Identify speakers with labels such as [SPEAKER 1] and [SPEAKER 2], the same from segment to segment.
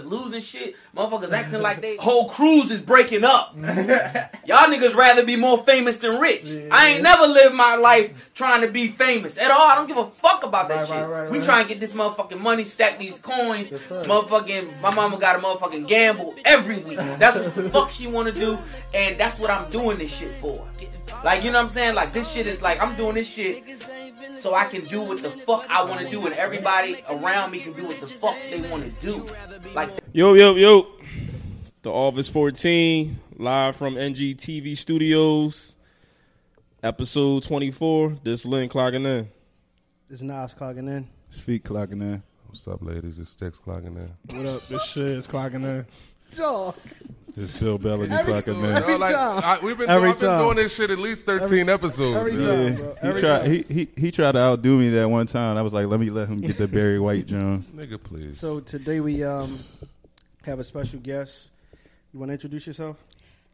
[SPEAKER 1] losing shit. Motherfuckers acting like they
[SPEAKER 2] Whole crews is breaking up. Y'all niggas rather be more famous than rich.
[SPEAKER 3] Yeah.
[SPEAKER 2] I ain't never lived my life trying to be famous at all. I don't give a fuck about that
[SPEAKER 3] Right,
[SPEAKER 2] shit.
[SPEAKER 3] right, right,
[SPEAKER 2] we
[SPEAKER 3] right.
[SPEAKER 2] try and get this motherfucking money, stack these coins.
[SPEAKER 3] That's right.
[SPEAKER 2] Motherfucking, my mama got a motherfucking gamble every week. That's what the fuck she want to do, and that's what I'm doing this shit for. Like, you know what I'm saying? Like, this shit is like, I'm doing this shit so I can do what the fuck I want to do, and everybody around me can do what the fuck they want to do. Like,
[SPEAKER 4] Yo, yo, yo. The Office 14, live from NGTV Studios. Episode 24. This Lynn clocking in.
[SPEAKER 5] It's Nas clogging in.
[SPEAKER 6] His feet clocking in.
[SPEAKER 7] What's up, ladies? It's Stex clocking in.
[SPEAKER 3] What up? This shit is clocking in.
[SPEAKER 5] Dog.
[SPEAKER 6] This Bill Bellamy
[SPEAKER 5] Every-
[SPEAKER 6] clocking in.
[SPEAKER 5] every- time.
[SPEAKER 7] I, we've been,
[SPEAKER 5] Every
[SPEAKER 7] I've been
[SPEAKER 5] time.
[SPEAKER 7] doing this shit at least 13 episodes.
[SPEAKER 5] Every time,
[SPEAKER 7] man.
[SPEAKER 6] Yeah,
[SPEAKER 5] bro.
[SPEAKER 6] he
[SPEAKER 5] Every
[SPEAKER 6] tried.
[SPEAKER 5] time.
[SPEAKER 6] He, he he tried to outdo me that one time. I was like, let me let him get the Barry White John.
[SPEAKER 7] Nigga, please.
[SPEAKER 5] So today we um have a special guest. You want to introduce yourself?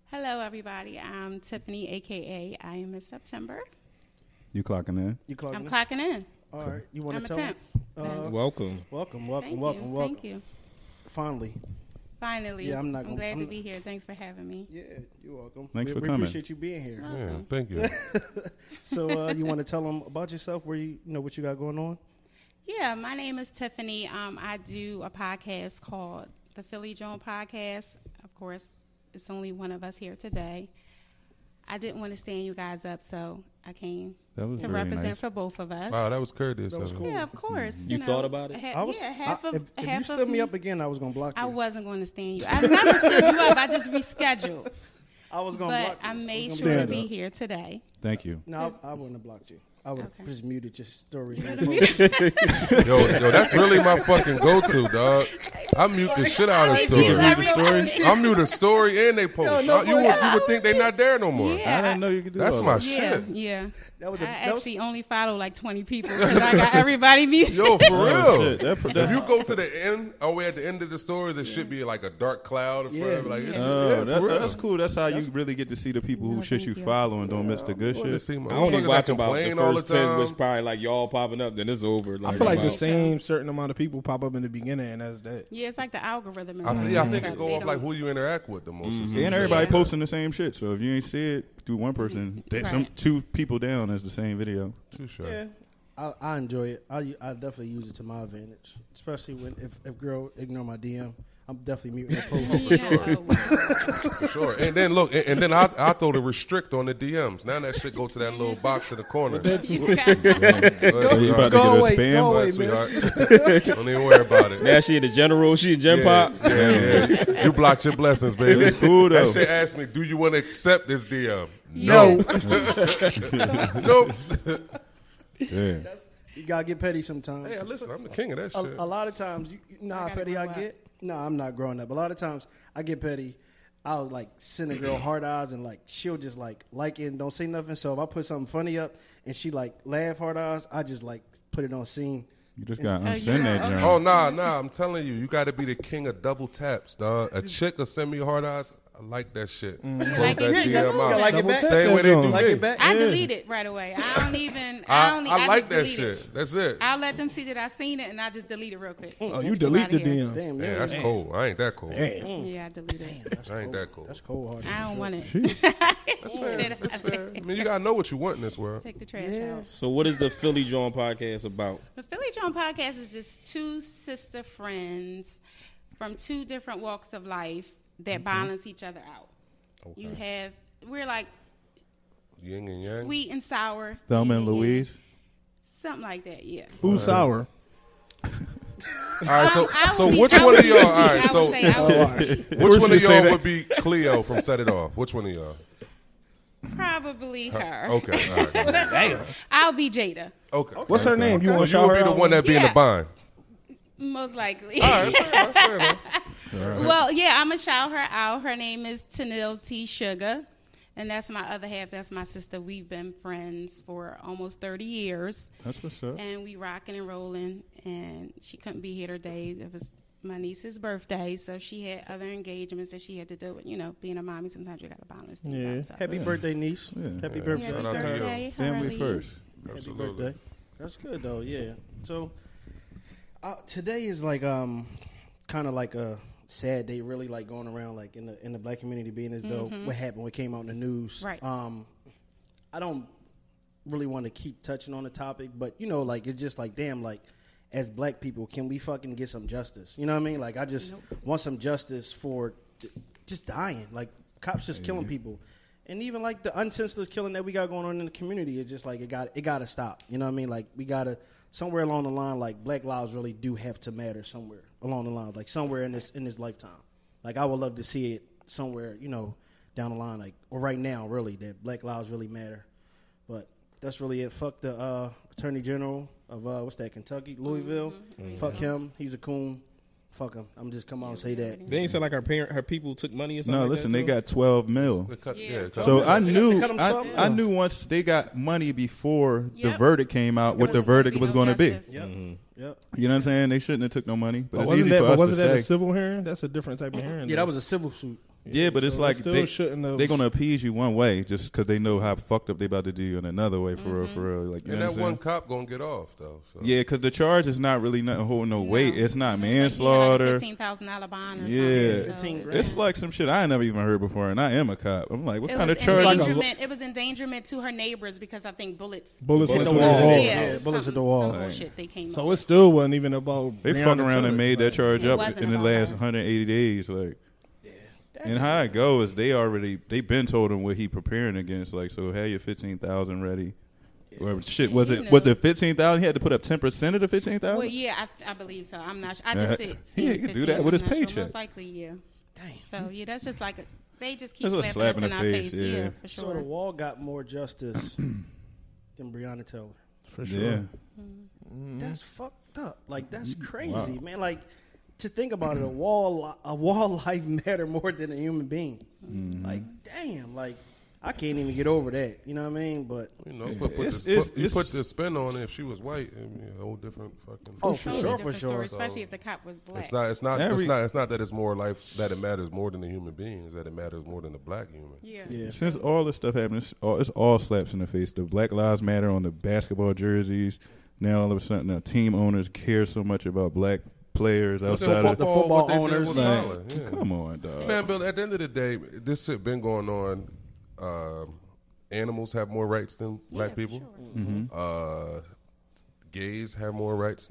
[SPEAKER 8] Hello, everybody. I'm Tiffany, aka I am Miss September.
[SPEAKER 6] You clocking in?
[SPEAKER 5] You clogging
[SPEAKER 8] I'm
[SPEAKER 5] in?
[SPEAKER 8] clocking in.
[SPEAKER 5] All right. You want
[SPEAKER 8] I'm
[SPEAKER 5] to
[SPEAKER 8] a
[SPEAKER 5] tell?
[SPEAKER 8] temp.
[SPEAKER 5] Uh,
[SPEAKER 4] Welcome.
[SPEAKER 5] welcome, welcome,
[SPEAKER 8] Thank
[SPEAKER 5] welcome,
[SPEAKER 8] you.
[SPEAKER 5] welcome.
[SPEAKER 8] Thank you.
[SPEAKER 5] Finally.
[SPEAKER 8] Finally,
[SPEAKER 5] Yeah, I'm not gonna-
[SPEAKER 8] glad
[SPEAKER 5] I'm
[SPEAKER 8] to
[SPEAKER 5] not-
[SPEAKER 8] be here. Thanks for having me.
[SPEAKER 5] Yeah, you're welcome.
[SPEAKER 6] Thanks
[SPEAKER 5] we,
[SPEAKER 6] for
[SPEAKER 5] we
[SPEAKER 6] coming.
[SPEAKER 5] appreciate you being here.
[SPEAKER 7] yeah, thank you.
[SPEAKER 5] So uh, you want to tell them about yourself? Where you, you know what you got going on?
[SPEAKER 8] Yeah, my name is Tiffany. Um, I do a podcast called the Philly Joan Podcast. Of course, it's only one of us here today. I didn't want to stand you guys up, so I came
[SPEAKER 6] That was
[SPEAKER 8] to
[SPEAKER 6] very
[SPEAKER 8] represent
[SPEAKER 6] nice.
[SPEAKER 8] for both of us.
[SPEAKER 7] Wow, that was courteous.
[SPEAKER 5] That was
[SPEAKER 7] of
[SPEAKER 5] cool.
[SPEAKER 7] you.
[SPEAKER 8] yeah, of course.
[SPEAKER 4] You
[SPEAKER 8] know,
[SPEAKER 4] thought about it?
[SPEAKER 8] ha-
[SPEAKER 5] I was.
[SPEAKER 8] Uh, yeah, half
[SPEAKER 5] I-
[SPEAKER 8] of
[SPEAKER 5] if, if
[SPEAKER 8] half
[SPEAKER 5] you
[SPEAKER 8] of
[SPEAKER 5] stood me up again, I was gonna block you.
[SPEAKER 8] I wasn't going to stand you. I never stood you up. I just rescheduled.
[SPEAKER 5] I was gonna block
[SPEAKER 8] But
[SPEAKER 5] you.
[SPEAKER 8] I made
[SPEAKER 5] was
[SPEAKER 8] sure
[SPEAKER 5] gonna
[SPEAKER 8] to
[SPEAKER 5] block you.
[SPEAKER 8] be here today.
[SPEAKER 6] Thank you.
[SPEAKER 5] No, I, I wouldn't have blocked you. I would
[SPEAKER 8] Okay.
[SPEAKER 5] have just muted your story.
[SPEAKER 7] Yo, yo, that's really my fucking go-to, dog. I mute the shit out of stories. I mute a story and they post.
[SPEAKER 5] Yo, no
[SPEAKER 7] I- you, would,
[SPEAKER 5] bullshit.
[SPEAKER 7] you would think they not there no more.
[SPEAKER 8] Yeah.
[SPEAKER 6] I didn't know you could do
[SPEAKER 7] That's
[SPEAKER 6] all
[SPEAKER 7] my
[SPEAKER 6] that.
[SPEAKER 8] Yeah,
[SPEAKER 7] shit.
[SPEAKER 8] yeah.
[SPEAKER 5] That was
[SPEAKER 8] I
[SPEAKER 5] the- that was-
[SPEAKER 8] actually only follow like 20 people because I got everybody muted.
[SPEAKER 7] Yo, for
[SPEAKER 6] Oh,
[SPEAKER 7] real.
[SPEAKER 6] shit, that-
[SPEAKER 7] If
[SPEAKER 6] that-
[SPEAKER 7] you go to the end, all the way at the end of the stories, it should be like a dark cloud or whatever. Like, it's,
[SPEAKER 6] oh,
[SPEAKER 7] yeah,
[SPEAKER 6] that-
[SPEAKER 7] for real.
[SPEAKER 6] that's cool. That's how you really get to see the people who shit you follow and don't miss the good
[SPEAKER 7] To
[SPEAKER 6] shit.
[SPEAKER 7] see my
[SPEAKER 4] I only
[SPEAKER 7] motherfuckers
[SPEAKER 4] watch
[SPEAKER 7] that
[SPEAKER 4] about the
[SPEAKER 7] complain all
[SPEAKER 4] first
[SPEAKER 7] the time.
[SPEAKER 4] 10, which probably like y'all popping up, then it's over.
[SPEAKER 3] I feel like the
[SPEAKER 4] about-
[SPEAKER 3] same certain amount of people pop up in the beginning, and that's that.
[SPEAKER 8] Yeah, it's like the algorithm. and
[SPEAKER 7] I
[SPEAKER 8] all
[SPEAKER 7] think,
[SPEAKER 8] that
[SPEAKER 7] I think
[SPEAKER 8] stuff.
[SPEAKER 7] it go
[SPEAKER 8] Mm-hmm. They
[SPEAKER 7] off like
[SPEAKER 8] don't-
[SPEAKER 7] who you interact with the most. or something.
[SPEAKER 6] And everybody
[SPEAKER 8] Yeah.
[SPEAKER 6] posting the same shit. So if you ain't see it through one person, that some
[SPEAKER 8] Right.
[SPEAKER 6] two people down is the same video.
[SPEAKER 7] Too sure.
[SPEAKER 5] Yeah, I, I enjoy it. I, u- I definitely use it to my advantage, especially when if if girl ignore my DM, I'm definitely muting her post.
[SPEAKER 8] Yeah, oh,
[SPEAKER 7] For sure. And then look, and, and then I, I throw the restrict on the DMs. Now that shit go to that little box in the corner.
[SPEAKER 6] So you
[SPEAKER 5] Go
[SPEAKER 6] about to get a
[SPEAKER 5] away,
[SPEAKER 6] spam
[SPEAKER 5] go
[SPEAKER 6] bot?
[SPEAKER 5] away.
[SPEAKER 7] But, sweetheart, Don't even worry about it.
[SPEAKER 4] Now she in the general, she in Gen
[SPEAKER 7] yeah,
[SPEAKER 4] Pop.
[SPEAKER 7] yeah, yeah. You blocked your blessings, baby.
[SPEAKER 6] It's cool
[SPEAKER 7] That
[SPEAKER 6] though.
[SPEAKER 7] shit asked me, "Do you want to accept this DM?"
[SPEAKER 8] No.
[SPEAKER 7] Nope.
[SPEAKER 6] Yeah.
[SPEAKER 5] you gotta get petty sometimes.
[SPEAKER 7] Hey, listen, I'm the king of that
[SPEAKER 5] a,
[SPEAKER 7] shit.
[SPEAKER 5] a lot of times, you, you know how
[SPEAKER 8] I gotta
[SPEAKER 5] petty
[SPEAKER 8] grow
[SPEAKER 5] I
[SPEAKER 8] up.
[SPEAKER 5] get. No, I'm not growing up. A lot of times, I get petty. I'll like send a girl hard eyes and like she'll just like like it and don't say nothing. So if I put something funny up and she like laugh hard eyes, I just like put it on scene.
[SPEAKER 6] You just got to
[SPEAKER 8] you
[SPEAKER 6] unsend that
[SPEAKER 8] know.
[SPEAKER 6] joint.
[SPEAKER 7] Oh nah, nah. I'm telling you, you got to be the king of double taps, dog. A chick will send me hard eyes. I like that shit. Close
[SPEAKER 8] Like
[SPEAKER 7] that
[SPEAKER 8] it?
[SPEAKER 7] DM
[SPEAKER 8] Yeah,
[SPEAKER 7] out.
[SPEAKER 8] yeah, like it
[SPEAKER 3] back?
[SPEAKER 7] Same way they do
[SPEAKER 5] Like
[SPEAKER 7] me.
[SPEAKER 5] it back.
[SPEAKER 8] I delete it right away. I don't even. I,
[SPEAKER 7] I,
[SPEAKER 8] don't,
[SPEAKER 7] I
[SPEAKER 8] just
[SPEAKER 7] like that
[SPEAKER 8] delete it.
[SPEAKER 7] shit. That's it.
[SPEAKER 8] I'll let them see that I seen it and I just delete it real quick.
[SPEAKER 3] Oh, you delete the
[SPEAKER 8] outta here.
[SPEAKER 3] DM.
[SPEAKER 5] Damn,
[SPEAKER 7] Yeah,
[SPEAKER 5] yeah,
[SPEAKER 7] that's cold. I ain't that cold.
[SPEAKER 3] Damn.
[SPEAKER 8] Yeah, I delete it.
[SPEAKER 7] I ain't that cold.
[SPEAKER 5] that's cold hard.
[SPEAKER 8] I don't want it.
[SPEAKER 7] That's fair. That's fair. I mean, you gotta know what you want in this world.
[SPEAKER 8] Take the trash out.
[SPEAKER 4] So what is the Philly John podcast about?
[SPEAKER 8] The Philly Joan podcast is just two sister friends from two different walks of life that
[SPEAKER 7] Mm-hmm.
[SPEAKER 8] balance each other out. You have we're like
[SPEAKER 7] Yin and yang.
[SPEAKER 8] sweet and sour,
[SPEAKER 6] Thelma and Louise.
[SPEAKER 8] something like that. Yeah.
[SPEAKER 3] Who's sour?
[SPEAKER 7] All right, so
[SPEAKER 8] Um, I would
[SPEAKER 7] so
[SPEAKER 8] be-
[SPEAKER 7] which one
[SPEAKER 8] I would
[SPEAKER 7] of
[SPEAKER 8] be-
[SPEAKER 7] y'all? All right,
[SPEAKER 8] I would
[SPEAKER 7] so
[SPEAKER 8] say I would be
[SPEAKER 7] which one of
[SPEAKER 6] you say
[SPEAKER 7] y'all
[SPEAKER 6] that.
[SPEAKER 7] would be Cleo from Set It Off? Which one of y'all?
[SPEAKER 8] probably her.
[SPEAKER 7] Okay, all right.
[SPEAKER 8] I'll be Jada,
[SPEAKER 7] okay.
[SPEAKER 3] What's her name? You
[SPEAKER 7] So
[SPEAKER 3] want to
[SPEAKER 7] you would be the one that be in the
[SPEAKER 8] Yeah.
[SPEAKER 7] bind.
[SPEAKER 8] most likely.
[SPEAKER 7] All right, that's fair enough.
[SPEAKER 8] well, yeah, I'm gonna shout her out. Her name is Tanil T Sugar, and that's my other half. That's my sister. We've been friends for almost 30 years.
[SPEAKER 6] That's what's up.
[SPEAKER 8] and we rocking and rolling and she couldn't be here today it was my niece's birthday so she had other engagements that she had to deal with you know being a mommy sometimes you gotta balance things
[SPEAKER 3] Yeah.
[SPEAKER 8] out so.
[SPEAKER 5] Happy birthday, niece. Happy
[SPEAKER 8] Yeah,
[SPEAKER 5] birthday.
[SPEAKER 8] happy
[SPEAKER 7] Shout out to you.
[SPEAKER 8] birthday,
[SPEAKER 6] Family
[SPEAKER 8] Harley.
[SPEAKER 6] first.
[SPEAKER 5] Happy
[SPEAKER 7] Absolutely.
[SPEAKER 5] birthday. That's good though. Yeah. So uh, today is like um kind of like a sad day really like going around like in the in the black community being as though what happened what came out in the news
[SPEAKER 8] Right.
[SPEAKER 5] um i don't really want to keep touching on the topic but you know like it's just like damn like as black people can we fucking get some justice you know what i mean like i just want some justice for th- just dying like cops just killing people and even like the unsenseless killing that we got going on in the community is just like it got it got to stop. You know what I mean? Like we gotta somewhere along the line, like black lives really do have to matter somewhere along the line, like somewhere in this in this lifetime. Like I would love to see it somewhere, you know, down the line, like or right now, really, that black lives really matter. But that's really it. Fuck the uh, attorney general of uh, what's that, Kentucky, Louisville.
[SPEAKER 8] Mm-hmm.
[SPEAKER 5] Fuck him. He's a coon. Fuck him. I'm just come out and say that.
[SPEAKER 4] They ain't say like her parent, her people took money or something.
[SPEAKER 6] No,
[SPEAKER 4] like
[SPEAKER 6] listen,
[SPEAKER 4] that
[SPEAKER 6] they
[SPEAKER 4] too?
[SPEAKER 6] got 12 mil.
[SPEAKER 7] They cut-
[SPEAKER 8] Yeah.
[SPEAKER 7] yeah, cut
[SPEAKER 6] So
[SPEAKER 7] them.
[SPEAKER 6] I
[SPEAKER 5] They
[SPEAKER 6] knew
[SPEAKER 5] cut 'em
[SPEAKER 6] I,
[SPEAKER 5] 12
[SPEAKER 6] I
[SPEAKER 5] mil.
[SPEAKER 6] knew once they got money before the
[SPEAKER 8] Yep.
[SPEAKER 6] verdict came out what the
[SPEAKER 8] There
[SPEAKER 6] verdict was
[SPEAKER 8] no
[SPEAKER 6] going to be.
[SPEAKER 8] justice.
[SPEAKER 5] Yep.
[SPEAKER 8] Mm-hmm.
[SPEAKER 5] Yep.
[SPEAKER 6] You know what I'm saying? They shouldn't have took no money, but,
[SPEAKER 3] But
[SPEAKER 6] it's
[SPEAKER 3] wasn't
[SPEAKER 6] easy
[SPEAKER 3] that,
[SPEAKER 6] for
[SPEAKER 3] but
[SPEAKER 6] us
[SPEAKER 3] wasn't
[SPEAKER 6] to
[SPEAKER 3] that
[SPEAKER 6] say.
[SPEAKER 3] a civil hearing? That's a different type of hearing.
[SPEAKER 5] Yeah, that was a civil suit.
[SPEAKER 6] yeah, but it's
[SPEAKER 3] So it
[SPEAKER 6] like
[SPEAKER 3] still
[SPEAKER 6] they
[SPEAKER 3] shouldn't have-
[SPEAKER 6] They're gonna appease you one way just because they know how fucked up they about to do you in another way for real,
[SPEAKER 8] Mm-hmm.
[SPEAKER 6] for real. Like you
[SPEAKER 7] and
[SPEAKER 6] know
[SPEAKER 7] that
[SPEAKER 6] what I'm
[SPEAKER 7] one
[SPEAKER 6] saying?
[SPEAKER 7] cop gonna get off though. So.
[SPEAKER 6] Yeah, because the charge is not really nothing holding no, weight. It's not manslaughter.
[SPEAKER 8] Fifteen thousand dollar bond. Or
[SPEAKER 6] Yeah.
[SPEAKER 8] something, so
[SPEAKER 6] It's like some shit I ain't never even heard before, and I am a cop. I'm like, what
[SPEAKER 8] It
[SPEAKER 6] kind
[SPEAKER 8] was
[SPEAKER 6] of charge?
[SPEAKER 8] endangerment. it was endangerment to her neighbors because I think bullets.
[SPEAKER 3] bullets
[SPEAKER 6] Hit
[SPEAKER 3] went
[SPEAKER 6] the
[SPEAKER 3] through the
[SPEAKER 6] wall.
[SPEAKER 3] wall.
[SPEAKER 8] Yeah,
[SPEAKER 5] Yeah, bullets
[SPEAKER 8] some-
[SPEAKER 5] at the wall.
[SPEAKER 8] Some bullshit they came. up
[SPEAKER 3] So it still wasn't even about.
[SPEAKER 6] They
[SPEAKER 3] Breonna
[SPEAKER 6] fuck around and
[SPEAKER 3] Taylor.
[SPEAKER 6] made that charge
[SPEAKER 8] It
[SPEAKER 6] up
[SPEAKER 8] wasn't
[SPEAKER 6] in the
[SPEAKER 8] about
[SPEAKER 6] last
[SPEAKER 8] her.
[SPEAKER 6] 180 days. Like, and how it go is they already they been told him what he preparing against. Like, so have your 15,000 ready. Or shit, was
[SPEAKER 8] You
[SPEAKER 6] it
[SPEAKER 8] know.
[SPEAKER 6] was it 15,000? He had to put up 10 percent of the 15,000.
[SPEAKER 8] Well, yeah, I, I believe so. I'm not. Sure. I
[SPEAKER 6] Uh,
[SPEAKER 8] just sit.
[SPEAKER 6] yeah, you could do that with his paycheck.
[SPEAKER 8] Most likely, yeah. So yeah, that's just like a, they just keep
[SPEAKER 6] That's a
[SPEAKER 8] slapping
[SPEAKER 6] slap
[SPEAKER 8] us
[SPEAKER 6] in
[SPEAKER 8] in,
[SPEAKER 6] the
[SPEAKER 8] our
[SPEAKER 6] face,
[SPEAKER 8] face.
[SPEAKER 6] yeah.
[SPEAKER 8] Yeah, for
[SPEAKER 5] So the
[SPEAKER 8] sure.
[SPEAKER 5] wall got more justice than Breonna Taylor.
[SPEAKER 3] for sure.
[SPEAKER 6] yeah,
[SPEAKER 5] That's fucked up. Like that's crazy, man. Like to think about it, a wall, li- a wall life matter more than a human being. Like damn, like I can't even get over that. You know what I mean? But
[SPEAKER 7] You know, put, put,
[SPEAKER 6] It's-
[SPEAKER 7] the,
[SPEAKER 6] it's-
[SPEAKER 7] put, you
[SPEAKER 6] it's-
[SPEAKER 7] put the spin on it. If she was white, I mean, a whole different fucking.
[SPEAKER 5] Oh, for
[SPEAKER 8] Totally
[SPEAKER 5] sure,
[SPEAKER 8] different
[SPEAKER 5] for sure.
[SPEAKER 8] story, especially if the cop was black.
[SPEAKER 7] It's not. It's not.
[SPEAKER 6] Every-
[SPEAKER 7] it's not. It's not that it's more life that it matters more than the human beings. That it matters more than the black human.
[SPEAKER 8] yeah.
[SPEAKER 5] yeah,
[SPEAKER 6] since all this stuff happened, it's all, it's all slaps in the face. The Black Lives Matter on the basketball jerseys. Now all of a sudden, now team owners care so much about black players
[SPEAKER 7] Look at
[SPEAKER 6] outside of
[SPEAKER 5] the football
[SPEAKER 7] what they did
[SPEAKER 5] owners,
[SPEAKER 7] with
[SPEAKER 6] Like,
[SPEAKER 7] Tyler, yeah.
[SPEAKER 6] Come on, dog.
[SPEAKER 7] Man, Bill. At the end of the day, this shit been going on. Um, animals have more rights than black people.
[SPEAKER 6] Mm-hmm.
[SPEAKER 7] Uh, gays have more rights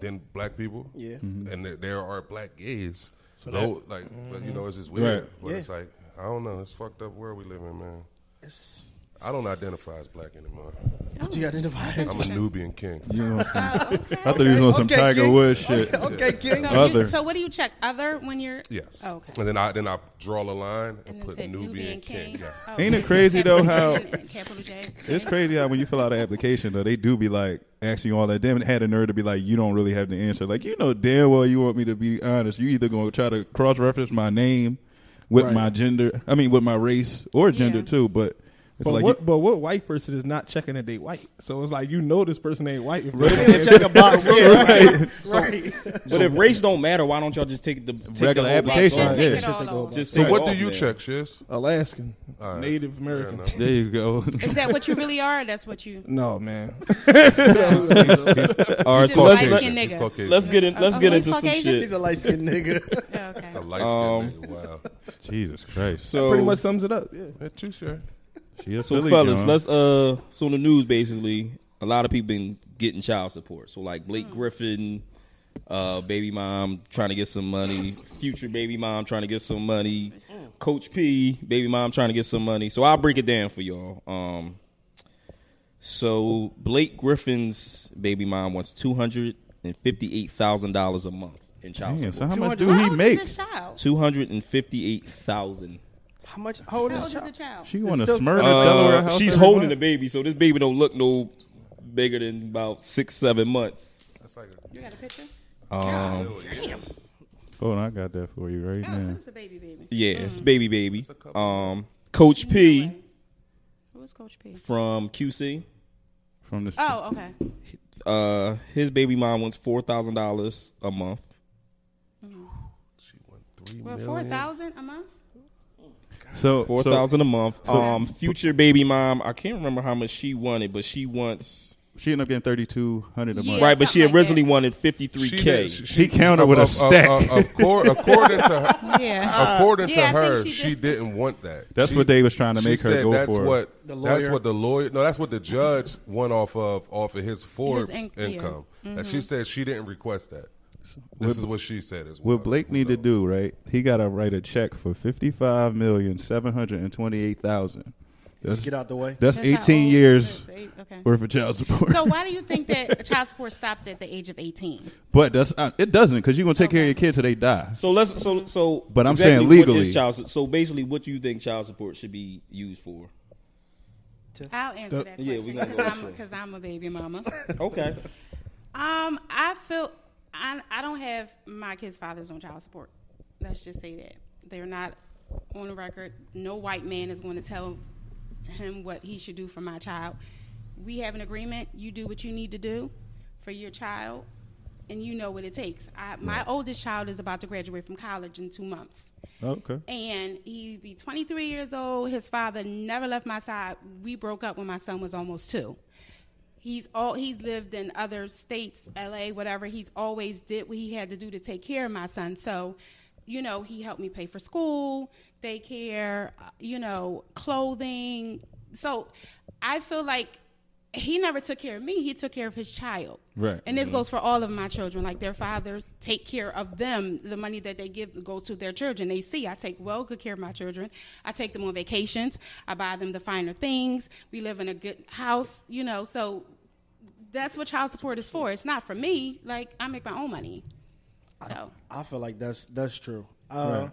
[SPEAKER 7] than black people.
[SPEAKER 5] Yeah.
[SPEAKER 6] Mm-hmm.
[SPEAKER 7] and there, there are black gays. Though, like, but,
[SPEAKER 5] Mm-hmm.
[SPEAKER 7] you know, it's just weird.
[SPEAKER 6] Right.
[SPEAKER 7] But it's like I don't know. It's fucked up world we live in, man.
[SPEAKER 5] It's-
[SPEAKER 7] I don't identify as black anymore.
[SPEAKER 5] what you identify?
[SPEAKER 7] I'm a Nubian king.
[SPEAKER 6] You know what I'm saying?
[SPEAKER 8] Oh, Okay.
[SPEAKER 6] I thought he was on some
[SPEAKER 5] Okay,
[SPEAKER 6] Tiger
[SPEAKER 5] King.
[SPEAKER 6] Woods shit.
[SPEAKER 5] okay, King.
[SPEAKER 8] So, you,
[SPEAKER 6] Other.
[SPEAKER 8] so what do you check? Other when you're
[SPEAKER 7] Yes.
[SPEAKER 8] Oh, okay.
[SPEAKER 7] And then I then I draw a line and,
[SPEAKER 8] and then
[SPEAKER 7] put
[SPEAKER 8] said
[SPEAKER 7] Nubian, king. Yes.
[SPEAKER 8] Oh,
[SPEAKER 6] Ain't it
[SPEAKER 8] okay.
[SPEAKER 6] crazy, though,
[SPEAKER 8] Capital
[SPEAKER 6] how-
[SPEAKER 8] N and capital J?
[SPEAKER 6] It's crazy how when you fill out an application though, they do be like asking you all that. Damn, it had a nerve to be like, you don't really have the answer. Like you know damn well you want me to be honest. You either gonna try to cross reference my name with my gender. I mean with my race or gender
[SPEAKER 8] Yeah.
[SPEAKER 6] too. But it's
[SPEAKER 3] But
[SPEAKER 6] like
[SPEAKER 3] what?
[SPEAKER 6] you-
[SPEAKER 3] but what white person is not checking that they white? So it's like you know this person ain't white. If
[SPEAKER 5] They check a box. Yeah, right. right.
[SPEAKER 4] But if race don't matter, why don't y'all just take the take
[SPEAKER 6] Regular
[SPEAKER 4] the whole
[SPEAKER 8] They should
[SPEAKER 6] application,
[SPEAKER 4] box
[SPEAKER 8] take
[SPEAKER 6] yeah.
[SPEAKER 8] it all over.
[SPEAKER 4] Just
[SPEAKER 7] So
[SPEAKER 4] take it
[SPEAKER 7] what do
[SPEAKER 4] off
[SPEAKER 7] you
[SPEAKER 4] then.
[SPEAKER 7] check, Shiz?
[SPEAKER 3] Alaskan,
[SPEAKER 7] All right.
[SPEAKER 3] Native
[SPEAKER 7] Fair
[SPEAKER 3] American.
[SPEAKER 7] enough.
[SPEAKER 6] there you go.
[SPEAKER 8] Is that what you really are? That's what you.
[SPEAKER 3] No man,
[SPEAKER 4] All right,
[SPEAKER 8] He's
[SPEAKER 4] so
[SPEAKER 8] a
[SPEAKER 4] let's,
[SPEAKER 8] light
[SPEAKER 4] let,
[SPEAKER 8] skin nigga.
[SPEAKER 7] He's Caucasian.
[SPEAKER 4] let's get in, let's
[SPEAKER 8] Oh,
[SPEAKER 4] get
[SPEAKER 8] he's
[SPEAKER 4] into some
[SPEAKER 8] Caucasian?
[SPEAKER 4] shit.
[SPEAKER 5] He's a light skinned nigga.
[SPEAKER 8] oh, Okay.
[SPEAKER 7] A light skinned nigga. Wow.
[SPEAKER 6] Jesus Christ.
[SPEAKER 4] So
[SPEAKER 3] pretty much sums it up. Yeah.
[SPEAKER 7] That you sure?
[SPEAKER 6] She a
[SPEAKER 4] So
[SPEAKER 6] Philly
[SPEAKER 4] fellas,
[SPEAKER 6] John.
[SPEAKER 4] let's uh so in the news basically, a lot of people been getting child support. So like Blake Griffin, uh baby mom trying to get some money, future baby mom trying to get some money, Coach P, baby mom trying to get some money. So I'll break it down for y'all. Um so Blake Griffin's baby mom wants two hundred and fifty eight thousand dollars a month in child
[SPEAKER 6] Damn, so
[SPEAKER 4] support.
[SPEAKER 6] how much
[SPEAKER 5] 200
[SPEAKER 6] do
[SPEAKER 8] How
[SPEAKER 6] he
[SPEAKER 8] old
[SPEAKER 6] make?
[SPEAKER 8] Is this child?
[SPEAKER 4] Two hundred and fifty eight thousand.
[SPEAKER 5] How much? How old
[SPEAKER 8] How
[SPEAKER 5] is
[SPEAKER 8] old is
[SPEAKER 5] the
[SPEAKER 8] the
[SPEAKER 5] child?
[SPEAKER 8] child?
[SPEAKER 6] She want a
[SPEAKER 5] still-
[SPEAKER 6] Smyrna,
[SPEAKER 4] Uh,
[SPEAKER 6] Delaware house.
[SPEAKER 4] she's
[SPEAKER 6] every
[SPEAKER 4] holding the
[SPEAKER 6] month?
[SPEAKER 4] baby, so this baby don't look no bigger than about six, seven months.
[SPEAKER 7] That's like a
[SPEAKER 8] You got a picture?
[SPEAKER 4] Um,
[SPEAKER 8] Damn.
[SPEAKER 6] Hold on, I got that for you right
[SPEAKER 8] Oh, so
[SPEAKER 6] now.
[SPEAKER 8] it's a baby, baby.
[SPEAKER 4] yeah, it's baby, baby.
[SPEAKER 7] a couple.
[SPEAKER 4] Um, Coach P
[SPEAKER 8] Who is Coach P?
[SPEAKER 4] from QC,
[SPEAKER 6] From the
[SPEAKER 8] Oh, okay.
[SPEAKER 4] uh, his baby mom wants four thousand dollars a month.
[SPEAKER 7] she went three
[SPEAKER 8] Well,
[SPEAKER 7] million.
[SPEAKER 8] four thousand a month.
[SPEAKER 6] so
[SPEAKER 4] Four
[SPEAKER 6] so
[SPEAKER 4] thousand a month. um, future baby mom, I can't remember how much she wanted, but she wants
[SPEAKER 6] She ended up getting thirty two hundred a month.
[SPEAKER 8] Yeah,
[SPEAKER 4] right, but she
[SPEAKER 8] something like
[SPEAKER 4] originally
[SPEAKER 8] that.
[SPEAKER 4] wanted fifty three
[SPEAKER 7] She
[SPEAKER 4] k.
[SPEAKER 7] did- she-
[SPEAKER 6] He countered
[SPEAKER 7] of-
[SPEAKER 6] with a
[SPEAKER 7] of- of-
[SPEAKER 6] stack.
[SPEAKER 7] of- of cour- according to her,
[SPEAKER 8] Yeah.
[SPEAKER 7] according
[SPEAKER 8] Yeah, I
[SPEAKER 7] to
[SPEAKER 8] think
[SPEAKER 7] her,
[SPEAKER 8] she
[SPEAKER 7] she,
[SPEAKER 8] did.
[SPEAKER 7] didn't want that.
[SPEAKER 6] That's
[SPEAKER 7] She-
[SPEAKER 6] what they was trying to
[SPEAKER 7] she
[SPEAKER 6] make her
[SPEAKER 7] said
[SPEAKER 6] go
[SPEAKER 7] that's
[SPEAKER 6] for.
[SPEAKER 7] What,
[SPEAKER 5] The
[SPEAKER 7] that's
[SPEAKER 5] lawyer.
[SPEAKER 7] what the lawyer. No, that's what the judge went off of off of his Forbes
[SPEAKER 8] inc- yeah.
[SPEAKER 7] income. And she said she didn't request that. This is what she said as well.
[SPEAKER 6] What Blake need to do, right? He got to write a check for fifty five million seven hundred and twenty eight thousand. That's
[SPEAKER 5] Get out the way.
[SPEAKER 6] that's,
[SPEAKER 8] That's how
[SPEAKER 6] eighteen
[SPEAKER 8] old-
[SPEAKER 6] years
[SPEAKER 8] Okay.
[SPEAKER 6] worth of child support.
[SPEAKER 8] So why do you think that child support stops at the age of 18?
[SPEAKER 6] but that's uh, it doesn't because you're gonna take care of your kids till they die.
[SPEAKER 4] So let's so so.
[SPEAKER 6] But I'm saying
[SPEAKER 4] what is
[SPEAKER 6] legally.
[SPEAKER 4] child su- so basically, what do you think child support should be used for?
[SPEAKER 8] I'll answer that
[SPEAKER 4] yeah,
[SPEAKER 8] question
[SPEAKER 4] we gonna go with you.
[SPEAKER 8] because I'm, a baby mama.
[SPEAKER 4] Okay.
[SPEAKER 8] Um, I feel I I don't have my kids' fathers on child support. Let's just say that they're not on the record. No white man is going to tell him what he should do for my child. We have an agreement. You do what you need to do for your child, and you know what it takes. I, my oldest child is about to graduate from college in two months.
[SPEAKER 6] Okay.
[SPEAKER 8] And he be 23 years old. His father never left my side. We broke up when my son was almost two. He's all he's lived in other states, LA, whatever. He's always did what he had to do to take care of my son. So, you know, he helped me pay for school, daycare, uh, you know, clothing. So, I feel like he never took care of me. He took care of his child.
[SPEAKER 6] Right.
[SPEAKER 8] And this goes for all of my children. Like their fathers take care of them. The money that they give goes to their children. They see I take well good care of my children. I take them on vacations. I buy them the finer things. We live in a good house, you know. So that's what child support is for. It's not for me. Like I make my own money. So
[SPEAKER 5] I feel like that's that's true. Uh,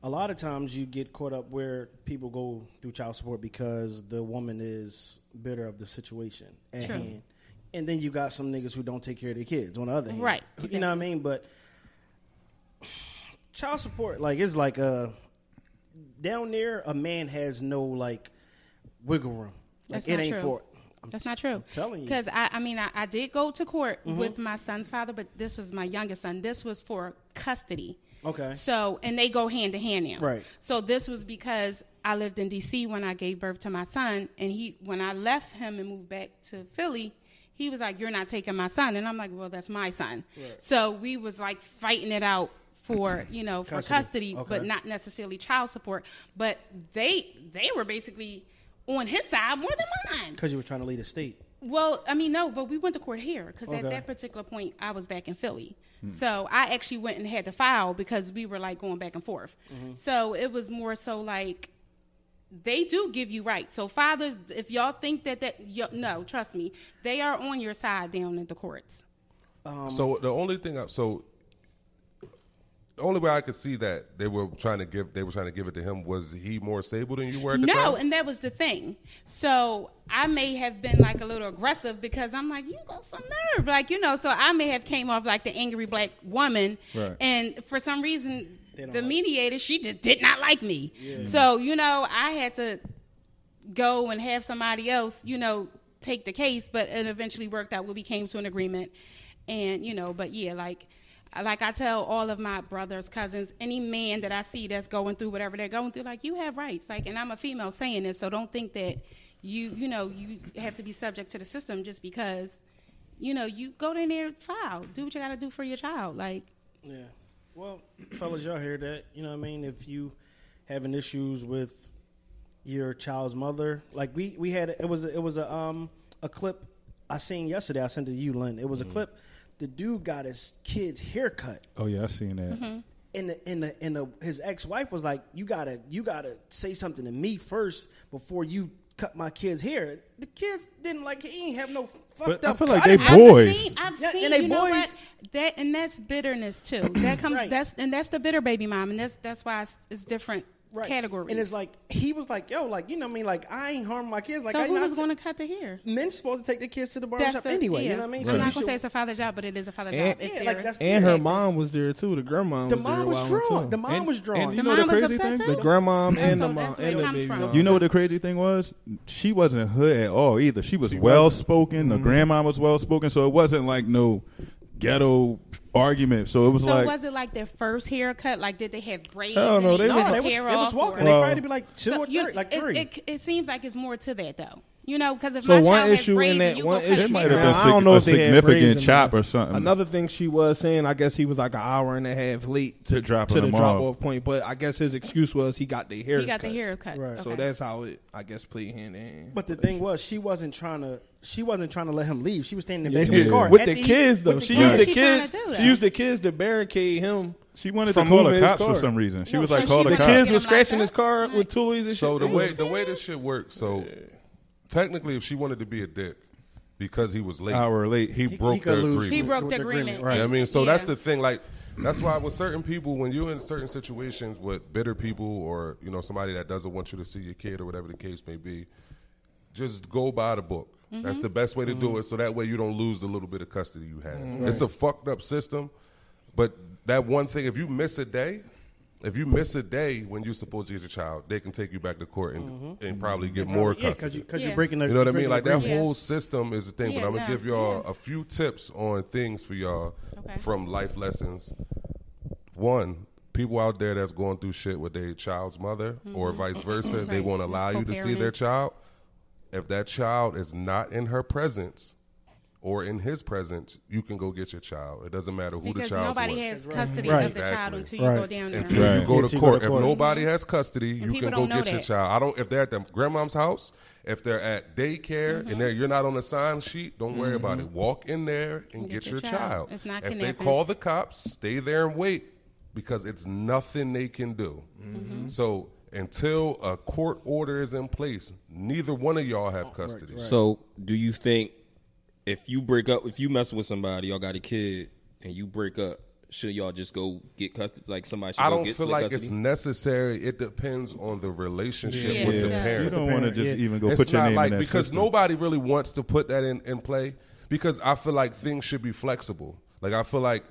[SPEAKER 5] A lot of times you get caught up where people go through child support because the woman is bitter of the situation at
[SPEAKER 8] True.
[SPEAKER 5] hand, and then you got some niggas who don't take care of their kids. On the other hand,
[SPEAKER 8] Right,
[SPEAKER 5] You know what I mean? But child support, like, it's like a down there, a man has no like wiggle room. Like
[SPEAKER 8] That's
[SPEAKER 5] it
[SPEAKER 8] not
[SPEAKER 5] ain't
[SPEAKER 8] true.
[SPEAKER 5] for. I'm
[SPEAKER 8] That's not true.
[SPEAKER 5] telling you. Mm-hmm.
[SPEAKER 8] Because I, I mean, I, I did go to court with my son's father, but this was my youngest son. This was for custody.
[SPEAKER 5] Okay.
[SPEAKER 8] So, and they go hand to hand now.
[SPEAKER 5] Right.
[SPEAKER 8] So this was because I lived in D.C. when I gave birth to my son, and he, when I left him and moved back to Philly, he was like, "You're not taking my son," and I'm like, "Well, that's my son." So we was like fighting it out for you know for custody, but not necessarily child support. But they they were basically on his side more than mine.
[SPEAKER 5] because you were trying to lead a state.
[SPEAKER 8] Well, I mean, no, but we went to court here because
[SPEAKER 5] Okay.
[SPEAKER 8] at that particular point, I was back in Philly. So I actually went and had to file because we were like going back and forth. So it was more so like they do give you rights. So fathers, if y'all think that that you no, trust me, they are on your side down at the courts.
[SPEAKER 7] So the only thing I so the only way I could see that they were trying to give they were trying to give it to him was he more stable than you were at the time?
[SPEAKER 8] No, and that was the thing. So I may have been like a little aggressive because I'm like, you got some nerve, like you know. So I may have came off like the angry black woman,
[SPEAKER 6] Right.
[SPEAKER 8] and for some reason,
[SPEAKER 5] don't
[SPEAKER 8] the
[SPEAKER 5] like-
[SPEAKER 8] mediator she just did not like me. So you know, I had to go and have somebody else, you know, take the case, but it eventually worked out. We came to an agreement, and you know, but yeah, like. Like I tell all of my brothers, cousins, any man that I see that's going through whatever they're going through, like you have rights. Like, and I'm a female saying this, so don't think that you, you know, you have to be subject to the system just because, you know, you go in there, file, do what you got to do for your child. Like,
[SPEAKER 5] Yeah. Well, fellas, y'all hear that? You know what I mean? If you having issues with your child's mother, like we we had it was it was a um a clip I seen yesterday. I sent it to you, Lynn. It was a clip. The dude got his kid's haircut,
[SPEAKER 6] Oh yeah, I seen that.
[SPEAKER 8] Mm-hmm.
[SPEAKER 5] and the, and the, and the, his ex wife was like, "You gotta you gotta say something to me first before you." Cut my kid's hair. The kids didn't like. He ain't have no fucked
[SPEAKER 6] But I
[SPEAKER 5] up.
[SPEAKER 6] feel like
[SPEAKER 5] cut.
[SPEAKER 6] they
[SPEAKER 8] I've
[SPEAKER 6] Boys.
[SPEAKER 8] seen, I've
[SPEAKER 5] Yeah,
[SPEAKER 8] seen,
[SPEAKER 5] and they
[SPEAKER 8] you know
[SPEAKER 5] boys-
[SPEAKER 8] what? That and that's bitterness too. That comes
[SPEAKER 5] Right.
[SPEAKER 8] that's and that's the bitter baby mom, and that's that's why it's, it's different categories.
[SPEAKER 5] And it's like he was like, "Yo, like you know what I mean? Like I ain't harming my kids. Like
[SPEAKER 8] so
[SPEAKER 5] I
[SPEAKER 8] who
[SPEAKER 5] not
[SPEAKER 8] was going to cut the hair?
[SPEAKER 5] men's supposed to take their kids to the barbershop
[SPEAKER 8] the-
[SPEAKER 5] anyway.
[SPEAKER 8] yeah.
[SPEAKER 5] You know what I mean? you
[SPEAKER 8] I'm not gonna
[SPEAKER 5] should-
[SPEAKER 8] say it's a father's job, but it is a father's
[SPEAKER 3] And-
[SPEAKER 8] job. if
[SPEAKER 5] Yeah,
[SPEAKER 8] they're-
[SPEAKER 5] like that's
[SPEAKER 3] And her
[SPEAKER 5] yeah.
[SPEAKER 3] mom was there too. The grandma was
[SPEAKER 5] The
[SPEAKER 3] there
[SPEAKER 5] mom
[SPEAKER 3] while
[SPEAKER 5] was
[SPEAKER 3] I'm
[SPEAKER 5] drawn.
[SPEAKER 3] too.
[SPEAKER 5] The mom
[SPEAKER 6] And-
[SPEAKER 5] was drawn.
[SPEAKER 6] and you
[SPEAKER 8] The
[SPEAKER 6] know the
[SPEAKER 8] mom was
[SPEAKER 6] crazy
[SPEAKER 8] upset
[SPEAKER 6] thing?
[SPEAKER 8] too.
[SPEAKER 3] The grandmom
[SPEAKER 8] And
[SPEAKER 3] and
[SPEAKER 8] so
[SPEAKER 3] the mom
[SPEAKER 8] that's where
[SPEAKER 3] and
[SPEAKER 8] it
[SPEAKER 3] the
[SPEAKER 8] comes
[SPEAKER 3] baby
[SPEAKER 8] from.
[SPEAKER 3] mom.
[SPEAKER 6] You know what the crazy thing was? She wasn't hood at all either. She was well spoken. The grandma was well spoken, so it wasn't like no ghetto argument. So it was
[SPEAKER 8] so
[SPEAKER 6] like
[SPEAKER 8] was it like their first haircut? Like did they have braids?
[SPEAKER 6] Hell
[SPEAKER 8] and
[SPEAKER 6] no,
[SPEAKER 8] he
[SPEAKER 6] they
[SPEAKER 8] cut
[SPEAKER 6] was-
[SPEAKER 5] No,
[SPEAKER 8] his
[SPEAKER 5] they was,
[SPEAKER 8] hair
[SPEAKER 5] they was
[SPEAKER 8] off
[SPEAKER 5] walking.
[SPEAKER 8] or-
[SPEAKER 5] They
[SPEAKER 6] Well-
[SPEAKER 5] probably be like two
[SPEAKER 8] So
[SPEAKER 5] or
[SPEAKER 8] you-
[SPEAKER 5] three, like
[SPEAKER 8] it,
[SPEAKER 5] three.
[SPEAKER 8] It, it seems like it's more to that though. You know, because if
[SPEAKER 3] So
[SPEAKER 8] my
[SPEAKER 3] one
[SPEAKER 8] child has
[SPEAKER 3] issue
[SPEAKER 8] braids,
[SPEAKER 3] in that
[SPEAKER 8] you
[SPEAKER 3] one
[SPEAKER 8] gonna cut
[SPEAKER 3] issue.
[SPEAKER 8] your
[SPEAKER 6] might have
[SPEAKER 8] hair
[SPEAKER 6] been
[SPEAKER 3] Now,
[SPEAKER 8] off.
[SPEAKER 3] I don't know if
[SPEAKER 6] a
[SPEAKER 3] they had
[SPEAKER 6] significant
[SPEAKER 3] braids in
[SPEAKER 6] chop
[SPEAKER 3] there.
[SPEAKER 6] or something.
[SPEAKER 3] Another thing she was saying, I guess he was like an hour and a half late
[SPEAKER 6] To dropping
[SPEAKER 3] to the
[SPEAKER 6] them
[SPEAKER 3] drop
[SPEAKER 6] off.
[SPEAKER 3] off point. But I guess his excuse was he got the hair.
[SPEAKER 8] He got the hair cut.
[SPEAKER 5] Right.
[SPEAKER 3] So
[SPEAKER 8] Okay.
[SPEAKER 3] that's how it, I guess, played hand in hand.
[SPEAKER 5] But the thing was, she wasn't trying to. She wasn't trying to let him leave. She was standing
[SPEAKER 3] Yeah.
[SPEAKER 5] in his car
[SPEAKER 3] with
[SPEAKER 5] At
[SPEAKER 3] the kids though.
[SPEAKER 5] with
[SPEAKER 3] She
[SPEAKER 5] car.
[SPEAKER 3] used the
[SPEAKER 8] She trying to
[SPEAKER 3] kids.
[SPEAKER 8] do that.
[SPEAKER 3] She used the kids to barricade him.
[SPEAKER 6] She wanted
[SPEAKER 3] From
[SPEAKER 6] to call
[SPEAKER 3] moving
[SPEAKER 6] the
[SPEAKER 3] his
[SPEAKER 6] cops
[SPEAKER 3] car.
[SPEAKER 6] for some reason. She
[SPEAKER 8] No,
[SPEAKER 6] was
[SPEAKER 8] so
[SPEAKER 6] like, call
[SPEAKER 8] she
[SPEAKER 6] the
[SPEAKER 3] The
[SPEAKER 8] was-
[SPEAKER 6] cops.
[SPEAKER 3] kids
[SPEAKER 8] Get
[SPEAKER 3] were
[SPEAKER 8] him
[SPEAKER 3] scratching
[SPEAKER 8] locked
[SPEAKER 3] his
[SPEAKER 8] up.
[SPEAKER 3] car
[SPEAKER 8] Right.
[SPEAKER 3] with toys and
[SPEAKER 7] So
[SPEAKER 3] shit.
[SPEAKER 7] the
[SPEAKER 3] That
[SPEAKER 7] way
[SPEAKER 3] was-
[SPEAKER 7] the way this shit works, so technically, if she wanted to be a dick because he was late,
[SPEAKER 6] Hour late.
[SPEAKER 7] he, broke
[SPEAKER 5] could
[SPEAKER 7] the
[SPEAKER 5] lose.
[SPEAKER 7] agreement.
[SPEAKER 8] He broke
[SPEAKER 5] With
[SPEAKER 8] the
[SPEAKER 5] the agreement,
[SPEAKER 8] agreement.
[SPEAKER 5] right.
[SPEAKER 7] You know what I mean, so that's
[SPEAKER 8] Yeah.
[SPEAKER 7] the thing. Like, that's why with certain people, when you're in certain situations with bitter people or you know somebody that doesn't want you to see your kid or whatever the case may be, just go by the book.
[SPEAKER 5] Mm-hmm.
[SPEAKER 7] That's the best way to do it. So that way you don't lose the little bit of custody you have.
[SPEAKER 5] Mm-hmm.
[SPEAKER 7] It's a fucked up system, but that one thing, if you miss a day. If you miss a day when you're supposed to get your child, they can take you back to court and,
[SPEAKER 5] Mm-hmm.
[SPEAKER 7] and probably get more
[SPEAKER 5] Yeah,
[SPEAKER 7] custody.
[SPEAKER 5] because you, cause
[SPEAKER 8] Yeah.
[SPEAKER 5] you're breaking. The,
[SPEAKER 7] You know what I mean?
[SPEAKER 5] breaking
[SPEAKER 7] Like
[SPEAKER 5] the
[SPEAKER 7] that
[SPEAKER 5] agreement.
[SPEAKER 8] Yeah.
[SPEAKER 7] whole system is the thing.
[SPEAKER 8] Yeah,
[SPEAKER 7] but I'm gonna
[SPEAKER 8] no,
[SPEAKER 7] give y'all
[SPEAKER 8] yeah.
[SPEAKER 7] a few tips on things for y'all
[SPEAKER 8] Okay.
[SPEAKER 7] from life lessons. One, people out there that's going through shit with their child's mother or vice versa, they
[SPEAKER 8] Mm-hmm. Right.
[SPEAKER 7] won't
[SPEAKER 8] It's
[SPEAKER 7] allow you to see their
[SPEAKER 8] co-parenting.
[SPEAKER 7] child. If that child is not in her presence or in his presence, you can go get your child. It doesn't matter who
[SPEAKER 8] because
[SPEAKER 7] the child's
[SPEAKER 8] nobody
[SPEAKER 7] with.
[SPEAKER 8] has custody
[SPEAKER 5] Right.
[SPEAKER 8] of the child
[SPEAKER 7] Exactly.
[SPEAKER 8] until you go
[SPEAKER 5] Right.
[SPEAKER 8] down there.
[SPEAKER 7] Until you
[SPEAKER 6] Right.
[SPEAKER 7] go
[SPEAKER 5] Until
[SPEAKER 7] to
[SPEAKER 5] you go
[SPEAKER 7] court.
[SPEAKER 5] to
[SPEAKER 7] If
[SPEAKER 5] court.
[SPEAKER 7] nobody has custody,
[SPEAKER 8] And
[SPEAKER 7] you
[SPEAKER 8] people
[SPEAKER 7] can go
[SPEAKER 8] don't know
[SPEAKER 7] get your
[SPEAKER 8] that.
[SPEAKER 7] child. I don't. If they're at their grandmom's house, if they're at daycare,
[SPEAKER 8] Mm-hmm.
[SPEAKER 7] and they're, you're not on the sign sheet, don't worry about it. Walk in there and get, your, child.
[SPEAKER 8] It's not
[SPEAKER 7] if they
[SPEAKER 8] kidnapping.
[SPEAKER 7] call the cops, stay there and wait because it's nothing they can do.
[SPEAKER 8] Mm-hmm.
[SPEAKER 7] So until a court order is in place, neither one of y'all have custody.
[SPEAKER 4] So, do you think if you break up, if you mess with somebody, y'all got a kid, and you break up, should y'all just go get custody? Like somebody should
[SPEAKER 7] I
[SPEAKER 4] go
[SPEAKER 7] don't
[SPEAKER 4] get
[SPEAKER 7] feel
[SPEAKER 4] split
[SPEAKER 7] like
[SPEAKER 4] custody?
[SPEAKER 7] it's necessary. It depends on the relationship
[SPEAKER 8] Yeah,
[SPEAKER 7] with
[SPEAKER 8] it
[SPEAKER 7] the
[SPEAKER 8] does.
[SPEAKER 7] parent.
[SPEAKER 6] You don't want to just
[SPEAKER 5] Yeah.
[SPEAKER 6] even go
[SPEAKER 7] it's
[SPEAKER 6] put your
[SPEAKER 7] not
[SPEAKER 6] name
[SPEAKER 7] like
[SPEAKER 6] in that
[SPEAKER 7] because
[SPEAKER 6] system.
[SPEAKER 7] nobody really wants to put that in, in play because I feel like things should be flexible. Like I feel like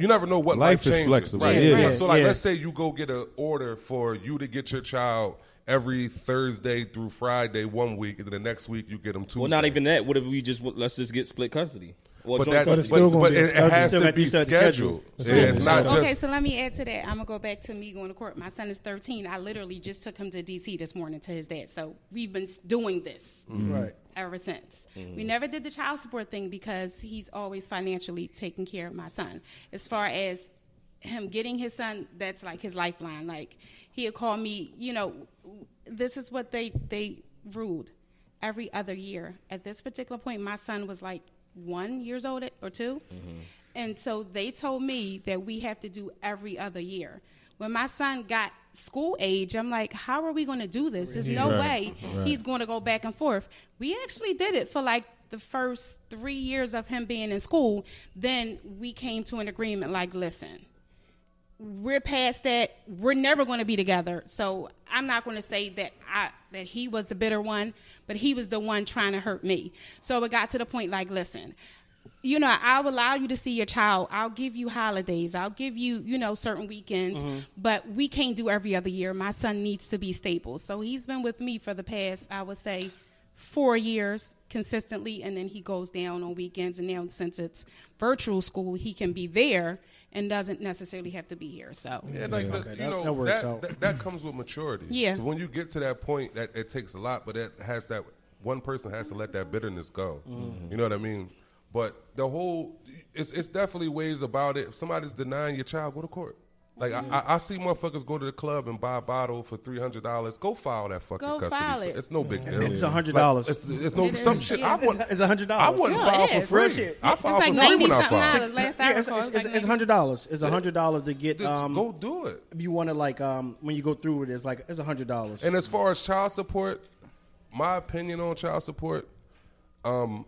[SPEAKER 7] you never know what
[SPEAKER 6] Life
[SPEAKER 7] life,
[SPEAKER 6] is
[SPEAKER 7] changes.
[SPEAKER 6] flexible,
[SPEAKER 7] Right.
[SPEAKER 6] yeah.
[SPEAKER 7] So, so like
[SPEAKER 5] Yeah.
[SPEAKER 7] let's say you go get an order for you to get your child every Thursday through Friday one week, and then the next week you get them Tuesday.
[SPEAKER 4] Well, not even that. What if we just let's just get split custody? Well,
[SPEAKER 7] But
[SPEAKER 4] joint
[SPEAKER 7] that's
[SPEAKER 3] But
[SPEAKER 7] but,
[SPEAKER 3] it's still gonna
[SPEAKER 7] but
[SPEAKER 3] be
[SPEAKER 7] it, it
[SPEAKER 3] scheduled.
[SPEAKER 7] has
[SPEAKER 5] Still
[SPEAKER 7] to
[SPEAKER 5] gotta
[SPEAKER 7] be
[SPEAKER 5] be scheduled.
[SPEAKER 7] scheduled. Yeah, it's not just
[SPEAKER 8] Okay, so let me add to that. I'm gonna go back to me going to court. My son is 13. I literally just took him to DC this morning to his dad. So we've been s- doing this
[SPEAKER 5] Right.
[SPEAKER 8] ever since.
[SPEAKER 7] Mm-hmm.
[SPEAKER 8] We never did the child support thing because he's always financially taking care of my son. As far as him getting his son, that's like his lifeline. Like he'll call me, you know, this is what they they ruled every other year. At this particular point, my son was like one years old or 2
[SPEAKER 7] Mm-hmm.
[SPEAKER 8] and so they told me that we have to do every other year. When my son got school age, I'm like, how are we going to do this? There's no way he's going to go back and forth. We actually did it for like the first three years of him being in school. Then we came to an agreement like, listen, we're past that. We're never going to be together. So I'm not going to say that I that he was the bitter one, but he was the one trying to hurt me. So it got to the point like, listen, you know, I'll allow you to see your child. I'll give you holidays. I'll give you, you know, certain weekends, but we can't do every other year. My son needs to be stable. So he's been with me for the past, I would say, four years consistently and then he goes down on weekends and now since it's virtual school he can be there and doesn't necessarily have to be here so
[SPEAKER 7] Yeah, like the, you
[SPEAKER 5] that-
[SPEAKER 7] know
[SPEAKER 5] that
[SPEAKER 7] that
[SPEAKER 5] works
[SPEAKER 7] that,
[SPEAKER 5] out.
[SPEAKER 7] that, comes with maturity.
[SPEAKER 8] Yeah.
[SPEAKER 7] So when you get to that point, that it takes a lot, but it has that one person has to let that bitterness go.
[SPEAKER 5] Mm-hmm.
[SPEAKER 7] You know what I mean? But the whole it's it's definitely ways about it. If somebody's denying your child, go to court. Like I, I, I see motherfuckers go to the club and buy a bottle for three hundred dollars. Go file that fucking
[SPEAKER 8] Go
[SPEAKER 7] custody.
[SPEAKER 8] file
[SPEAKER 7] for-
[SPEAKER 8] it.
[SPEAKER 7] It's no big deal.
[SPEAKER 5] It's $100.
[SPEAKER 7] Like, it's, it's no
[SPEAKER 8] It
[SPEAKER 7] some
[SPEAKER 8] is,
[SPEAKER 7] shit. I
[SPEAKER 8] yeah.
[SPEAKER 7] wouldn't.
[SPEAKER 5] It's $100.
[SPEAKER 7] I wouldn't
[SPEAKER 8] Yeah,
[SPEAKER 7] file
[SPEAKER 8] it
[SPEAKER 7] for
[SPEAKER 8] is.
[SPEAKER 7] free.
[SPEAKER 8] Real shit.
[SPEAKER 7] I
[SPEAKER 8] It's
[SPEAKER 7] filed for
[SPEAKER 8] like
[SPEAKER 7] free when I
[SPEAKER 8] 90-something
[SPEAKER 7] filed.
[SPEAKER 8] dollars. Last hour
[SPEAKER 5] Yeah, it's,
[SPEAKER 8] call,
[SPEAKER 5] it's,
[SPEAKER 8] it's like
[SPEAKER 5] it's
[SPEAKER 8] maybe-
[SPEAKER 5] hundred dollars. It's hundred dollars to get.
[SPEAKER 7] Just
[SPEAKER 5] Um,
[SPEAKER 7] go do it.
[SPEAKER 5] if you want to like um when you go through it, it's like it's hundred dollars.
[SPEAKER 7] And as far as child support, my opinion on child support, um,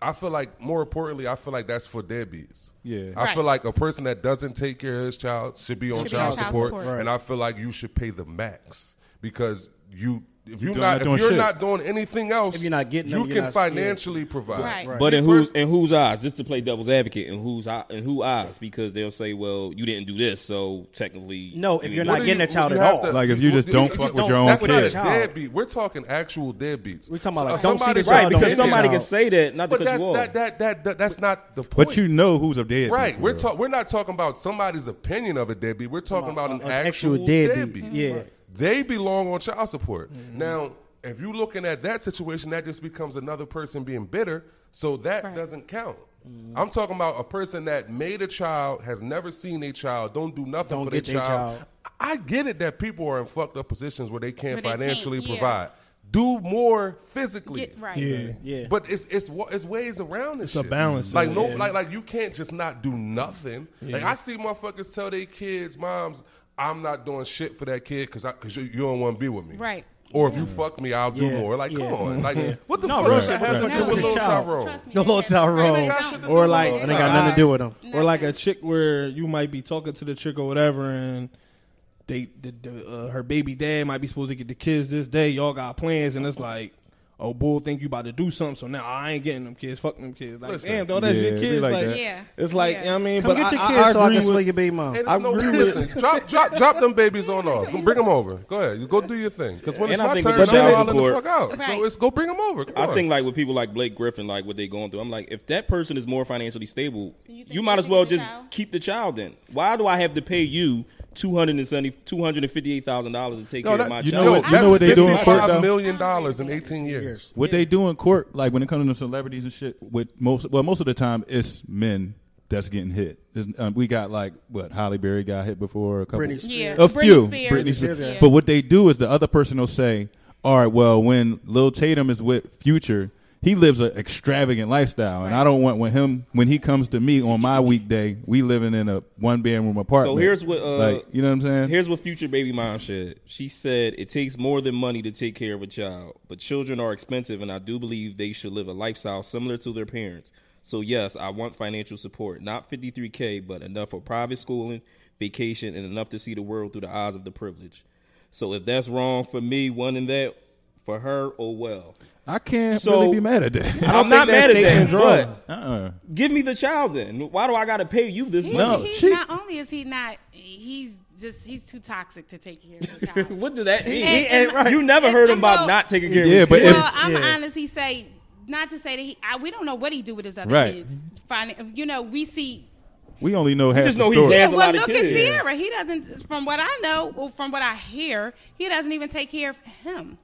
[SPEAKER 7] I feel like more importantly, I feel like that's for deadbeats.
[SPEAKER 6] Yeah.
[SPEAKER 7] I
[SPEAKER 8] Right.
[SPEAKER 7] feel like a person that doesn't take care of his child should be on
[SPEAKER 8] Should be
[SPEAKER 7] child
[SPEAKER 8] on child
[SPEAKER 7] support,
[SPEAKER 8] support. Right.
[SPEAKER 7] and I feel like you should pay the max because you. If you're
[SPEAKER 6] don't-
[SPEAKER 7] not,
[SPEAKER 6] not
[SPEAKER 7] if
[SPEAKER 6] doing
[SPEAKER 7] you're
[SPEAKER 6] shit.
[SPEAKER 7] not doing anything else,
[SPEAKER 5] If you're not getting
[SPEAKER 7] you
[SPEAKER 5] them, you're
[SPEAKER 7] can
[SPEAKER 5] not- yeah.
[SPEAKER 7] financially provide.
[SPEAKER 8] Right. Right.
[SPEAKER 4] But in
[SPEAKER 7] You
[SPEAKER 4] whose
[SPEAKER 7] pers-
[SPEAKER 4] in whose eyes? Just to play devil's advocate, in whose eye, in who eyes? Because they'll say, "Well, you didn't do this, so technically,
[SPEAKER 5] No, if
[SPEAKER 4] you
[SPEAKER 5] you're
[SPEAKER 4] didn't
[SPEAKER 5] not
[SPEAKER 7] What do
[SPEAKER 5] getting
[SPEAKER 7] you-
[SPEAKER 5] a child
[SPEAKER 7] you
[SPEAKER 5] at
[SPEAKER 7] have
[SPEAKER 5] all.
[SPEAKER 7] to-
[SPEAKER 6] Like, if you just don't
[SPEAKER 7] you
[SPEAKER 6] fuck
[SPEAKER 7] just
[SPEAKER 6] with
[SPEAKER 7] don't-
[SPEAKER 6] your own
[SPEAKER 7] that's not
[SPEAKER 5] kid.
[SPEAKER 7] a deadbeat. We're talking actual deadbeats.
[SPEAKER 5] We're talking about,
[SPEAKER 7] So-
[SPEAKER 5] like, don't see
[SPEAKER 7] somebody
[SPEAKER 5] this
[SPEAKER 4] do it."
[SPEAKER 7] got
[SPEAKER 4] right."
[SPEAKER 5] Don't
[SPEAKER 4] Because
[SPEAKER 5] get
[SPEAKER 7] opinions.
[SPEAKER 4] somebody
[SPEAKER 5] out.
[SPEAKER 4] can say that, not
[SPEAKER 7] But
[SPEAKER 4] because
[SPEAKER 7] that's
[SPEAKER 4] you are.
[SPEAKER 7] that, that that that that's not the point.
[SPEAKER 6] But you know who's a dead.
[SPEAKER 7] right? We're talking. We're not talking about somebody's opinion of a deadbeat. We're talking about,
[SPEAKER 5] About
[SPEAKER 7] an
[SPEAKER 5] an
[SPEAKER 7] actual,
[SPEAKER 5] actual
[SPEAKER 7] deadbeat.
[SPEAKER 5] deadbeat, yeah.
[SPEAKER 7] They belong on child support. Now if you're looking at that situation, that just becomes another person being bitter. So that
[SPEAKER 8] Right.
[SPEAKER 7] doesn't count. I'm talking about a person that made a child, has never seen a child, don't do nothing
[SPEAKER 5] Don't
[SPEAKER 7] for their
[SPEAKER 5] get their
[SPEAKER 7] child.
[SPEAKER 5] child.
[SPEAKER 7] I get it that people are in fucked up positions where they can't
[SPEAKER 8] Where they can't,
[SPEAKER 7] financially
[SPEAKER 8] yeah.
[SPEAKER 7] provide. Do more physically.
[SPEAKER 8] Get right.
[SPEAKER 3] Yeah.
[SPEAKER 5] Yeah.
[SPEAKER 7] But it's it's wa- it's ways around this.
[SPEAKER 3] It's a
[SPEAKER 7] shit.
[SPEAKER 3] balance,
[SPEAKER 7] Like
[SPEAKER 3] yeah.
[SPEAKER 7] no, like like you can't just not do nothing. Like I see motherfuckers tell their kids, moms, I'm not doing shit for that kid because because you, you don't want to be with me,
[SPEAKER 8] Right.
[SPEAKER 7] Or if you fuck me, I'll do
[SPEAKER 5] Yeah.
[SPEAKER 7] more. Like come
[SPEAKER 5] Yeah.
[SPEAKER 7] on, like what the
[SPEAKER 5] No,
[SPEAKER 7] fuck
[SPEAKER 5] real
[SPEAKER 7] does that
[SPEAKER 5] shit,
[SPEAKER 7] have to
[SPEAKER 5] right.
[SPEAKER 7] do
[SPEAKER 5] No,
[SPEAKER 7] with Lil
[SPEAKER 5] it's a child.
[SPEAKER 7] Tyrone?
[SPEAKER 8] me,
[SPEAKER 5] The
[SPEAKER 8] they
[SPEAKER 5] Lil
[SPEAKER 8] got- right, they
[SPEAKER 7] Tyrone.
[SPEAKER 8] got shit to
[SPEAKER 7] Or
[SPEAKER 8] do
[SPEAKER 7] like-
[SPEAKER 8] with
[SPEAKER 5] It
[SPEAKER 8] it.
[SPEAKER 5] ain't got nothing to do with them.
[SPEAKER 3] or like a chick where you might be talking to the chick or whatever, and they the, the, uh, her baby dad might be supposed to get the kids this day. Y'all got plans, and it's like, oh, bull, think you about to do something, so now I ain't getting them kids. Fuck them kids. Like,
[SPEAKER 7] Listen.
[SPEAKER 3] damn, though, that's
[SPEAKER 6] Yeah,
[SPEAKER 3] your
[SPEAKER 6] it be
[SPEAKER 3] kids.
[SPEAKER 6] like
[SPEAKER 3] Like,
[SPEAKER 6] that.
[SPEAKER 8] Yeah.
[SPEAKER 3] it's like
[SPEAKER 8] Yeah.
[SPEAKER 3] you know what I mean,
[SPEAKER 5] Come
[SPEAKER 3] but
[SPEAKER 5] get your
[SPEAKER 3] I,
[SPEAKER 5] kids
[SPEAKER 3] I
[SPEAKER 5] so I
[SPEAKER 3] agree
[SPEAKER 5] can slay
[SPEAKER 3] with
[SPEAKER 5] your baby mom.
[SPEAKER 7] Hey, there's
[SPEAKER 3] I
[SPEAKER 7] no
[SPEAKER 3] agree with-
[SPEAKER 7] listen, drop drop drop them babies on off. Go Bring them over. Go ahead, go do your thing. Because when
[SPEAKER 4] And
[SPEAKER 7] it's
[SPEAKER 4] I
[SPEAKER 7] my
[SPEAKER 4] think
[SPEAKER 7] turn, I'm
[SPEAKER 4] with child
[SPEAKER 7] calling the
[SPEAKER 4] support-
[SPEAKER 7] fuck out.
[SPEAKER 8] Right.
[SPEAKER 7] So it's go bring them over. Come
[SPEAKER 4] I
[SPEAKER 7] on.
[SPEAKER 4] think like with people like Blake Griffin, like what they going through. I'm like, if that person is more financially stable,
[SPEAKER 8] you
[SPEAKER 4] you,
[SPEAKER 8] think
[SPEAKER 4] might
[SPEAKER 8] they
[SPEAKER 4] as
[SPEAKER 8] should
[SPEAKER 4] well
[SPEAKER 8] get the
[SPEAKER 4] just
[SPEAKER 8] child?
[SPEAKER 4] keep the child. Then why do I have to pay you two hundred and seventy two hundred and fifty eight thousand dollars to take
[SPEAKER 7] No,
[SPEAKER 4] care
[SPEAKER 7] that-
[SPEAKER 4] of my
[SPEAKER 7] you
[SPEAKER 4] child?
[SPEAKER 7] know
[SPEAKER 6] Yo,
[SPEAKER 7] what?
[SPEAKER 6] you know what they do in court,
[SPEAKER 7] $55
[SPEAKER 6] though?
[SPEAKER 7] million dollars in 18 years.
[SPEAKER 6] What they do in court, like when it comes to celebrities and shit, with most well, most of the time it's men that's getting hit. There's- Um, we got like what Holly Berry got hit before a couple.
[SPEAKER 5] Britney Spears.
[SPEAKER 8] Yeah.
[SPEAKER 6] a
[SPEAKER 8] Britney
[SPEAKER 6] few.
[SPEAKER 8] Spears.
[SPEAKER 6] Britney
[SPEAKER 8] Yeah.
[SPEAKER 6] Spears. But what they do is the other person will say, "All right, well, when Lil Tatum is with Future, he lives an extravagant lifestyle, and I don't want when him when he comes to me on my weekday, we living in a one bedroom apartment."
[SPEAKER 4] here's what, uh,
[SPEAKER 6] like you know what I'm saying?
[SPEAKER 4] Here's what future baby mom said. She said, It takes more than money to take care of a child, but children are expensive, and I do believe they should live a lifestyle similar to their parents. So, yes, I want financial support, not 53K, but enough for private schooling, vacation, and enough to see the world through the eyes of the privileged. So, if that's wrong for me, one in that, for her, oh well.
[SPEAKER 6] I can't
[SPEAKER 4] So-
[SPEAKER 6] really be mad at that.
[SPEAKER 4] I'm not mad at that, but
[SPEAKER 6] uh-uh.
[SPEAKER 4] give me the child then. Why do I got to pay you this
[SPEAKER 8] He,
[SPEAKER 6] No,
[SPEAKER 4] money?
[SPEAKER 8] he's
[SPEAKER 6] she-
[SPEAKER 8] not only is he not, he's just he's too toxic to take care of the child.
[SPEAKER 4] What does that mean?
[SPEAKER 8] And- and-
[SPEAKER 4] You never heard him
[SPEAKER 8] and
[SPEAKER 4] about
[SPEAKER 8] well-
[SPEAKER 4] not taking care of
[SPEAKER 6] Yeah,
[SPEAKER 4] his
[SPEAKER 6] but
[SPEAKER 4] kids.
[SPEAKER 6] if-
[SPEAKER 8] well, I'm honest. He say not to say that he. I, we don't know what he do with his other
[SPEAKER 6] Right.
[SPEAKER 8] kids. Find, you know, we see.
[SPEAKER 6] we only know half
[SPEAKER 4] just
[SPEAKER 6] the
[SPEAKER 4] know he
[SPEAKER 6] story.
[SPEAKER 4] has- There's a
[SPEAKER 8] well,
[SPEAKER 4] lot of
[SPEAKER 8] look at
[SPEAKER 4] kids.
[SPEAKER 8] Sierra. He doesn't. From what I know, or from what I hear, he doesn't even take care of him.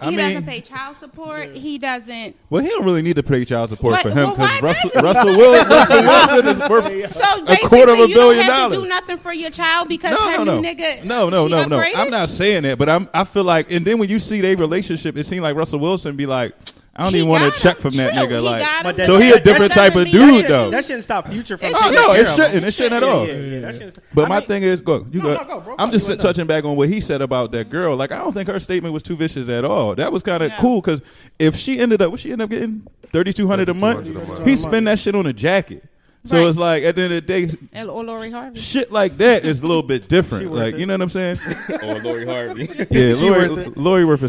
[SPEAKER 8] He
[SPEAKER 6] I mean-
[SPEAKER 8] doesn't pay child support. He doesn't.
[SPEAKER 6] Well, he don't really need to pay child support
[SPEAKER 8] But-
[SPEAKER 6] for him
[SPEAKER 8] well, why
[SPEAKER 6] because Russell,
[SPEAKER 8] doesn't he?
[SPEAKER 6] Russell, Wil- Russell Wilson is worth
[SPEAKER 8] So
[SPEAKER 6] a
[SPEAKER 8] basically,
[SPEAKER 6] quarter of a
[SPEAKER 8] you
[SPEAKER 6] billion
[SPEAKER 8] don't have
[SPEAKER 6] dollars.
[SPEAKER 8] to do nothing for your child because
[SPEAKER 6] no,
[SPEAKER 8] her
[SPEAKER 6] no, no,
[SPEAKER 8] new nigga. uh,
[SPEAKER 6] no, no,
[SPEAKER 8] she
[SPEAKER 6] no, no.
[SPEAKER 8] upgraded?
[SPEAKER 6] I'm not saying that, but I'm. I feel like, and then when you see their relationship, it seemed like Russell Wilson be like, I don't
[SPEAKER 8] He
[SPEAKER 6] even want
[SPEAKER 8] got
[SPEAKER 6] to check
[SPEAKER 8] him.
[SPEAKER 6] from that
[SPEAKER 8] True,
[SPEAKER 6] nigga.
[SPEAKER 8] he
[SPEAKER 6] like,
[SPEAKER 8] got him,
[SPEAKER 5] But
[SPEAKER 6] so
[SPEAKER 8] that-
[SPEAKER 6] he a
[SPEAKER 8] that
[SPEAKER 6] different
[SPEAKER 8] doesn't
[SPEAKER 6] type of
[SPEAKER 8] mean-
[SPEAKER 6] dude,
[SPEAKER 8] that shouldn't-
[SPEAKER 6] though.
[SPEAKER 5] That shouldn't stop Future from.
[SPEAKER 8] It
[SPEAKER 6] Oh
[SPEAKER 5] taking
[SPEAKER 6] no,
[SPEAKER 5] care
[SPEAKER 6] it
[SPEAKER 5] of him.
[SPEAKER 6] shouldn't. It shouldn't at
[SPEAKER 5] Yeah,
[SPEAKER 6] all.
[SPEAKER 5] yeah, yeah, that shouldn't-
[SPEAKER 6] But
[SPEAKER 5] I
[SPEAKER 6] my
[SPEAKER 5] mean-
[SPEAKER 6] thing is, go. You
[SPEAKER 5] No,
[SPEAKER 6] go.
[SPEAKER 5] no, go, bro.
[SPEAKER 6] I'm
[SPEAKER 5] Fuck
[SPEAKER 6] just
[SPEAKER 5] you, no.
[SPEAKER 6] touching back on what he said about that girl. Like, I don't think her statement was too vicious at all. That was kind of cool because if she ended up, what she ended up getting thirty two hundred a month,
[SPEAKER 7] $3,200 a month.
[SPEAKER 6] he spend that shit on a jacket. So
[SPEAKER 8] Right.
[SPEAKER 6] it's like at the end of the day,
[SPEAKER 8] And- Or Lori Harvey.
[SPEAKER 6] shit like that is a little bit different.
[SPEAKER 5] worth
[SPEAKER 6] Like,
[SPEAKER 5] it.
[SPEAKER 6] you know what I'm saying?
[SPEAKER 4] or Oh, Lori Harvey.
[SPEAKER 6] Yeah,
[SPEAKER 5] She
[SPEAKER 6] Lori,
[SPEAKER 5] worth it.
[SPEAKER 6] Lori worth a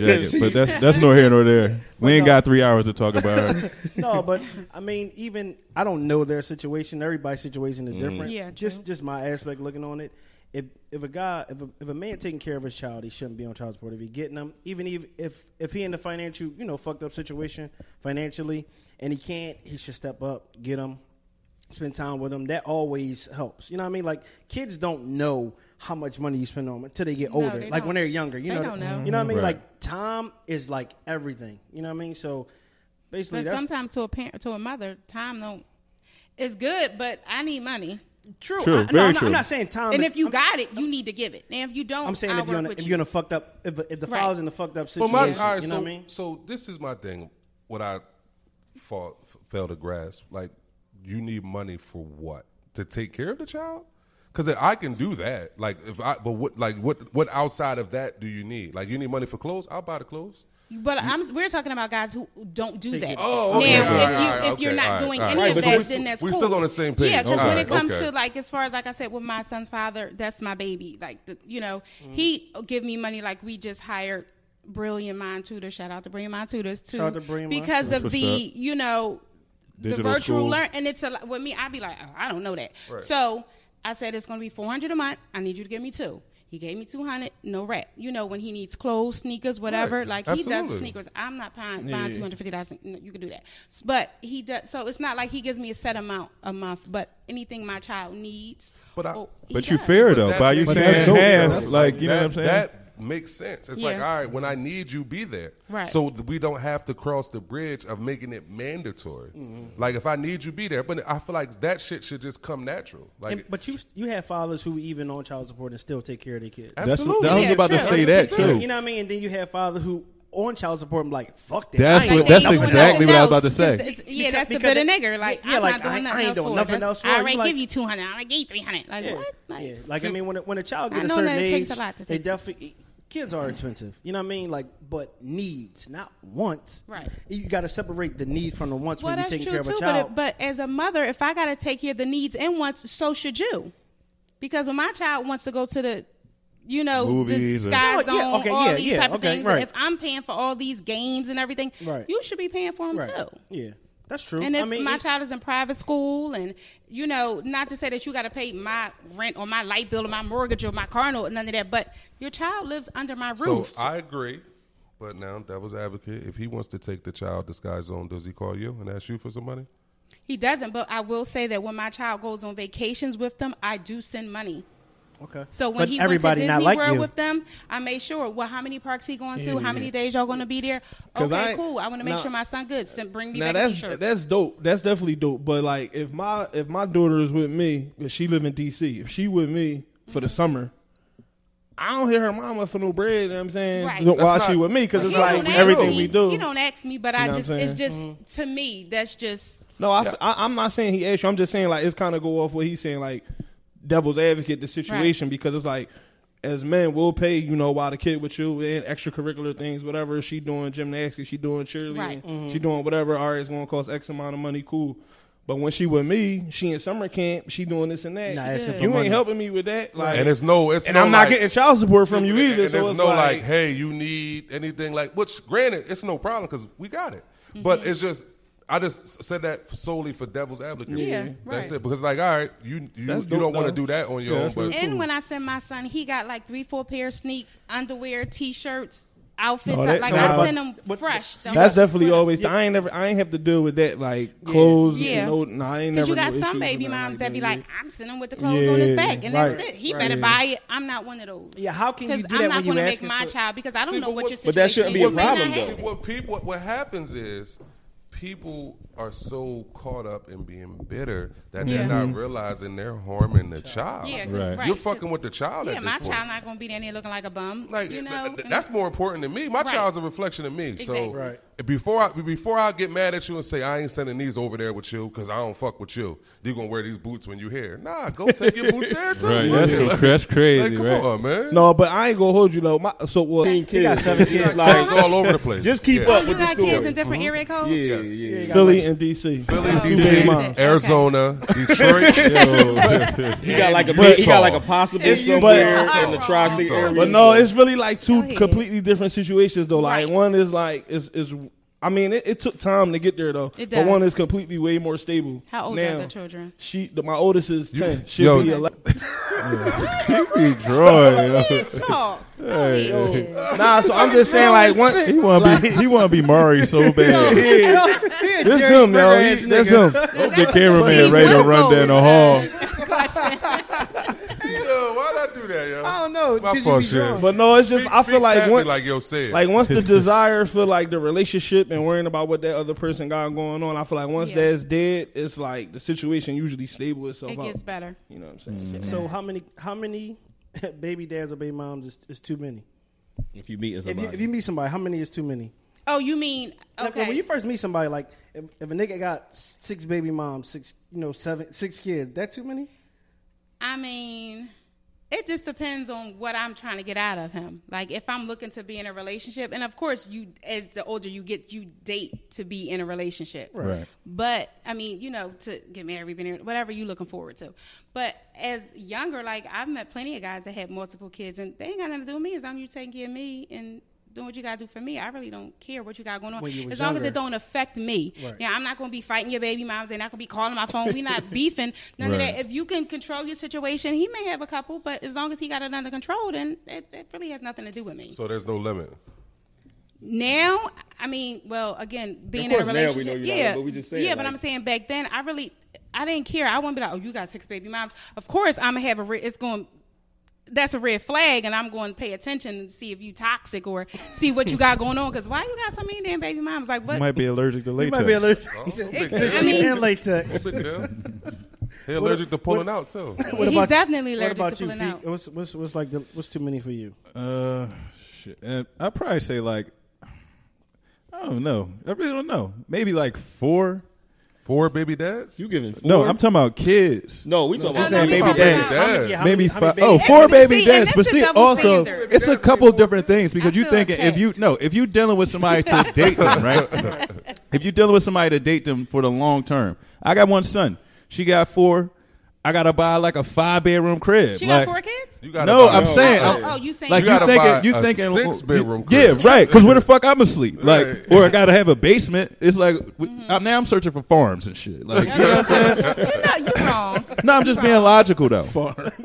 [SPEAKER 6] jacket, but that's that's nor here nor there. We ain't got three hours to talk about her.
[SPEAKER 5] no, but I mean, even I don't know their situation. Everybody's situation is different.
[SPEAKER 8] Yeah,
[SPEAKER 5] just
[SPEAKER 8] true.
[SPEAKER 5] just my aspect looking on it. If if a guy if a, if a man taking care of his child, he shouldn't be on child support. If he getting them, even if if if he in the financial you know fucked up situation financially, and he can't, he should step up, get him, spend time with them. That always helps. You know what I mean? Like kids don't know how much money you spend on 'em until they get
[SPEAKER 8] No,
[SPEAKER 5] older.
[SPEAKER 8] they
[SPEAKER 5] like
[SPEAKER 8] don't.
[SPEAKER 5] when they're younger, you
[SPEAKER 8] They
[SPEAKER 5] know,
[SPEAKER 8] don't know.
[SPEAKER 5] you know what I mean?
[SPEAKER 6] Right.
[SPEAKER 5] Like time is like everything. You know what I mean? So basically,
[SPEAKER 8] But
[SPEAKER 5] that's
[SPEAKER 8] sometimes to a parent, to a mother, time don't. It's good, but I need money.
[SPEAKER 5] True.
[SPEAKER 6] True,
[SPEAKER 5] I, no,
[SPEAKER 6] very
[SPEAKER 5] I'm, not,
[SPEAKER 6] true.
[SPEAKER 5] I'm not saying time.
[SPEAKER 8] And
[SPEAKER 5] is-
[SPEAKER 8] if you
[SPEAKER 5] I'm,
[SPEAKER 8] got it, you need to give it. And if you don't,
[SPEAKER 5] I'm saying
[SPEAKER 8] I'll
[SPEAKER 5] if you're, in a,
[SPEAKER 8] work
[SPEAKER 5] if
[SPEAKER 8] with
[SPEAKER 5] you're in
[SPEAKER 8] you.
[SPEAKER 5] a fucked up, if, if the
[SPEAKER 8] Right.
[SPEAKER 5] file's in a fucked up
[SPEAKER 7] But
[SPEAKER 5] situation,
[SPEAKER 7] my, all
[SPEAKER 5] you
[SPEAKER 7] right,
[SPEAKER 5] know
[SPEAKER 7] so,
[SPEAKER 5] what I mean?
[SPEAKER 7] so this is my thing. What I fall, f- fail to grasp, like you need money for what to take care of the child? Because I can do that. Like if I, but what, like what, what outside of that do you need? Like you need money for clothes? I'll buy the clothes.
[SPEAKER 8] But I'm, we're talking about guys who don't do that.
[SPEAKER 7] Oh, okay.
[SPEAKER 8] Now,
[SPEAKER 7] All
[SPEAKER 8] if,
[SPEAKER 7] right,
[SPEAKER 8] you,
[SPEAKER 7] all right,
[SPEAKER 8] if you're
[SPEAKER 7] okay,
[SPEAKER 8] not
[SPEAKER 7] all right,
[SPEAKER 8] doing
[SPEAKER 7] all
[SPEAKER 8] any
[SPEAKER 7] right.
[SPEAKER 8] of
[SPEAKER 7] So
[SPEAKER 8] that,
[SPEAKER 7] we-
[SPEAKER 8] then that's
[SPEAKER 7] we
[SPEAKER 8] cool.
[SPEAKER 7] still on the same page.
[SPEAKER 8] Yeah, because
[SPEAKER 7] All
[SPEAKER 8] when
[SPEAKER 7] right,
[SPEAKER 8] it comes
[SPEAKER 7] okay.
[SPEAKER 8] to like as far as like I said with my son's father, that's my baby. Like the, you know,
[SPEAKER 7] Mm-hmm.
[SPEAKER 8] he give me money. Like we just hired Brilliant Mind Tutor. Shout out to Brilliant Mind Tutors too,
[SPEAKER 5] Shout out to Brilliant Mind
[SPEAKER 8] because
[SPEAKER 6] Tutors.
[SPEAKER 8] of
[SPEAKER 6] That's
[SPEAKER 8] the
[SPEAKER 6] what's up.
[SPEAKER 8] you know the
[SPEAKER 6] Digital
[SPEAKER 8] virtual
[SPEAKER 6] school.
[SPEAKER 8] learn. And it's a lot- with me. I'd be like, oh, I don't know that. So I said it's going to be four hundred a month. I need you to give me two. He gave me two hundred, no rap. You know when he needs clothes, sneakers, whatever.
[SPEAKER 7] Right.
[SPEAKER 8] Like he does the
[SPEAKER 7] Absolutely.
[SPEAKER 8] sneakers. I'm not buying, buying two hundred fifty dollars. You can do that, S- but he does. So it's not like he gives me a set amount a month, but anything my child needs.
[SPEAKER 7] But I-
[SPEAKER 8] oh, he
[SPEAKER 6] But you
[SPEAKER 8] does.
[SPEAKER 6] fair though,
[SPEAKER 7] That
[SPEAKER 6] by you
[SPEAKER 7] takes-
[SPEAKER 6] saying
[SPEAKER 7] But that's
[SPEAKER 6] half,
[SPEAKER 7] dope, though.
[SPEAKER 6] like you know
[SPEAKER 7] That-
[SPEAKER 6] what I'm saying.
[SPEAKER 7] That makes sense. It's
[SPEAKER 8] Yeah.
[SPEAKER 7] like, all right, when I need you, be there.
[SPEAKER 8] Right.
[SPEAKER 7] So th- we don't have to cross the bridge of making it mandatory. Like if I need you, be there. But I feel like that shit should just come natural. Like,
[SPEAKER 5] And, but you you have fathers who even on child support and still take care of their kids.
[SPEAKER 6] That's
[SPEAKER 7] absolutely.
[SPEAKER 6] I was
[SPEAKER 8] Yeah,
[SPEAKER 6] about to
[SPEAKER 8] true.
[SPEAKER 6] say that
[SPEAKER 5] You know-
[SPEAKER 6] too.
[SPEAKER 5] You know what I mean? And then you have fathers who on child support and like fuck that.
[SPEAKER 6] That's
[SPEAKER 5] I ain't
[SPEAKER 6] what-
[SPEAKER 5] doing
[SPEAKER 6] that's
[SPEAKER 5] nothing
[SPEAKER 8] Nothing
[SPEAKER 6] exactly
[SPEAKER 8] else.
[SPEAKER 6] what I was about to
[SPEAKER 8] It's-
[SPEAKER 6] say.
[SPEAKER 8] it's- yeah,
[SPEAKER 5] Because-
[SPEAKER 8] that's the
[SPEAKER 5] because
[SPEAKER 8] bitter
[SPEAKER 5] it-
[SPEAKER 8] nigger. Like,
[SPEAKER 5] yeah,
[SPEAKER 8] I'm
[SPEAKER 5] like,
[SPEAKER 8] not doing
[SPEAKER 5] I-
[SPEAKER 8] nothing
[SPEAKER 5] I ain't
[SPEAKER 8] else
[SPEAKER 5] doing
[SPEAKER 8] for it.
[SPEAKER 5] nothing
[SPEAKER 8] That's-
[SPEAKER 5] else for
[SPEAKER 8] I
[SPEAKER 5] it.
[SPEAKER 8] already
[SPEAKER 5] Like-
[SPEAKER 8] give you 200. I already gave you 300. Like,
[SPEAKER 5] Yeah.
[SPEAKER 8] what? Like,
[SPEAKER 5] yeah. like I mean, when a, when a child
[SPEAKER 8] I
[SPEAKER 5] gets a
[SPEAKER 8] know
[SPEAKER 5] certain
[SPEAKER 8] that it
[SPEAKER 5] age,
[SPEAKER 8] takes a lot to
[SPEAKER 5] they
[SPEAKER 8] take care.
[SPEAKER 5] definitely kids are expensive. You know what I mean? Like, but needs, not wants.
[SPEAKER 8] Right.
[SPEAKER 5] You got to separate the need from the wants
[SPEAKER 8] well,
[SPEAKER 5] when you're
[SPEAKER 8] that's
[SPEAKER 5] taking
[SPEAKER 8] true
[SPEAKER 5] care of
[SPEAKER 8] too.
[SPEAKER 5] a
[SPEAKER 8] But,
[SPEAKER 5] child.
[SPEAKER 8] it- but as a mother, if I got to take care of the needs and wants, so should you. Because when my child wants to go to the, you know,
[SPEAKER 6] Movies
[SPEAKER 8] Movies
[SPEAKER 6] and-
[SPEAKER 8] sky
[SPEAKER 5] Oh,
[SPEAKER 8] zone,
[SPEAKER 5] yeah, okay,
[SPEAKER 8] all
[SPEAKER 5] yeah,
[SPEAKER 8] these
[SPEAKER 5] yeah,
[SPEAKER 8] type of
[SPEAKER 5] okay,
[SPEAKER 8] things,
[SPEAKER 5] right.
[SPEAKER 8] if I'm paying for all these games and everything,
[SPEAKER 5] Right.
[SPEAKER 8] you should be paying for them
[SPEAKER 5] right.
[SPEAKER 8] too.
[SPEAKER 5] Yeah, that's true.
[SPEAKER 8] And if
[SPEAKER 5] I mean,
[SPEAKER 8] my
[SPEAKER 5] it-
[SPEAKER 8] child is in private school, and you know, not to say that you got to pay my rent or my light bill or my mortgage or my car note, none of that, but your child lives under my
[SPEAKER 7] So
[SPEAKER 8] roof.
[SPEAKER 7] I agree. But now, devil's advocate, if he wants to take the child to Sky Zone, does he call you and ask you for some money?
[SPEAKER 8] he doesn't, but I will say that when my child goes on vacations with them, I do send money.
[SPEAKER 5] okay.
[SPEAKER 8] So when
[SPEAKER 5] But
[SPEAKER 8] he went to
[SPEAKER 5] everybody not
[SPEAKER 8] Disney
[SPEAKER 5] like
[SPEAKER 8] World
[SPEAKER 5] you.
[SPEAKER 8] with them, I made sure. Well, how many parks he going to?
[SPEAKER 3] Yeah.
[SPEAKER 8] How many days y'all going to be there?
[SPEAKER 3] 'Cause
[SPEAKER 8] Okay,
[SPEAKER 3] I-
[SPEAKER 8] cool. I want to make
[SPEAKER 3] now-
[SPEAKER 8] sure my son good. Send, bring me
[SPEAKER 3] Now
[SPEAKER 8] back a
[SPEAKER 3] that's
[SPEAKER 8] t-shirt.
[SPEAKER 3] that's dope. That's definitely dope. But like, if my if my daughter is with me, but she live in D.C., if she with me for the summer, I don't hear her mama for no bread. You know what I'm saying
[SPEAKER 8] Right.
[SPEAKER 3] while
[SPEAKER 7] That's
[SPEAKER 3] she
[SPEAKER 7] not-
[SPEAKER 3] with me, because
[SPEAKER 8] You
[SPEAKER 3] it's
[SPEAKER 8] don't
[SPEAKER 3] like
[SPEAKER 8] ask
[SPEAKER 3] everything
[SPEAKER 8] me-
[SPEAKER 3] we do.
[SPEAKER 8] You don't ask me, but
[SPEAKER 3] You
[SPEAKER 8] I
[SPEAKER 3] know what
[SPEAKER 8] just
[SPEAKER 3] I'm
[SPEAKER 8] it's
[SPEAKER 3] saying? Mm-hmm.
[SPEAKER 8] just to me that's just
[SPEAKER 3] No, I, I, am not saying he asked you. I'm just saying like it's kind of go off what he's saying like devil's advocate the situation because it's like as men we'll pay you know while the kid with you and extracurricular things whatever she doing gymnastics she doing cheerleading
[SPEAKER 8] Right.
[SPEAKER 3] she doing whatever all right it's gonna cost X amount of money cool but when she with me she in summer camp she doing this and that
[SPEAKER 5] Not asking for
[SPEAKER 3] you ain't
[SPEAKER 5] money.
[SPEAKER 3] helping me with that like
[SPEAKER 7] And it's no, it's
[SPEAKER 3] and
[SPEAKER 7] no
[SPEAKER 3] I'm not
[SPEAKER 7] like-
[SPEAKER 3] getting child support from you either
[SPEAKER 7] And
[SPEAKER 3] so
[SPEAKER 7] there's
[SPEAKER 3] it's
[SPEAKER 7] no like,
[SPEAKER 3] like,
[SPEAKER 7] hey, you need anything like. Which, granted, it's no problem because we got it. But
[SPEAKER 8] Mm-hmm.
[SPEAKER 7] it's just, I just said that solely for devil's advocate.
[SPEAKER 8] Yeah,
[SPEAKER 7] that's
[SPEAKER 8] right.
[SPEAKER 7] it. Because like, all right, you you,
[SPEAKER 3] Mm-hmm. That's
[SPEAKER 7] you don't
[SPEAKER 3] dope,
[SPEAKER 7] want to do
[SPEAKER 3] though.
[SPEAKER 7] that on your
[SPEAKER 3] Yeah,
[SPEAKER 7] own.
[SPEAKER 3] that's
[SPEAKER 7] But
[SPEAKER 3] really
[SPEAKER 8] And when I sent my son, he got like three, four pair of sneaks, underwear, t-shirts, outfits.
[SPEAKER 3] No, that
[SPEAKER 8] like
[SPEAKER 3] sounds
[SPEAKER 8] I
[SPEAKER 3] like-
[SPEAKER 8] sent him fresh.
[SPEAKER 3] that's definitely always. I ain't never. I ain't have to deal with that. Like clothes.
[SPEAKER 8] Yeah.
[SPEAKER 3] Yeah. No, no, I ain't
[SPEAKER 8] Because
[SPEAKER 3] never.
[SPEAKER 8] you got
[SPEAKER 3] no
[SPEAKER 8] some
[SPEAKER 3] issues
[SPEAKER 8] baby
[SPEAKER 3] with
[SPEAKER 8] moms that be
[SPEAKER 3] yeah,
[SPEAKER 8] like,
[SPEAKER 3] yeah.
[SPEAKER 8] I'm sending with the clothes on his
[SPEAKER 3] Yeah,
[SPEAKER 8] back, and
[SPEAKER 3] right,
[SPEAKER 8] that's it. He better
[SPEAKER 3] right.
[SPEAKER 8] buy it. I'm not one of those.
[SPEAKER 5] Yeah, how can you
[SPEAKER 8] 'Cause
[SPEAKER 5] do that
[SPEAKER 8] I'm
[SPEAKER 5] when
[SPEAKER 8] not
[SPEAKER 5] you
[SPEAKER 8] gonna make
[SPEAKER 5] asking
[SPEAKER 8] my
[SPEAKER 5] for-
[SPEAKER 8] child because I don't
[SPEAKER 7] See,
[SPEAKER 8] know
[SPEAKER 7] but
[SPEAKER 8] what
[SPEAKER 7] what-
[SPEAKER 8] your situation
[SPEAKER 4] But that shouldn't
[SPEAKER 8] is.
[SPEAKER 4] be a
[SPEAKER 8] You may not
[SPEAKER 4] problem,
[SPEAKER 8] have
[SPEAKER 4] though.
[SPEAKER 8] it.
[SPEAKER 7] what people what, what happens is people are so caught up in being bitter that they're
[SPEAKER 8] Yeah.
[SPEAKER 3] Mm-hmm.
[SPEAKER 7] not realizing they're harming the child.
[SPEAKER 8] Yeah, 'cause-
[SPEAKER 6] Right.
[SPEAKER 8] right.
[SPEAKER 7] You're fucking with the child
[SPEAKER 8] Yeah,
[SPEAKER 7] at this
[SPEAKER 8] my
[SPEAKER 7] point.
[SPEAKER 8] child not gonna be down there looking like a bum.
[SPEAKER 7] Like
[SPEAKER 8] you
[SPEAKER 7] th-
[SPEAKER 8] know,
[SPEAKER 7] th- that's more important than me. My
[SPEAKER 8] Right.
[SPEAKER 7] child's a reflection of me.
[SPEAKER 8] Exactly.
[SPEAKER 7] So
[SPEAKER 8] Right.
[SPEAKER 7] before I before I get mad at you and say I ain't sending these over there with you because I don't fuck with you. You gonna wear these boots when you here? Nah, go take your boots there too.
[SPEAKER 6] Right,
[SPEAKER 7] Fuck
[SPEAKER 6] that's,
[SPEAKER 7] it.
[SPEAKER 6] so, that's
[SPEAKER 7] Like,
[SPEAKER 6] crazy,
[SPEAKER 7] come
[SPEAKER 6] right?
[SPEAKER 7] on, man.
[SPEAKER 3] No, but I ain't gonna hold you though. My, so well,
[SPEAKER 5] He got seven kids. Like,
[SPEAKER 7] it's all over the place.
[SPEAKER 4] Just keep
[SPEAKER 7] Yeah.
[SPEAKER 8] Oh,
[SPEAKER 4] up
[SPEAKER 8] you
[SPEAKER 4] with the
[SPEAKER 8] got
[SPEAKER 4] story.
[SPEAKER 8] kids in different area codes.
[SPEAKER 4] yeah, yeah.
[SPEAKER 3] Philly and DC.
[SPEAKER 7] Philly,
[SPEAKER 8] Oh,
[SPEAKER 3] baby
[SPEAKER 7] DC,
[SPEAKER 3] moms.
[SPEAKER 7] Arizona, Detroit.
[SPEAKER 4] He got like a
[SPEAKER 7] Utah.
[SPEAKER 4] he got like a possible somewhere
[SPEAKER 3] But-
[SPEAKER 4] in the tri-state
[SPEAKER 7] Utah.
[SPEAKER 4] area.
[SPEAKER 3] But no, it's really like two
[SPEAKER 8] ahead.
[SPEAKER 3] completely different situations though. Like
[SPEAKER 8] Right.
[SPEAKER 3] one is like is is. I mean, it, it took time to get there though.
[SPEAKER 8] It
[SPEAKER 3] But one
[SPEAKER 8] does.
[SPEAKER 3] is completely way more stable.
[SPEAKER 8] How old
[SPEAKER 3] now,
[SPEAKER 8] are the children?
[SPEAKER 3] She, the, my oldest is ten. She'll
[SPEAKER 7] yo,
[SPEAKER 3] be eleven.
[SPEAKER 6] He drawing. yo.
[SPEAKER 8] Talk. Go ahead.
[SPEAKER 3] nah, so I'm just saying like once
[SPEAKER 6] He want to be he want to be Murray so bad.
[SPEAKER 3] This him, yo. He- That's him.
[SPEAKER 6] Hope the cameraman ready to run down the hall.
[SPEAKER 7] yo, why'd I do that, yo?
[SPEAKER 5] I don't know.
[SPEAKER 7] My
[SPEAKER 5] Did you
[SPEAKER 7] fault,
[SPEAKER 5] be
[SPEAKER 7] shit.
[SPEAKER 5] drunk?
[SPEAKER 3] But no, it's just I feel like
[SPEAKER 7] tapped me
[SPEAKER 3] once
[SPEAKER 7] like yo said.
[SPEAKER 3] like once the desire for like the relationship and worrying about what that other person got going on, I feel like once
[SPEAKER 8] Yeah.
[SPEAKER 3] that's dead, it's like the situation usually stable itself
[SPEAKER 8] It
[SPEAKER 3] out.
[SPEAKER 8] gets better.
[SPEAKER 3] You know what I'm saying?
[SPEAKER 4] Mm-hmm.
[SPEAKER 5] So how many how many baby dads or baby moms is, is too many?
[SPEAKER 4] If you meet
[SPEAKER 5] If
[SPEAKER 4] somebody,
[SPEAKER 5] you, if you meet somebody, how many is too many?
[SPEAKER 8] Oh, you mean
[SPEAKER 5] Like,
[SPEAKER 8] okay?
[SPEAKER 5] when you first meet somebody, like if, if a nigga got s- six baby moms, six you know seven six kids, that too many?
[SPEAKER 8] I mean, it just depends on what I'm trying to get out of him. Like if I'm looking to be in a relationship, and of course, you as the older you get, you date to be in a relationship.
[SPEAKER 6] Right.
[SPEAKER 8] But I mean, you know, to get married, be married, whatever you're looking forward to. But as younger, like I've met plenty of guys that had multiple kids, and they ain't got nothing to do with me. As long as you taking care of me and doing what you gotta do for me, I really don't care what you got going on.
[SPEAKER 5] When you was
[SPEAKER 8] As long as
[SPEAKER 5] younger.
[SPEAKER 8] it don't affect me. Now I'm not gonna be fighting your baby moms. They're not gonna be calling my phone. we not beefing. None of
[SPEAKER 6] Right.
[SPEAKER 8] that if you can control your situation, he may have a couple, but as long as he got it under control, then it, it really has nothing to do with me.
[SPEAKER 7] so there's no limit.
[SPEAKER 8] now, I mean, well, again, being
[SPEAKER 4] course,
[SPEAKER 8] in a
[SPEAKER 4] now we know
[SPEAKER 8] relationship,
[SPEAKER 4] you're not,
[SPEAKER 8] yeah,
[SPEAKER 4] but we just saying,
[SPEAKER 8] yeah, but
[SPEAKER 4] like-
[SPEAKER 8] I'm saying back then, I really, I didn't care. I wouldn't be like, oh, you got six baby moms. Of course, I'm gonna have a. Re- it's going. that's a red flag, and I'm going to pay attention and see if you toxic or see what you got going on. Because why you got so many damn baby moms? Like
[SPEAKER 6] You
[SPEAKER 8] what?
[SPEAKER 6] might be allergic to
[SPEAKER 5] You
[SPEAKER 6] latex.
[SPEAKER 5] might be allergic
[SPEAKER 7] Oh,
[SPEAKER 5] to,
[SPEAKER 7] big
[SPEAKER 5] to
[SPEAKER 7] deal.
[SPEAKER 8] I
[SPEAKER 5] shit
[SPEAKER 8] mean-
[SPEAKER 5] and latex.
[SPEAKER 7] Sit down. He allergic to pulling out too.
[SPEAKER 8] He's
[SPEAKER 5] about-
[SPEAKER 8] definitely
[SPEAKER 5] What
[SPEAKER 8] allergic
[SPEAKER 5] about
[SPEAKER 8] to
[SPEAKER 5] you?
[SPEAKER 8] pulling out.
[SPEAKER 5] Feet? What's, what's what's like the, what's too many for you?
[SPEAKER 6] Uh, shit. And I'd probably say like, I don't know. I really don't know. Maybe like four.
[SPEAKER 7] Four baby dads.
[SPEAKER 4] You giving four?
[SPEAKER 6] No, I'm talking about kids.
[SPEAKER 4] no, we talking about
[SPEAKER 8] no, we
[SPEAKER 4] baby
[SPEAKER 8] talking
[SPEAKER 4] daddy.
[SPEAKER 8] about-
[SPEAKER 7] Dad.
[SPEAKER 5] Yeah, how many-
[SPEAKER 6] Maybe
[SPEAKER 5] how many
[SPEAKER 6] five. Oh,
[SPEAKER 5] babies-
[SPEAKER 6] four
[SPEAKER 8] And
[SPEAKER 6] baby
[SPEAKER 8] see, and
[SPEAKER 6] dads.
[SPEAKER 8] that's
[SPEAKER 6] But
[SPEAKER 8] the
[SPEAKER 6] see,
[SPEAKER 8] double
[SPEAKER 6] also,
[SPEAKER 8] standard.
[SPEAKER 6] it's a couple different things because you
[SPEAKER 8] feel
[SPEAKER 6] thinking if you
[SPEAKER 8] attacked.
[SPEAKER 6] no, if you dealing with somebody to date them, right? if you dealing with somebody to date them for the long term, I got one son. She got four. I gotta buy like a five bedroom crib.
[SPEAKER 8] She
[SPEAKER 6] like,
[SPEAKER 8] got four kids.
[SPEAKER 7] You got
[SPEAKER 6] No, I'm saying-
[SPEAKER 8] Oh, oh, you saying
[SPEAKER 6] Like
[SPEAKER 7] You
[SPEAKER 6] you,
[SPEAKER 7] gotta buy
[SPEAKER 6] thinking, you
[SPEAKER 7] a
[SPEAKER 6] thinking
[SPEAKER 7] six-bedroom
[SPEAKER 6] Yeah,
[SPEAKER 7] crib.
[SPEAKER 6] right. Because where the fuck I'm asleep? Like,
[SPEAKER 7] Right.
[SPEAKER 6] or I gotta have a basement. It's like w
[SPEAKER 8] Mm-hmm.
[SPEAKER 6] I'm, now I'm searching for farms and shit. Like, you know what I'm saying?
[SPEAKER 8] no, you're wrong.
[SPEAKER 6] No, I'm just being logical though.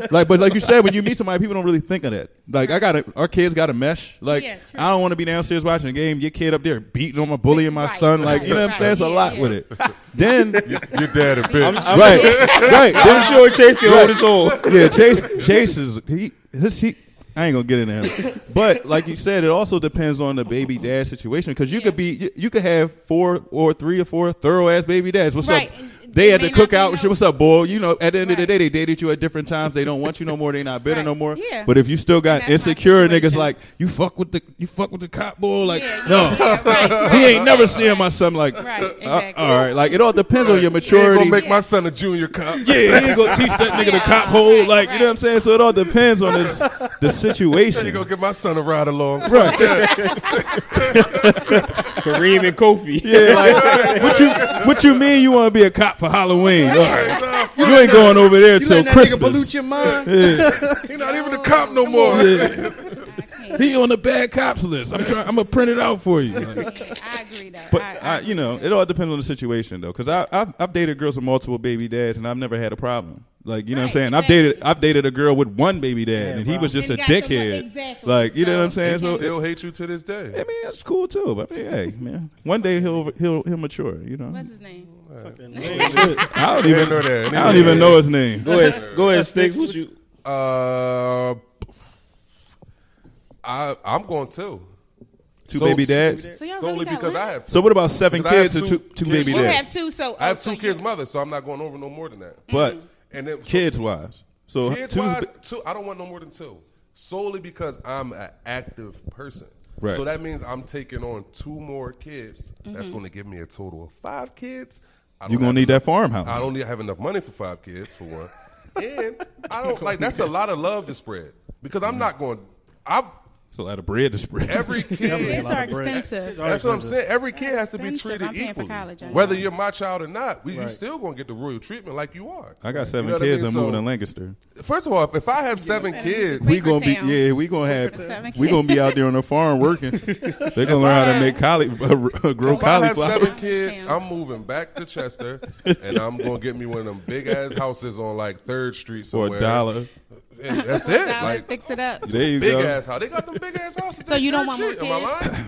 [SPEAKER 6] like, but like you said, when you meet somebody, people don't really think of that. Like, I got to our kids got to mesh. Like,
[SPEAKER 8] Yeah, true.
[SPEAKER 6] I don't want to be downstairs watching a game. Your kid up there beating on my bullying my
[SPEAKER 8] Right,
[SPEAKER 6] son. Like, you know what I'm
[SPEAKER 8] right,
[SPEAKER 6] saying? It's a
[SPEAKER 8] right.
[SPEAKER 6] lot
[SPEAKER 8] Yeah,
[SPEAKER 6] with it. then, right,
[SPEAKER 7] Your dad a bitch.
[SPEAKER 6] right. Then
[SPEAKER 4] I'm sure Chase can hold his own.
[SPEAKER 6] yeah, Chase. Chase is he. His, he I ain't gonna get into him, but like you said, it also depends on the baby dad situation because you could be you, you could have four or three or four thorough ass baby dads. What's
[SPEAKER 8] Right,
[SPEAKER 6] up?
[SPEAKER 8] and
[SPEAKER 6] They
[SPEAKER 8] they
[SPEAKER 6] had the
[SPEAKER 8] may not be
[SPEAKER 6] cookout. and
[SPEAKER 8] no-
[SPEAKER 6] Shit, what's up, boy? You know, at the end of the
[SPEAKER 8] Right.
[SPEAKER 6] day, they dated you at different times. They don't want you no more. They not bitter
[SPEAKER 8] Right,
[SPEAKER 6] no more.
[SPEAKER 8] yeah.
[SPEAKER 6] But if you still got
[SPEAKER 8] And that's my
[SPEAKER 6] insecure niggas,
[SPEAKER 8] situation.
[SPEAKER 6] like you fuck with the you fuck with the cop boy, like
[SPEAKER 8] Yeah, yeah,
[SPEAKER 6] no,
[SPEAKER 8] yeah, right,
[SPEAKER 6] he
[SPEAKER 8] right,
[SPEAKER 6] ain't never
[SPEAKER 8] right,
[SPEAKER 6] seeing
[SPEAKER 8] right.
[SPEAKER 6] my son. Like
[SPEAKER 8] Right,
[SPEAKER 6] uh,
[SPEAKER 8] exactly.
[SPEAKER 6] all right, like it all depends on your
[SPEAKER 7] You ain't
[SPEAKER 6] maturity.
[SPEAKER 7] gonna make my son a junior cop.
[SPEAKER 6] Yeah, he ain't gonna teach that nigga the
[SPEAKER 8] Yeah,
[SPEAKER 6] cop hold.
[SPEAKER 8] right,
[SPEAKER 6] Like, you know what I'm
[SPEAKER 8] right.
[SPEAKER 6] saying? So it all depends on the, the
[SPEAKER 7] You
[SPEAKER 6] situation.
[SPEAKER 7] gonna get my son a ride along?
[SPEAKER 6] Right.
[SPEAKER 4] Kareem and Kofi.
[SPEAKER 6] Yeah, like, what you what you mean you wanna be a cop for Halloween? All right.
[SPEAKER 7] Nah, fuck
[SPEAKER 6] You ain't going over
[SPEAKER 5] You
[SPEAKER 6] there till
[SPEAKER 5] letting that nigga pollute
[SPEAKER 6] Christmas.
[SPEAKER 5] your mind?
[SPEAKER 7] He not even a cop no more.
[SPEAKER 8] I, can't.
[SPEAKER 6] He on the bad cops list. I'm trying, I'm gonna print it out for you. Like,
[SPEAKER 8] I agree though.
[SPEAKER 6] But
[SPEAKER 8] I,
[SPEAKER 6] I, you know, it all depends on the situation though, because I I've, I've dated girls with multiple baby dads and I've never had a problem. Like you know what I'm saying?
[SPEAKER 8] Right, exactly.
[SPEAKER 6] I've dated I've dated a girl with one baby dad and he was just
[SPEAKER 8] And
[SPEAKER 6] a
[SPEAKER 8] got the one-
[SPEAKER 6] dickhead.
[SPEAKER 8] exactly.
[SPEAKER 6] Like you know
[SPEAKER 8] So-
[SPEAKER 6] what I'm saying? So
[SPEAKER 7] Still hate you to this
[SPEAKER 6] I
[SPEAKER 7] day.
[SPEAKER 6] mean, that's cool too. But I mean, hey, man, one day he'll he'll he'll mature. You know,
[SPEAKER 8] what's his name?
[SPEAKER 6] I don't
[SPEAKER 7] Didn't
[SPEAKER 6] even
[SPEAKER 7] know
[SPEAKER 6] I
[SPEAKER 7] that.
[SPEAKER 6] don't even know his name.
[SPEAKER 4] Go ahead, go ahead, Sticks. What you?
[SPEAKER 7] Uh, I I'm going two.
[SPEAKER 6] Two
[SPEAKER 7] So-
[SPEAKER 6] baby dads.
[SPEAKER 8] So y'all
[SPEAKER 7] It's
[SPEAKER 8] really
[SPEAKER 7] only
[SPEAKER 8] got
[SPEAKER 7] because
[SPEAKER 8] one?
[SPEAKER 7] I have two.
[SPEAKER 6] So what about seven
[SPEAKER 7] Because I have
[SPEAKER 6] kids and two
[SPEAKER 7] two
[SPEAKER 6] two
[SPEAKER 7] kids.
[SPEAKER 6] baby
[SPEAKER 8] You
[SPEAKER 6] dads?
[SPEAKER 8] have two, so
[SPEAKER 7] I have
[SPEAKER 8] oh,
[SPEAKER 7] two
[SPEAKER 8] so
[SPEAKER 7] kids'
[SPEAKER 8] you-
[SPEAKER 7] mother, so I'm not going over no more than that.
[SPEAKER 8] Mm.
[SPEAKER 6] But
[SPEAKER 7] And then
[SPEAKER 6] kids wise, so
[SPEAKER 7] Kids
[SPEAKER 6] two.
[SPEAKER 7] wise, two. I don't want no more than two, solely because I'm an active person.
[SPEAKER 6] Right.
[SPEAKER 7] So that means I'm taking on two more kids. That's going to give me a total of five kids. I don't
[SPEAKER 6] You gonna
[SPEAKER 7] have
[SPEAKER 6] need that
[SPEAKER 7] enough-
[SPEAKER 6] farmhouse.
[SPEAKER 7] I don't need, have enough money for five kids for one, and I don't like. That's a lot of love to spread because I'm not going. I
[SPEAKER 6] It's a lot of bread to spread.
[SPEAKER 7] every kid.
[SPEAKER 8] Kids are expensive.
[SPEAKER 7] That's what I'm saying. Every kid has to be
[SPEAKER 8] expensive.
[SPEAKER 7] treated
[SPEAKER 8] I'm paying for
[SPEAKER 7] equally,
[SPEAKER 8] college, I know.
[SPEAKER 7] whether you're my child or not. We, you still gonna get the royal treatment like you are.
[SPEAKER 6] I got
[SPEAKER 7] You
[SPEAKER 6] seven
[SPEAKER 7] know what I
[SPEAKER 6] kids.
[SPEAKER 7] mean?
[SPEAKER 6] I'm
[SPEAKER 7] So,
[SPEAKER 6] moving to Lancaster.
[SPEAKER 7] First of all, if I have seven kids,
[SPEAKER 6] We
[SPEAKER 8] Paper
[SPEAKER 6] gonna be
[SPEAKER 8] town.
[SPEAKER 6] yeah. We gonna
[SPEAKER 8] Seven
[SPEAKER 6] have we gonna be out there on the farm working. They gonna learn how to make colli- uh, grow
[SPEAKER 7] If I have
[SPEAKER 6] cauliflower.
[SPEAKER 7] seven kids, I'm moving back to Chester, and I'm gonna get me one of them big ass houses on like Third Street
[SPEAKER 6] For
[SPEAKER 7] somewhere.
[SPEAKER 6] a dollar,
[SPEAKER 7] And that's it.
[SPEAKER 8] Dollar,
[SPEAKER 7] Like
[SPEAKER 8] fix it up.
[SPEAKER 6] there you
[SPEAKER 7] big
[SPEAKER 6] go.
[SPEAKER 7] ass house. They got them big ass houses.
[SPEAKER 8] So you don't want
[SPEAKER 7] Third Street.
[SPEAKER 8] more
[SPEAKER 7] Am I lying?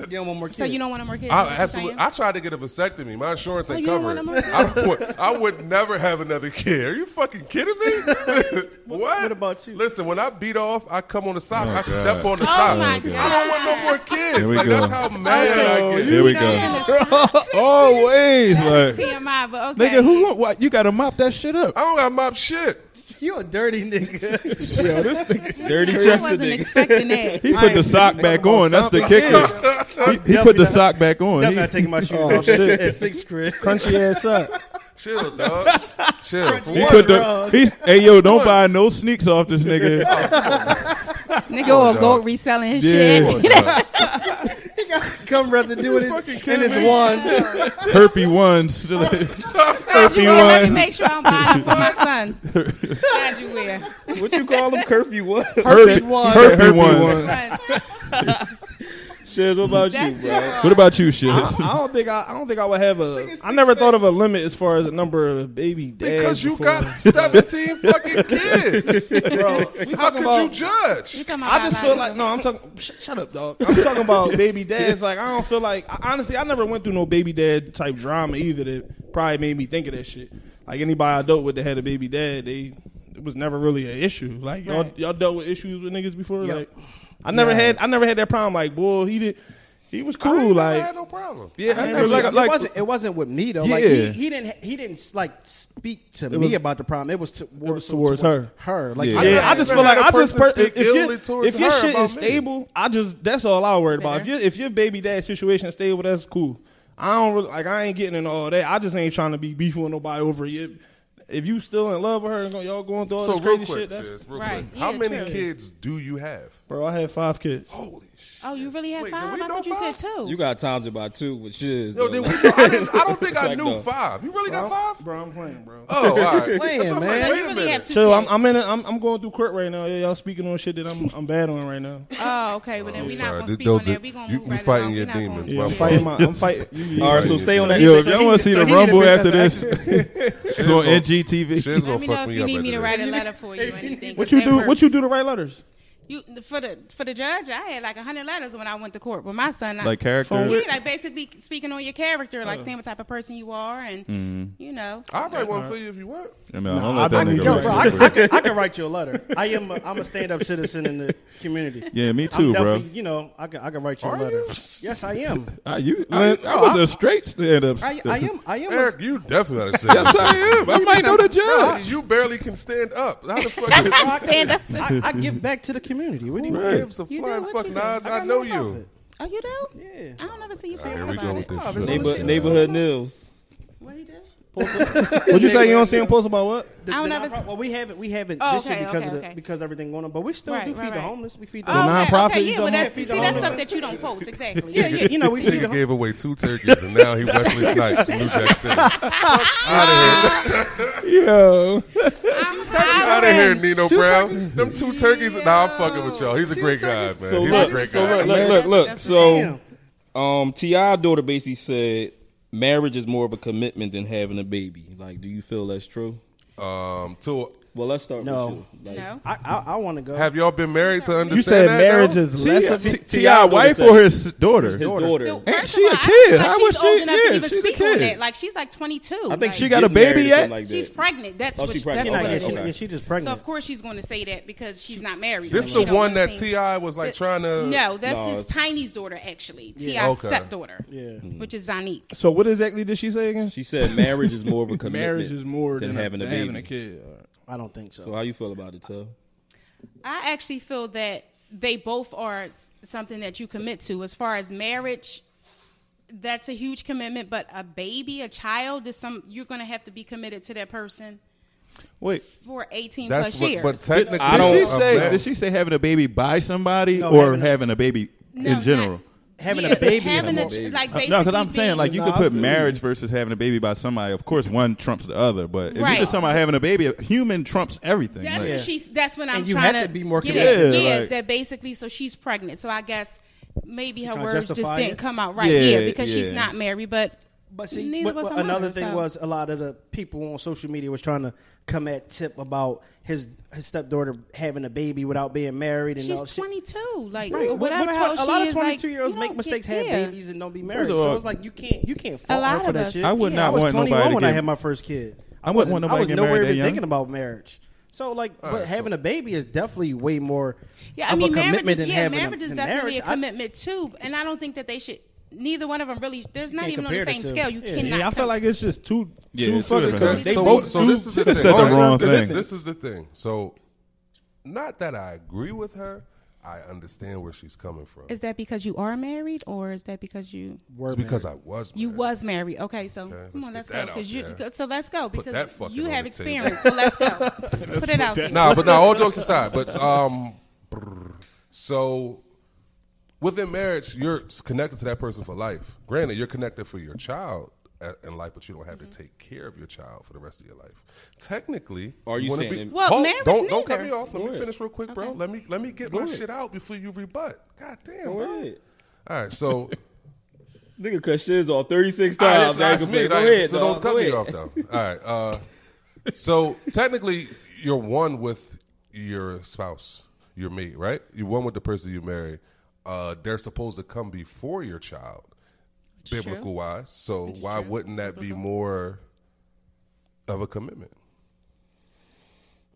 [SPEAKER 5] You don't want more kids.
[SPEAKER 8] So you don't want no more kids?
[SPEAKER 7] I
[SPEAKER 8] is what you're
[SPEAKER 7] absolutely.
[SPEAKER 8] saying? Oh,
[SPEAKER 7] I tried to get a vasectomy. My insurance ain't
[SPEAKER 8] you don't
[SPEAKER 7] covered.
[SPEAKER 8] want no more
[SPEAKER 7] I, don't want- I would never have another kid. Are you fucking kidding me? what?
[SPEAKER 5] what about you?
[SPEAKER 7] Listen, when I beat off, I come on the sock. I
[SPEAKER 6] God.
[SPEAKER 7] step on the
[SPEAKER 8] Oh
[SPEAKER 7] sock.
[SPEAKER 8] my
[SPEAKER 7] I don't want no
[SPEAKER 8] God.
[SPEAKER 7] more kids.
[SPEAKER 6] Here we
[SPEAKER 7] like
[SPEAKER 6] go.
[SPEAKER 7] that's how mad I get.
[SPEAKER 6] Here we go. Always like.
[SPEAKER 8] TMI, but okay.
[SPEAKER 6] Nigga, who want what? You gotta mop that shit up.
[SPEAKER 7] I don't got mop shit.
[SPEAKER 5] You a dirty nigga.
[SPEAKER 4] Dirty
[SPEAKER 8] I
[SPEAKER 4] Chester
[SPEAKER 8] wasn't
[SPEAKER 4] nigga.
[SPEAKER 8] expecting that.
[SPEAKER 6] He put the sock back on. That's the kicker. He, he put the sock back on.
[SPEAKER 5] I'm
[SPEAKER 6] He,
[SPEAKER 5] not taking my shoes
[SPEAKER 3] Oh,
[SPEAKER 5] off at
[SPEAKER 3] shit.
[SPEAKER 5] at sixth grade.
[SPEAKER 3] Crunchy ass up.
[SPEAKER 7] Chill, dog. Chill.
[SPEAKER 6] he put the. He's, hey yo, don't buy no sneaks off this nigga.
[SPEAKER 8] Nigga, or
[SPEAKER 7] dog.
[SPEAKER 8] go reselling his
[SPEAKER 6] Oh, Yeah,
[SPEAKER 8] shit.
[SPEAKER 5] Come residue in
[SPEAKER 7] fucking
[SPEAKER 5] his, in
[SPEAKER 7] kidding
[SPEAKER 5] his
[SPEAKER 7] me?
[SPEAKER 5] wands.
[SPEAKER 6] herpy ones. Still-
[SPEAKER 8] Glad you
[SPEAKER 6] Curfew
[SPEAKER 8] will. Let
[SPEAKER 6] ones.
[SPEAKER 8] me make sure I'm buying it for my son. Glad you will.
[SPEAKER 4] What you call them? Curfew what?
[SPEAKER 6] herpy,
[SPEAKER 5] ones.
[SPEAKER 6] herpy
[SPEAKER 4] Herpy
[SPEAKER 6] ones.
[SPEAKER 4] ones.
[SPEAKER 8] But
[SPEAKER 4] Shiz, what about you,
[SPEAKER 8] that's
[SPEAKER 4] bro?
[SPEAKER 8] too wrong.
[SPEAKER 6] What about you, shit?
[SPEAKER 3] I, I don't think I, I don't think I would have a. I never thought of a limit as far as the number of baby dads.
[SPEAKER 7] Because you
[SPEAKER 3] before.
[SPEAKER 7] got 17 fucking kids.
[SPEAKER 3] We
[SPEAKER 7] How
[SPEAKER 3] talking
[SPEAKER 7] could you
[SPEAKER 3] about-
[SPEAKER 8] You
[SPEAKER 7] judge?
[SPEAKER 8] talking about
[SPEAKER 3] I just feel like no. I'm talking. Sh- shut up, dog. I'm talking about baby dads. Like I don't feel like I, honestly. I never went through no baby dad type drama either. That probably made me think of that shit. Like anybody I dealt with that had a baby dad, they was never really an issue. Like y'all, all
[SPEAKER 8] Right.
[SPEAKER 3] y'all dealt with issues with niggas before.
[SPEAKER 5] Yep.
[SPEAKER 3] Like I never had, I never had that problem. Like, boy, he did, he was
[SPEAKER 7] I ain't
[SPEAKER 3] cool.
[SPEAKER 7] never
[SPEAKER 3] Like,
[SPEAKER 7] had no problem.
[SPEAKER 6] Yeah, I
[SPEAKER 5] It,
[SPEAKER 6] never- like, like,
[SPEAKER 5] wasn't. It wasn't with me though. Like he,
[SPEAKER 6] Yeah.
[SPEAKER 5] he didn't. He didn't like speak to me
[SPEAKER 3] was-
[SPEAKER 5] about the problem. It was, to,
[SPEAKER 3] was towards her.
[SPEAKER 5] Her. Like
[SPEAKER 6] Yeah.
[SPEAKER 5] I,
[SPEAKER 3] Yeah,
[SPEAKER 7] Yeah,
[SPEAKER 3] I just
[SPEAKER 7] you
[SPEAKER 3] feel like
[SPEAKER 7] better
[SPEAKER 3] I
[SPEAKER 7] have a
[SPEAKER 3] just per-
[SPEAKER 7] person
[SPEAKER 3] if,
[SPEAKER 7] speak
[SPEAKER 3] if your
[SPEAKER 7] ill towards
[SPEAKER 3] if your
[SPEAKER 7] her
[SPEAKER 3] shit
[SPEAKER 7] about
[SPEAKER 3] is
[SPEAKER 7] me.
[SPEAKER 3] stable, I just that's all I worry about. If your if your baby dad situation is stable, that's cool. I don't really, like I ain't getting into all that. I just ain't trying to be beefing with nobody over it. If you still in love with her and go- y'all going through all
[SPEAKER 7] So
[SPEAKER 3] this
[SPEAKER 7] real
[SPEAKER 3] crazy
[SPEAKER 7] quick,
[SPEAKER 3] shit, that's,
[SPEAKER 7] sis, real
[SPEAKER 8] Right.
[SPEAKER 7] quick. How
[SPEAKER 8] Yeah,
[SPEAKER 7] many
[SPEAKER 8] true.
[SPEAKER 7] kids do you have?
[SPEAKER 3] bro, I had five kids.
[SPEAKER 7] Holy shit.
[SPEAKER 8] Oh, you really had
[SPEAKER 7] Wait, did
[SPEAKER 8] five?
[SPEAKER 7] we
[SPEAKER 8] I
[SPEAKER 7] know
[SPEAKER 8] thought you
[SPEAKER 7] five?
[SPEAKER 8] said two.
[SPEAKER 4] You got times it by two, which is
[SPEAKER 7] Yo, did we, I, didn't, I don't think I
[SPEAKER 4] Like
[SPEAKER 7] knew
[SPEAKER 4] the-
[SPEAKER 7] five. You really got five?
[SPEAKER 3] Bro, I'm playing, bro.
[SPEAKER 7] Oh, all right.
[SPEAKER 5] Playing,
[SPEAKER 7] That's
[SPEAKER 5] man.
[SPEAKER 7] what I'm like,
[SPEAKER 8] so
[SPEAKER 7] wait
[SPEAKER 8] you
[SPEAKER 7] a
[SPEAKER 8] really
[SPEAKER 7] minute.
[SPEAKER 8] had two.
[SPEAKER 3] Chill, I'm
[SPEAKER 8] kids.
[SPEAKER 3] I'm in a, I'm I'm going through court right now. Yeah, y'all speaking on shit that I'm I'm bad on right now.
[SPEAKER 8] Oh, okay. Well, then we're not
[SPEAKER 7] sorry.
[SPEAKER 8] going to
[SPEAKER 7] Th-
[SPEAKER 8] speak on
[SPEAKER 7] those are-
[SPEAKER 8] that. We're going to
[SPEAKER 7] you-
[SPEAKER 8] move
[SPEAKER 7] you
[SPEAKER 8] right
[SPEAKER 7] fighting
[SPEAKER 8] along.
[SPEAKER 7] your
[SPEAKER 8] We're not
[SPEAKER 7] demons,
[SPEAKER 8] gonna
[SPEAKER 7] my
[SPEAKER 3] Yeah,
[SPEAKER 7] fault.
[SPEAKER 3] I'm
[SPEAKER 8] speak.
[SPEAKER 3] fighting my I'm fighting.
[SPEAKER 4] All right, so stay on that.
[SPEAKER 6] Yo, if y'all want to see
[SPEAKER 5] so
[SPEAKER 6] the
[SPEAKER 5] he need to
[SPEAKER 6] rumble
[SPEAKER 5] make
[SPEAKER 6] after
[SPEAKER 5] us
[SPEAKER 6] this, it's on NGTV.
[SPEAKER 7] Shit's
[SPEAKER 8] Let
[SPEAKER 7] gonna
[SPEAKER 8] me know
[SPEAKER 7] fuck
[SPEAKER 8] if
[SPEAKER 7] me
[SPEAKER 8] you
[SPEAKER 7] up.
[SPEAKER 8] need
[SPEAKER 7] at the
[SPEAKER 8] me to
[SPEAKER 7] end.
[SPEAKER 8] write a letter for you. or anything,
[SPEAKER 3] What
[SPEAKER 8] 'cause
[SPEAKER 3] you
[SPEAKER 8] that
[SPEAKER 3] do? What you
[SPEAKER 8] hurts.
[SPEAKER 3] do to write letters?
[SPEAKER 8] You for the for the judge, I had like hundred letters when I went to court with my son. I-
[SPEAKER 6] Like character.
[SPEAKER 8] yeah, like basically speaking on your character, like seeing what type of person you are, and you know.
[SPEAKER 7] I'll write one for you if you want.
[SPEAKER 6] No, don't let
[SPEAKER 3] I
[SPEAKER 6] that
[SPEAKER 3] need
[SPEAKER 6] nigga
[SPEAKER 3] your-
[SPEAKER 5] Yo,
[SPEAKER 6] write
[SPEAKER 5] bro,
[SPEAKER 6] that
[SPEAKER 5] I,
[SPEAKER 6] shit.
[SPEAKER 5] I, can, I can write you a letter. I am. A, I'm a stand-up citizen in the community.
[SPEAKER 6] Yeah, me
[SPEAKER 5] I'm
[SPEAKER 6] too, bro.
[SPEAKER 5] definitely, You know, I can. I can write you
[SPEAKER 7] Are
[SPEAKER 5] a letter.
[SPEAKER 7] you?
[SPEAKER 5] Yes, I am.
[SPEAKER 6] I, you, I, I was a straight stand up.
[SPEAKER 5] I, I am. I am. a-
[SPEAKER 7] Eric, you definitely gotta say
[SPEAKER 6] Yes, I am. I might know the judge.
[SPEAKER 7] You barely can stand up. How the fuck you
[SPEAKER 8] Stand up.
[SPEAKER 5] I, I give back to the community. What do you mean?
[SPEAKER 7] gives a
[SPEAKER 8] You do
[SPEAKER 7] flying
[SPEAKER 8] what
[SPEAKER 7] fuck,
[SPEAKER 8] you do.
[SPEAKER 7] Nas?
[SPEAKER 8] I
[SPEAKER 7] I
[SPEAKER 8] got
[SPEAKER 5] no
[SPEAKER 7] know
[SPEAKER 5] love for
[SPEAKER 7] you.
[SPEAKER 5] it.
[SPEAKER 8] Oh, you do?
[SPEAKER 5] Yeah.
[SPEAKER 8] I don't ever see you
[SPEAKER 7] Here
[SPEAKER 8] serious
[SPEAKER 7] we go
[SPEAKER 8] about
[SPEAKER 7] with
[SPEAKER 8] it.
[SPEAKER 7] this
[SPEAKER 5] Oh,
[SPEAKER 7] shit.
[SPEAKER 4] Neighbor, neighborhood Nils.
[SPEAKER 8] What you do?
[SPEAKER 3] What you say? You don't see him post about what?
[SPEAKER 5] The,
[SPEAKER 8] I don't
[SPEAKER 5] the
[SPEAKER 8] ever-
[SPEAKER 5] nonprofit- Well, we haven't. We haven't
[SPEAKER 8] Oh,
[SPEAKER 5] this year
[SPEAKER 8] okay,
[SPEAKER 5] because
[SPEAKER 8] okay,
[SPEAKER 5] of the,
[SPEAKER 8] okay.
[SPEAKER 5] because of everything going on. But we still
[SPEAKER 8] Right,
[SPEAKER 5] do feed
[SPEAKER 8] right,
[SPEAKER 5] the
[SPEAKER 8] right.
[SPEAKER 5] homeless. We feed the.
[SPEAKER 8] Oh, okay,
[SPEAKER 3] nonprofit
[SPEAKER 8] okay,
[SPEAKER 3] you
[SPEAKER 8] yeah. Well,
[SPEAKER 3] don't
[SPEAKER 8] that,
[SPEAKER 3] have to
[SPEAKER 8] see,
[SPEAKER 3] go
[SPEAKER 8] that's
[SPEAKER 3] on.
[SPEAKER 8] stuff that you don't post exactly.
[SPEAKER 5] Yeah, yeah. You know, we feed
[SPEAKER 7] Nigga
[SPEAKER 5] the.
[SPEAKER 7] gave away two turkeys and now he Wesley Snipes from New Jack City. Out of here.
[SPEAKER 3] Yo,
[SPEAKER 7] Out of here, Nino
[SPEAKER 5] Two
[SPEAKER 7] Brown. Them two turkeys. Nah, I'm fucking with y'all. He's a
[SPEAKER 5] Two
[SPEAKER 7] great guy,
[SPEAKER 5] turkeys.
[SPEAKER 7] man.
[SPEAKER 4] So
[SPEAKER 7] He's a
[SPEAKER 4] look,
[SPEAKER 7] great
[SPEAKER 4] so
[SPEAKER 7] guy.
[SPEAKER 4] look, look, look, look.
[SPEAKER 8] That's-
[SPEAKER 4] So,
[SPEAKER 5] Damn.
[SPEAKER 4] um, Ti daughter basically said marriage is more of a commitment than having a baby. Like, do you feel that's true?
[SPEAKER 7] Um, to
[SPEAKER 4] Well, let's start.
[SPEAKER 5] No.
[SPEAKER 4] with you. Like,
[SPEAKER 8] No.
[SPEAKER 5] I I, I want to go.
[SPEAKER 7] have y'all been married to understand
[SPEAKER 3] you said
[SPEAKER 7] that,
[SPEAKER 3] marriage
[SPEAKER 7] though?
[SPEAKER 3] is less of
[SPEAKER 6] T-
[SPEAKER 4] T.I.
[SPEAKER 6] T.I. wife
[SPEAKER 4] daughter
[SPEAKER 6] or his daughter?
[SPEAKER 4] His daughter.
[SPEAKER 8] Dude,
[SPEAKER 6] Ain't
[SPEAKER 8] first
[SPEAKER 6] she
[SPEAKER 8] of
[SPEAKER 6] a
[SPEAKER 8] all, I
[SPEAKER 6] kid?
[SPEAKER 8] feel like
[SPEAKER 6] How was
[SPEAKER 8] she's old
[SPEAKER 6] she-
[SPEAKER 8] enough
[SPEAKER 6] yeah,
[SPEAKER 8] to even
[SPEAKER 6] she's a
[SPEAKER 8] speak on
[SPEAKER 6] kid.
[SPEAKER 8] that. Like she's like 22.
[SPEAKER 4] I think
[SPEAKER 8] like,
[SPEAKER 4] she got a
[SPEAKER 6] Getting married
[SPEAKER 4] baby
[SPEAKER 6] or
[SPEAKER 4] yet.
[SPEAKER 6] something like
[SPEAKER 8] She's pregnant. That's
[SPEAKER 4] Oh,
[SPEAKER 8] what
[SPEAKER 4] she's
[SPEAKER 8] that's
[SPEAKER 4] pregnant.
[SPEAKER 5] She's not
[SPEAKER 8] what
[SPEAKER 5] yet-
[SPEAKER 8] it
[SPEAKER 5] she,
[SPEAKER 4] okay.
[SPEAKER 5] yeah,
[SPEAKER 8] is.
[SPEAKER 5] she just
[SPEAKER 8] So
[SPEAKER 5] pregnant.
[SPEAKER 8] of course she's going to say that because she's not married.
[SPEAKER 7] This the
[SPEAKER 8] so she don't
[SPEAKER 7] one
[SPEAKER 8] know
[SPEAKER 7] that
[SPEAKER 8] things.
[SPEAKER 7] Ti was like
[SPEAKER 8] The-
[SPEAKER 7] trying to.
[SPEAKER 8] No, that's
[SPEAKER 4] No,
[SPEAKER 8] his
[SPEAKER 4] it's-
[SPEAKER 8] Tiny's daughter actually. Ti's
[SPEAKER 7] Okay.
[SPEAKER 8] stepdaughter, which is Zanique.
[SPEAKER 3] So what exactly did she say again?
[SPEAKER 4] She said marriage is more of a commitment.
[SPEAKER 3] Marriage is more
[SPEAKER 4] than,
[SPEAKER 3] than,
[SPEAKER 4] having a baby.
[SPEAKER 3] having a kid.
[SPEAKER 5] I don't think so.
[SPEAKER 4] So how you feel about it, Tubb?
[SPEAKER 8] I actually feel that they both are something that you commit to. As far as marriage, that's a huge commitment. But a baby, a child, is some you're going to have to be committed to that person
[SPEAKER 6] Wait.
[SPEAKER 8] for 18
[SPEAKER 7] That's
[SPEAKER 8] plus
[SPEAKER 7] what,
[SPEAKER 8] years.
[SPEAKER 7] but technically,
[SPEAKER 4] I don't-
[SPEAKER 6] Did she
[SPEAKER 7] a
[SPEAKER 6] say?
[SPEAKER 7] man-
[SPEAKER 6] Did she say having a baby by somebody
[SPEAKER 5] No,
[SPEAKER 6] or
[SPEAKER 5] having a-
[SPEAKER 6] having a baby
[SPEAKER 8] No,
[SPEAKER 6] in
[SPEAKER 8] not-
[SPEAKER 6] general?
[SPEAKER 5] Having a
[SPEAKER 8] yeah,
[SPEAKER 5] baby is
[SPEAKER 8] having a,
[SPEAKER 5] more-
[SPEAKER 8] ch- like
[SPEAKER 6] Uh,
[SPEAKER 8] basically
[SPEAKER 6] No, because I'm saying
[SPEAKER 8] being-
[SPEAKER 6] like you
[SPEAKER 3] Nah,
[SPEAKER 6] could
[SPEAKER 3] I
[SPEAKER 6] put
[SPEAKER 3] feel you.
[SPEAKER 6] marriage versus having a baby by somebody. Of course, one trumps the other, but if you're
[SPEAKER 8] Right.
[SPEAKER 6] just talking about having a baby, a human trumps everything.
[SPEAKER 8] That's
[SPEAKER 6] Like,
[SPEAKER 8] what she's. That's what I'm
[SPEAKER 5] And you
[SPEAKER 8] trying
[SPEAKER 5] have to be more
[SPEAKER 8] get
[SPEAKER 5] committed.
[SPEAKER 8] at.
[SPEAKER 6] Yeah,
[SPEAKER 8] Yeah,
[SPEAKER 6] like-
[SPEAKER 8] that basically. So she's pregnant. So I guess maybe her
[SPEAKER 5] tryna
[SPEAKER 8] words just
[SPEAKER 5] justify
[SPEAKER 8] didn't
[SPEAKER 5] it?
[SPEAKER 8] come out right.
[SPEAKER 6] Yeah,
[SPEAKER 8] Yeah, because she's
[SPEAKER 6] yeah.
[SPEAKER 8] not married. But
[SPEAKER 5] But see,
[SPEAKER 8] neither
[SPEAKER 5] what-
[SPEAKER 8] was
[SPEAKER 5] what-
[SPEAKER 8] her mother,
[SPEAKER 5] another thing
[SPEAKER 8] so.
[SPEAKER 5] was a lot of the people on social media was trying to come at Tip about his his stepdaughter having a baby without being married and
[SPEAKER 8] She's
[SPEAKER 5] all shit.
[SPEAKER 8] 22. Like
[SPEAKER 5] Right,
[SPEAKER 8] or
[SPEAKER 5] what-
[SPEAKER 8] whatever.
[SPEAKER 5] what-
[SPEAKER 8] how
[SPEAKER 5] a
[SPEAKER 8] old
[SPEAKER 5] lot
[SPEAKER 8] she
[SPEAKER 5] of
[SPEAKER 8] is, like,
[SPEAKER 5] twenty-two year olds
[SPEAKER 8] you
[SPEAKER 5] make
[SPEAKER 8] don't
[SPEAKER 5] mistakes,
[SPEAKER 8] get-
[SPEAKER 5] have
[SPEAKER 8] yeah.
[SPEAKER 5] babies, and don't be married.
[SPEAKER 6] of all,
[SPEAKER 5] so it's like you can't you can't fault
[SPEAKER 8] lot
[SPEAKER 5] her for
[SPEAKER 8] of
[SPEAKER 5] that
[SPEAKER 8] us,
[SPEAKER 5] shit.
[SPEAKER 6] I would
[SPEAKER 8] Yeah.
[SPEAKER 6] not
[SPEAKER 5] I was
[SPEAKER 6] want nobody
[SPEAKER 5] twenty-one
[SPEAKER 6] to
[SPEAKER 5] when
[SPEAKER 6] get,
[SPEAKER 5] I had my first kid.
[SPEAKER 6] I wouldn't want
[SPEAKER 5] wasn't-
[SPEAKER 6] nobody
[SPEAKER 5] I was
[SPEAKER 6] to get
[SPEAKER 5] nowhere
[SPEAKER 6] married that
[SPEAKER 5] even
[SPEAKER 6] young.
[SPEAKER 5] thinking about marriage. So like, but
[SPEAKER 7] right,
[SPEAKER 5] having
[SPEAKER 7] so-
[SPEAKER 5] a baby is definitely way more
[SPEAKER 8] Yeah, I
[SPEAKER 5] of
[SPEAKER 8] mean,
[SPEAKER 5] a
[SPEAKER 8] marriage
[SPEAKER 5] commitment
[SPEAKER 8] is,
[SPEAKER 5] than
[SPEAKER 8] yeah,
[SPEAKER 5] having
[SPEAKER 8] marriage
[SPEAKER 5] a,
[SPEAKER 8] is
[SPEAKER 5] than
[SPEAKER 8] definitely
[SPEAKER 5] marriage.
[SPEAKER 8] a commitment too. And I don't think that they should. Neither one of them really. There's not
[SPEAKER 5] can't
[SPEAKER 8] even on the
[SPEAKER 5] compare the
[SPEAKER 8] same
[SPEAKER 5] two.
[SPEAKER 8] scale. You
[SPEAKER 5] Yeah.
[SPEAKER 8] cannot.
[SPEAKER 3] Yeah, I feel
[SPEAKER 8] com-
[SPEAKER 3] like it's just too
[SPEAKER 6] Yeah,
[SPEAKER 3] too
[SPEAKER 6] it's
[SPEAKER 3] fucking.
[SPEAKER 6] different.
[SPEAKER 3] because They
[SPEAKER 7] so,
[SPEAKER 3] both
[SPEAKER 7] so
[SPEAKER 3] too-
[SPEAKER 7] this is the
[SPEAKER 6] She
[SPEAKER 7] thing.
[SPEAKER 6] said the wrong
[SPEAKER 7] This-
[SPEAKER 6] thing.
[SPEAKER 7] This is the thing. So, not that I agree with her. I understand where she's coming from.
[SPEAKER 8] Is that because you are married, or is that because you
[SPEAKER 7] It's because I was.
[SPEAKER 8] you
[SPEAKER 7] married.
[SPEAKER 8] was married? Okay, so come
[SPEAKER 7] let's
[SPEAKER 8] on,
[SPEAKER 7] get
[SPEAKER 8] let's go.
[SPEAKER 7] that out
[SPEAKER 8] 'cause you-
[SPEAKER 7] there.
[SPEAKER 8] go- so let's go
[SPEAKER 7] that
[SPEAKER 8] because
[SPEAKER 7] fucking
[SPEAKER 8] you
[SPEAKER 7] on
[SPEAKER 8] have
[SPEAKER 7] the table.
[SPEAKER 8] experience. So let's go. put it out. there.
[SPEAKER 7] Nah, but nah. All jokes aside, but um, brr. so within marriage, you're connected to that person for life. Granted, you're connected for your child a- in life, but you don't have
[SPEAKER 8] Mm-hmm.
[SPEAKER 7] to take care of your child for the rest of your life. Technically,
[SPEAKER 4] Are you
[SPEAKER 7] wanna
[SPEAKER 4] saying
[SPEAKER 7] be-
[SPEAKER 4] it-
[SPEAKER 8] Well,
[SPEAKER 7] Hold-
[SPEAKER 8] marriage
[SPEAKER 7] don't don't cut
[SPEAKER 8] neither.
[SPEAKER 7] me off. Let me finish real quick, bro. Let me let me get my shit out before you rebut. God damn, bro. All right, so
[SPEAKER 4] Nigga cut shiz off 36
[SPEAKER 7] All right,
[SPEAKER 4] times. Nigga,
[SPEAKER 7] that's- that's me.
[SPEAKER 4] go
[SPEAKER 7] Like,
[SPEAKER 4] ahead,
[SPEAKER 7] so
[SPEAKER 4] dog.
[SPEAKER 7] don't
[SPEAKER 4] Go
[SPEAKER 7] cut me
[SPEAKER 4] ahead.
[SPEAKER 7] off though. All right. Uh, so technically, you're one with your spouse, your mate, right? You're one with the person you marry. Uh, they're supposed to come before your child, biblical wise. So why wouldn't that be more of a commitment?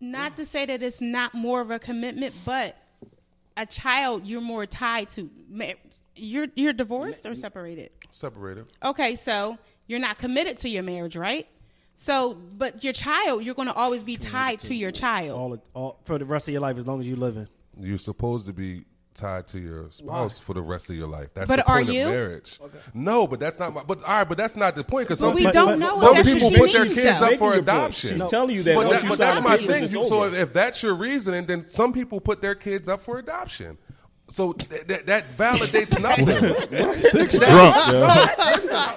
[SPEAKER 8] Not to say that it's not more of a commitment, but a child you're more tied to. Ma- You're you're divorced or separated?
[SPEAKER 7] Separated.
[SPEAKER 8] Okay, so you're not committed to your marriage, right? So, but your child, you're going to always be tied to your child.
[SPEAKER 5] all, all for the rest of your life as long as you living.
[SPEAKER 7] You're supposed to be tied to your spouse for the rest of your life. That's
[SPEAKER 8] But
[SPEAKER 7] the
[SPEAKER 8] are
[SPEAKER 7] point
[SPEAKER 8] you?
[SPEAKER 7] of marriage. No, but that's not my. But all right, but that's not the point because some
[SPEAKER 8] But we
[SPEAKER 7] people-
[SPEAKER 8] don't know.
[SPEAKER 7] Some
[SPEAKER 8] That's what
[SPEAKER 7] people
[SPEAKER 8] she
[SPEAKER 7] put their
[SPEAKER 8] means,
[SPEAKER 7] kids
[SPEAKER 8] though.
[SPEAKER 7] up for
[SPEAKER 4] Making your point.
[SPEAKER 7] adoption.
[SPEAKER 4] She's telling you that
[SPEAKER 7] But,
[SPEAKER 4] once
[SPEAKER 7] that-
[SPEAKER 4] you
[SPEAKER 7] but
[SPEAKER 4] sign
[SPEAKER 7] that's
[SPEAKER 4] a
[SPEAKER 7] my
[SPEAKER 4] papers,
[SPEAKER 7] thing.
[SPEAKER 4] it's
[SPEAKER 7] You- so
[SPEAKER 4] over.
[SPEAKER 7] if, if that's your reasoning, then some people put their kids up for adoption. So th- th- that validates nothing.
[SPEAKER 6] Sticks drunk,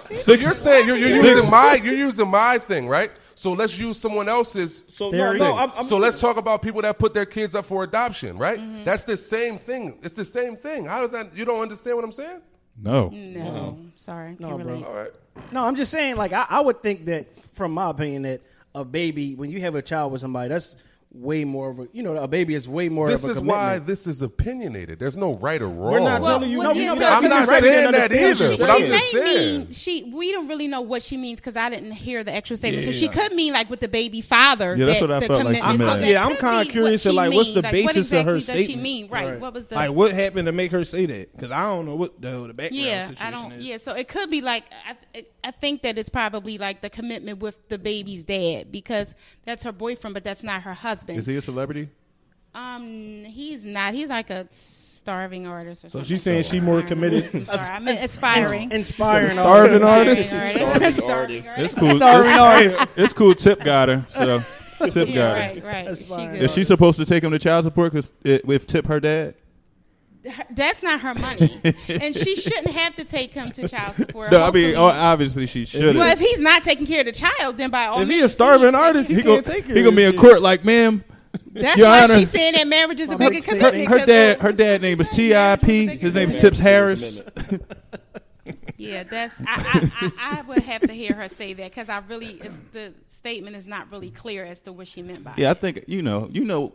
[SPEAKER 6] yo. Sticks,
[SPEAKER 7] you're saying you're, you're using my you're using my thing, right? So let's use someone else's.
[SPEAKER 4] So no,
[SPEAKER 5] There
[SPEAKER 4] no,
[SPEAKER 5] is.
[SPEAKER 4] I'm, I'm
[SPEAKER 7] so let's talk about people that put their kids up for adoption, right?
[SPEAKER 8] Mm-hmm.
[SPEAKER 7] That's the same thing. It's the same thing. How is that? You don't understand what I'm saying?
[SPEAKER 6] no.
[SPEAKER 8] No, sorry, can't
[SPEAKER 5] bro.
[SPEAKER 8] relate.
[SPEAKER 7] All right.
[SPEAKER 5] No, I'm just saying, like, I, I would think that, from my opinion, that a baby, when you have a child with somebody, that's way more of a, you know, a baby is way more
[SPEAKER 7] This
[SPEAKER 5] of a
[SPEAKER 7] is why
[SPEAKER 5] commitment.
[SPEAKER 7] this is opinionated. There's no right or wrong.
[SPEAKER 4] We're not telling you.
[SPEAKER 8] Well,
[SPEAKER 4] no,
[SPEAKER 8] when
[SPEAKER 4] we
[SPEAKER 8] you
[SPEAKER 4] don't-
[SPEAKER 8] said-
[SPEAKER 4] I'm not saying
[SPEAKER 7] saying that
[SPEAKER 4] understand
[SPEAKER 7] either,
[SPEAKER 4] what
[SPEAKER 7] but
[SPEAKER 4] you're
[SPEAKER 7] I'm
[SPEAKER 8] she
[SPEAKER 4] saying.
[SPEAKER 7] just
[SPEAKER 8] may
[SPEAKER 7] saying.
[SPEAKER 8] mean she. We don't really know what she means because I didn't hear the extra statement. So she could mean like with the baby father.
[SPEAKER 6] Yeah, that's
[SPEAKER 8] that
[SPEAKER 6] what I
[SPEAKER 8] the
[SPEAKER 6] felt like she
[SPEAKER 8] commitment- so
[SPEAKER 6] meant.
[SPEAKER 8] that
[SPEAKER 3] Yeah, I'm
[SPEAKER 8] could
[SPEAKER 3] kinda
[SPEAKER 8] be what
[SPEAKER 3] curious of,
[SPEAKER 8] she
[SPEAKER 3] like, what's
[SPEAKER 8] mean.
[SPEAKER 3] the
[SPEAKER 8] Like,
[SPEAKER 3] basis
[SPEAKER 8] what
[SPEAKER 3] of
[SPEAKER 8] exactly
[SPEAKER 3] her
[SPEAKER 8] does she
[SPEAKER 3] statement?
[SPEAKER 8] mean? Right. What was the
[SPEAKER 3] Like, what happened to make her say that? Because I don't know what the, hell the background
[SPEAKER 8] yeah,
[SPEAKER 3] situation
[SPEAKER 8] I don't.
[SPEAKER 3] is.
[SPEAKER 8] Yeah, so it could be like I, I think that it's probably like the commitment with the baby's dad because that's her boyfriend, but that's not her husband.
[SPEAKER 6] Is he a celebrity?
[SPEAKER 8] Um, he's not. He's like a starving artist or
[SPEAKER 3] So
[SPEAKER 8] something.
[SPEAKER 3] she's saying she more committed-
[SPEAKER 8] I'm sorry, I meant aspiring.
[SPEAKER 5] Inspiring. all
[SPEAKER 3] Starving
[SPEAKER 5] that.
[SPEAKER 3] artist?
[SPEAKER 8] Starving artist.
[SPEAKER 6] It's cool.
[SPEAKER 5] Starring
[SPEAKER 6] It's,
[SPEAKER 5] artist.
[SPEAKER 6] it's cool. Tip got her. So Tip
[SPEAKER 8] Yeah,
[SPEAKER 6] got
[SPEAKER 8] right,
[SPEAKER 6] her.
[SPEAKER 8] right. She
[SPEAKER 5] Aspiring
[SPEAKER 8] good.
[SPEAKER 6] Is she supposed to take him to child support because with Tip her dad?
[SPEAKER 8] Her- That's not her money, and she shouldn't have to take him to child support.
[SPEAKER 6] No, I mean oh,
[SPEAKER 8] hopefully.
[SPEAKER 6] obviously she should.
[SPEAKER 8] well, if he's not taking care of the child, then by all
[SPEAKER 3] If
[SPEAKER 8] means,
[SPEAKER 3] he a starving
[SPEAKER 8] needs to-
[SPEAKER 3] artist, he,
[SPEAKER 6] He
[SPEAKER 3] can't
[SPEAKER 6] gonna,
[SPEAKER 3] take her.
[SPEAKER 6] he gonna be in court like, ma'am.
[SPEAKER 8] That's
[SPEAKER 6] Your
[SPEAKER 8] why
[SPEAKER 6] Honor,
[SPEAKER 8] she's saying that marriage is a
[SPEAKER 5] mama
[SPEAKER 8] bigger
[SPEAKER 5] said
[SPEAKER 8] commitment.
[SPEAKER 6] Her
[SPEAKER 8] 'cause
[SPEAKER 6] dad,
[SPEAKER 8] of-
[SPEAKER 6] her dad name is
[SPEAKER 8] Marriage is a
[SPEAKER 6] T.I.P.
[SPEAKER 8] big
[SPEAKER 6] His name is
[SPEAKER 8] commitment.
[SPEAKER 6] Tips Harris.
[SPEAKER 8] Yeah, that's. I, I, I, I would have to hear her say that because I really it's, the statement is not really clear as to what she meant by. it.
[SPEAKER 6] Yeah, I think you know, you know,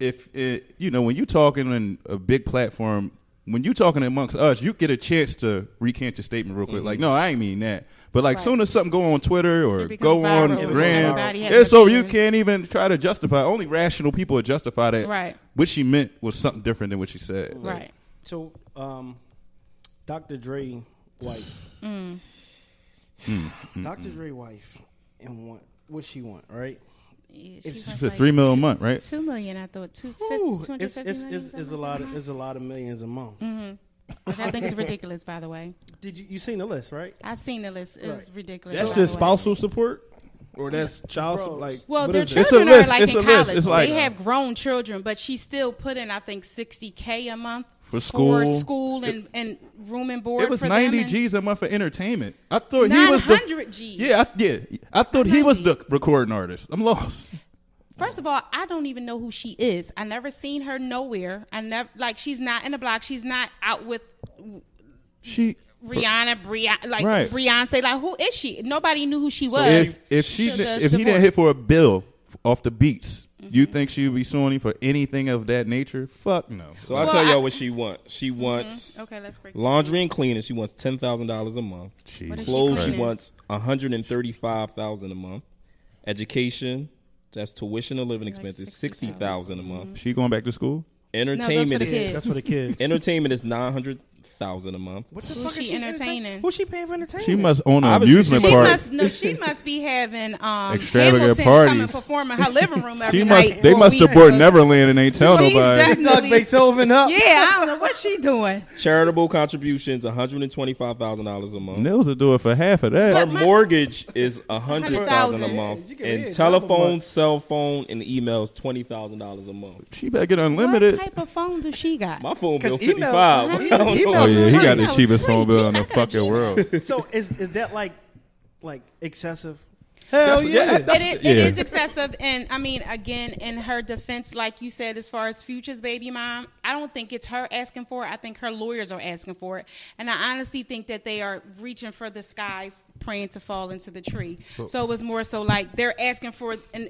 [SPEAKER 6] if it, you know when you talking in a big platform, when you talking amongst us, you get a chance to recant your statement real quick. Like, no, I ain't mean that. But like,
[SPEAKER 8] Right.
[SPEAKER 6] soon as something go on Twitter or
[SPEAKER 8] It becomes
[SPEAKER 6] go on
[SPEAKER 8] viral.
[SPEAKER 6] Gram,
[SPEAKER 8] Everybody has
[SPEAKER 6] it's
[SPEAKER 8] an
[SPEAKER 6] over. You
[SPEAKER 8] opinion.
[SPEAKER 6] can't even try to justify. Only rational people would justify that.
[SPEAKER 8] Right.
[SPEAKER 6] What she meant was something different than what she said. Like,
[SPEAKER 8] Right.
[SPEAKER 5] So, um, Dr. Dre wife.
[SPEAKER 8] Hmm.
[SPEAKER 5] Dr. Dre wife and want what she want, right?
[SPEAKER 8] Yeah, she
[SPEAKER 6] It's
[SPEAKER 8] was
[SPEAKER 6] a
[SPEAKER 8] like,
[SPEAKER 6] three mil a month, right?
[SPEAKER 8] Two million, I thought. Two
[SPEAKER 5] Ooh,
[SPEAKER 8] fifty.
[SPEAKER 5] it's it's, it's, it's a lot of it's a lot of millions a month.
[SPEAKER 8] Hmm. Which I think is ridiculous, by the way.
[SPEAKER 5] Did you you seen the list right?
[SPEAKER 8] I've seen the list. It's ridiculous.
[SPEAKER 3] That's
[SPEAKER 8] by
[SPEAKER 3] just
[SPEAKER 8] the way.
[SPEAKER 3] spousal support, or that's child support. Like,
[SPEAKER 8] Well,
[SPEAKER 3] what
[SPEAKER 8] their
[SPEAKER 3] is it?
[SPEAKER 6] It's a
[SPEAKER 8] children
[SPEAKER 6] list.
[SPEAKER 8] are like
[SPEAKER 6] It's
[SPEAKER 8] in
[SPEAKER 6] a list.
[SPEAKER 8] college.
[SPEAKER 6] It's like-
[SPEAKER 8] they have grown children, but she's still putting, I think, sixty k a month
[SPEAKER 6] For school.
[SPEAKER 8] school and, and room and board.
[SPEAKER 6] It was
[SPEAKER 8] for
[SPEAKER 6] ninety
[SPEAKER 8] them and-
[SPEAKER 6] G's a month for entertainment. I thought he was the
[SPEAKER 8] 900 Gs.
[SPEAKER 6] yeah, I, yeah. I thought he was the recording artist. I'm lost.
[SPEAKER 8] First of all, I don't even know who she is. I never seen her nowhere. I never like she's not in the block. She's not out with
[SPEAKER 6] She
[SPEAKER 8] Rihanna, Bria- like
[SPEAKER 6] Right.
[SPEAKER 8] Beyonce. Like who is she? Nobody knew who she was.
[SPEAKER 6] if if she
[SPEAKER 8] Till the
[SPEAKER 6] if he didn't hit
[SPEAKER 8] divorce. Mm-hmm.
[SPEAKER 6] for a bill off the beats, you think she would be suing him for anything of that nature? Fuck no.
[SPEAKER 4] So I
[SPEAKER 8] Well,
[SPEAKER 4] tell
[SPEAKER 8] I- Mm-hmm.
[SPEAKER 4] y'all what she wants. She wants
[SPEAKER 8] Okay, let's break.
[SPEAKER 4] laundry and cleaning. She wants ten thousand dollars a month.
[SPEAKER 8] What is she
[SPEAKER 4] Clothes she
[SPEAKER 8] cleaning?
[SPEAKER 4] wants one hundred and thirty-five thousand a month. Education, that's tuition and living expenses, sixty thousand a month.
[SPEAKER 6] she going back to school?
[SPEAKER 8] No, those Mm-hmm. for
[SPEAKER 4] Entertainment
[SPEAKER 8] the
[SPEAKER 4] is
[SPEAKER 8] kids.
[SPEAKER 5] That's for the kids.
[SPEAKER 4] entertainment is nine hundred thousand a month.
[SPEAKER 5] What the
[SPEAKER 8] Who's she entertaining?
[SPEAKER 5] Who's she paying for entertainment?
[SPEAKER 6] She must own an
[SPEAKER 4] Obviously,
[SPEAKER 6] amusement
[SPEAKER 4] she
[SPEAKER 8] She
[SPEAKER 6] park.
[SPEAKER 8] must no, she must be having um
[SPEAKER 6] Extravagant
[SPEAKER 8] Hamilton come and
[SPEAKER 6] parties.
[SPEAKER 8] perform in her living room every
[SPEAKER 6] she
[SPEAKER 8] night.
[SPEAKER 6] must. They
[SPEAKER 8] for a
[SPEAKER 6] must
[SPEAKER 8] week.
[SPEAKER 6] abort Neverland and ain't tell
[SPEAKER 8] She's
[SPEAKER 6] nobody.
[SPEAKER 5] knock
[SPEAKER 8] definitely.
[SPEAKER 5] Beethoven up.
[SPEAKER 8] Yeah, I don't know what she doing.
[SPEAKER 4] Charitable contributions, one hundred and twenty-five thousand dollars a month.
[SPEAKER 6] Nils will do it for half of that.
[SPEAKER 4] Her mortgage is a hundred thousand a
[SPEAKER 8] $100,000.
[SPEAKER 4] month,
[SPEAKER 5] You can
[SPEAKER 4] and
[SPEAKER 5] read
[SPEAKER 4] telephone, cell phone, and emails twenty thousand dollars a month.
[SPEAKER 6] She better get
[SPEAKER 8] What
[SPEAKER 6] unlimited.
[SPEAKER 8] type of phone does she got?
[SPEAKER 4] My phone bill
[SPEAKER 5] 'Cause email-
[SPEAKER 4] fifty-five. I don't
[SPEAKER 5] email-
[SPEAKER 4] know.
[SPEAKER 6] Oh yeah, he got the
[SPEAKER 8] That was
[SPEAKER 6] cheapest phone
[SPEAKER 8] free.
[SPEAKER 6] bill in
[SPEAKER 8] I
[SPEAKER 6] the
[SPEAKER 8] got a
[SPEAKER 6] fucking world.
[SPEAKER 5] So is is that like like excessive?
[SPEAKER 3] Hell yeah.
[SPEAKER 8] It is, it
[SPEAKER 6] yeah.
[SPEAKER 8] is excessive, and I mean, again, in her defense, like you said, as far as futures, baby mom, I don't think it's her asking for it. I think her lawyers are asking for it, and I honestly think that they are reaching for the skies, praying to fall into the tree. So, it was more so like they're asking for an,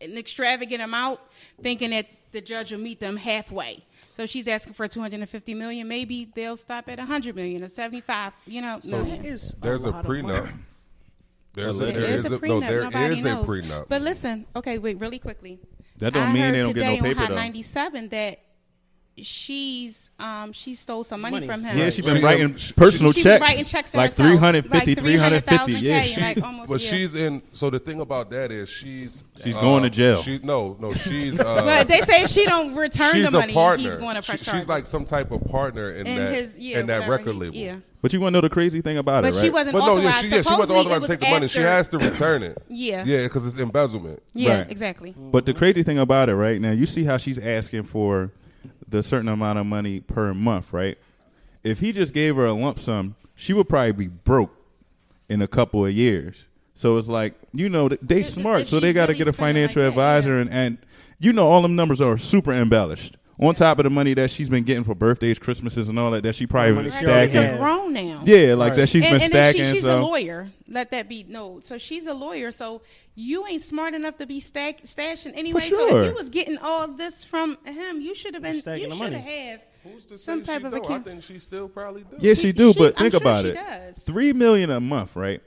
[SPEAKER 8] an extravagant amount, thinking that the judge will meet them halfway. So she's asking for 250 million. Maybe they'll stop at 100 million or 75. You know,
[SPEAKER 5] That
[SPEAKER 8] million.
[SPEAKER 5] is
[SPEAKER 7] There's a
[SPEAKER 5] lot of money.
[SPEAKER 7] prenup. There's a,
[SPEAKER 6] Allegedly.
[SPEAKER 7] there is a, no, there
[SPEAKER 8] Nobody
[SPEAKER 7] is
[SPEAKER 8] knows.
[SPEAKER 7] a prenup.
[SPEAKER 8] But listen, okay, wait, really quickly.
[SPEAKER 6] That don't
[SPEAKER 8] I
[SPEAKER 6] mean
[SPEAKER 8] heard
[SPEAKER 6] they don't get no
[SPEAKER 8] today
[SPEAKER 6] paper,
[SPEAKER 8] on Hot
[SPEAKER 6] though.
[SPEAKER 8] 97 that she's um she stole some money,
[SPEAKER 5] Money.
[SPEAKER 8] from him.
[SPEAKER 6] Yeah, she been
[SPEAKER 7] She-
[SPEAKER 6] writing
[SPEAKER 7] she-
[SPEAKER 6] personal
[SPEAKER 8] She was
[SPEAKER 6] checks,
[SPEAKER 8] writing checks to
[SPEAKER 6] like
[SPEAKER 8] herself,
[SPEAKER 6] 350,
[SPEAKER 8] like
[SPEAKER 6] 350.
[SPEAKER 8] 300,000
[SPEAKER 6] Yeah,
[SPEAKER 8] K,
[SPEAKER 6] she,
[SPEAKER 8] like, almost,
[SPEAKER 7] but
[SPEAKER 8] yeah.
[SPEAKER 7] she's in. So the thing about that is she's
[SPEAKER 6] She's going to jail.
[SPEAKER 7] She no no she's uh,
[SPEAKER 8] But they say if she don't return
[SPEAKER 7] she's
[SPEAKER 8] the money,
[SPEAKER 7] a partner.
[SPEAKER 8] he's going to press
[SPEAKER 7] She-
[SPEAKER 8] charges.
[SPEAKER 7] she's like some type of partner in,
[SPEAKER 8] in
[SPEAKER 7] that
[SPEAKER 8] his yeah,
[SPEAKER 7] in that
[SPEAKER 8] whatever
[SPEAKER 7] record
[SPEAKER 8] he-
[SPEAKER 7] label.
[SPEAKER 8] Yeah.
[SPEAKER 6] but you want to know the crazy thing about
[SPEAKER 8] But
[SPEAKER 6] it, right?
[SPEAKER 8] she wasn't
[SPEAKER 7] But no,
[SPEAKER 8] authorized.
[SPEAKER 7] yeah, she, yeah, she wasn't
[SPEAKER 8] Supposedly it
[SPEAKER 7] authorized
[SPEAKER 8] was
[SPEAKER 7] to take the money. She
[SPEAKER 8] after-
[SPEAKER 7] has to return it.
[SPEAKER 8] Yeah.
[SPEAKER 7] yeah, because it's embezzlement.
[SPEAKER 8] Yeah,
[SPEAKER 6] Right.
[SPEAKER 8] exactly.
[SPEAKER 6] But the crazy thing about it, right now, you see how she's asking for the certain amount of money per month, right? If he just gave her a lump sum, she would probably be broke in a couple of years. So it's like you know th- they
[SPEAKER 8] If-
[SPEAKER 6] smart,
[SPEAKER 8] if
[SPEAKER 6] so they
[SPEAKER 8] she's
[SPEAKER 6] got to
[SPEAKER 8] really
[SPEAKER 6] get a
[SPEAKER 8] spending like
[SPEAKER 6] financial
[SPEAKER 8] that,
[SPEAKER 6] advisor,
[SPEAKER 8] yeah.
[SPEAKER 6] and and you know all them numbers are super embellished. On top of the money that she's been getting for birthdays, Christmases, and all that, that she probably been
[SPEAKER 5] she already
[SPEAKER 8] Kids are
[SPEAKER 5] had.
[SPEAKER 6] stacking.
[SPEAKER 8] grown now.
[SPEAKER 6] Yeah, like that she's
[SPEAKER 8] and,
[SPEAKER 6] been
[SPEAKER 8] and then
[SPEAKER 6] stacking.
[SPEAKER 8] she, she's
[SPEAKER 6] so.
[SPEAKER 8] a lawyer. Let that be no. So she's a lawyer. So you ain't smart enough to be stack, stashing anyway. So
[SPEAKER 6] sure.
[SPEAKER 8] if you was getting all this from him, you should have been.
[SPEAKER 5] stacking
[SPEAKER 8] You
[SPEAKER 5] the
[SPEAKER 8] should
[SPEAKER 5] money.
[SPEAKER 8] have
[SPEAKER 7] Who's to
[SPEAKER 8] have some
[SPEAKER 7] say
[SPEAKER 8] type
[SPEAKER 7] she
[SPEAKER 8] of
[SPEAKER 7] don't? I
[SPEAKER 8] account.
[SPEAKER 7] think she still probably does.
[SPEAKER 6] Yeah, she, do,
[SPEAKER 8] she-
[SPEAKER 6] but
[SPEAKER 8] I'm
[SPEAKER 6] think
[SPEAKER 8] sure
[SPEAKER 6] about
[SPEAKER 8] she
[SPEAKER 6] it.
[SPEAKER 8] does.
[SPEAKER 6] Three million a month, right?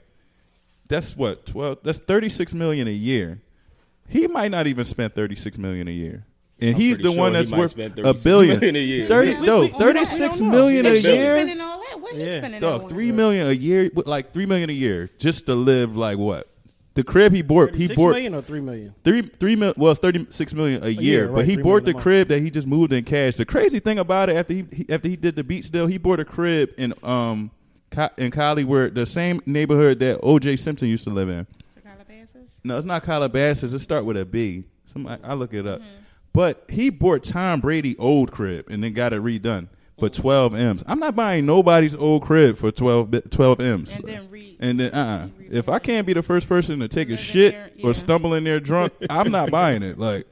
[SPEAKER 6] That's what twelve. That's thirty six million a year. He might not even spend thirty six million a year, and
[SPEAKER 4] I'm
[SPEAKER 6] he's
[SPEAKER 4] pretty
[SPEAKER 6] the
[SPEAKER 4] sure
[SPEAKER 6] one
[SPEAKER 4] he
[SPEAKER 6] that's
[SPEAKER 4] might
[SPEAKER 6] worth
[SPEAKER 4] spend
[SPEAKER 6] a
[SPEAKER 4] 36
[SPEAKER 6] billion.
[SPEAKER 4] million a year.
[SPEAKER 6] Thirty,
[SPEAKER 8] Yeah, we-
[SPEAKER 6] no,
[SPEAKER 8] we- we don't-
[SPEAKER 6] thirty six million
[SPEAKER 8] If
[SPEAKER 6] a
[SPEAKER 8] she's
[SPEAKER 6] year.
[SPEAKER 8] spending all that, what he's
[SPEAKER 5] Yeah.
[SPEAKER 8] spending it
[SPEAKER 6] Dog,
[SPEAKER 8] on?
[SPEAKER 6] three million a year, with like three million a year, just to live like what? The crib he bought, he
[SPEAKER 5] Six
[SPEAKER 6] bought
[SPEAKER 5] million or three million?
[SPEAKER 6] three three mil well it's 36 million a year
[SPEAKER 5] year,
[SPEAKER 6] but
[SPEAKER 5] right,
[SPEAKER 6] he
[SPEAKER 5] three
[SPEAKER 6] bought
[SPEAKER 5] million
[SPEAKER 6] the
[SPEAKER 5] a month.
[SPEAKER 6] crib that he just moved in cash the crazy thing about it after he, he after he did the beach deal he bought a crib in um Co- in Cali where the same neighborhood that OJ Simpson used to live in no it's not Calabasas it start with a B some I, I look it up
[SPEAKER 8] Mm-hmm.
[SPEAKER 6] but he bought Tom Brady old crib and then got it redone for 12 M's I'm not buying nobody's old crib for 12 bi- 12 M's
[SPEAKER 8] And then re-
[SPEAKER 6] and then uh-uh. if I can't be the first person to take a
[SPEAKER 8] Live in
[SPEAKER 6] shit
[SPEAKER 8] there,
[SPEAKER 6] or
[SPEAKER 8] yeah.
[SPEAKER 6] stumble in there drunk, I'm not buying it. Like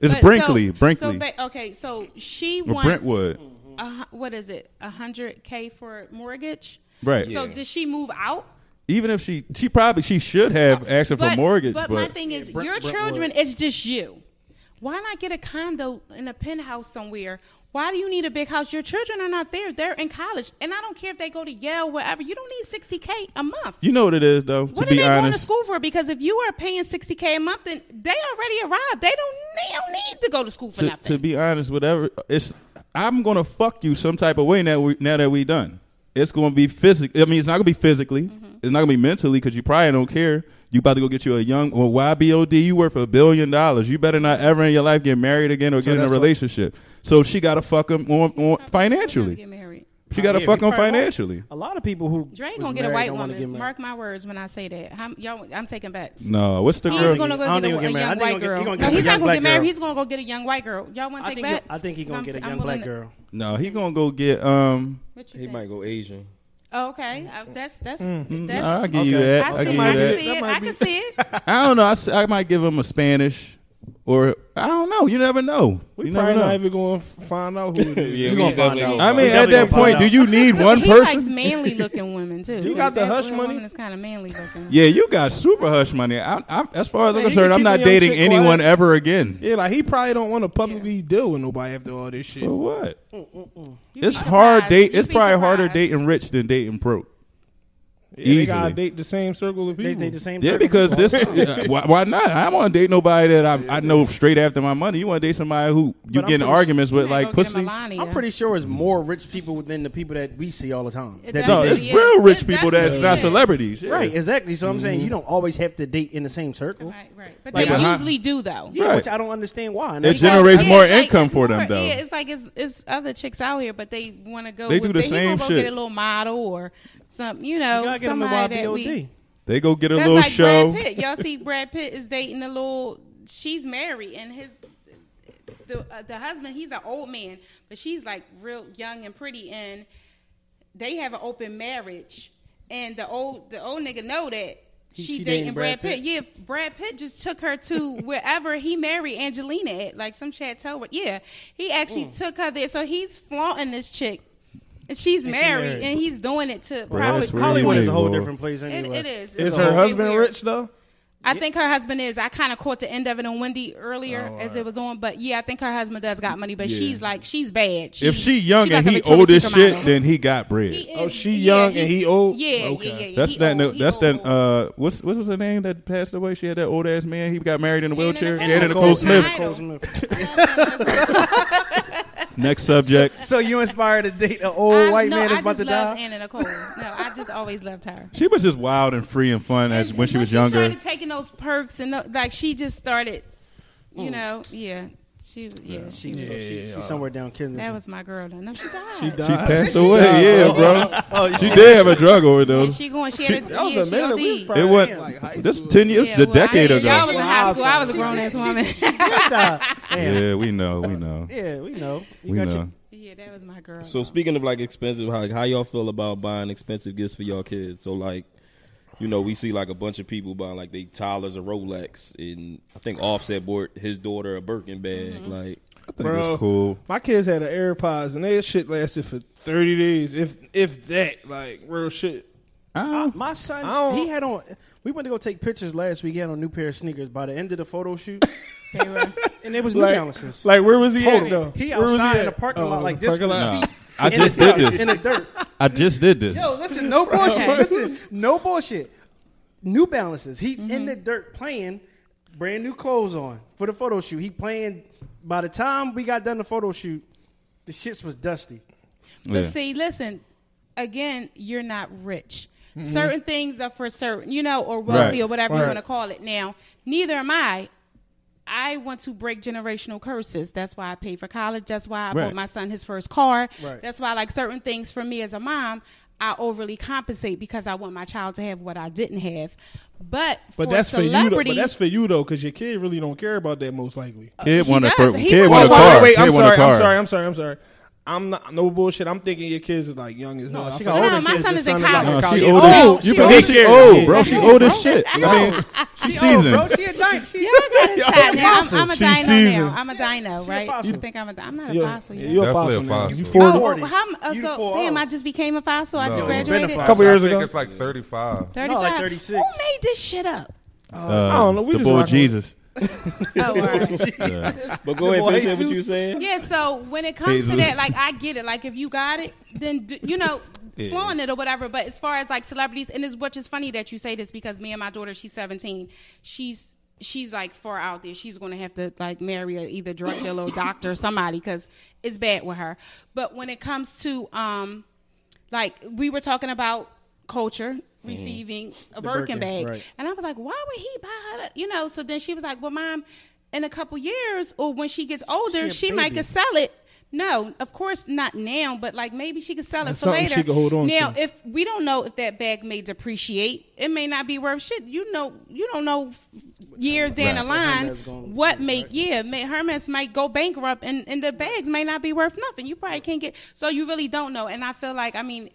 [SPEAKER 6] it's
[SPEAKER 8] But so-
[SPEAKER 6] Brinkley,
[SPEAKER 8] so
[SPEAKER 6] Brinkley,
[SPEAKER 8] ba- okay, so she
[SPEAKER 6] or
[SPEAKER 8] wants
[SPEAKER 6] Brentwood.
[SPEAKER 8] a hu- what is it? A hundred k for mortgage.
[SPEAKER 6] Right.
[SPEAKER 8] So did she move out?
[SPEAKER 6] Even if she, she probably she should have asked her for mortgage, but,
[SPEAKER 8] But, my thing is, your children is just you. Why not get a condo in a penthouse somewhere? Why do you need a big house? Your children are not there; they're in college, and I don't care if they go to Yale, wherever. You don't need sixty k a month.
[SPEAKER 6] you know what it is though.
[SPEAKER 8] what
[SPEAKER 6] to
[SPEAKER 8] are
[SPEAKER 6] be
[SPEAKER 8] they going to
[SPEAKER 6] honest,
[SPEAKER 8] school for? Because if you are paying sixty k a month, then they already arrived. They don't. They don't need to go to school for
[SPEAKER 6] to,
[SPEAKER 8] nothing.
[SPEAKER 6] to be honest, whatever it's, I'm gonna fuck you some type of way now. We, now that we done, it's gonna be physically. I mean, it's not gonna be physically.
[SPEAKER 8] Mm-hmm.
[SPEAKER 6] It's not gonna be mentally because you probably don't care. You about to go get you a young well YBOD. You worth a billion dollars. You better not ever in your life get married again or get in a
[SPEAKER 5] that's what-
[SPEAKER 6] relationship. so she gotta fuck him on, on
[SPEAKER 8] Get
[SPEAKER 6] financially.
[SPEAKER 8] married.
[SPEAKER 6] She gotta
[SPEAKER 5] Yeah,
[SPEAKER 6] fuck
[SPEAKER 5] he
[SPEAKER 6] him
[SPEAKER 5] probably won't.
[SPEAKER 6] financially.
[SPEAKER 5] A lot of people who
[SPEAKER 8] Dre
[SPEAKER 5] was
[SPEAKER 8] gonna get a
[SPEAKER 5] married
[SPEAKER 8] white
[SPEAKER 5] don't wanna get
[SPEAKER 8] woman.
[SPEAKER 5] married.
[SPEAKER 8] Mark my words when I say that. I'm, y'all, I'm taking bets.
[SPEAKER 6] No, what's the
[SPEAKER 8] He's
[SPEAKER 6] girl?
[SPEAKER 8] gonna
[SPEAKER 5] I
[SPEAKER 8] go
[SPEAKER 5] don't
[SPEAKER 8] get
[SPEAKER 5] think he'll
[SPEAKER 8] a,
[SPEAKER 5] get
[SPEAKER 8] a
[SPEAKER 5] married. I
[SPEAKER 8] young
[SPEAKER 5] think
[SPEAKER 8] white
[SPEAKER 5] he'll get-
[SPEAKER 8] girl.
[SPEAKER 5] he gonna
[SPEAKER 8] no,
[SPEAKER 5] get a
[SPEAKER 8] he's
[SPEAKER 5] young
[SPEAKER 8] not gonna
[SPEAKER 5] black
[SPEAKER 8] get married.
[SPEAKER 5] girl.
[SPEAKER 8] He's gonna go get a young white girl. Y'all want to
[SPEAKER 5] I
[SPEAKER 8] take
[SPEAKER 5] think he'll-
[SPEAKER 8] bets?
[SPEAKER 5] I think he's gonna
[SPEAKER 8] I'm-
[SPEAKER 5] get a
[SPEAKER 8] I'm
[SPEAKER 5] young black
[SPEAKER 8] willing to-
[SPEAKER 5] girl.
[SPEAKER 6] no, he gonna go get um.
[SPEAKER 8] What you
[SPEAKER 4] He
[SPEAKER 8] think?
[SPEAKER 4] might go Asian.
[SPEAKER 8] Oh, okay, Uh, that's that's that's.
[SPEAKER 6] I'll give you that.
[SPEAKER 8] I
[SPEAKER 6] I'll give
[SPEAKER 8] see,
[SPEAKER 6] you
[SPEAKER 8] I
[SPEAKER 6] that.
[SPEAKER 8] can see it. I can see it.
[SPEAKER 6] I don't know. I, s- I might give him a Spanish, or I don't know. You never know.
[SPEAKER 3] We
[SPEAKER 6] you
[SPEAKER 3] probably
[SPEAKER 6] never
[SPEAKER 3] not
[SPEAKER 6] know.
[SPEAKER 3] even going to find out who. It is.
[SPEAKER 4] Yeah,
[SPEAKER 5] we gonna find out.
[SPEAKER 6] I mean,
[SPEAKER 5] We
[SPEAKER 6] at
[SPEAKER 5] definitely
[SPEAKER 6] that
[SPEAKER 5] gonna
[SPEAKER 6] point, do
[SPEAKER 5] find
[SPEAKER 6] you need one
[SPEAKER 8] he likes
[SPEAKER 6] person?
[SPEAKER 8] manly looking women too.
[SPEAKER 3] You got the
[SPEAKER 8] That
[SPEAKER 3] hush
[SPEAKER 8] little
[SPEAKER 3] money?
[SPEAKER 8] Woman is kind of manly looking.
[SPEAKER 6] Yeah, you got super hush money. I, I'm, as far as I'm
[SPEAKER 3] you
[SPEAKER 6] concerned,
[SPEAKER 3] can
[SPEAKER 6] I'm
[SPEAKER 3] keep
[SPEAKER 6] not
[SPEAKER 3] the young
[SPEAKER 6] dating
[SPEAKER 3] chick quiet.
[SPEAKER 6] anyone ever again.
[SPEAKER 3] Yeah, like he probably don't want to publicly deal with nobody after all this shit.
[SPEAKER 6] For what?
[SPEAKER 8] Mm, You'd be
[SPEAKER 6] It's hard
[SPEAKER 8] surprised.
[SPEAKER 6] date.
[SPEAKER 8] You'd
[SPEAKER 6] It's
[SPEAKER 8] be
[SPEAKER 6] probably harder
[SPEAKER 8] surprised.
[SPEAKER 6] dating rich than dating broke.
[SPEAKER 3] Yeah, they gotta
[SPEAKER 6] Easily.
[SPEAKER 3] date the same circle of people.
[SPEAKER 5] They take the same.
[SPEAKER 6] Yeah,
[SPEAKER 5] circle.
[SPEAKER 6] because this. yeah, why, why not? I want to date nobody that I, I know straight after my money. You want to date somebody who you
[SPEAKER 5] I'm
[SPEAKER 6] get in
[SPEAKER 5] pretty-
[SPEAKER 6] arguments with,
[SPEAKER 8] Go
[SPEAKER 6] like
[SPEAKER 8] get a
[SPEAKER 6] pussy.
[SPEAKER 8] Melania.
[SPEAKER 5] I'm pretty sure it's more rich people than the people that we see all the time.
[SPEAKER 8] It
[SPEAKER 5] That
[SPEAKER 6] No,
[SPEAKER 5] they
[SPEAKER 6] it's
[SPEAKER 8] definitely
[SPEAKER 5] date.
[SPEAKER 8] is.
[SPEAKER 6] real rich
[SPEAKER 8] It
[SPEAKER 6] people that's
[SPEAKER 8] definitely
[SPEAKER 6] not
[SPEAKER 8] is.
[SPEAKER 6] celebrities. Yeah.
[SPEAKER 5] right, exactly. So I'm saying you don't always have to date in the same circle.
[SPEAKER 8] Right, right. But
[SPEAKER 6] Like,
[SPEAKER 8] they
[SPEAKER 6] but how-
[SPEAKER 8] usually do though.
[SPEAKER 5] Yeah,
[SPEAKER 6] Right.
[SPEAKER 5] which I don't understand why. And
[SPEAKER 6] It's
[SPEAKER 5] that's-
[SPEAKER 6] generates
[SPEAKER 8] Yeah,
[SPEAKER 6] more
[SPEAKER 8] it's like-
[SPEAKER 6] income
[SPEAKER 8] it's
[SPEAKER 6] for them,
[SPEAKER 8] more-
[SPEAKER 6] though.
[SPEAKER 8] Yeah, it's like it's, it's other chicks out here, but they want to go.
[SPEAKER 6] They do
[SPEAKER 8] with
[SPEAKER 6] the
[SPEAKER 8] he gonna
[SPEAKER 6] same
[SPEAKER 8] go
[SPEAKER 6] shit.
[SPEAKER 8] Get a little model or some, you
[SPEAKER 5] You
[SPEAKER 8] know,
[SPEAKER 5] gotta get 'em a
[SPEAKER 8] somebody that we.
[SPEAKER 5] YBOD.
[SPEAKER 6] They go get a
[SPEAKER 8] That's
[SPEAKER 6] little
[SPEAKER 8] like
[SPEAKER 6] show.
[SPEAKER 8] Brad Pitt. Y'all see, Brad Pitt is dating a little. She's married, and his the uh, the husband he's an old man, but she's like real young and pretty, and they have an open marriage. And the old the old nigga know that she,
[SPEAKER 5] she
[SPEAKER 8] dating, Brad, Pitt. Yeah, Brad Pitt just took her to wherever he married Angelina at, like some chat tell what. Yeah, he actually took her there, so he's flaunting this chick. And she's married,
[SPEAKER 5] married.
[SPEAKER 8] and he's doing it to
[SPEAKER 6] Bro, that's
[SPEAKER 8] probably
[SPEAKER 6] where
[SPEAKER 5] Hollywood is
[SPEAKER 6] you live,
[SPEAKER 5] a whole
[SPEAKER 6] boy.
[SPEAKER 5] different place
[SPEAKER 8] it,
[SPEAKER 5] anyway.
[SPEAKER 8] it is.
[SPEAKER 3] Is
[SPEAKER 8] It's
[SPEAKER 3] her
[SPEAKER 8] a-
[SPEAKER 3] husband
[SPEAKER 8] weird.
[SPEAKER 3] rich though?
[SPEAKER 8] I think her husband is. I kind of caught the end of it on Wendy earlier as it was on, but yeah, I think her husband does got money, but she's like she's bad.
[SPEAKER 6] If she young
[SPEAKER 8] got
[SPEAKER 6] and
[SPEAKER 8] the
[SPEAKER 6] he
[SPEAKER 8] Victoria's
[SPEAKER 6] old as
[SPEAKER 8] Secret
[SPEAKER 6] shit,
[SPEAKER 8] model.
[SPEAKER 6] then he got bread.
[SPEAKER 8] He
[SPEAKER 3] Oh,
[SPEAKER 8] is-
[SPEAKER 3] she young and
[SPEAKER 8] he's-
[SPEAKER 3] he old?
[SPEAKER 8] Yeah,
[SPEAKER 3] Okay.
[SPEAKER 8] yeah, yeah, yeah.
[SPEAKER 6] That's
[SPEAKER 8] he
[SPEAKER 6] that.
[SPEAKER 8] old,
[SPEAKER 6] no-
[SPEAKER 8] he
[SPEAKER 6] that's that.
[SPEAKER 8] old.
[SPEAKER 6] Uh, what's what was her name that passed away? She had that old ass man. He got married in a wheelchair.
[SPEAKER 8] Anna
[SPEAKER 6] Yeah, Anna
[SPEAKER 8] Nicole
[SPEAKER 6] Nicole Smith.
[SPEAKER 8] Smith. Idol.
[SPEAKER 5] Smith.
[SPEAKER 6] Next subject.
[SPEAKER 5] so you inspired to date an old
[SPEAKER 8] I-
[SPEAKER 5] white
[SPEAKER 8] no,
[SPEAKER 5] man
[SPEAKER 8] I
[SPEAKER 5] that's about
[SPEAKER 8] just
[SPEAKER 5] to
[SPEAKER 8] love
[SPEAKER 5] die?
[SPEAKER 8] Anna Nicole. No, I just always loved her.
[SPEAKER 6] She was just wild and free and fun as when she was younger.
[SPEAKER 8] started taking those perks and tho- like she just started, you know, yeah. She, yeah,
[SPEAKER 5] She, she, she's somewhere down Kensington.
[SPEAKER 8] that was my girl. Though. No, she died.
[SPEAKER 3] She died.
[SPEAKER 6] She passed away. Yeah, bro. She did have a drug
[SPEAKER 8] Yeah,
[SPEAKER 6] overdose.
[SPEAKER 8] she going. She had a,
[SPEAKER 3] That was
[SPEAKER 8] yeah,
[SPEAKER 3] a
[SPEAKER 8] she
[SPEAKER 3] minute. We was
[SPEAKER 8] OD'd.
[SPEAKER 3] probably
[SPEAKER 6] It
[SPEAKER 3] in,
[SPEAKER 6] wasn't.
[SPEAKER 3] like high
[SPEAKER 6] That's
[SPEAKER 3] school.
[SPEAKER 6] ten years. It's a
[SPEAKER 8] well, I
[SPEAKER 6] decade
[SPEAKER 8] didn't- Y'all was
[SPEAKER 6] ago.
[SPEAKER 8] in high school. I was a grown ass woman.
[SPEAKER 6] Yeah, we know. We know.
[SPEAKER 5] yeah, we know. You
[SPEAKER 6] We
[SPEAKER 5] got your-
[SPEAKER 6] know.
[SPEAKER 8] yeah, that was my girl.
[SPEAKER 4] So speaking of like expensive, how, how y'all feel about buying expensive gifts for y'all kids? So like, you know, we see like a bunch of people buying like they Tyler's a Rolex, and I think Offset bought his daughter a Birkin bag. Like,
[SPEAKER 6] I think it's cool.
[SPEAKER 3] My kids had an AirPods and their shit lasted for thirty days, if if that. Like real shit.
[SPEAKER 6] I don't-
[SPEAKER 5] My son,
[SPEAKER 3] I don't-
[SPEAKER 5] he had on. We went to go take pictures last week. He had on a new pair of sneakers. By the end of the photo shoot,
[SPEAKER 8] They were-
[SPEAKER 5] and it was New Balances.
[SPEAKER 3] Like, like where was he
[SPEAKER 5] Total.
[SPEAKER 3] at though?
[SPEAKER 5] He
[SPEAKER 3] Where was
[SPEAKER 5] outside in
[SPEAKER 3] at?
[SPEAKER 5] the parking
[SPEAKER 3] Oh,
[SPEAKER 5] lot
[SPEAKER 3] in
[SPEAKER 5] like
[SPEAKER 3] the
[SPEAKER 5] this.
[SPEAKER 3] parking
[SPEAKER 5] with
[SPEAKER 3] lot.
[SPEAKER 5] feet
[SPEAKER 6] I
[SPEAKER 5] in the
[SPEAKER 6] just did
[SPEAKER 5] dust,
[SPEAKER 6] this.
[SPEAKER 5] in the dirt.
[SPEAKER 6] I just did this.
[SPEAKER 5] Yo, listen, Oh, no bullshit. Listen, no bullshit. New Balances. He's in the dirt playing, brand new clothes on for the photo shoot. He playing. By the time we got done the photo shoot, the shits was dusty.
[SPEAKER 8] But
[SPEAKER 6] Yeah.
[SPEAKER 8] see, listen, again, you're not rich. Certain things are for certain, you know, or wealthy
[SPEAKER 6] Right.
[SPEAKER 8] or whatever
[SPEAKER 3] Right.
[SPEAKER 8] you want to call it. Now, neither am I. I want to break generational curses. That's why I paid for college. That's why I
[SPEAKER 6] Right.
[SPEAKER 8] bought my son his first car.
[SPEAKER 5] Right.
[SPEAKER 8] That's why, like, certain things for me as a mom, I overly compensate because I want my child to have what I didn't have. But,
[SPEAKER 3] But
[SPEAKER 8] for
[SPEAKER 3] that's for you. Though,
[SPEAKER 8] celebrity,
[SPEAKER 3] but that's for you though, because your kid really don't care about that most likely.
[SPEAKER 6] Kid
[SPEAKER 8] He
[SPEAKER 6] won a
[SPEAKER 8] does.
[SPEAKER 6] per-
[SPEAKER 8] He
[SPEAKER 6] kid
[SPEAKER 8] won
[SPEAKER 6] won
[SPEAKER 3] Oh,
[SPEAKER 8] a
[SPEAKER 6] a
[SPEAKER 8] car.
[SPEAKER 6] car.
[SPEAKER 3] Wait,
[SPEAKER 6] Kid
[SPEAKER 3] I'm
[SPEAKER 6] won a
[SPEAKER 3] sorry, I'm
[SPEAKER 6] car.
[SPEAKER 3] sorry, I'm sorry, I'm sorry. I'm not no bullshit. I'm thinking your kids is like young as hell. I
[SPEAKER 5] she got
[SPEAKER 3] feel like
[SPEAKER 5] older
[SPEAKER 3] your
[SPEAKER 8] No, my
[SPEAKER 3] kids,
[SPEAKER 8] son
[SPEAKER 3] your
[SPEAKER 8] is in
[SPEAKER 3] like-
[SPEAKER 8] college.
[SPEAKER 6] She
[SPEAKER 8] She
[SPEAKER 6] old.
[SPEAKER 3] Oh,
[SPEAKER 8] old.
[SPEAKER 6] as- You
[SPEAKER 8] She
[SPEAKER 6] can
[SPEAKER 8] old.
[SPEAKER 6] think Oh, she old, bro.
[SPEAKER 8] Yeah,
[SPEAKER 6] She
[SPEAKER 8] she
[SPEAKER 6] old as
[SPEAKER 8] old.
[SPEAKER 6] shit. I mean, she's seasoned.
[SPEAKER 5] Bro, she a dyke. She
[SPEAKER 8] Yeah, I gotta stop now. I'm, I'm a
[SPEAKER 6] She's
[SPEAKER 8] dino
[SPEAKER 6] seasoned.
[SPEAKER 8] now. I'm a dino, right?
[SPEAKER 5] fossil.
[SPEAKER 8] You think I'm a di- I'm not a
[SPEAKER 3] Yeah,
[SPEAKER 8] fossil
[SPEAKER 3] yeah,
[SPEAKER 8] yet.
[SPEAKER 3] you're a
[SPEAKER 7] Definitely
[SPEAKER 3] fossil.
[SPEAKER 7] a
[SPEAKER 3] now.
[SPEAKER 7] fossil.
[SPEAKER 3] You
[SPEAKER 7] Oh,
[SPEAKER 3] forty.
[SPEAKER 8] oh,
[SPEAKER 5] forty.
[SPEAKER 8] well, how, m- uh,
[SPEAKER 5] You
[SPEAKER 8] so,
[SPEAKER 5] four
[SPEAKER 8] damn,
[SPEAKER 5] oh.
[SPEAKER 8] I just became a fossil. I just
[SPEAKER 7] No.
[SPEAKER 8] graduated.
[SPEAKER 5] Been a
[SPEAKER 7] So
[SPEAKER 3] couple
[SPEAKER 7] I
[SPEAKER 3] years
[SPEAKER 7] think
[SPEAKER 3] ago.
[SPEAKER 7] it's like 35.
[SPEAKER 8] 35.
[SPEAKER 5] like 36.
[SPEAKER 8] Who made this shit up?
[SPEAKER 6] Uh,
[SPEAKER 3] I don't know. We
[SPEAKER 6] the
[SPEAKER 3] just
[SPEAKER 6] boy
[SPEAKER 3] rocking with-
[SPEAKER 6] Jesus.
[SPEAKER 8] Oh, all right.
[SPEAKER 4] but go ahead,
[SPEAKER 5] boy
[SPEAKER 4] and finish that what
[SPEAKER 5] Jesus.
[SPEAKER 4] you saying.
[SPEAKER 8] yeah, so when it comes to
[SPEAKER 6] Jesus.
[SPEAKER 8] that, like, I get it. Like, if you got it, then, do, you know, flaunt it or whatever. But as far as, like, celebrities, and it's which is funny that you say this because me and my daughter, she's 17. She's. She's like far out there. She's gonna have to like marry a either drug dealer or doctor or somebody because it's bad with her. But when it comes to um, like we were talking about culture receiving a
[SPEAKER 5] Mm-hmm. Birkin,
[SPEAKER 8] Birkin, bag,
[SPEAKER 5] right.
[SPEAKER 8] and I was like, why would he buy her? That? You know. So then she was like, well, mom, in a couple years or when she gets older,
[SPEAKER 5] a
[SPEAKER 8] she, might
[SPEAKER 5] baby.
[SPEAKER 8] could sell it. No, of course not now, but like maybe she could sell it
[SPEAKER 3] That's
[SPEAKER 8] for
[SPEAKER 3] something
[SPEAKER 8] later.
[SPEAKER 3] she could hold on
[SPEAKER 8] now,
[SPEAKER 3] to.
[SPEAKER 8] if we don't know if that bag may depreciate, it may not be worth shit. You know, you don't know f- years down the
[SPEAKER 6] Right.
[SPEAKER 8] line
[SPEAKER 5] Hermes gonna-
[SPEAKER 8] what may yeah, may, Hermes might go bankrupt, and and the bags may not be worth nothing. You probably can't get so you really don't know. And I feel like I mean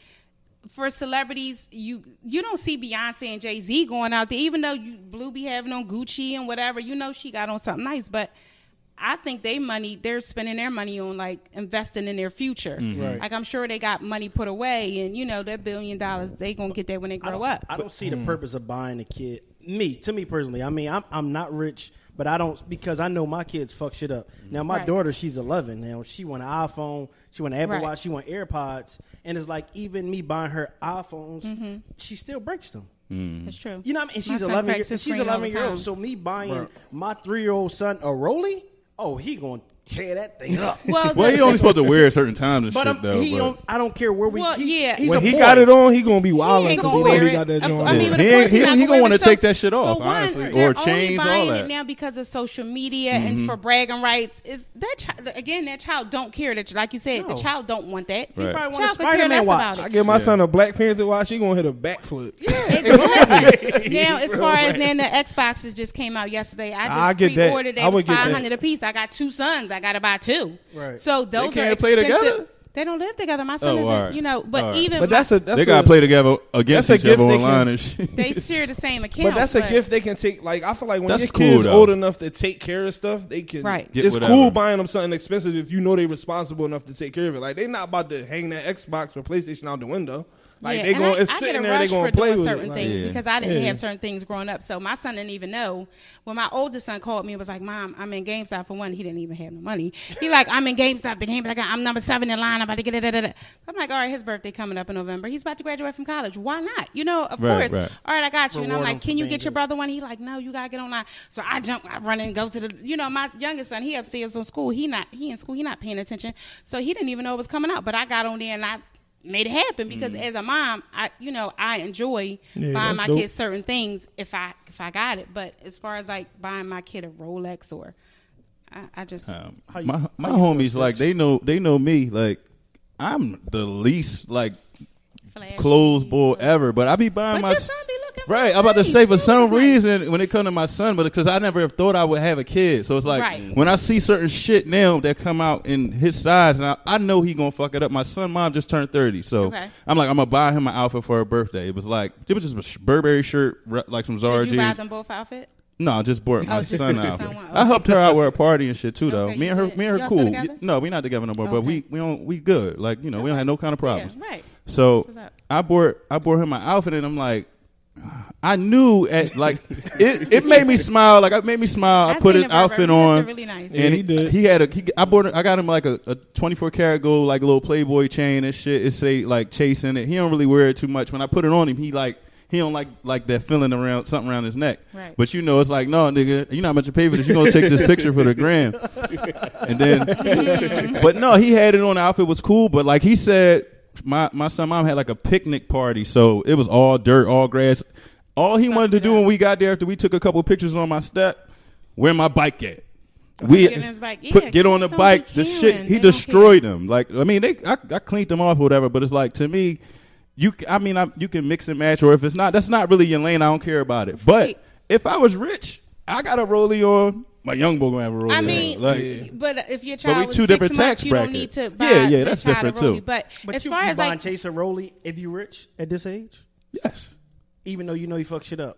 [SPEAKER 8] for celebrities, you you don't see Beyonce and Jay Z going out there, even though you Blue be having on Gucci and whatever. You know she got on something nice, but I think they money they're spending their money on like investing in their future.
[SPEAKER 5] Right.
[SPEAKER 8] Like I'm sure they got money put away, and you know that billion dollars they gonna get that when they
[SPEAKER 5] I
[SPEAKER 8] grow
[SPEAKER 5] don't-
[SPEAKER 8] up.
[SPEAKER 5] I don't see the purpose of buying a kid. Me, to me personally, I mean, I'm I'm not rich, but I don't because I know my kids fuck shit up. Now my
[SPEAKER 8] Right.
[SPEAKER 5] daughter, she's 11 now. She want an iPhone, she want an Apple
[SPEAKER 8] Right.
[SPEAKER 5] Watch, she want AirPods, and it's like even me buying her iPhones, she still breaks them.
[SPEAKER 8] That's true.
[SPEAKER 5] You know what I mean? And
[SPEAKER 8] Mm-hmm. My
[SPEAKER 5] she's
[SPEAKER 8] son
[SPEAKER 5] 11. Year,
[SPEAKER 8] cracks his
[SPEAKER 5] she's
[SPEAKER 8] screen all
[SPEAKER 5] 11
[SPEAKER 8] the
[SPEAKER 5] year old.
[SPEAKER 8] time.
[SPEAKER 5] So me buying my three year old son a Rolly, oh, he gonna tear that thing up.
[SPEAKER 8] well,
[SPEAKER 6] Well,
[SPEAKER 8] the-
[SPEAKER 6] you only supposed to wear it certain times and
[SPEAKER 5] But
[SPEAKER 6] shit,
[SPEAKER 5] I'm,
[SPEAKER 6] though.
[SPEAKER 5] he
[SPEAKER 6] but-
[SPEAKER 5] don't, I don't care where we.
[SPEAKER 8] Well,
[SPEAKER 5] he,
[SPEAKER 8] yeah.
[SPEAKER 5] he's
[SPEAKER 3] When
[SPEAKER 5] a
[SPEAKER 3] he
[SPEAKER 5] boy.
[SPEAKER 3] got it on, he gonna be wild
[SPEAKER 8] He ain't
[SPEAKER 3] because he
[SPEAKER 8] gonna
[SPEAKER 3] know
[SPEAKER 8] wear
[SPEAKER 3] he
[SPEAKER 8] it.
[SPEAKER 3] got that
[SPEAKER 8] Of-
[SPEAKER 3] joint.
[SPEAKER 8] I
[SPEAKER 3] on.
[SPEAKER 6] Yeah.
[SPEAKER 8] mean, but of
[SPEAKER 6] He
[SPEAKER 8] course
[SPEAKER 6] ain't- he-
[SPEAKER 8] not
[SPEAKER 6] he
[SPEAKER 8] wear
[SPEAKER 6] gonna wanna
[SPEAKER 8] the
[SPEAKER 6] take
[SPEAKER 8] stuff.
[SPEAKER 6] that shit off,
[SPEAKER 8] For
[SPEAKER 6] honestly,
[SPEAKER 8] one,
[SPEAKER 6] or
[SPEAKER 8] they're only
[SPEAKER 6] chains, all
[SPEAKER 8] buying it
[SPEAKER 6] that. Mm-hmm.
[SPEAKER 8] now because of social media and for bragging rights. Is that child, again? That child don't care. That like you said,
[SPEAKER 5] No.
[SPEAKER 8] the child don't want that.
[SPEAKER 5] probably
[SPEAKER 6] Right.
[SPEAKER 5] want a
[SPEAKER 8] Child could care
[SPEAKER 5] Spider-Man
[SPEAKER 8] less
[SPEAKER 5] watch.
[SPEAKER 8] about
[SPEAKER 3] I
[SPEAKER 8] it.
[SPEAKER 3] give my son a Black Panther watch. He gonna hit a backflip.
[SPEAKER 8] And listen, now, as far as then the Xboxes just came out yesterday, I just
[SPEAKER 3] I get that.
[SPEAKER 8] pre-ordered. They
[SPEAKER 3] I
[SPEAKER 8] was
[SPEAKER 3] would get that.
[SPEAKER 8] five hundred a piece. I got two sons. I got to buy two.
[SPEAKER 5] Right.
[SPEAKER 8] So those are
[SPEAKER 6] can't play
[SPEAKER 8] expensive.
[SPEAKER 6] together?
[SPEAKER 8] They don't live together. My son
[SPEAKER 6] Oh,
[SPEAKER 8] isn't.
[SPEAKER 6] all right.
[SPEAKER 8] You know, but
[SPEAKER 6] All right.
[SPEAKER 8] even
[SPEAKER 3] But
[SPEAKER 8] my-
[SPEAKER 3] that's a that's
[SPEAKER 6] they
[SPEAKER 3] a,
[SPEAKER 6] gotta play together against
[SPEAKER 3] that's
[SPEAKER 6] each
[SPEAKER 3] a
[SPEAKER 6] other
[SPEAKER 3] gift they
[SPEAKER 6] online
[SPEAKER 3] can-
[SPEAKER 6] and shit.
[SPEAKER 8] they share the same account.
[SPEAKER 3] But that's a gift they can take. Like I feel like when
[SPEAKER 6] That's
[SPEAKER 3] your
[SPEAKER 6] cool,
[SPEAKER 3] kids
[SPEAKER 6] though.
[SPEAKER 3] old enough to take care of stuff, they can.
[SPEAKER 8] Right.
[SPEAKER 6] Get
[SPEAKER 3] it's
[SPEAKER 6] whatever.
[SPEAKER 3] cool buying them something expensive if you know they're responsible enough to take care of it. Like they're not about to hang that Xbox or PlayStation out the window. Like
[SPEAKER 8] yeah,
[SPEAKER 3] they
[SPEAKER 8] and
[SPEAKER 3] going,
[SPEAKER 8] I,
[SPEAKER 3] it's
[SPEAKER 8] I get
[SPEAKER 3] sitting
[SPEAKER 8] a
[SPEAKER 3] there. They
[SPEAKER 8] rush
[SPEAKER 3] going
[SPEAKER 8] for
[SPEAKER 3] to play
[SPEAKER 8] doing
[SPEAKER 3] with
[SPEAKER 8] certain
[SPEAKER 3] it. Like,
[SPEAKER 8] things
[SPEAKER 6] Yeah.
[SPEAKER 8] because I didn't
[SPEAKER 3] Yeah.
[SPEAKER 8] have certain things growing up, so my son didn't even know. When my oldest son called me, and was like, "Mom, I'm in GameStop for one." He didn't even have no money. He like, "I'm in GameStop. The game, I'm number seven in line. I'm about to get it." da, da, da." I'm like, "All right, his birthday coming up in November. He's about to graduate from college. Why not? You know, of
[SPEAKER 6] Right,
[SPEAKER 5] right.
[SPEAKER 8] course. All right, I got you." and I'm
[SPEAKER 5] Reward him
[SPEAKER 8] like,
[SPEAKER 5] for
[SPEAKER 8] "Can you
[SPEAKER 5] being
[SPEAKER 8] get your
[SPEAKER 5] good.
[SPEAKER 8] brother one?" He like, "No, you gotta get online." So I jump, I run and go to the. You know, my youngest son, he upstairs from school. He not, he in school. He not paying attention, so he didn't even know it was coming out. But I got on there and I made it happen because as a mom, I you know I enjoy
[SPEAKER 3] Yeah,
[SPEAKER 8] buying
[SPEAKER 3] that's
[SPEAKER 8] my
[SPEAKER 3] dope.
[SPEAKER 8] kids certain things if I if I got it. But as far as like buying my kid a Rolex or I, I just
[SPEAKER 6] Um,
[SPEAKER 5] How you-
[SPEAKER 6] my my
[SPEAKER 5] how you
[SPEAKER 6] homies
[SPEAKER 5] feel,
[SPEAKER 6] like
[SPEAKER 5] Stitch?
[SPEAKER 6] they know they know me like I'm the least like
[SPEAKER 8] flash.
[SPEAKER 6] clothes boy ever, but I be buying
[SPEAKER 8] But
[SPEAKER 6] my
[SPEAKER 8] your son be looking for
[SPEAKER 6] right. I'm about to
[SPEAKER 8] nice.
[SPEAKER 6] say for
[SPEAKER 8] He
[SPEAKER 6] some
[SPEAKER 8] was nice.
[SPEAKER 6] reason when it come to my son, but because I never thought I would have a kid, so it's like
[SPEAKER 8] Right.
[SPEAKER 6] when I see certain shit now that come out in his size, and I, I know he gonna fuck it up. My son mom just turned thirty, so
[SPEAKER 8] Okay.
[SPEAKER 6] I'm like I'm gonna buy him an outfit for her birthday. It was like it was just a sh- Burberry shirt, re- like some Zara
[SPEAKER 8] Did you buy
[SPEAKER 6] jeans.
[SPEAKER 8] them both outfit?
[SPEAKER 6] No, I just bought my
[SPEAKER 8] Oh, just
[SPEAKER 6] son
[SPEAKER 8] bought your
[SPEAKER 6] out.
[SPEAKER 8] son one.
[SPEAKER 6] I helped her out with a party and shit too, though.
[SPEAKER 8] Okay,
[SPEAKER 6] me and
[SPEAKER 8] you
[SPEAKER 6] her,
[SPEAKER 8] did.
[SPEAKER 6] me and her,
[SPEAKER 8] Y'all still
[SPEAKER 6] cool.
[SPEAKER 8] together?
[SPEAKER 6] No, we not together no more. But
[SPEAKER 8] Okay.
[SPEAKER 6] we we don't we good. Like you know, we don't have no kind of problems.
[SPEAKER 8] Yeah, right.
[SPEAKER 6] So
[SPEAKER 8] That's what's up.
[SPEAKER 6] I bought I bought her my outfit, and I'm like, I knew at like it. It made me smile. Like it made me smile. I,
[SPEAKER 8] I
[SPEAKER 6] put his
[SPEAKER 8] seen the Burberry.
[SPEAKER 6] outfit
[SPEAKER 8] He looked
[SPEAKER 6] on.
[SPEAKER 8] really nice.
[SPEAKER 3] Yeah,
[SPEAKER 6] And
[SPEAKER 3] he
[SPEAKER 6] he,
[SPEAKER 3] did.
[SPEAKER 6] he had a he, I bought I got him like a, a 24 karat gold like little Playboy chain and shit. It say like chasing it. He don't really wear it too much. When I put it on him, he like he don't like like that feeling around something around his neck.
[SPEAKER 8] Right.
[SPEAKER 6] But you know it's like no nigga, you know how much you pay for this. You gonna take this picture for the gram. And then, but no, he had it on. The outfit was cool, but like he said, my my son mom had like a picnic party, so it was all dirt, all grass. All he wanted to do when we got there after we took a couple pictures on my step, where my bike at? We
[SPEAKER 8] Get in his bike. Yeah,
[SPEAKER 6] put, get on the
[SPEAKER 8] kids don't be
[SPEAKER 6] bike. The
[SPEAKER 8] caring.
[SPEAKER 6] shit
[SPEAKER 8] They
[SPEAKER 6] he
[SPEAKER 8] don't
[SPEAKER 6] destroyed them. Like I mean, they I, I cleaned them off or whatever. But it's like to me, you c- I mean I, you can mix and match, or if it's not, that's not really your lane. I don't care about it.
[SPEAKER 8] Right.
[SPEAKER 6] But if I was rich, I got a rollie on. My young boy gonna have a rollie.
[SPEAKER 8] I
[SPEAKER 6] on.
[SPEAKER 8] mean,
[SPEAKER 6] like,
[SPEAKER 8] but if your
[SPEAKER 6] we
[SPEAKER 8] child was
[SPEAKER 6] two
[SPEAKER 8] six
[SPEAKER 6] different
[SPEAKER 8] months,
[SPEAKER 6] tax
[SPEAKER 8] you don't
[SPEAKER 6] bracket.
[SPEAKER 8] need to buy
[SPEAKER 6] Yeah, yeah,
[SPEAKER 8] the
[SPEAKER 6] that's
[SPEAKER 8] child a
[SPEAKER 6] different,
[SPEAKER 8] Rollie.
[SPEAKER 6] too.
[SPEAKER 8] But,
[SPEAKER 5] But
[SPEAKER 8] as
[SPEAKER 5] you,
[SPEAKER 8] far
[SPEAKER 5] you
[SPEAKER 8] as
[SPEAKER 5] buying
[SPEAKER 8] like,
[SPEAKER 5] Chase a Rollie if you rich at this age,
[SPEAKER 6] yes.
[SPEAKER 5] even though you know you fuck shit up.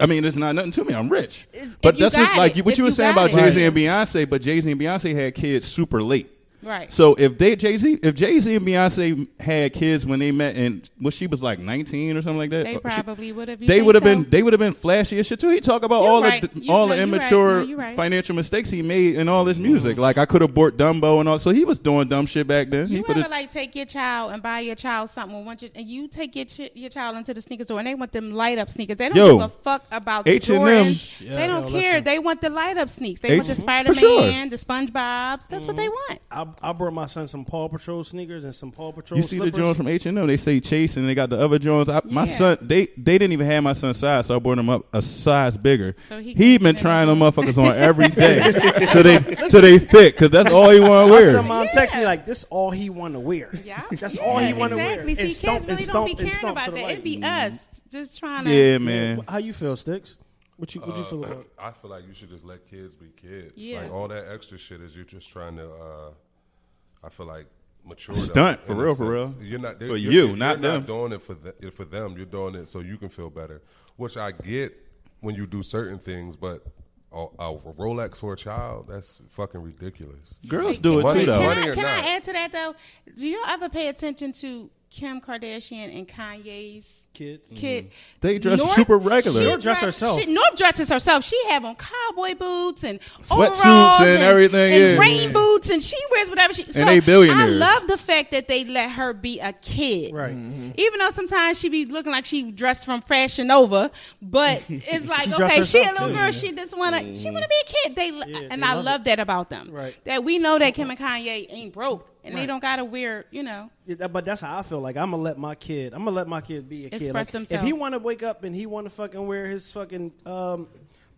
[SPEAKER 6] I mean, it's not nothing to me. I'm rich.
[SPEAKER 8] It's-
[SPEAKER 6] but
[SPEAKER 8] if you
[SPEAKER 6] that's
[SPEAKER 8] got
[SPEAKER 6] what, like
[SPEAKER 8] it,
[SPEAKER 6] you- what
[SPEAKER 8] if
[SPEAKER 6] you were
[SPEAKER 8] you
[SPEAKER 6] saying
[SPEAKER 8] got
[SPEAKER 6] about
[SPEAKER 8] it.
[SPEAKER 6] Jay Z and Beyonce. But Jay Z and Beyonce had kids super late.
[SPEAKER 8] right?
[SPEAKER 6] So if they Jay Z, if Jay Z and Beyonce had kids when they met, and well, she was like 19 or something like that.
[SPEAKER 8] They
[SPEAKER 6] or uh, she-
[SPEAKER 8] probably would have. You
[SPEAKER 6] They
[SPEAKER 8] think
[SPEAKER 6] would have
[SPEAKER 8] so?
[SPEAKER 6] been. They would have been flashy as shit too. He talk about
[SPEAKER 8] You're
[SPEAKER 6] all
[SPEAKER 8] right.
[SPEAKER 6] the
[SPEAKER 8] You-
[SPEAKER 6] all
[SPEAKER 8] no,
[SPEAKER 6] the
[SPEAKER 8] you're right.
[SPEAKER 6] immature
[SPEAKER 8] No, you're right. Mm-hmm.
[SPEAKER 6] financial mistakes he made in all his music. Like I could have bought Dumbo and all. So he was doing dumb shit back then. he
[SPEAKER 8] You
[SPEAKER 6] could
[SPEAKER 8] ever
[SPEAKER 6] have.
[SPEAKER 8] like take your child and buy your child something and want you, and you take your ch- your child into the sneaker store and they want them light up sneakers. They don't
[SPEAKER 6] Yo,
[SPEAKER 8] give a fuck about
[SPEAKER 6] H&M.
[SPEAKER 8] the Jordans.
[SPEAKER 3] Yeah,
[SPEAKER 8] they don't
[SPEAKER 3] no,
[SPEAKER 8] care.
[SPEAKER 3] listen.
[SPEAKER 8] They want the light up sneaks. They
[SPEAKER 6] H-
[SPEAKER 8] want the
[SPEAKER 6] Mhm.
[SPEAKER 8] Spider Man,
[SPEAKER 6] For sure. Mm-hmm.
[SPEAKER 8] the SpongeBob's. That's what they want.
[SPEAKER 5] I, I brought my son some Paw Patrol sneakers and some Paw Patrol
[SPEAKER 6] You see
[SPEAKER 5] slippers.
[SPEAKER 6] the Jones from H and M? They say Chase, and they got the other Jones. I, My
[SPEAKER 8] Yeah.
[SPEAKER 6] son, they they didn't even have my son's size, so I brought him up a size bigger.
[SPEAKER 8] So he
[SPEAKER 6] he
[SPEAKER 8] can
[SPEAKER 6] been
[SPEAKER 8] fit
[SPEAKER 6] trying
[SPEAKER 8] in.
[SPEAKER 6] them motherfuckers on every day, so they so they fit, cause that's all he want
[SPEAKER 5] My
[SPEAKER 6] to wear.
[SPEAKER 5] son mom texted me like, "This all he want to wear.
[SPEAKER 8] Yeah.
[SPEAKER 5] that's all he want to wear."
[SPEAKER 8] Exactly.
[SPEAKER 5] And
[SPEAKER 8] See, kids
[SPEAKER 5] stomp- and
[SPEAKER 8] really
[SPEAKER 5] stomp-
[SPEAKER 8] don't
[SPEAKER 5] and
[SPEAKER 8] be caring
[SPEAKER 5] stomp to
[SPEAKER 8] about
[SPEAKER 5] the Mm-hmm.
[SPEAKER 8] that.
[SPEAKER 5] right.
[SPEAKER 8] It'd be us just trying to.
[SPEAKER 6] yeah, man.
[SPEAKER 5] How you feel, Sticks? What you what you feel about?
[SPEAKER 7] I feel like you should just let kids be kids.
[SPEAKER 8] Yeah.
[SPEAKER 7] Like all that extra shit is you're just trying to. Uh, I feel like mature.
[SPEAKER 6] Stunt,
[SPEAKER 7] them,
[SPEAKER 6] for
[SPEAKER 7] in a
[SPEAKER 6] real, for
[SPEAKER 7] sense.
[SPEAKER 6] real.
[SPEAKER 7] You're not they-
[SPEAKER 6] For
[SPEAKER 7] you're-
[SPEAKER 6] you,
[SPEAKER 7] you're
[SPEAKER 6] not them.
[SPEAKER 7] doing it for the, for them. You're doing it so you can feel better, which I get when you do certain things, but. A, a Rolex for a child—that's fucking ridiculous.
[SPEAKER 6] Girls do it
[SPEAKER 7] Money-
[SPEAKER 6] too, though.
[SPEAKER 7] money-
[SPEAKER 8] Can, I,
[SPEAKER 7] or
[SPEAKER 8] can
[SPEAKER 7] not.
[SPEAKER 8] I add to that though? Do y'all ever pay attention to Kim Kardashian and Kanye's
[SPEAKER 5] Kid.
[SPEAKER 8] Kid,
[SPEAKER 6] They dress super regular.
[SPEAKER 8] She
[SPEAKER 6] She'll
[SPEAKER 5] Mm-hmm. dress herself.
[SPEAKER 8] She, North dresses herself. She have on cowboy boots and
[SPEAKER 6] Sweatsuits
[SPEAKER 8] overalls
[SPEAKER 6] and everything,
[SPEAKER 8] and
[SPEAKER 6] yeah.
[SPEAKER 8] rain boots, and she wears whatever she. so
[SPEAKER 6] they billionaires.
[SPEAKER 8] I love the fact that they let her be a kid,
[SPEAKER 5] Right. Mm-hmm.
[SPEAKER 8] Even though sometimes she be looking like she dressed from Fashion Nova, but it's like
[SPEAKER 5] She dressed
[SPEAKER 8] okay, she a
[SPEAKER 5] herself,
[SPEAKER 8] little
[SPEAKER 5] too.
[SPEAKER 8] girl. She just wanna she wanna be a kid. They lo- and
[SPEAKER 5] they
[SPEAKER 8] I
[SPEAKER 5] love
[SPEAKER 8] love,
[SPEAKER 5] it.
[SPEAKER 8] that about them.
[SPEAKER 5] Right.
[SPEAKER 8] That we know that Kim and Kanye ain't broke, and
[SPEAKER 5] Right.
[SPEAKER 8] they don't gotta wear you know.
[SPEAKER 5] Yeah, that- but that's how I feel. Like I'm gonna let my kid. I'm gonna let my kid be a kid.
[SPEAKER 8] Express
[SPEAKER 5] Like,
[SPEAKER 8] themselves.
[SPEAKER 5] If he want to wake up and he want to fucking wear his fucking um,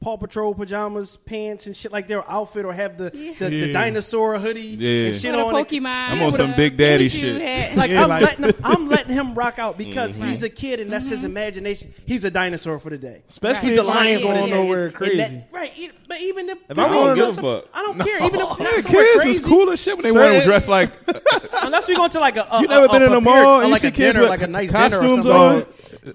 [SPEAKER 5] Paw Patrol pajamas, pants, and shit like their outfit, or have the the, the
[SPEAKER 3] Yeah.
[SPEAKER 5] dinosaur hoodie
[SPEAKER 6] Yeah.
[SPEAKER 5] and shit
[SPEAKER 8] With a
[SPEAKER 5] on. it.
[SPEAKER 8] Pokemon.
[SPEAKER 6] I'm on some Big Daddy shit.
[SPEAKER 5] Like
[SPEAKER 3] Yeah,
[SPEAKER 5] I'm
[SPEAKER 3] like-
[SPEAKER 5] letting him, I'm letting him rock out because he's a kid and that's his imagination. He's a dinosaur for the day.
[SPEAKER 3] Especially
[SPEAKER 5] he's a
[SPEAKER 3] if I
[SPEAKER 5] lion
[SPEAKER 3] ain't
[SPEAKER 5] for the
[SPEAKER 3] going
[SPEAKER 5] day.
[SPEAKER 3] nowhere
[SPEAKER 5] And
[SPEAKER 3] crazy.
[SPEAKER 5] that- right? e- But even if,
[SPEAKER 4] I
[SPEAKER 5] even
[SPEAKER 4] don't
[SPEAKER 5] if-
[SPEAKER 4] give a fuck.
[SPEAKER 5] I don't care. Even if
[SPEAKER 6] Yeah,
[SPEAKER 5] not Oh, somewhere
[SPEAKER 6] kids
[SPEAKER 5] crazy,
[SPEAKER 6] is cool as shit when they wear them
[SPEAKER 3] Certain-
[SPEAKER 6] dressed like
[SPEAKER 5] Unless we go to like a, a
[SPEAKER 6] You never
[SPEAKER 5] a,
[SPEAKER 6] been
[SPEAKER 5] a
[SPEAKER 6] in the
[SPEAKER 5] prepared-
[SPEAKER 6] mall
[SPEAKER 5] or
[SPEAKER 6] and you
[SPEAKER 5] like
[SPEAKER 6] see
[SPEAKER 5] a
[SPEAKER 6] kids
[SPEAKER 5] dinner,
[SPEAKER 6] with
[SPEAKER 5] like a nice
[SPEAKER 6] costumes
[SPEAKER 5] dinner or something.
[SPEAKER 6] on?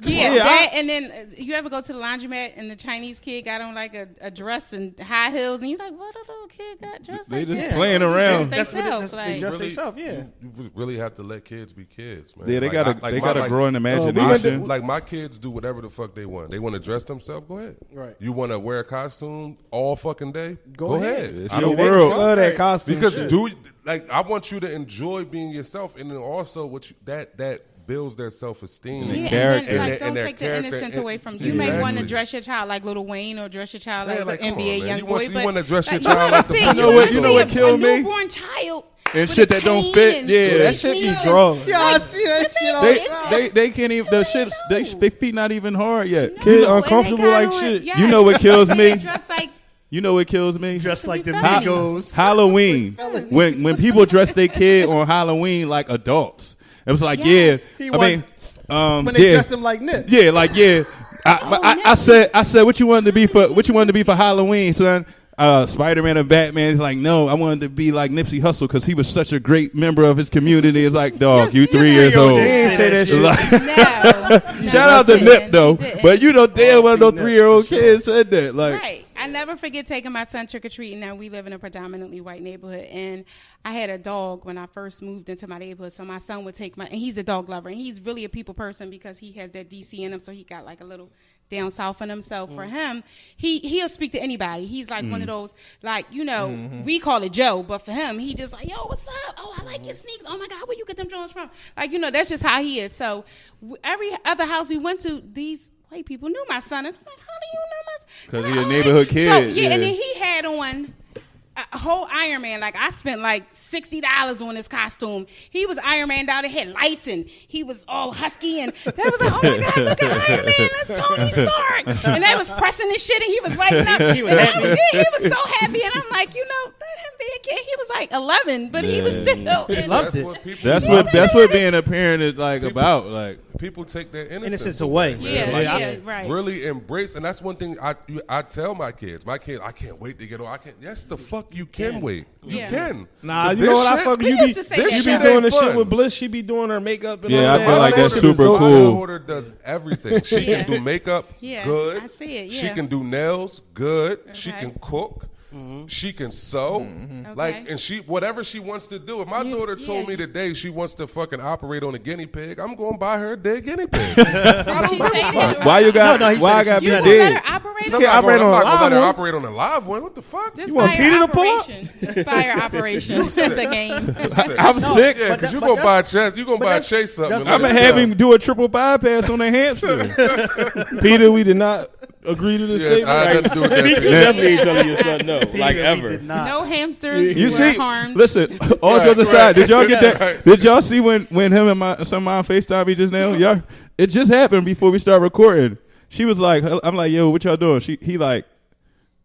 [SPEAKER 8] Yeah,
[SPEAKER 6] Yeah,
[SPEAKER 8] that, and then uh, you ever go to the laundromat and the Chinese kid got on like a, a dress and high heels, and you're like, what a little kid got dressed
[SPEAKER 6] They
[SPEAKER 8] like
[SPEAKER 6] just
[SPEAKER 8] that?
[SPEAKER 6] playing
[SPEAKER 8] They
[SPEAKER 6] around.
[SPEAKER 8] dress
[SPEAKER 5] that's-
[SPEAKER 8] themselves,
[SPEAKER 5] they
[SPEAKER 8] like-
[SPEAKER 5] dress- Just themselves, yeah.
[SPEAKER 7] You, you really have to let kids be kids, man.
[SPEAKER 6] Yeah, they
[SPEAKER 7] Like,
[SPEAKER 6] gotta
[SPEAKER 7] I- like
[SPEAKER 6] they
[SPEAKER 7] my-
[SPEAKER 6] gotta
[SPEAKER 7] like- Oh,
[SPEAKER 6] grow an
[SPEAKER 7] My,
[SPEAKER 6] imagination.
[SPEAKER 7] like my kids do whatever the fuck they want. They want to dress themselves. Go ahead.
[SPEAKER 5] Right.
[SPEAKER 7] You want to wear a costume all fucking day?
[SPEAKER 5] Go
[SPEAKER 7] Go,
[SPEAKER 5] ahead.
[SPEAKER 7] ahead.
[SPEAKER 6] It's
[SPEAKER 7] I
[SPEAKER 6] your
[SPEAKER 7] don't give a
[SPEAKER 6] world.
[SPEAKER 7] fuck.
[SPEAKER 3] Love that costume
[SPEAKER 7] Because
[SPEAKER 3] shit.
[SPEAKER 7] do like I want you to enjoy being yourself, and then also what you, that that builds their self esteem.
[SPEAKER 8] Yeah,
[SPEAKER 6] character.
[SPEAKER 8] And then,
[SPEAKER 7] And
[SPEAKER 8] like,
[SPEAKER 7] their-
[SPEAKER 8] don't
[SPEAKER 7] and their
[SPEAKER 8] take the
[SPEAKER 7] character
[SPEAKER 8] innocence
[SPEAKER 7] and-
[SPEAKER 8] away from you. You may want to
[SPEAKER 7] Exactly.
[SPEAKER 8] dress your child like Little Wayne or dress your child like,
[SPEAKER 7] Yeah, like,
[SPEAKER 8] an
[SPEAKER 7] come
[SPEAKER 8] NBA
[SPEAKER 7] on, man.
[SPEAKER 8] young
[SPEAKER 7] You
[SPEAKER 8] boy.
[SPEAKER 7] want- you
[SPEAKER 8] but
[SPEAKER 7] wanna dress your
[SPEAKER 8] like,
[SPEAKER 7] child like the
[SPEAKER 8] you
[SPEAKER 7] fuck you
[SPEAKER 8] wanna see,
[SPEAKER 7] want.
[SPEAKER 8] you
[SPEAKER 7] You
[SPEAKER 8] know
[SPEAKER 7] know
[SPEAKER 8] what
[SPEAKER 6] what killed me?
[SPEAKER 8] Newborn child
[SPEAKER 6] And
[SPEAKER 8] with
[SPEAKER 6] shit
[SPEAKER 8] a
[SPEAKER 6] that don't
[SPEAKER 8] chain
[SPEAKER 6] fit.
[SPEAKER 8] and
[SPEAKER 6] Yeah.
[SPEAKER 3] That shit be
[SPEAKER 8] sleeves.
[SPEAKER 3] strong.
[SPEAKER 5] Yeah, I see that shit all
[SPEAKER 6] They,
[SPEAKER 5] the time.
[SPEAKER 6] they they can't even the shit's they they feet not even hard yet.
[SPEAKER 3] Kid
[SPEAKER 8] No, and they
[SPEAKER 3] uncomfortable
[SPEAKER 8] got
[SPEAKER 3] like
[SPEAKER 8] on-
[SPEAKER 3] shit.
[SPEAKER 8] yes,
[SPEAKER 6] You know what kills me?
[SPEAKER 8] Dress like
[SPEAKER 6] You know what kills me?
[SPEAKER 9] Dressed like the
[SPEAKER 8] Fellas.
[SPEAKER 9] Migos.
[SPEAKER 6] Halloween. when when people dress their kid on Halloween like adults, it was like
[SPEAKER 8] Yes.
[SPEAKER 6] yeah.
[SPEAKER 5] He
[SPEAKER 6] I mean, um,
[SPEAKER 5] when they
[SPEAKER 6] yeah,
[SPEAKER 5] dressed him like Nip.
[SPEAKER 6] yeah, like yeah. I,
[SPEAKER 3] Oh,
[SPEAKER 6] but I, I said I said what you wanted to be for what you wanted to be for Halloween, son. Uh, Spider Man and Batman. He's like, no, I wanted to be like Nipsey Hussle because he was such a great member of his community. It's like, dog, you three years old.
[SPEAKER 3] didn't say that shit.
[SPEAKER 6] Like-
[SPEAKER 8] no. No,
[SPEAKER 6] Shout out
[SPEAKER 8] you
[SPEAKER 6] to Nip
[SPEAKER 8] didn't.
[SPEAKER 6] though,
[SPEAKER 8] You didn't.
[SPEAKER 6] but you know damn well no
[SPEAKER 5] Nip,
[SPEAKER 6] three year old kid said that. Like,
[SPEAKER 8] Right. I never forget taking my son trick or treating. Now we live in a predominantly white neighborhood, and I had a dog when I first moved into my neighborhood. So my son would take my, and he's a dog lover, and he's really a people person because he has that DC in him. So he got like a little down south in him. So for him, he he'll speak to anybody. He's like one of those, like you know, we call it Joe, but for him, he just like, yo, what's up? Oh, I like your sneakers. Oh my God, where you get them Jones from? Like you know, that's just how he is. So w- every other house we went to, these. White people knew my son, and I'm like, "How do you know my?" son?"
[SPEAKER 6] 'Cause
[SPEAKER 8] They're
[SPEAKER 6] he a
[SPEAKER 8] like, "Oh,
[SPEAKER 6] neighborhood
[SPEAKER 8] so,
[SPEAKER 6] kid,
[SPEAKER 8] yeah, and
[SPEAKER 6] yeah.
[SPEAKER 8] then he had on a whole Iron Man. Like I spent like sixty dollars on his costume. He was Iron Man out. It had lights and he was all husky and that was like, oh my god, look at Iron Man, that's Tony Stark. And they was pressing his shit and he was lighting up.
[SPEAKER 9] He was
[SPEAKER 8] And I
[SPEAKER 9] happy.
[SPEAKER 8] was- yeah, he was so happy. And I'm like, you know, let him be a kid. He was like eleven, but he was still. And,
[SPEAKER 9] Loved
[SPEAKER 7] That's
[SPEAKER 9] it.
[SPEAKER 7] what people.
[SPEAKER 6] that's what that's what being a parent is like about. Like,
[SPEAKER 7] people take their innocence.
[SPEAKER 9] Innocence away.
[SPEAKER 8] yeah,
[SPEAKER 9] Like,
[SPEAKER 8] yeah,
[SPEAKER 9] I-
[SPEAKER 8] right.
[SPEAKER 7] Really embrace, and that's one thing I you- I tell my kids. My kids, I can't wait to get old. I can't. Yes, the fuck you can wait. You
[SPEAKER 8] Yeah.
[SPEAKER 7] can.
[SPEAKER 3] Nah,
[SPEAKER 7] But
[SPEAKER 3] you know
[SPEAKER 7] this
[SPEAKER 3] what? I
[SPEAKER 7] shit-
[SPEAKER 3] fuck
[SPEAKER 8] We
[SPEAKER 3] you.
[SPEAKER 8] used
[SPEAKER 3] Be,
[SPEAKER 8] to say
[SPEAKER 7] this
[SPEAKER 3] you
[SPEAKER 8] that.
[SPEAKER 3] be
[SPEAKER 7] shit
[SPEAKER 8] back.
[SPEAKER 3] doing
[SPEAKER 7] ain't
[SPEAKER 3] the shit
[SPEAKER 7] fun.
[SPEAKER 3] with Bliss. She be doing her makeup and
[SPEAKER 6] Yeah,
[SPEAKER 3] all
[SPEAKER 6] I
[SPEAKER 3] that.
[SPEAKER 6] feel
[SPEAKER 3] All
[SPEAKER 6] like
[SPEAKER 3] that
[SPEAKER 6] that's
[SPEAKER 3] shit is
[SPEAKER 6] super
[SPEAKER 3] dope.
[SPEAKER 6] cool.
[SPEAKER 7] My daughter does everything. She
[SPEAKER 8] Yeah.
[SPEAKER 7] can do makeup
[SPEAKER 8] Yeah,
[SPEAKER 7] good.
[SPEAKER 8] I see it,
[SPEAKER 7] She
[SPEAKER 8] yeah.
[SPEAKER 7] can do nails good. She
[SPEAKER 8] Okay.
[SPEAKER 7] can cook.
[SPEAKER 3] Mm-hmm.
[SPEAKER 7] She can sew, like,
[SPEAKER 8] Okay.
[SPEAKER 7] and she whatever she wants to do. If my
[SPEAKER 8] You-
[SPEAKER 7] daughter told
[SPEAKER 8] yeah.
[SPEAKER 7] me today she wants to fucking operate on a guinea pig, I'm going to buy her a dead guinea pig.
[SPEAKER 8] Did she say that?
[SPEAKER 6] why you got
[SPEAKER 9] No, no, he
[SPEAKER 6] why I
[SPEAKER 9] said
[SPEAKER 6] got
[SPEAKER 9] she
[SPEAKER 6] be
[SPEAKER 9] said
[SPEAKER 8] You let
[SPEAKER 6] dead?
[SPEAKER 8] her operate.
[SPEAKER 7] I'm
[SPEAKER 3] can't
[SPEAKER 7] not
[SPEAKER 3] operate
[SPEAKER 7] gonna- I'm
[SPEAKER 3] on a
[SPEAKER 7] not gonna let
[SPEAKER 3] live
[SPEAKER 7] her
[SPEAKER 3] one.
[SPEAKER 7] operate on a live one. What the fuck?
[SPEAKER 8] This
[SPEAKER 3] want
[SPEAKER 8] fire
[SPEAKER 3] Peter to pull up?
[SPEAKER 8] operation. This fire operation. the game.
[SPEAKER 6] I'm sick.
[SPEAKER 7] Yeah,
[SPEAKER 9] that-
[SPEAKER 7] because you
[SPEAKER 9] Oh, but
[SPEAKER 7] gonna buy a
[SPEAKER 9] that's-
[SPEAKER 7] chest, you gonna
[SPEAKER 9] but
[SPEAKER 7] buy a
[SPEAKER 9] that's-
[SPEAKER 7] chase something.
[SPEAKER 9] that's-
[SPEAKER 6] I'm gonna have him do a triple bypass on a hamster.
[SPEAKER 3] Peter, we did not agree to this
[SPEAKER 7] yes,
[SPEAKER 3] statement.
[SPEAKER 7] I had nothing to do with
[SPEAKER 4] You
[SPEAKER 7] that. bitch.
[SPEAKER 4] definitely ain't telling your son no, like
[SPEAKER 9] He
[SPEAKER 4] ever.
[SPEAKER 9] did not.
[SPEAKER 8] No hamsters
[SPEAKER 6] you
[SPEAKER 8] were
[SPEAKER 6] see,
[SPEAKER 8] harmed.
[SPEAKER 6] listen. All jokes aside, did y'all get that? Did y'all see when when him and my son my Facetime me just now? Y'all, it just happened before we started recording. She was like, I'm like, yo, what y'all doing? She he like,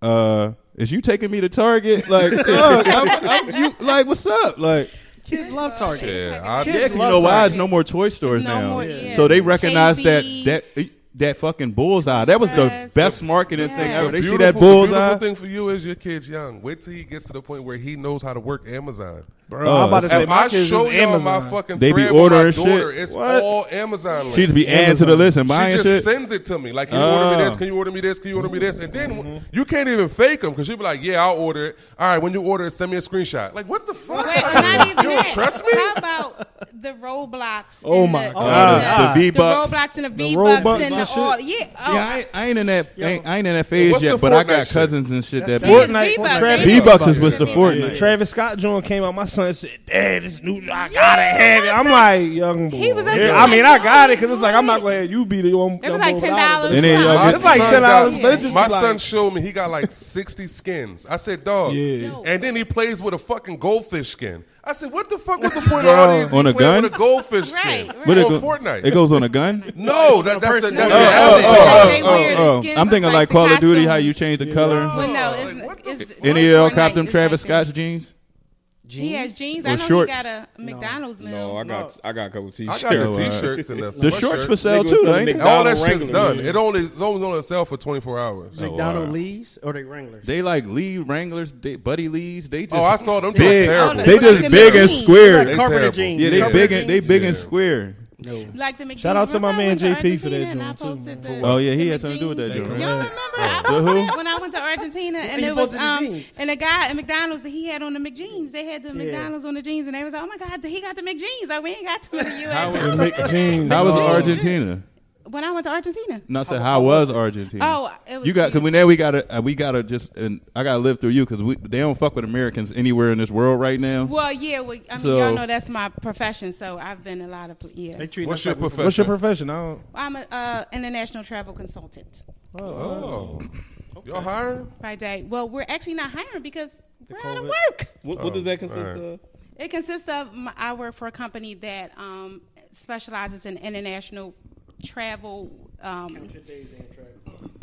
[SPEAKER 6] uh, is you taking me to Target? Like, dog, I'm, I'm, you like, what's up? Like.
[SPEAKER 9] Kids love Target.
[SPEAKER 7] Yeah, I,
[SPEAKER 9] Kids
[SPEAKER 6] Yeah, 'cause you
[SPEAKER 9] love
[SPEAKER 6] know why?
[SPEAKER 9] Target.
[SPEAKER 6] It's no more toy stores
[SPEAKER 8] No
[SPEAKER 6] now.
[SPEAKER 8] more, yeah.
[SPEAKER 6] So they recognize
[SPEAKER 8] KB.
[SPEAKER 6] that that that fucking bullseye. That was the
[SPEAKER 8] Yes.
[SPEAKER 6] best marketing
[SPEAKER 8] Yes.
[SPEAKER 6] thing
[SPEAKER 8] The
[SPEAKER 6] ever. They see
[SPEAKER 7] beautiful-
[SPEAKER 6] that
[SPEAKER 7] The
[SPEAKER 6] bullseye.
[SPEAKER 7] beautiful thing for you is your kid's young. Wait till he gets to the point where he knows how to work Amazon.
[SPEAKER 3] Bro, I'm about to say
[SPEAKER 7] If
[SPEAKER 3] my
[SPEAKER 7] I
[SPEAKER 3] kids is
[SPEAKER 7] show y'all
[SPEAKER 3] Amazon.
[SPEAKER 7] my fucking
[SPEAKER 6] They be
[SPEAKER 7] thread
[SPEAKER 6] ordering
[SPEAKER 7] with my daughter,
[SPEAKER 6] shit.
[SPEAKER 7] it's
[SPEAKER 6] What?
[SPEAKER 7] all Amazon.
[SPEAKER 6] She just be adding to the list and buying
[SPEAKER 7] just
[SPEAKER 6] shit.
[SPEAKER 7] sends it to me. Like, can you order me
[SPEAKER 6] Oh.
[SPEAKER 7] this? Can you order me this? Can you order me this? And then
[SPEAKER 6] Mm-hmm.
[SPEAKER 7] you can't even fake them because she'll be like, yeah, I'll order it. All right, when you order it, send me a screenshot. Like, what the fuck?
[SPEAKER 8] Wait, not even
[SPEAKER 7] you don't
[SPEAKER 8] that.
[SPEAKER 7] trust me?
[SPEAKER 8] How about the Roblox?
[SPEAKER 3] Oh
[SPEAKER 8] and
[SPEAKER 3] my
[SPEAKER 8] the,
[SPEAKER 6] God.
[SPEAKER 8] and
[SPEAKER 6] The
[SPEAKER 8] the,
[SPEAKER 6] V-Bucks.
[SPEAKER 8] Roblox and the V
[SPEAKER 3] Robux
[SPEAKER 8] Bucks and
[SPEAKER 3] and
[SPEAKER 8] the
[SPEAKER 3] shit.
[SPEAKER 8] all. Yeah, oh,
[SPEAKER 6] Yeah, I ain't, I ain't in that I ain't, I ain't in that phase
[SPEAKER 7] What's
[SPEAKER 6] yet,
[SPEAKER 7] the
[SPEAKER 6] but I
[SPEAKER 7] Fortnite
[SPEAKER 6] got
[SPEAKER 7] shit?
[SPEAKER 6] cousins and shit that
[SPEAKER 8] Fortnite.
[SPEAKER 3] Fortnite,
[SPEAKER 8] V-Bucks,
[SPEAKER 3] Travis,
[SPEAKER 6] B bucks is what's the
[SPEAKER 8] Yeah.
[SPEAKER 6] Fortnite.
[SPEAKER 3] Travis Scott joint came out. My son said, "Dad, this new, I gotta have it." I'm like, "Young boy."
[SPEAKER 8] He was
[SPEAKER 3] yeah,
[SPEAKER 8] upset,
[SPEAKER 3] I mean, I
[SPEAKER 8] like,
[SPEAKER 3] got
[SPEAKER 8] yo,
[SPEAKER 3] it because
[SPEAKER 8] this
[SPEAKER 3] it's like I'm
[SPEAKER 8] lit.
[SPEAKER 3] not gonna have you be the one.
[SPEAKER 8] it was like ten dollars.
[SPEAKER 6] And then y'all
[SPEAKER 7] My
[SPEAKER 6] get- It's like
[SPEAKER 7] son
[SPEAKER 3] $10,
[SPEAKER 7] got-
[SPEAKER 3] but it just
[SPEAKER 7] my
[SPEAKER 3] be like-
[SPEAKER 7] son showed me he got like 60 skins. I said, dog.
[SPEAKER 3] Yeah.
[SPEAKER 7] And then he plays with a fucking goldfish skin. I said, what the fuck was the point of all these?
[SPEAKER 6] On
[SPEAKER 7] You
[SPEAKER 6] a
[SPEAKER 7] playing
[SPEAKER 6] gun?
[SPEAKER 7] With a goldfish
[SPEAKER 8] Right,
[SPEAKER 7] skin.
[SPEAKER 8] right.
[SPEAKER 6] What it
[SPEAKER 7] on
[SPEAKER 6] go-
[SPEAKER 7] Oh, Fortnite.
[SPEAKER 6] It goes on a gun.
[SPEAKER 7] no, that, that's the,
[SPEAKER 9] Personal.
[SPEAKER 7] that's
[SPEAKER 9] Oh,
[SPEAKER 7] the
[SPEAKER 8] oh,
[SPEAKER 7] average.
[SPEAKER 8] oh,
[SPEAKER 7] one.
[SPEAKER 8] They wear the skins
[SPEAKER 6] I'm thinking
[SPEAKER 8] with,
[SPEAKER 6] like
[SPEAKER 8] the
[SPEAKER 6] Call of Duty, how you
[SPEAKER 8] costumes.
[SPEAKER 6] change the color.
[SPEAKER 8] But no,
[SPEAKER 7] Like, what
[SPEAKER 8] it's,
[SPEAKER 7] the-
[SPEAKER 8] it's
[SPEAKER 6] Any of y'all
[SPEAKER 8] Fortnite
[SPEAKER 6] cop them
[SPEAKER 8] is
[SPEAKER 6] Travis
[SPEAKER 8] like that.
[SPEAKER 6] Scott's jeans?
[SPEAKER 8] He has jeans.
[SPEAKER 6] Or
[SPEAKER 8] I know
[SPEAKER 6] shorts.
[SPEAKER 8] he got a McDonald's meal.
[SPEAKER 4] No, I got I got a couple
[SPEAKER 7] I
[SPEAKER 4] t-shirts.
[SPEAKER 7] got the
[SPEAKER 6] Sure.
[SPEAKER 7] t-shirts and the,
[SPEAKER 6] The shorts for
[SPEAKER 7] sweatshirt.
[SPEAKER 6] sale
[SPEAKER 4] Nigga was
[SPEAKER 6] too,
[SPEAKER 4] selling
[SPEAKER 6] ain't
[SPEAKER 4] Mc-
[SPEAKER 7] And all that
[SPEAKER 4] Donald
[SPEAKER 7] shit's
[SPEAKER 4] Wrangler,
[SPEAKER 7] done.
[SPEAKER 4] man.
[SPEAKER 7] It only it's only on itself for 24 hours.
[SPEAKER 6] wow.
[SPEAKER 9] McDonald Lee's or they Wranglers.
[SPEAKER 6] They like Lee Wranglers, they, Buddy Lees. They just
[SPEAKER 7] Oh, I saw them.
[SPEAKER 6] big.
[SPEAKER 7] Terrible.
[SPEAKER 8] Oh,
[SPEAKER 6] They
[SPEAKER 8] look
[SPEAKER 6] just
[SPEAKER 8] at
[SPEAKER 6] big
[SPEAKER 8] me.
[SPEAKER 6] and square.
[SPEAKER 7] They
[SPEAKER 9] carpenter
[SPEAKER 7] terrible.
[SPEAKER 9] jeans.
[SPEAKER 6] Yeah, they
[SPEAKER 7] Yeah.
[SPEAKER 6] big and they big
[SPEAKER 7] Yeah.
[SPEAKER 6] and square.
[SPEAKER 5] No.
[SPEAKER 8] Like the McDonald's.
[SPEAKER 3] Shout out to my
[SPEAKER 8] Remember I
[SPEAKER 3] man
[SPEAKER 8] went to
[SPEAKER 3] JP for that
[SPEAKER 8] Argentina and I
[SPEAKER 3] joint, too.
[SPEAKER 8] posted the-
[SPEAKER 6] Oh, yeah, he
[SPEAKER 8] the
[SPEAKER 6] had something to do with that
[SPEAKER 8] McJeans?
[SPEAKER 6] joint.
[SPEAKER 8] Y'all
[SPEAKER 3] Yeah.
[SPEAKER 8] remember? I
[SPEAKER 6] The
[SPEAKER 8] posted
[SPEAKER 6] who?
[SPEAKER 8] it when I went to Argentina and
[SPEAKER 5] you
[SPEAKER 8] it was
[SPEAKER 5] posted the
[SPEAKER 8] um
[SPEAKER 5] jeans.
[SPEAKER 8] and a guy at McDonald's he had on the McJeans. They had the McDonald's on the jeans and they was like, oh my god, he got the McJeans. Like we ain't got them in the U.S.
[SPEAKER 3] The Mick Jeans.
[SPEAKER 6] How was
[SPEAKER 3] Oh.
[SPEAKER 6] Argentina?
[SPEAKER 8] When I went to Argentina.
[SPEAKER 6] No, I said how was Argentina?
[SPEAKER 8] Oh, it was
[SPEAKER 6] you got because
[SPEAKER 8] beautiful.
[SPEAKER 6] we now we gotta uh, we gotta just and I gotta live through you because we they don't fuck with Americans anywhere in this world right now.
[SPEAKER 8] Well, yeah, well, I mean,
[SPEAKER 6] So-
[SPEAKER 8] y'all know that's my profession, so I've been a lot of yeah.
[SPEAKER 9] treat
[SPEAKER 7] What's your profession?
[SPEAKER 3] What's your profession? I don't.
[SPEAKER 8] I'm an uh, international travel consultant
[SPEAKER 7] Oh, y'all hiring?
[SPEAKER 8] by day. Well, we're actually not hiring because we're out of
[SPEAKER 3] COVID.
[SPEAKER 8] work.
[SPEAKER 4] What, what does that consist
[SPEAKER 7] alright.
[SPEAKER 4] of?
[SPEAKER 8] It consists of m- I work for a company that um, specializes in international travel. Um,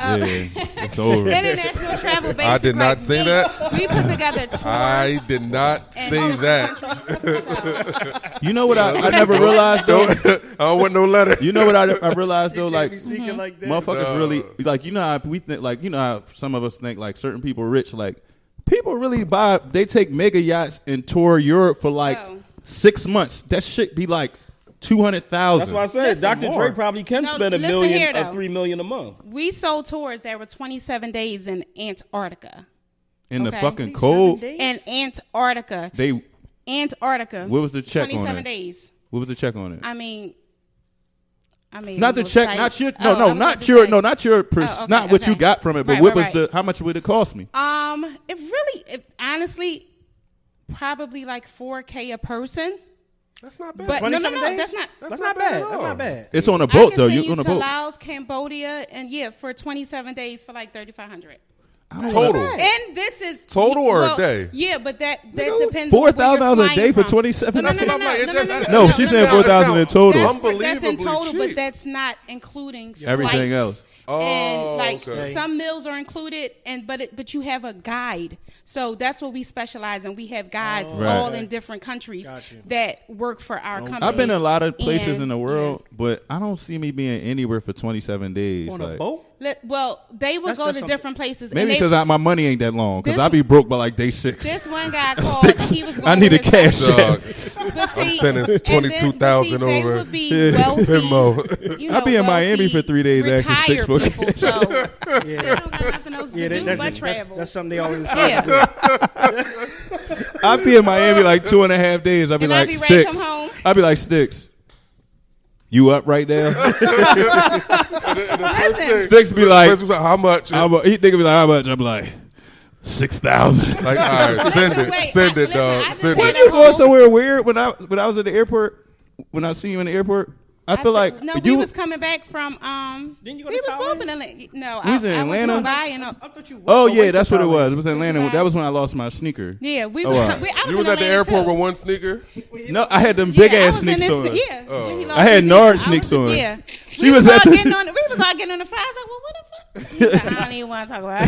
[SPEAKER 6] yeah, it's over.
[SPEAKER 8] international travel. Basically,
[SPEAKER 7] I did not say
[SPEAKER 8] we,
[SPEAKER 7] that.
[SPEAKER 8] We put together tours.
[SPEAKER 6] Uh-huh.
[SPEAKER 7] I did not
[SPEAKER 8] and
[SPEAKER 7] say
[SPEAKER 8] different
[SPEAKER 7] that.
[SPEAKER 8] countries. So,
[SPEAKER 6] You know what I, I never realized though.
[SPEAKER 7] I don't want no letter.
[SPEAKER 6] You know what I, I realized though, like
[SPEAKER 5] speaking like that.
[SPEAKER 6] motherfuckers
[SPEAKER 7] No.
[SPEAKER 6] really like you know how we think like you know how some of us think like certain people rich like people really buy they take mega yachts and tour Europe for like
[SPEAKER 8] Oh.
[SPEAKER 6] six months. That shit be like two hundred
[SPEAKER 4] That's why I
[SPEAKER 6] thousand.
[SPEAKER 4] said
[SPEAKER 5] Listen,
[SPEAKER 4] Dr.
[SPEAKER 5] more.
[SPEAKER 4] Dre probably can
[SPEAKER 8] No,
[SPEAKER 4] spend a
[SPEAKER 8] listen
[SPEAKER 4] million
[SPEAKER 8] here,
[SPEAKER 4] or
[SPEAKER 8] though.
[SPEAKER 4] three million a month.
[SPEAKER 8] we sold tours that were 27 days in Antarctica.
[SPEAKER 6] In the
[SPEAKER 8] Okay.
[SPEAKER 6] fucking cold,
[SPEAKER 8] In Antarctica.
[SPEAKER 6] they
[SPEAKER 8] Antarctica.
[SPEAKER 6] What was the check on
[SPEAKER 8] 27
[SPEAKER 6] it?
[SPEAKER 8] days.
[SPEAKER 6] what was the check on it?
[SPEAKER 8] I mean, I mean,
[SPEAKER 6] not
[SPEAKER 8] it
[SPEAKER 6] the
[SPEAKER 8] was
[SPEAKER 6] check,
[SPEAKER 8] like-
[SPEAKER 6] not your no,
[SPEAKER 8] Oh, I
[SPEAKER 6] no,
[SPEAKER 8] was about
[SPEAKER 6] not
[SPEAKER 8] to
[SPEAKER 6] your
[SPEAKER 8] say-
[SPEAKER 6] no, not your pers-
[SPEAKER 8] Oh, okay,
[SPEAKER 6] not what you
[SPEAKER 8] okay.
[SPEAKER 6] got from it, but
[SPEAKER 8] Right,
[SPEAKER 6] what
[SPEAKER 8] right,
[SPEAKER 6] was
[SPEAKER 8] right.
[SPEAKER 6] the how much would it cost me?
[SPEAKER 8] Um, it really, it, honestly, probably like 4K a person.
[SPEAKER 7] That's not bad.
[SPEAKER 8] But no, no,
[SPEAKER 5] 27
[SPEAKER 8] no,
[SPEAKER 5] days?
[SPEAKER 8] that's not.
[SPEAKER 5] That's, not bad. That's not bad.
[SPEAKER 6] It's on a
[SPEAKER 8] I
[SPEAKER 6] boat
[SPEAKER 8] can
[SPEAKER 6] though.
[SPEAKER 8] send
[SPEAKER 6] You're
[SPEAKER 8] you
[SPEAKER 6] on a
[SPEAKER 8] to
[SPEAKER 6] boat.
[SPEAKER 8] Laos, Cambodia, and yeah, for 27 days for like 3,500.
[SPEAKER 7] Total.
[SPEAKER 8] And this is
[SPEAKER 7] Total or a day?
[SPEAKER 8] Yeah, but that that
[SPEAKER 6] Nigga,
[SPEAKER 8] depends. on where you're
[SPEAKER 6] $4,000 a day
[SPEAKER 8] flying
[SPEAKER 6] for
[SPEAKER 8] from.
[SPEAKER 6] 27
[SPEAKER 8] No, no,
[SPEAKER 6] That's what
[SPEAKER 8] no, no,
[SPEAKER 6] I'm
[SPEAKER 8] no,
[SPEAKER 7] like, it
[SPEAKER 8] no,
[SPEAKER 7] just-
[SPEAKER 8] no,
[SPEAKER 7] that-
[SPEAKER 8] no,
[SPEAKER 6] No,
[SPEAKER 8] no,
[SPEAKER 6] she
[SPEAKER 8] no,
[SPEAKER 6] said
[SPEAKER 8] no.
[SPEAKER 6] 4,000 in
[SPEAKER 7] That's-
[SPEAKER 6] total.
[SPEAKER 8] That's, but that's in
[SPEAKER 7] Unbelievably
[SPEAKER 8] total, but
[SPEAKER 7] cheap.
[SPEAKER 8] that's not including
[SPEAKER 6] Everything
[SPEAKER 8] flights.
[SPEAKER 6] else.
[SPEAKER 7] Oh,
[SPEAKER 8] and like
[SPEAKER 7] okay.
[SPEAKER 8] some meals are included, and but it, but you have a guide. So that's what we specialize in. We have guides
[SPEAKER 6] Oh. Right.
[SPEAKER 8] all in different countries that work for our company.
[SPEAKER 6] I've been in a lot of places
[SPEAKER 8] And-
[SPEAKER 6] in the world, but I don't see me being anywhere for 27 days.
[SPEAKER 5] On
[SPEAKER 6] like,
[SPEAKER 5] a boat?
[SPEAKER 8] Let- well, they will
[SPEAKER 5] That's
[SPEAKER 8] go
[SPEAKER 5] not
[SPEAKER 8] to
[SPEAKER 5] something-
[SPEAKER 8] different places.
[SPEAKER 6] Maybe
[SPEAKER 8] and they,
[SPEAKER 6] because my money ain't that long. Because
[SPEAKER 8] This-
[SPEAKER 6] I be broke by like day six.
[SPEAKER 8] this one guy called.
[SPEAKER 6] Sticks.
[SPEAKER 8] He was going
[SPEAKER 6] I need a
[SPEAKER 8] with his-
[SPEAKER 6] cash app.
[SPEAKER 7] Dog,
[SPEAKER 8] But see-
[SPEAKER 7] sending
[SPEAKER 8] and then- but see,
[SPEAKER 7] 22,000
[SPEAKER 8] they
[SPEAKER 7] over
[SPEAKER 8] would be
[SPEAKER 6] Yeah.
[SPEAKER 8] wealthy,
[SPEAKER 7] Venmo.
[SPEAKER 8] you
[SPEAKER 6] I'll
[SPEAKER 8] know,
[SPEAKER 6] be in Miami
[SPEAKER 8] wealthy,
[SPEAKER 6] for three days asking Sticks for-
[SPEAKER 8] Retired people, so
[SPEAKER 5] Yeah.
[SPEAKER 8] they don't got nothing else to
[SPEAKER 5] Yeah,
[SPEAKER 8] do
[SPEAKER 5] that, that's,
[SPEAKER 8] but
[SPEAKER 5] just, that's,
[SPEAKER 8] travel.
[SPEAKER 5] that's something they always
[SPEAKER 8] yeah,
[SPEAKER 6] I'd be in Miami like two and a half days. I'd be
[SPEAKER 8] And
[SPEAKER 6] like,
[SPEAKER 8] I'd be ready to
[SPEAKER 6] Sticks.
[SPEAKER 8] come home.
[SPEAKER 6] I'd be like, Sticks, you up right now?
[SPEAKER 8] listen,
[SPEAKER 6] Sticks be like,
[SPEAKER 7] This was like, how much?
[SPEAKER 6] I'm a, he think be like, how much? I'm like, 6,000.
[SPEAKER 7] like, all right, send it,
[SPEAKER 8] Wait,
[SPEAKER 7] send
[SPEAKER 8] I-
[SPEAKER 7] it,
[SPEAKER 8] listen, I
[SPEAKER 7] dog,
[SPEAKER 8] just
[SPEAKER 7] send it.
[SPEAKER 8] had a
[SPEAKER 6] you going
[SPEAKER 8] whole-
[SPEAKER 6] somewhere weird when I when I was at the airport when I seen you in the airport I feel
[SPEAKER 8] I
[SPEAKER 6] like
[SPEAKER 8] th- no,
[SPEAKER 6] you
[SPEAKER 8] we was coming back from um.
[SPEAKER 9] Didn't you go
[SPEAKER 8] we
[SPEAKER 9] to
[SPEAKER 8] was both
[SPEAKER 9] Thailand?
[SPEAKER 8] in Atlanta. No,
[SPEAKER 6] We was
[SPEAKER 8] I,
[SPEAKER 6] in
[SPEAKER 8] I went
[SPEAKER 6] Atlanta?
[SPEAKER 8] to Hawaii and, uh,
[SPEAKER 5] thought you
[SPEAKER 6] oh
[SPEAKER 5] walked away
[SPEAKER 6] yeah that's
[SPEAKER 5] to
[SPEAKER 6] what it
[SPEAKER 5] college.
[SPEAKER 6] was it was in Atlanta
[SPEAKER 8] Dubai.
[SPEAKER 6] that was when I lost my sneaker
[SPEAKER 8] yeah, we
[SPEAKER 6] Oh,
[SPEAKER 8] was.
[SPEAKER 6] wow.
[SPEAKER 8] we, I was
[SPEAKER 7] You was
[SPEAKER 8] in
[SPEAKER 7] at the
[SPEAKER 8] Atlanta,
[SPEAKER 7] airport
[SPEAKER 8] too.
[SPEAKER 7] with one sneaker.
[SPEAKER 6] no I had them
[SPEAKER 8] Yeah,
[SPEAKER 6] big
[SPEAKER 8] I
[SPEAKER 6] ass
[SPEAKER 8] was in
[SPEAKER 6] sneakers
[SPEAKER 8] this-
[SPEAKER 6] on
[SPEAKER 8] Yeah,
[SPEAKER 6] Oh.
[SPEAKER 8] when he lost
[SPEAKER 6] I had
[SPEAKER 8] his
[SPEAKER 6] Nard
[SPEAKER 8] sneakers, I
[SPEAKER 6] sneaks
[SPEAKER 8] was-
[SPEAKER 6] on.
[SPEAKER 8] Yeah,
[SPEAKER 6] She
[SPEAKER 8] we
[SPEAKER 6] was
[SPEAKER 8] was,
[SPEAKER 6] at
[SPEAKER 8] all
[SPEAKER 6] the-
[SPEAKER 8] getting on. We was all getting on the fries. Like, well, what the fuck? He's like, I don't even want to talk about.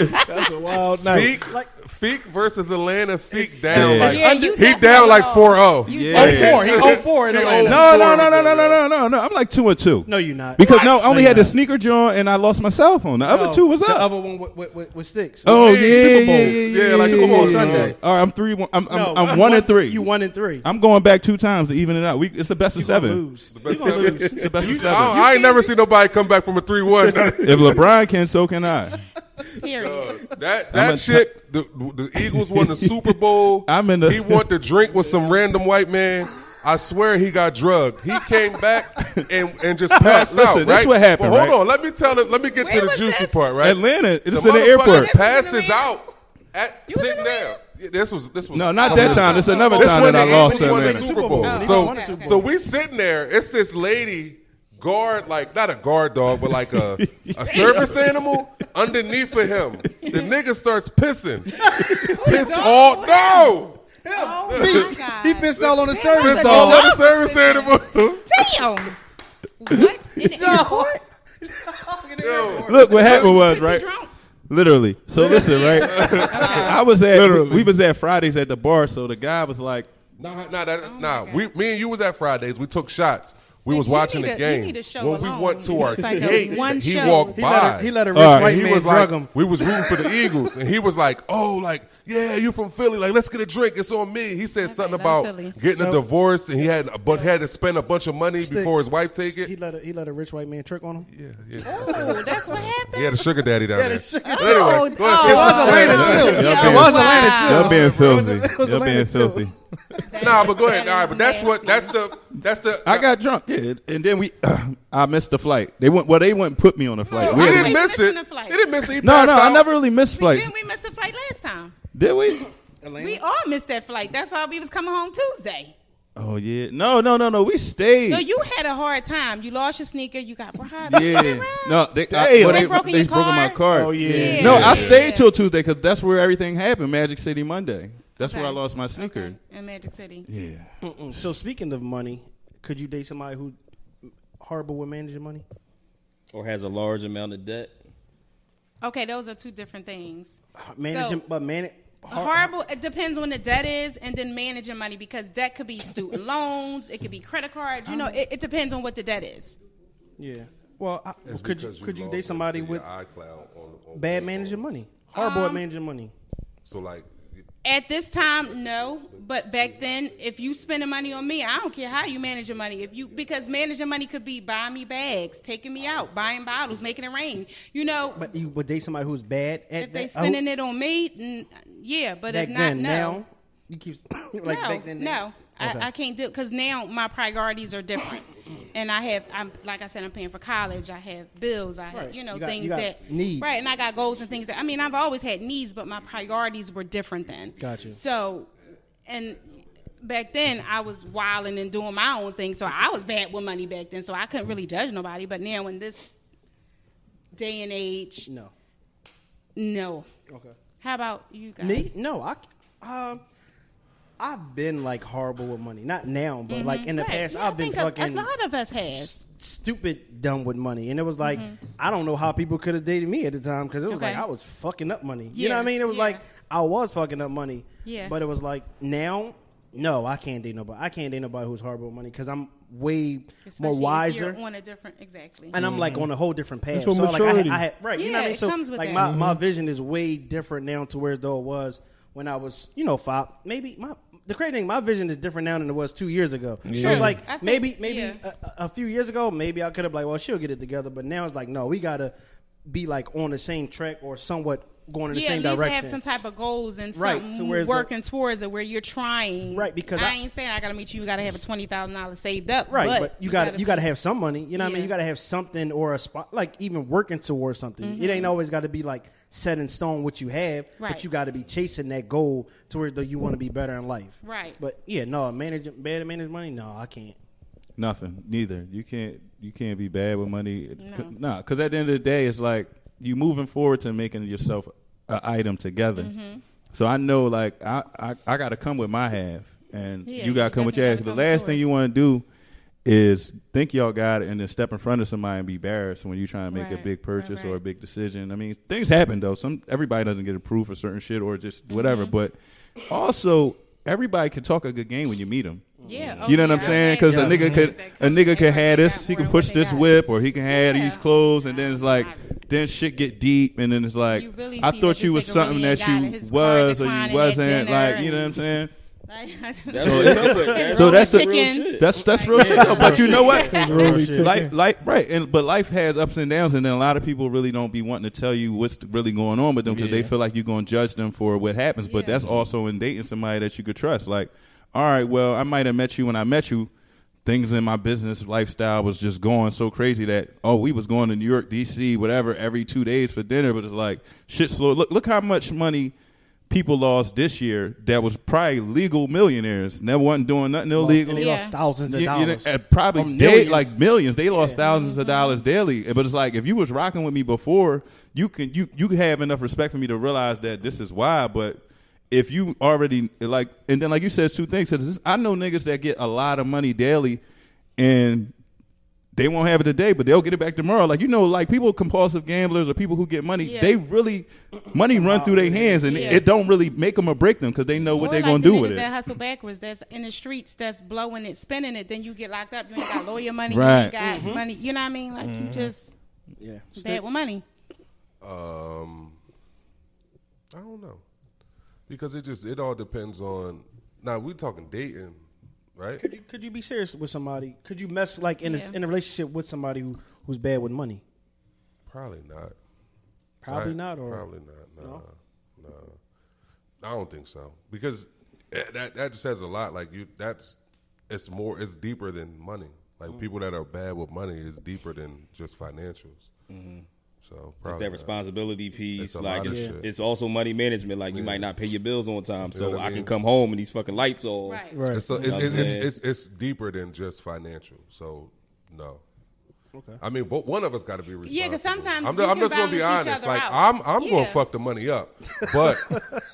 [SPEAKER 8] it.
[SPEAKER 3] That's a wild night.
[SPEAKER 7] Feek, Feek versus Atlanta. Feek down
[SPEAKER 6] Yeah.
[SPEAKER 7] like
[SPEAKER 8] Yeah, you
[SPEAKER 7] he down
[SPEAKER 8] definitely
[SPEAKER 7] like
[SPEAKER 8] lost.
[SPEAKER 7] 4-0.
[SPEAKER 8] You
[SPEAKER 6] Yeah.
[SPEAKER 8] definitely-
[SPEAKER 6] Oh,
[SPEAKER 5] Four. He oh four in
[SPEAKER 7] He
[SPEAKER 5] Atlanta.
[SPEAKER 7] old-
[SPEAKER 6] no no no no no no no no no I'm like two and two
[SPEAKER 5] No, you're not.
[SPEAKER 6] because no I only
[SPEAKER 5] No,
[SPEAKER 6] had
[SPEAKER 5] you're
[SPEAKER 6] the
[SPEAKER 5] not.
[SPEAKER 6] sneaker joint and I lost my cell phone the other
[SPEAKER 5] No,
[SPEAKER 6] two was
[SPEAKER 5] The
[SPEAKER 6] up
[SPEAKER 5] other one with, with, with, with sticks.
[SPEAKER 6] oh yeah
[SPEAKER 7] Hey, Super
[SPEAKER 6] yeah
[SPEAKER 7] Bowl.
[SPEAKER 6] yeah
[SPEAKER 7] Yeah, like Super
[SPEAKER 6] yeah,
[SPEAKER 7] Bowl
[SPEAKER 6] yeah,
[SPEAKER 7] Sunday.
[SPEAKER 6] yeah. all right I'm three one I'm
[SPEAKER 5] No,
[SPEAKER 6] I'm, I'm
[SPEAKER 5] you
[SPEAKER 6] one
[SPEAKER 5] won-
[SPEAKER 6] and three
[SPEAKER 5] You one and three.
[SPEAKER 6] I'm going back two times to even it out we it's the best of seven
[SPEAKER 5] Lose.
[SPEAKER 7] You gonna lose.
[SPEAKER 6] it's the best of
[SPEAKER 7] I, don't-
[SPEAKER 6] seven
[SPEAKER 7] I ain't never seen nobody come back from a three one. that
[SPEAKER 6] if LeBron can so can I.
[SPEAKER 8] Period.
[SPEAKER 7] that
[SPEAKER 6] I'm a t-
[SPEAKER 7] shit. The, the Eagles won the Super Bowl.
[SPEAKER 6] I'm in the-
[SPEAKER 7] He want to drink with some random white man. I swear he got drugged. He came back and, and just passed out.
[SPEAKER 6] listen,
[SPEAKER 7] Right?
[SPEAKER 6] this what happened,
[SPEAKER 7] But hold
[SPEAKER 6] right?
[SPEAKER 7] on. Let me tell it. Let me get
[SPEAKER 8] Where
[SPEAKER 7] to the
[SPEAKER 8] was
[SPEAKER 7] juicy
[SPEAKER 8] this?
[SPEAKER 7] part. Right?
[SPEAKER 6] Atlanta it's
[SPEAKER 7] the
[SPEAKER 6] in the
[SPEAKER 7] motherfucker
[SPEAKER 6] airport
[SPEAKER 7] passes
[SPEAKER 8] Atlanta?
[SPEAKER 7] out at
[SPEAKER 8] was in
[SPEAKER 7] sitting down.
[SPEAKER 8] Atlanta?
[SPEAKER 7] Yeah, this was this was
[SPEAKER 6] No, not that time. It's another
[SPEAKER 7] This
[SPEAKER 6] time
[SPEAKER 7] when
[SPEAKER 6] that I
[SPEAKER 7] the
[SPEAKER 6] lost
[SPEAKER 7] Eagles
[SPEAKER 6] to
[SPEAKER 7] won the
[SPEAKER 6] Atlanta.
[SPEAKER 7] Super Bowl.
[SPEAKER 8] Oh,
[SPEAKER 7] so,
[SPEAKER 8] okay, okay.
[SPEAKER 7] so we sitting there. It's this lady guard, like not a guard dog, but like a a service animal underneath of him. The nigga starts pissing. Piss all no. Oh,
[SPEAKER 8] Oh my God.
[SPEAKER 5] He pissed out on the
[SPEAKER 7] Piss
[SPEAKER 5] service.
[SPEAKER 8] a
[SPEAKER 7] all
[SPEAKER 8] dog
[SPEAKER 7] over the service animal.
[SPEAKER 8] Damn. What? In the airport?
[SPEAKER 7] Yo,
[SPEAKER 6] Look what happened was
[SPEAKER 8] Is he
[SPEAKER 6] right.
[SPEAKER 8] drunk?
[SPEAKER 6] Literally. So listen, right. I was at we was at Fridays at the bar. So the guy was like,
[SPEAKER 8] Oh
[SPEAKER 7] nah, nah, that, nah. We, me and you was at Fridays. We took shots. We was
[SPEAKER 8] you
[SPEAKER 7] watching
[SPEAKER 8] need
[SPEAKER 7] the
[SPEAKER 8] a- you
[SPEAKER 7] game.
[SPEAKER 8] need a show
[SPEAKER 7] when
[SPEAKER 8] alone.
[SPEAKER 7] we went to our
[SPEAKER 8] It's like a
[SPEAKER 7] gate,
[SPEAKER 8] one
[SPEAKER 7] he
[SPEAKER 8] show.
[SPEAKER 7] walked
[SPEAKER 5] He
[SPEAKER 7] by.
[SPEAKER 5] let a- he let a
[SPEAKER 7] All
[SPEAKER 5] rich white
[SPEAKER 7] he
[SPEAKER 5] man
[SPEAKER 7] was
[SPEAKER 5] drug
[SPEAKER 7] like-
[SPEAKER 5] him.
[SPEAKER 7] We was rooting for the Eagles, and he was like, "Oh, like yeah, you from Philly? Like let's get a drink. It's on me." He said something
[SPEAKER 8] love
[SPEAKER 7] about
[SPEAKER 8] Philly.
[SPEAKER 7] getting a divorce, and he had but had to spend a bunch of money before his wife take
[SPEAKER 5] He
[SPEAKER 7] it.
[SPEAKER 5] let a, he let a rich white man trick on him.
[SPEAKER 7] Yeah, yeah.
[SPEAKER 8] Ooh, Oh, that's what happened.
[SPEAKER 7] He had a sugar daddy down
[SPEAKER 5] had a
[SPEAKER 7] there.
[SPEAKER 5] sugar-
[SPEAKER 7] But anyway, go ahead,
[SPEAKER 8] oh,
[SPEAKER 7] finish.
[SPEAKER 5] It was Atlanta too.
[SPEAKER 6] Yeah,
[SPEAKER 5] It was
[SPEAKER 8] wow.
[SPEAKER 5] Atlanta too.
[SPEAKER 6] Y'all being filthy.
[SPEAKER 5] It was
[SPEAKER 6] Y'all
[SPEAKER 5] Atlanta, too.
[SPEAKER 6] being filthy.
[SPEAKER 7] Nah, but go ahead. All right, but that's what that's the that's the.
[SPEAKER 6] I got drunk, yeah, and then we. I missed the flight. They went. Well, they wouldn't put me on the flight.
[SPEAKER 7] No,
[SPEAKER 6] We
[SPEAKER 7] Oh, I
[SPEAKER 6] had-
[SPEAKER 7] didn't
[SPEAKER 8] We
[SPEAKER 7] miss
[SPEAKER 8] missed
[SPEAKER 7] it.
[SPEAKER 8] the flight.
[SPEAKER 7] He didn't miss it. He
[SPEAKER 6] no,
[SPEAKER 7] passed
[SPEAKER 6] no, I
[SPEAKER 7] out.
[SPEAKER 6] never really missed flights.
[SPEAKER 8] Didn't we miss a flight last time?
[SPEAKER 6] Did we?
[SPEAKER 8] We all missed that flight. That's why we was coming home Tuesday.
[SPEAKER 6] Oh yeah. No, no, no, no. We stayed.
[SPEAKER 8] No, you had a hard time. You lost your sneaker. You got robbed.
[SPEAKER 6] yeah. No, they, I,
[SPEAKER 3] Damn.
[SPEAKER 6] well,
[SPEAKER 8] They
[SPEAKER 6] they, they
[SPEAKER 8] broken
[SPEAKER 6] broken
[SPEAKER 8] your
[SPEAKER 6] my
[SPEAKER 8] car?
[SPEAKER 6] card.
[SPEAKER 3] Oh, yeah.
[SPEAKER 8] Yeah.
[SPEAKER 6] No,
[SPEAKER 8] Yeah.
[SPEAKER 6] I stayed till Tuesday because that's where everything happened. Magic City Monday. That's where I
[SPEAKER 8] Okay.
[SPEAKER 6] lost my sneaker.
[SPEAKER 8] Okay, in Magic City.
[SPEAKER 6] Yeah.
[SPEAKER 5] So speaking of money, could you date somebody who horrible with managing money?
[SPEAKER 4] or has a large amount of debt.
[SPEAKER 8] Okay, those are two different things.
[SPEAKER 5] Uh, Managing, but man,
[SPEAKER 8] Horrible. It depends on the debt is, and then managing money because debt could be student loans, it could be credit cards. You
[SPEAKER 5] Um,
[SPEAKER 8] know, it, it depends on what the debt is.
[SPEAKER 5] Yeah. Well, I,
[SPEAKER 7] It's
[SPEAKER 5] could you
[SPEAKER 7] because
[SPEAKER 5] could you
[SPEAKER 7] logged
[SPEAKER 5] date
[SPEAKER 7] into
[SPEAKER 5] somebody
[SPEAKER 7] your
[SPEAKER 5] with
[SPEAKER 7] iCloud on- on-
[SPEAKER 5] bad
[SPEAKER 7] on-
[SPEAKER 5] managing money? Horrible
[SPEAKER 8] Um,
[SPEAKER 5] at managing money.
[SPEAKER 7] So like,
[SPEAKER 8] At this time, no. But back then, if you spending money on me, I don't care how you manage your money. If you because managing money could be buying me bags, taking me out, buying bottles, making it rain. You know,
[SPEAKER 5] But you would date somebody who's bad at
[SPEAKER 8] if they
[SPEAKER 5] that- oh.
[SPEAKER 8] spending it on me, n- yeah. But
[SPEAKER 5] back
[SPEAKER 8] if not,
[SPEAKER 5] then
[SPEAKER 8] no.
[SPEAKER 5] now you keep like
[SPEAKER 8] no,
[SPEAKER 5] back then
[SPEAKER 8] no,
[SPEAKER 5] now. Okay.
[SPEAKER 8] I, I can't do it because now my priorities are different, and I have, I'm like I said, I'm paying for college. I have bills. I have,
[SPEAKER 5] Right.
[SPEAKER 8] you know,
[SPEAKER 5] You got-
[SPEAKER 8] things
[SPEAKER 5] you got
[SPEAKER 8] that
[SPEAKER 5] needs.
[SPEAKER 8] right, and I got goals and things. That, I mean, I've always had needs, but my priorities were different then.
[SPEAKER 5] Gotcha.
[SPEAKER 8] So, and back then I was wilding and doing my own thing, so I was bad with money back then, so I couldn't really judge nobody. But now in this day and age,
[SPEAKER 5] no.
[SPEAKER 8] no.
[SPEAKER 5] Okay.
[SPEAKER 8] How about you guys?
[SPEAKER 5] Me? No, I um I've been like horrible with money. Not now, but like in the
[SPEAKER 8] Mm-hmm. Right.
[SPEAKER 5] past
[SPEAKER 8] Yeah, I
[SPEAKER 5] I've been
[SPEAKER 8] think a-
[SPEAKER 5] fucking
[SPEAKER 8] A, lot of us has.
[SPEAKER 5] s- stupid dumb with money. And it was like I don't know how people could have dated me at the time cuz it was
[SPEAKER 8] Mm-hmm. Okay.
[SPEAKER 5] like I was fucking up money. You
[SPEAKER 8] Yeah,
[SPEAKER 5] know what I mean? It was
[SPEAKER 8] yeah.
[SPEAKER 5] like I was fucking up money.
[SPEAKER 8] Yeah.
[SPEAKER 5] But it was like now no, I can't date nobody. I can't date nobody who's horrible with money cuz I'm way
[SPEAKER 8] Especially
[SPEAKER 5] more
[SPEAKER 8] if
[SPEAKER 5] wiser.
[SPEAKER 8] you're on a different exactly.
[SPEAKER 5] and I'm like on a whole different path.
[SPEAKER 3] That's what
[SPEAKER 5] so like I had,
[SPEAKER 3] maturity.
[SPEAKER 5] I had right, you know what I
[SPEAKER 8] Yeah,
[SPEAKER 5] mean.
[SPEAKER 8] it
[SPEAKER 5] So
[SPEAKER 8] comes with
[SPEAKER 5] like my,
[SPEAKER 8] that.
[SPEAKER 5] my vision is way different now to where though it was when I was you know five. Maybe my the crazy thing, my vision is different now than it was two years ago. So it's like
[SPEAKER 8] I think-
[SPEAKER 5] maybe maybe
[SPEAKER 8] yeah.
[SPEAKER 5] a, a few years ago, maybe I could have like, well, she'll get it together. But now it's like, no, we gotta be like on the same track or somewhat going in the
[SPEAKER 8] yeah,
[SPEAKER 5] same
[SPEAKER 8] at least
[SPEAKER 5] direction.
[SPEAKER 8] have some type of goals and
[SPEAKER 5] Right,
[SPEAKER 8] something
[SPEAKER 5] so where's the-
[SPEAKER 8] working towards it where you're trying.
[SPEAKER 5] Right, because
[SPEAKER 8] I,
[SPEAKER 5] I-
[SPEAKER 8] ain't saying I gotta meet you. You gotta have a twenty thousand dollars saved up.
[SPEAKER 5] Right, but,
[SPEAKER 8] but,
[SPEAKER 5] you got to you got to have some money. You know what I
[SPEAKER 8] Yeah.
[SPEAKER 5] mean? You got to have something or a spot, like even working towards something. It ain't always got to be like set in stone what you have,
[SPEAKER 8] Mm-hmm. Right.
[SPEAKER 5] but you got to be chasing that goal to where though you want to be better in life.
[SPEAKER 8] Right.
[SPEAKER 5] But yeah, no, managing bad at manage money. No, I can't.
[SPEAKER 6] Nothing. Neither. You can't. You can't be bad with money.
[SPEAKER 8] No.
[SPEAKER 6] Nah, because at the end of the day, it's like you moving forward to making yourself an item together.
[SPEAKER 8] Mm-hmm.
[SPEAKER 6] So I know, like I, I, I got to come with my half, and
[SPEAKER 8] Yeah,
[SPEAKER 6] you got
[SPEAKER 8] you
[SPEAKER 6] to come with your half. The
[SPEAKER 8] definitely gotta come with
[SPEAKER 6] last thing
[SPEAKER 8] yours.
[SPEAKER 6] you want to do is think y'all got it, and then step in front of somebody and be embarrassed when you trying to make a
[SPEAKER 8] Right,
[SPEAKER 6] big
[SPEAKER 8] right,
[SPEAKER 6] purchase or a
[SPEAKER 8] right.
[SPEAKER 6] big decision. I mean, things happen though. Some everybody doesn't get approved for certain shit or just whatever.
[SPEAKER 8] Mm-hmm.
[SPEAKER 6] But also, everybody can talk a good game when you meet them.
[SPEAKER 8] yeah, oh,
[SPEAKER 6] You know what I'm
[SPEAKER 8] yeah.
[SPEAKER 6] saying? Because a nigga could a nigga could have this. He can push this whip, or he can have
[SPEAKER 8] Yeah.
[SPEAKER 6] these clothes, and then it's like, then shit get deep, and then it's like,
[SPEAKER 8] You really
[SPEAKER 6] I
[SPEAKER 8] see
[SPEAKER 6] thought
[SPEAKER 8] that
[SPEAKER 6] you was
[SPEAKER 8] this nigga
[SPEAKER 6] something
[SPEAKER 8] really
[SPEAKER 6] that
[SPEAKER 8] ain't got
[SPEAKER 6] you
[SPEAKER 8] it. His car
[SPEAKER 6] was or
[SPEAKER 8] declining
[SPEAKER 6] you
[SPEAKER 8] at
[SPEAKER 6] wasn't.
[SPEAKER 8] dinner
[SPEAKER 6] Like, you
[SPEAKER 8] and-
[SPEAKER 6] know what I'm saying?
[SPEAKER 4] That's what it sounds like.
[SPEAKER 6] So that's the-
[SPEAKER 8] chicken.
[SPEAKER 6] That's that's real shit. though. But you know what?
[SPEAKER 3] Really took
[SPEAKER 6] Like,
[SPEAKER 3] it.
[SPEAKER 6] like, right, and but life has ups and downs, and then a lot of people really don't be wanting to tell you what's really going on with them because they feel like you're going to judge them for what happens. But
[SPEAKER 8] Yeah.
[SPEAKER 6] that's also in dating somebody that you could trust. Like, all right, well, I might have met you when I met you. Things in my business lifestyle was just going so crazy that oh, we was going to New York, D.C., whatever, every two days for dinner. But it's like shit slow. Look, look how much money. People lost this year that was probably legal millionaires. Never wasn't doing nothing illegal.
[SPEAKER 5] They
[SPEAKER 8] Yeah.
[SPEAKER 5] lost thousands of
[SPEAKER 6] You- you
[SPEAKER 5] dollars.
[SPEAKER 6] know, uh, probably
[SPEAKER 5] Or
[SPEAKER 6] da-
[SPEAKER 5] millions.
[SPEAKER 6] like millions. They lost thousands of dollars daily. But it's like if you was rocking with me before, you can you you can have enough respect for me to realize that this is why. But if you already like, and then like you said, it's two things. Cause this- I know niggas that get a lot of money daily, and they won't have it today, but they'll get it back tomorrow. Like you know, like people compulsive gamblers or people who get money,
[SPEAKER 10] Yeah.
[SPEAKER 6] they really money run through their hands, and
[SPEAKER 10] Yeah.
[SPEAKER 6] it don't really make them or break them because they know what
[SPEAKER 8] Or
[SPEAKER 6] they're
[SPEAKER 8] like
[SPEAKER 6] gonna
[SPEAKER 8] the
[SPEAKER 6] do
[SPEAKER 8] niggas
[SPEAKER 6] with it.
[SPEAKER 8] That hustle backwards. That's in the streets. That's blowing it, spending it. Then you get locked up. You ain't got lawyer money. You
[SPEAKER 6] Right.
[SPEAKER 8] ain't got money. You know what I mean? Like you just
[SPEAKER 5] Mm-hmm. Yeah.
[SPEAKER 8] bad with money.
[SPEAKER 7] Um, I don't know because it just it all depends on. Now we talking dating, right?
[SPEAKER 5] Could you could you be serious with somebody? Could you mess like in
[SPEAKER 8] Yeah.
[SPEAKER 5] a, in a relationship with somebody who, who's bad with money?
[SPEAKER 7] Probably not.
[SPEAKER 5] Probably
[SPEAKER 7] Right?
[SPEAKER 5] not. Or
[SPEAKER 7] probably not. No, no, I don't think so because eh, that that just says a lot. Like you, that's it's more it's deeper than money. Like
[SPEAKER 5] Mm.
[SPEAKER 7] people that are bad with money is deeper than just financials.
[SPEAKER 5] Mm-hmm.
[SPEAKER 7] So
[SPEAKER 4] It's
[SPEAKER 7] probably
[SPEAKER 4] that
[SPEAKER 7] not.
[SPEAKER 4] responsibility piece.
[SPEAKER 7] It's a
[SPEAKER 4] like
[SPEAKER 7] lot of
[SPEAKER 4] it's,
[SPEAKER 7] shit.
[SPEAKER 4] it's also money management. Like you might not pay your bills on time, so
[SPEAKER 7] what I
[SPEAKER 4] I, can
[SPEAKER 7] mean?
[SPEAKER 4] come home and these fucking lights all.
[SPEAKER 8] Right.
[SPEAKER 7] It's, it's,
[SPEAKER 4] what
[SPEAKER 7] it's,
[SPEAKER 4] I'm
[SPEAKER 7] it's,
[SPEAKER 4] saying?
[SPEAKER 7] it's, it's deeper than just financial. So no. Okay. I mean, but one of us got to be responsible.
[SPEAKER 8] Yeah, 'cause sometimes
[SPEAKER 7] I'm,
[SPEAKER 8] we
[SPEAKER 7] I'm
[SPEAKER 8] can
[SPEAKER 7] just gonna be
[SPEAKER 8] balance each
[SPEAKER 7] honest.
[SPEAKER 8] other
[SPEAKER 7] Like
[SPEAKER 8] out.
[SPEAKER 7] I'm, I'm
[SPEAKER 8] Yeah.
[SPEAKER 7] gonna fuck the money up, but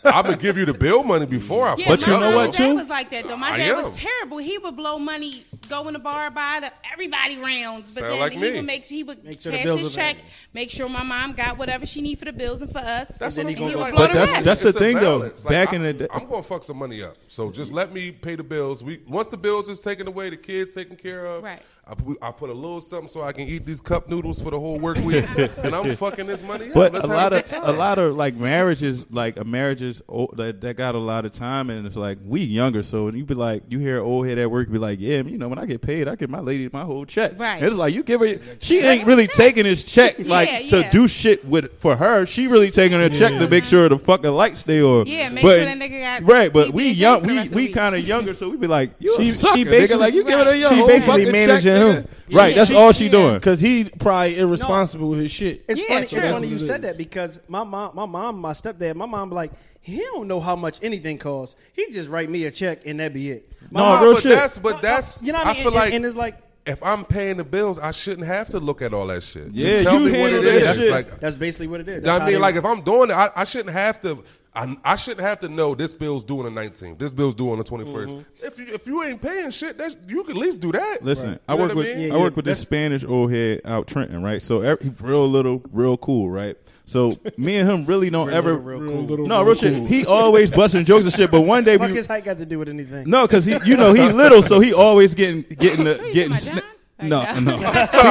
[SPEAKER 7] I'm gonna give you the bill money before I.
[SPEAKER 8] Yeah,
[SPEAKER 7] fuck
[SPEAKER 6] But you
[SPEAKER 8] my
[SPEAKER 7] it
[SPEAKER 6] know
[SPEAKER 7] up,
[SPEAKER 8] mom
[SPEAKER 6] what,
[SPEAKER 8] and
[SPEAKER 7] though.
[SPEAKER 8] dad
[SPEAKER 6] too?
[SPEAKER 8] was like that though. My
[SPEAKER 7] I
[SPEAKER 8] dad
[SPEAKER 7] am.
[SPEAKER 8] was terrible. He would blow money, go in the bar, buy the, everybody rounds, but
[SPEAKER 7] Sound
[SPEAKER 8] then
[SPEAKER 7] like
[SPEAKER 8] he
[SPEAKER 7] me.
[SPEAKER 8] would make he would
[SPEAKER 5] Make sure the
[SPEAKER 8] cash
[SPEAKER 5] bills
[SPEAKER 8] his
[SPEAKER 5] are
[SPEAKER 8] check,
[SPEAKER 5] paid.
[SPEAKER 8] make sure my mom got whatever she need for the bills and for us.
[SPEAKER 7] That's
[SPEAKER 8] and
[SPEAKER 7] what I'm
[SPEAKER 8] he
[SPEAKER 7] saying.
[SPEAKER 8] would
[SPEAKER 7] Like,
[SPEAKER 8] blow
[SPEAKER 6] But
[SPEAKER 8] the
[SPEAKER 6] that's-
[SPEAKER 8] rest.
[SPEAKER 6] that's the
[SPEAKER 7] it's a
[SPEAKER 6] thing, though.
[SPEAKER 7] balance.
[SPEAKER 6] Back
[SPEAKER 7] I,
[SPEAKER 6] in the day-
[SPEAKER 7] I'm gonna fuck some money up. So just let me pay the bills. We once the bills is taken away, the kids taken care of.
[SPEAKER 8] Right.
[SPEAKER 7] I put, I put a little something so I can eat these cup noodles for the whole work week, and I'm fucking this money up.
[SPEAKER 6] But
[SPEAKER 7] Let's
[SPEAKER 6] a
[SPEAKER 7] have
[SPEAKER 6] lot
[SPEAKER 7] a
[SPEAKER 6] of
[SPEAKER 7] good time.
[SPEAKER 6] a lot of like marriages, like a marriages oh, that, that got a lot of time, and it's like we younger, so you be like you hear old head at work be like, yeah, you know when I get paid, I give my lady my whole check.
[SPEAKER 8] Right.
[SPEAKER 6] And it's like you give her, she ain't really taking his check like to
[SPEAKER 8] yeah.
[SPEAKER 6] do shit with for her. She really taking her check to make sure the fucking lights stay on.
[SPEAKER 8] Yeah, make
[SPEAKER 6] But-
[SPEAKER 8] sure that nigga got-
[SPEAKER 6] right. But
[SPEAKER 8] he
[SPEAKER 6] we
[SPEAKER 8] being
[SPEAKER 6] young,
[SPEAKER 8] paid for the
[SPEAKER 6] we
[SPEAKER 8] rest of
[SPEAKER 6] we
[SPEAKER 8] the
[SPEAKER 6] kind of younger, so we be like, you a
[SPEAKER 3] She- she
[SPEAKER 6] sucker, nigga.
[SPEAKER 3] basically-
[SPEAKER 6] Like you giving her your
[SPEAKER 3] she
[SPEAKER 6] whole
[SPEAKER 3] basically
[SPEAKER 6] fucking check,
[SPEAKER 3] managing him.
[SPEAKER 6] nigga. Right. That's
[SPEAKER 8] she-
[SPEAKER 6] all she
[SPEAKER 8] yeah.
[SPEAKER 6] doing.
[SPEAKER 3] Because he probably irresponsible with his shit.
[SPEAKER 5] It's
[SPEAKER 8] Yeah,
[SPEAKER 5] funny.
[SPEAKER 8] true.
[SPEAKER 5] It's funny
[SPEAKER 3] That's
[SPEAKER 5] you
[SPEAKER 3] what it
[SPEAKER 5] said
[SPEAKER 3] is.
[SPEAKER 5] that because my mom, my mom, my stepdad, my mom, be like he don't know how much anything costs. He just write me a check and that be it. My
[SPEAKER 6] No,
[SPEAKER 5] mom-
[SPEAKER 6] real
[SPEAKER 7] Uh-huh, but
[SPEAKER 6] shit.
[SPEAKER 7] That's, but that's
[SPEAKER 5] you know what I mean.
[SPEAKER 7] feel
[SPEAKER 5] and,
[SPEAKER 7] like,
[SPEAKER 5] and it's like
[SPEAKER 7] if I'm paying the bills, I shouldn't have to look at all that shit. Just
[SPEAKER 6] Yeah,
[SPEAKER 7] tell
[SPEAKER 6] you
[SPEAKER 7] me what
[SPEAKER 6] handle
[SPEAKER 7] it
[SPEAKER 6] that
[SPEAKER 7] is.
[SPEAKER 6] shit.
[SPEAKER 7] Like,
[SPEAKER 5] that's basically what it is. That's
[SPEAKER 7] I
[SPEAKER 5] how
[SPEAKER 7] mean,
[SPEAKER 5] they-
[SPEAKER 7] like if I'm doing it, I, I shouldn't have to. I, I shouldn't have to know this bill's due on the 19th. This bill's due on the 21st.
[SPEAKER 5] Mm-hmm.
[SPEAKER 7] If you if you ain't paying shit, that's, you can at least do that.
[SPEAKER 6] Listen,
[SPEAKER 7] You
[SPEAKER 6] I
[SPEAKER 7] know
[SPEAKER 6] work
[SPEAKER 7] what
[SPEAKER 6] with
[SPEAKER 7] mean?
[SPEAKER 5] Yeah,
[SPEAKER 6] I work
[SPEAKER 5] yeah,
[SPEAKER 6] with this
[SPEAKER 5] that's-
[SPEAKER 6] Spanish old head out Trenton, right? So every, he real little, real cool, right? So me and him really don't ever.
[SPEAKER 3] Little
[SPEAKER 6] no, real shit. He always busting jokes and shit, but one day
[SPEAKER 5] fuck
[SPEAKER 6] we
[SPEAKER 5] his height got to do with anything.
[SPEAKER 6] no, because he you know he little, so he always getting getting the
[SPEAKER 8] you
[SPEAKER 6] getting.
[SPEAKER 8] talking about
[SPEAKER 6] no,
[SPEAKER 8] John?
[SPEAKER 6] no, he,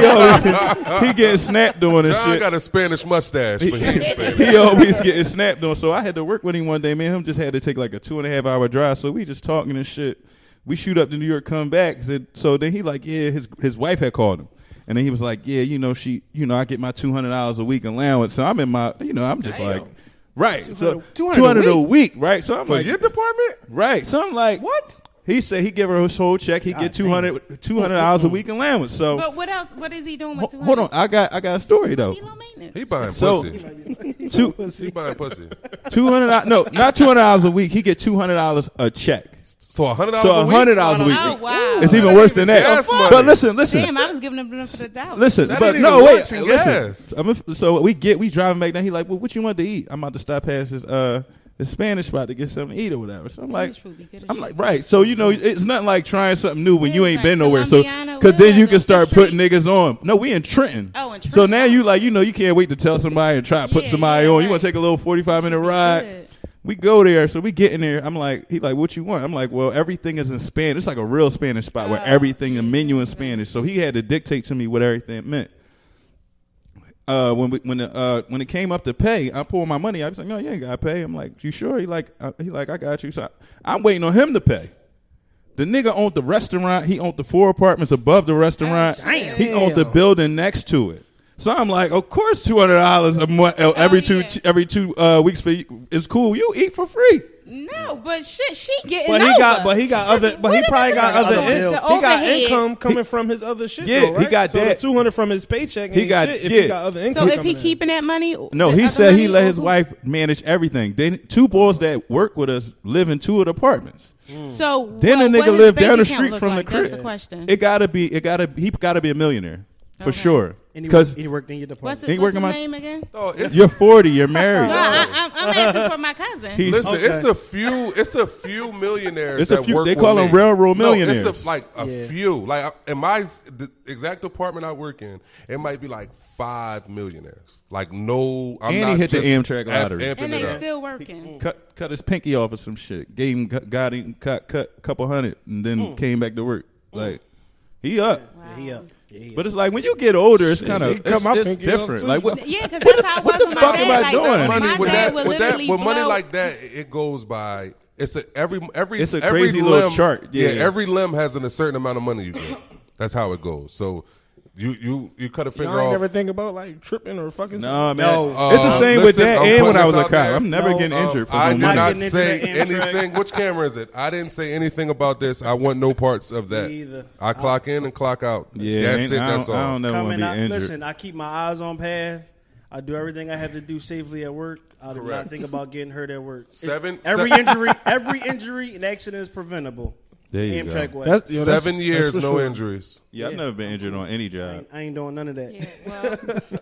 [SPEAKER 6] always, he getting snapped doing and
[SPEAKER 7] John
[SPEAKER 6] shit.
[SPEAKER 7] got a Spanish mustache, but he ain't Spanish.
[SPEAKER 6] he always getting snapped on. So I had to work with him one day. Me and him just had to take like a two and a half hour drive. So we just talking and shit. We shoot up to New York, come back. Said- So then he like, yeah, his his wife had called him. And then he was like, yeah, you know, she, you know, I get my two hundred dollars a week allowance. So I'm in my, you know, I'm just like, right, so two
[SPEAKER 5] 200
[SPEAKER 6] hundred a week, right? So I'm
[SPEAKER 7] But
[SPEAKER 6] like,
[SPEAKER 7] your department?
[SPEAKER 6] Right. So I'm like,
[SPEAKER 5] What?
[SPEAKER 6] He said he give her his whole check. He get 200 dollars a week allowance. So
[SPEAKER 8] But what else? What is he doing with
[SPEAKER 6] ho-
[SPEAKER 8] two
[SPEAKER 6] hold on,
[SPEAKER 8] hundred?
[SPEAKER 6] I got I got a story though.
[SPEAKER 8] He low maintenance.
[SPEAKER 7] He buying
[SPEAKER 6] So-
[SPEAKER 7] pussy.
[SPEAKER 6] Two
[SPEAKER 7] He buying pussy.
[SPEAKER 6] Two hundred, no, not two hundred dollars a week. He get two hundred dollars a check.
[SPEAKER 7] So a hundred dollars.
[SPEAKER 6] So
[SPEAKER 7] a week?
[SPEAKER 6] hundred dollars a week.
[SPEAKER 8] Oh wow!
[SPEAKER 6] It's even worse than that.
[SPEAKER 7] Gas money.
[SPEAKER 6] but listen, listen,
[SPEAKER 8] Damn, I was giving him the benefit of the doubt.
[SPEAKER 6] listen.
[SPEAKER 7] That
[SPEAKER 6] But
[SPEAKER 7] ain't
[SPEAKER 6] no,
[SPEAKER 7] even
[SPEAKER 6] wait,
[SPEAKER 7] lunch and gas.
[SPEAKER 6] listen. I'm a- so we get we driving back down. He like, well, what you want to eat? I'm about to stop past this uh this Spanish spot to get something to eat or whatever. So I'm like,
[SPEAKER 8] Spanish food be good as
[SPEAKER 6] I'm
[SPEAKER 8] shit.
[SPEAKER 6] like, right. So you know, it's nothing like trying something new when you
[SPEAKER 8] Yeah,
[SPEAKER 6] ain't
[SPEAKER 8] "Mm-hmm." like
[SPEAKER 6] been nowhere. So
[SPEAKER 8] Colombiana,
[SPEAKER 6] because then you
[SPEAKER 8] whatever,
[SPEAKER 6] can start
[SPEAKER 8] Detroit.
[SPEAKER 6] putting niggas on. No, we in Trenton.
[SPEAKER 8] Oh, in
[SPEAKER 6] So
[SPEAKER 8] Trenton.
[SPEAKER 6] now you like, you know, you can't wait to tell somebody and try to put
[SPEAKER 8] Yeah,
[SPEAKER 6] somebody
[SPEAKER 8] yeah,
[SPEAKER 6] on. You
[SPEAKER 8] right.
[SPEAKER 6] want to take a little forty five minute
[SPEAKER 8] Should be
[SPEAKER 6] ride.
[SPEAKER 8] good.
[SPEAKER 6] We go there, so we get in there. I'm like, he like, what you want? I'm like, well, everything is in Spanish. It's like a real Spanish spot
[SPEAKER 8] Oh,
[SPEAKER 6] where everything the menu in Spanish. So he had to dictate to me what everything meant. Uh, when we, when the, uh, when it came up to pay, I pulled my money. I was like, no, you ain't got to pay. I'm like, you sure? He like, uh, he like, I got you. So I, I'm waiting on him to pay. The nigga owned the restaurant. He owned the four apartments above the restaurant.
[SPEAKER 5] Damn.
[SPEAKER 6] He owned the building next to it. So I'm like, of course, two hundred dollars a month uh, every two
[SPEAKER 8] yeah.
[SPEAKER 6] every two uh, weeks for you is cool. You eat for free.
[SPEAKER 8] No, but shit, she getting
[SPEAKER 3] But
[SPEAKER 8] over.
[SPEAKER 3] he got, but he got other,
[SPEAKER 8] Listen,
[SPEAKER 3] but he
[SPEAKER 8] what
[SPEAKER 3] probably
[SPEAKER 8] about
[SPEAKER 3] got
[SPEAKER 8] the
[SPEAKER 3] other.
[SPEAKER 8] over-
[SPEAKER 3] In,
[SPEAKER 8] the
[SPEAKER 3] he got
[SPEAKER 8] overhead?
[SPEAKER 3] income coming from his other shit.
[SPEAKER 6] Yeah,
[SPEAKER 3] though,
[SPEAKER 6] he
[SPEAKER 3] right?
[SPEAKER 6] got
[SPEAKER 3] so
[SPEAKER 6] that.
[SPEAKER 3] Two hundred from his paycheck.
[SPEAKER 6] He
[SPEAKER 3] He
[SPEAKER 6] got-
[SPEAKER 3] got shit, if
[SPEAKER 6] yeah.
[SPEAKER 3] he got other income.
[SPEAKER 8] So is he
[SPEAKER 3] coming in.
[SPEAKER 8] keeping that money?
[SPEAKER 6] No,
[SPEAKER 8] The
[SPEAKER 6] he
[SPEAKER 8] other
[SPEAKER 6] said he
[SPEAKER 8] money,
[SPEAKER 6] let
[SPEAKER 8] or
[SPEAKER 6] his
[SPEAKER 8] who-
[SPEAKER 6] wife manage everything. They two boys that work with us live in two of the apartments.
[SPEAKER 8] So
[SPEAKER 6] Then
[SPEAKER 8] well,
[SPEAKER 6] the
[SPEAKER 8] what
[SPEAKER 6] nigga
[SPEAKER 8] his
[SPEAKER 6] lived
[SPEAKER 8] bank
[SPEAKER 6] down the
[SPEAKER 8] account
[SPEAKER 6] street
[SPEAKER 8] look
[SPEAKER 6] from
[SPEAKER 8] like?
[SPEAKER 6] the crib.
[SPEAKER 8] That's the question.
[SPEAKER 6] It gotta be. It gotta. He gotta be a millionaire for
[SPEAKER 8] Okay.
[SPEAKER 6] sure.
[SPEAKER 5] And he,
[SPEAKER 6] 'Cause-
[SPEAKER 5] worked, he worked in your department.
[SPEAKER 8] What's his,
[SPEAKER 6] Ain't
[SPEAKER 8] what's
[SPEAKER 6] working
[SPEAKER 8] his
[SPEAKER 6] my-
[SPEAKER 8] name again?
[SPEAKER 7] No, it's
[SPEAKER 6] You're 40. You're married.
[SPEAKER 8] No, I, I, I'm asking for my cousin.
[SPEAKER 6] He's-
[SPEAKER 7] Listen,
[SPEAKER 5] Okay.
[SPEAKER 7] it's a few. It's a few millionaires.
[SPEAKER 6] It's a
[SPEAKER 7] that
[SPEAKER 6] few-
[SPEAKER 7] Work
[SPEAKER 6] they
[SPEAKER 7] with
[SPEAKER 6] call 'em
[SPEAKER 7] me.
[SPEAKER 6] railroad
[SPEAKER 7] No, it's
[SPEAKER 6] millionaires.
[SPEAKER 7] a, like a
[SPEAKER 5] Yeah.
[SPEAKER 7] few. Like I- in my s- the exact department I work in, it might be like five millionaires. Like no, I'm
[SPEAKER 6] And he
[SPEAKER 7] not
[SPEAKER 6] hit the
[SPEAKER 7] just
[SPEAKER 6] Amtrak
[SPEAKER 7] amp-
[SPEAKER 6] lottery.
[SPEAKER 7] amping
[SPEAKER 8] and
[SPEAKER 7] it
[SPEAKER 8] they
[SPEAKER 7] up.
[SPEAKER 8] still working.
[SPEAKER 6] cut cut his pinky off of some shit. Gave him got him cut cut couple hundred and then came back to work. Like he up.
[SPEAKER 5] Yeah, he up. Yeah, he up.
[SPEAKER 6] But it's like when you get older, it's kind
[SPEAKER 3] he
[SPEAKER 6] of
[SPEAKER 3] cut
[SPEAKER 6] it's,
[SPEAKER 3] my
[SPEAKER 6] it's
[SPEAKER 3] pinky off
[SPEAKER 6] different.
[SPEAKER 3] too.
[SPEAKER 6] Like what?
[SPEAKER 8] Yeah, because that's how it
[SPEAKER 6] What
[SPEAKER 8] was
[SPEAKER 6] the
[SPEAKER 8] with my
[SPEAKER 6] fuck
[SPEAKER 8] dad.
[SPEAKER 6] am I
[SPEAKER 8] like,
[SPEAKER 6] doing?
[SPEAKER 8] My
[SPEAKER 7] money
[SPEAKER 8] dad
[SPEAKER 7] with that,
[SPEAKER 8] would
[SPEAKER 7] with, that,
[SPEAKER 8] literally
[SPEAKER 7] with money
[SPEAKER 8] blow-
[SPEAKER 7] like that, it goes by. It's a every every
[SPEAKER 6] It's a
[SPEAKER 7] every
[SPEAKER 6] crazy
[SPEAKER 7] limb,
[SPEAKER 6] little chart, yeah.
[SPEAKER 7] every limb has an, a certain amount of money you get. That's how it goes. So you you you cut a
[SPEAKER 3] Y'all
[SPEAKER 7] finger
[SPEAKER 3] ain't
[SPEAKER 7] off.
[SPEAKER 3] never think about like tripping or fucking.
[SPEAKER 6] Nah, man.
[SPEAKER 5] No,
[SPEAKER 6] it's the
[SPEAKER 7] uh,
[SPEAKER 6] same with
[SPEAKER 7] listen,
[SPEAKER 6] that
[SPEAKER 7] I'm
[SPEAKER 6] and when
[SPEAKER 7] putting
[SPEAKER 6] I was a
[SPEAKER 7] this
[SPEAKER 6] cop.
[SPEAKER 7] out there.
[SPEAKER 6] I'm never
[SPEAKER 5] No,
[SPEAKER 6] getting
[SPEAKER 7] Um,
[SPEAKER 6] injured for
[SPEAKER 7] I
[SPEAKER 6] no
[SPEAKER 7] did
[SPEAKER 6] money.
[SPEAKER 7] not
[SPEAKER 5] getting into
[SPEAKER 7] say
[SPEAKER 5] that Amtrak.
[SPEAKER 7] anything. Which camera is it? I didn't say anything about this. I want no parts of that.
[SPEAKER 5] Me either.
[SPEAKER 7] I clock in and clock out.
[SPEAKER 6] Yeah,
[SPEAKER 7] that's
[SPEAKER 6] ain't-
[SPEAKER 7] it.
[SPEAKER 6] I don't,
[SPEAKER 7] That's all.
[SPEAKER 6] I don't never want to
[SPEAKER 5] Coming
[SPEAKER 6] be
[SPEAKER 5] out,
[SPEAKER 6] injured.
[SPEAKER 5] listen, I keep my eyes on path. I do everything I have to do safely at work. I do
[SPEAKER 7] Correct.
[SPEAKER 5] not think about getting hurt at work. It's-
[SPEAKER 7] Seven-
[SPEAKER 5] every
[SPEAKER 7] se-
[SPEAKER 5] injury, every injury and accident is preventable.
[SPEAKER 6] There you
[SPEAKER 5] Amtrak
[SPEAKER 6] go.
[SPEAKER 5] way.
[SPEAKER 3] That's, yo, that's-
[SPEAKER 7] Seven
[SPEAKER 3] that's
[SPEAKER 7] years,
[SPEAKER 3] for
[SPEAKER 7] no
[SPEAKER 3] sure.
[SPEAKER 7] injuries.
[SPEAKER 6] Yeah, I've never been injured on any job.
[SPEAKER 5] I ain't doing none of that.
[SPEAKER 8] Yeah, well,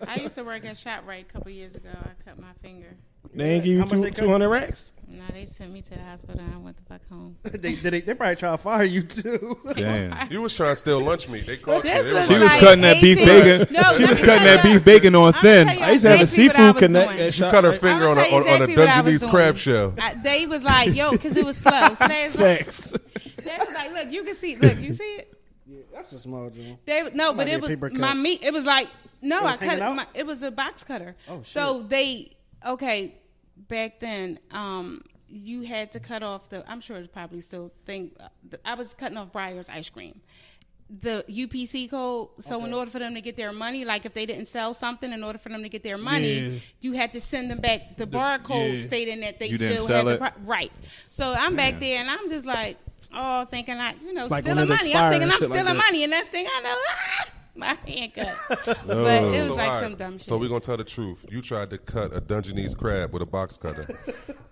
[SPEAKER 8] I used to work at ShopRite a couple years ago. I cut my finger.
[SPEAKER 3] They ain't give you
[SPEAKER 5] How much
[SPEAKER 3] two
[SPEAKER 5] they cut?
[SPEAKER 3] two hundred racks.
[SPEAKER 8] Now they sent me to the hospital and I went the fuck home.
[SPEAKER 5] they, they, they probably try to fire you too.
[SPEAKER 6] Damn.
[SPEAKER 7] You was trying to steal lunch meat. They caught you.
[SPEAKER 8] This
[SPEAKER 7] They was
[SPEAKER 8] was
[SPEAKER 6] She was
[SPEAKER 8] like
[SPEAKER 6] cutting that beef
[SPEAKER 8] 18.
[SPEAKER 6] bacon. she
[SPEAKER 8] No, let
[SPEAKER 6] was
[SPEAKER 8] me
[SPEAKER 6] cutting
[SPEAKER 8] tell
[SPEAKER 6] that
[SPEAKER 8] you-
[SPEAKER 6] beef bacon on
[SPEAKER 8] I'ma
[SPEAKER 6] thin.
[SPEAKER 8] tell you
[SPEAKER 3] I used to have
[SPEAKER 8] exactly what
[SPEAKER 3] a
[SPEAKER 8] I
[SPEAKER 3] seafood
[SPEAKER 8] was
[SPEAKER 3] connect.
[SPEAKER 8] doing.
[SPEAKER 3] at
[SPEAKER 7] You
[SPEAKER 3] Shop-
[SPEAKER 7] cut her
[SPEAKER 3] right?
[SPEAKER 7] finger
[SPEAKER 8] I'ma
[SPEAKER 7] on a,
[SPEAKER 8] tell you
[SPEAKER 7] on,
[SPEAKER 8] exactly
[SPEAKER 7] on a
[SPEAKER 8] what I was
[SPEAKER 7] Dungeness
[SPEAKER 8] doing.
[SPEAKER 7] crab shell.
[SPEAKER 8] I, they was like, yo, because it was slow. So they was like,
[SPEAKER 3] Facts.
[SPEAKER 8] they was like, look, you can see, look, you see it?
[SPEAKER 5] That's a small joint.
[SPEAKER 8] They no, but
[SPEAKER 5] Somebody
[SPEAKER 8] it
[SPEAKER 5] a paper
[SPEAKER 8] was
[SPEAKER 5] cut.
[SPEAKER 8] my meat. It was like no,
[SPEAKER 5] was
[SPEAKER 8] I cut
[SPEAKER 5] hanging out?
[SPEAKER 8] my. It was a box cutter.
[SPEAKER 5] Oh, shit.
[SPEAKER 8] So they okay back then. Um, you had to cut off the. I'm sure it's probably still thing. I was cutting off Briar's ice cream. The UPC code. So in order for them to get their money, like if they didn't sell something, in order for them to get their money,
[SPEAKER 3] Yeah.
[SPEAKER 8] you had to send them back the, barcode
[SPEAKER 3] yeah.
[SPEAKER 8] stating that they
[SPEAKER 6] You didn't
[SPEAKER 8] still
[SPEAKER 6] sell
[SPEAKER 8] had the
[SPEAKER 6] it?
[SPEAKER 8] pro- right. So I'm back there and I'm just like, oh, thinking I, you know,
[SPEAKER 3] Like when
[SPEAKER 8] stealing
[SPEAKER 3] it
[SPEAKER 8] money.
[SPEAKER 3] expire
[SPEAKER 8] I'm thinking
[SPEAKER 3] and
[SPEAKER 8] I'm
[SPEAKER 3] shit like
[SPEAKER 8] stealing
[SPEAKER 3] that.
[SPEAKER 8] money, and next thing I know, ah, my hand cut. But it was
[SPEAKER 7] So,
[SPEAKER 8] like
[SPEAKER 7] all right.
[SPEAKER 8] some dumb shit.
[SPEAKER 7] So we're gonna tell the truth. You tried to cut a Dungeness crab with a box cutter.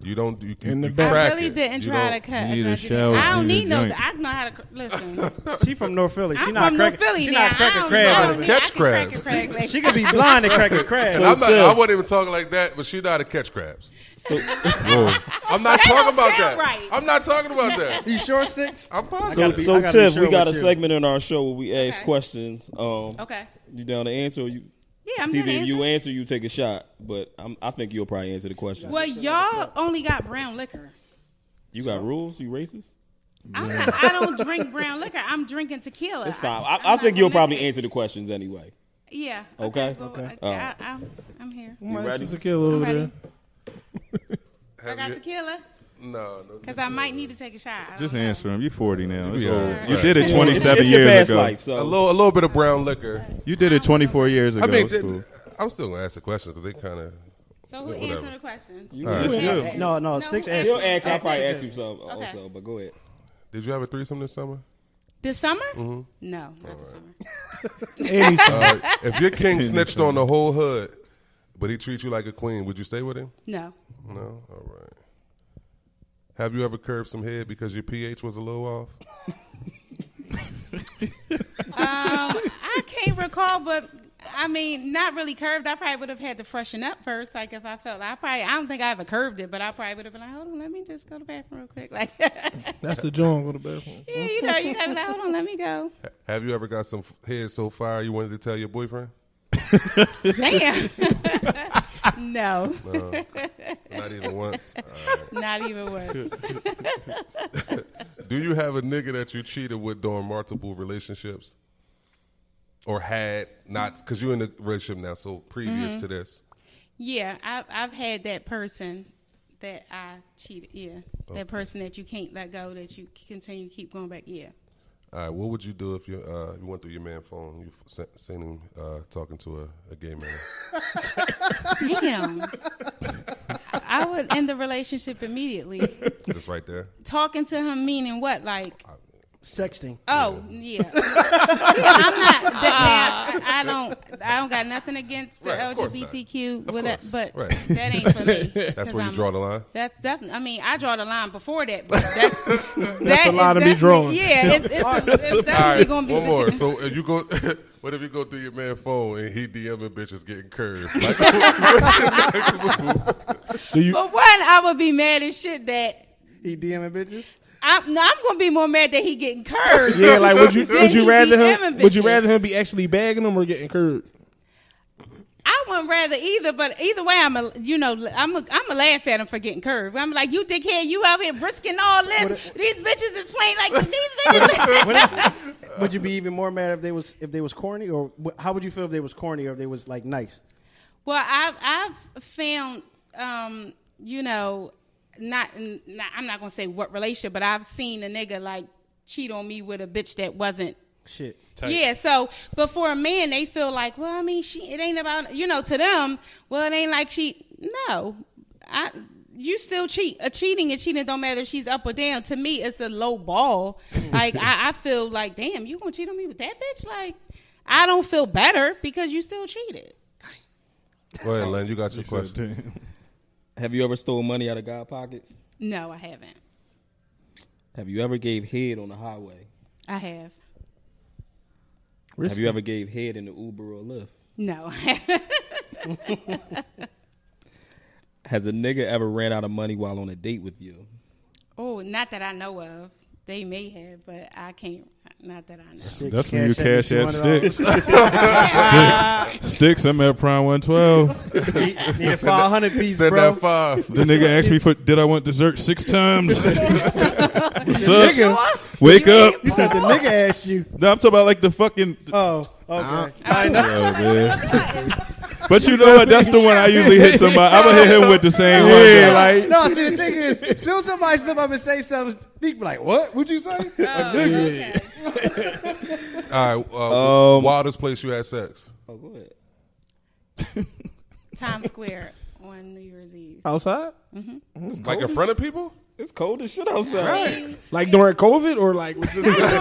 [SPEAKER 7] You don't. You, you,
[SPEAKER 3] In the
[SPEAKER 7] you
[SPEAKER 3] back.
[SPEAKER 8] I
[SPEAKER 7] crack
[SPEAKER 8] really
[SPEAKER 7] it.
[SPEAKER 8] didn't
[SPEAKER 7] You
[SPEAKER 8] try to
[SPEAKER 7] don't-
[SPEAKER 8] cut.
[SPEAKER 6] you need
[SPEAKER 8] I
[SPEAKER 6] a
[SPEAKER 8] tried to-
[SPEAKER 6] shower,
[SPEAKER 8] I
[SPEAKER 6] you
[SPEAKER 8] don't
[SPEAKER 6] need a
[SPEAKER 8] need no.
[SPEAKER 6] drink.
[SPEAKER 8] I know how to. cr- Listen,
[SPEAKER 5] She from North Philly. She
[SPEAKER 8] I'm
[SPEAKER 5] not
[SPEAKER 8] from
[SPEAKER 5] cracking.
[SPEAKER 8] North Philly
[SPEAKER 5] she
[SPEAKER 8] now.
[SPEAKER 5] not cracking
[SPEAKER 8] I don't,
[SPEAKER 5] crab.
[SPEAKER 8] I
[SPEAKER 5] out
[SPEAKER 8] don't
[SPEAKER 5] of
[SPEAKER 8] need,
[SPEAKER 5] it.
[SPEAKER 7] Catch
[SPEAKER 8] I can crack
[SPEAKER 7] crabs.
[SPEAKER 8] a crab leg.
[SPEAKER 5] She could be blind and cracking crab.
[SPEAKER 7] And I'm not, I wasn't even talking like that, but she know how to catch crabs. I'm not
[SPEAKER 8] They
[SPEAKER 7] talking
[SPEAKER 8] don't
[SPEAKER 7] about that.
[SPEAKER 8] sound right.
[SPEAKER 7] I'm not talking about that.
[SPEAKER 5] You sure sticks?
[SPEAKER 7] I'm
[SPEAKER 4] So,
[SPEAKER 7] positive.
[SPEAKER 5] be-
[SPEAKER 4] so
[SPEAKER 5] I gotta be
[SPEAKER 4] Tiff,
[SPEAKER 5] sure
[SPEAKER 4] we got a
[SPEAKER 5] with you.
[SPEAKER 4] segment on our show where we ask
[SPEAKER 8] Okay.
[SPEAKER 4] questions. Um,
[SPEAKER 8] Okay.
[SPEAKER 4] You down to answer? Or you,
[SPEAKER 8] Yeah, I'm
[SPEAKER 4] it's either
[SPEAKER 8] gonna
[SPEAKER 4] you answer,
[SPEAKER 8] answer.
[SPEAKER 4] you take a shot. But I'm, I think you'll probably answer the question.
[SPEAKER 8] Well, y'all only got brown liquor.
[SPEAKER 4] You got rules? You racist?
[SPEAKER 8] I'm not, I don't drink brown liquor. I'm drinking tequila.
[SPEAKER 4] It's fine.
[SPEAKER 8] I'm
[SPEAKER 4] I, I
[SPEAKER 8] not
[SPEAKER 4] think you'll
[SPEAKER 8] gonna mix
[SPEAKER 4] probably
[SPEAKER 8] it.
[SPEAKER 4] answer the questions anyway.
[SPEAKER 8] Yeah.
[SPEAKER 4] Okay.
[SPEAKER 8] well,
[SPEAKER 4] Okay. Oh.
[SPEAKER 8] I,
[SPEAKER 4] All
[SPEAKER 8] I,
[SPEAKER 4] right.
[SPEAKER 8] I'm, I'm here.
[SPEAKER 3] Might
[SPEAKER 4] ready?
[SPEAKER 3] shoot tequila over
[SPEAKER 8] ready.
[SPEAKER 3] there.
[SPEAKER 8] I got
[SPEAKER 7] you-
[SPEAKER 8] tequila
[SPEAKER 7] no, no.
[SPEAKER 8] because I might need to take a shot. I
[SPEAKER 6] Just
[SPEAKER 8] don't know.
[SPEAKER 6] answer him. You 40 now. It's
[SPEAKER 7] Yeah.
[SPEAKER 6] old. You
[SPEAKER 7] Right.
[SPEAKER 6] did it 27
[SPEAKER 4] It's your
[SPEAKER 6] years
[SPEAKER 4] past
[SPEAKER 6] ago.
[SPEAKER 4] life, so-
[SPEAKER 7] A little, a little bit of brown liquor.
[SPEAKER 6] You did it 24 years ago.
[SPEAKER 7] I mean,
[SPEAKER 6] It's
[SPEAKER 7] th-
[SPEAKER 6] cool.
[SPEAKER 7] I'm still gonna ask the question because they kind of.
[SPEAKER 8] So who
[SPEAKER 7] Whatever.
[SPEAKER 8] answered the questions?
[SPEAKER 5] No, no, sticks
[SPEAKER 8] who
[SPEAKER 5] ass.
[SPEAKER 8] asked
[SPEAKER 4] He'll
[SPEAKER 8] me?
[SPEAKER 4] ask. I'll
[SPEAKER 8] That's
[SPEAKER 4] probably
[SPEAKER 8] it.
[SPEAKER 4] ask you some also, but go ahead.
[SPEAKER 7] Did you have a threesome this summer?
[SPEAKER 8] This summer? No, not this summer.
[SPEAKER 3] And he's-
[SPEAKER 7] Uh, if your king snitched on the whole hood, but he treats you like a queen, would you stay with him?
[SPEAKER 8] No. Um,
[SPEAKER 7] No. All right. Have you ever curved some head because your pH was a little off?
[SPEAKER 8] I can't recall, but I mean, not really curved. I probably would have had to freshen up first. Like if I felt, I probably, I don't think I ever curved it, but I probably would have been like, hold on, let me just go to the bathroom real quick. Like,
[SPEAKER 3] that's the joint. Go to bathroom.
[SPEAKER 8] yeah, you know, you gotta be like, hold on, let me go.
[SPEAKER 7] Ha- Have you ever got some f- head so fire you wanted to tell your boyfriend?
[SPEAKER 8] Damn. no,
[SPEAKER 7] Not even once. All right.
[SPEAKER 8] not even worse.
[SPEAKER 7] Do you have a nigga that you cheated with during multiple relationships? Or had not because you're in a relationship now, so previous
[SPEAKER 8] Mm-hmm.
[SPEAKER 7] to this.
[SPEAKER 8] Yeah, I've I've had that person that I cheated. Yeah, that person that you can't let go, that you continue keep going back. Yeah.
[SPEAKER 7] All right, what would you do if you uh, you went through your man phone? You've se- seen him uh, talking to a, a gay man.
[SPEAKER 8] Damn. I would end the relationship immediately.
[SPEAKER 7] Just right there.
[SPEAKER 8] Talking to him meaning what? Like,
[SPEAKER 5] Sexting.
[SPEAKER 7] Uh,
[SPEAKER 8] oh yeah, Yeah, I'm not. That, now, I, I don't. I don't got nothing against the
[SPEAKER 7] Right, of course not.
[SPEAKER 8] LGBTQ,
[SPEAKER 7] Of
[SPEAKER 8] with that,
[SPEAKER 7] course,
[SPEAKER 8] but
[SPEAKER 7] right.
[SPEAKER 8] that ain't for me.
[SPEAKER 7] That's
[SPEAKER 8] 'cause
[SPEAKER 7] where you
[SPEAKER 8] I'm-
[SPEAKER 7] draw the line.
[SPEAKER 8] That's definitely. I mean, I draw the line before that, but that's that's
[SPEAKER 3] a line to be drawn.
[SPEAKER 8] Yeah, it's it's, it's definitely
[SPEAKER 7] All right,
[SPEAKER 8] gonna be
[SPEAKER 7] one more. So if you go, What if you go through your man phone and he DMing bitches getting curved?
[SPEAKER 3] Do you?
[SPEAKER 8] For one, I would be mad as shit that
[SPEAKER 5] He DMing bitches.
[SPEAKER 8] I'm. No, I'm gonna be more mad that he getting curved.
[SPEAKER 3] Yeah, like would you
[SPEAKER 8] Then
[SPEAKER 3] would you
[SPEAKER 8] he
[SPEAKER 3] rather
[SPEAKER 8] DMing
[SPEAKER 3] him would you
[SPEAKER 8] bitches.
[SPEAKER 3] rather him be actually bagging him or getting curved?
[SPEAKER 8] I wouldn't rather either, but either way, I'm a you know I'm a, I'm a laugh at him for getting curved. I'm like, you dickhead, you out here risking all this. these bitches is playing like these bitches.
[SPEAKER 5] Would you be even more mad if they was if they was corny, or wh- how would you feel if they was corny, or if they was like nice?
[SPEAKER 8] well, I've I've found um you know not, n- not I'm not gonna say what relationship, but I've seen a nigga like cheat on me with a bitch that wasn't
[SPEAKER 5] Shit.
[SPEAKER 8] Yeah, so but for a man, they feel like, well, I mean, she it ain't about you know to them. Well, it ain't like she. No, I you still cheat. A cheating and cheating don't matter. if She's up or down. To me, it's a low ball. like I, I feel like, damn, you gonna cheat on me with that bitch? Like I don't feel better because you still cheated.
[SPEAKER 7] go ahead, Len. You got your question.
[SPEAKER 4] Have you ever stole money out of God pockets?
[SPEAKER 8] No, I haven't.
[SPEAKER 4] Have you ever gave head on the highway?
[SPEAKER 8] I have.
[SPEAKER 4] Have you ever gave head in the Uber or Lyft?
[SPEAKER 8] No,
[SPEAKER 4] Has a nigga ever ran out of money while on a date with you?
[SPEAKER 8] oh, not that I know of. They may have, but I can't. Not that I know.
[SPEAKER 6] That's when you cash
[SPEAKER 5] out
[SPEAKER 6] out sticks. sticks, I'm at Prime 112.
[SPEAKER 5] Yeah, five hundred piece,
[SPEAKER 7] Send
[SPEAKER 5] bro.
[SPEAKER 7] that five.
[SPEAKER 6] The nigga asked me for, did I want dessert six times? What's up?
[SPEAKER 8] What?
[SPEAKER 6] Wake
[SPEAKER 8] You
[SPEAKER 6] up.
[SPEAKER 8] ain't
[SPEAKER 5] You said the nigga asked you.
[SPEAKER 6] No, I'm talking about like the fucking.
[SPEAKER 5] Oh, okay.
[SPEAKER 6] I know. But you know what? That's the one I usually hit somebody. I'm gonna hit him with the same one.
[SPEAKER 5] Yeah,
[SPEAKER 6] bro.
[SPEAKER 5] like no. See, the thing is, soon somebody step up and say something, they be like, "What? Would you say?"
[SPEAKER 8] um,
[SPEAKER 7] All right. Uh, wildest place you had sex?
[SPEAKER 4] Oh, go ahead.
[SPEAKER 8] Times Square on New Year's Eve.
[SPEAKER 3] Outside,
[SPEAKER 7] Like in front of people?
[SPEAKER 4] It's cold as shit outside.
[SPEAKER 3] like during COVID or like with this-
[SPEAKER 8] this was like,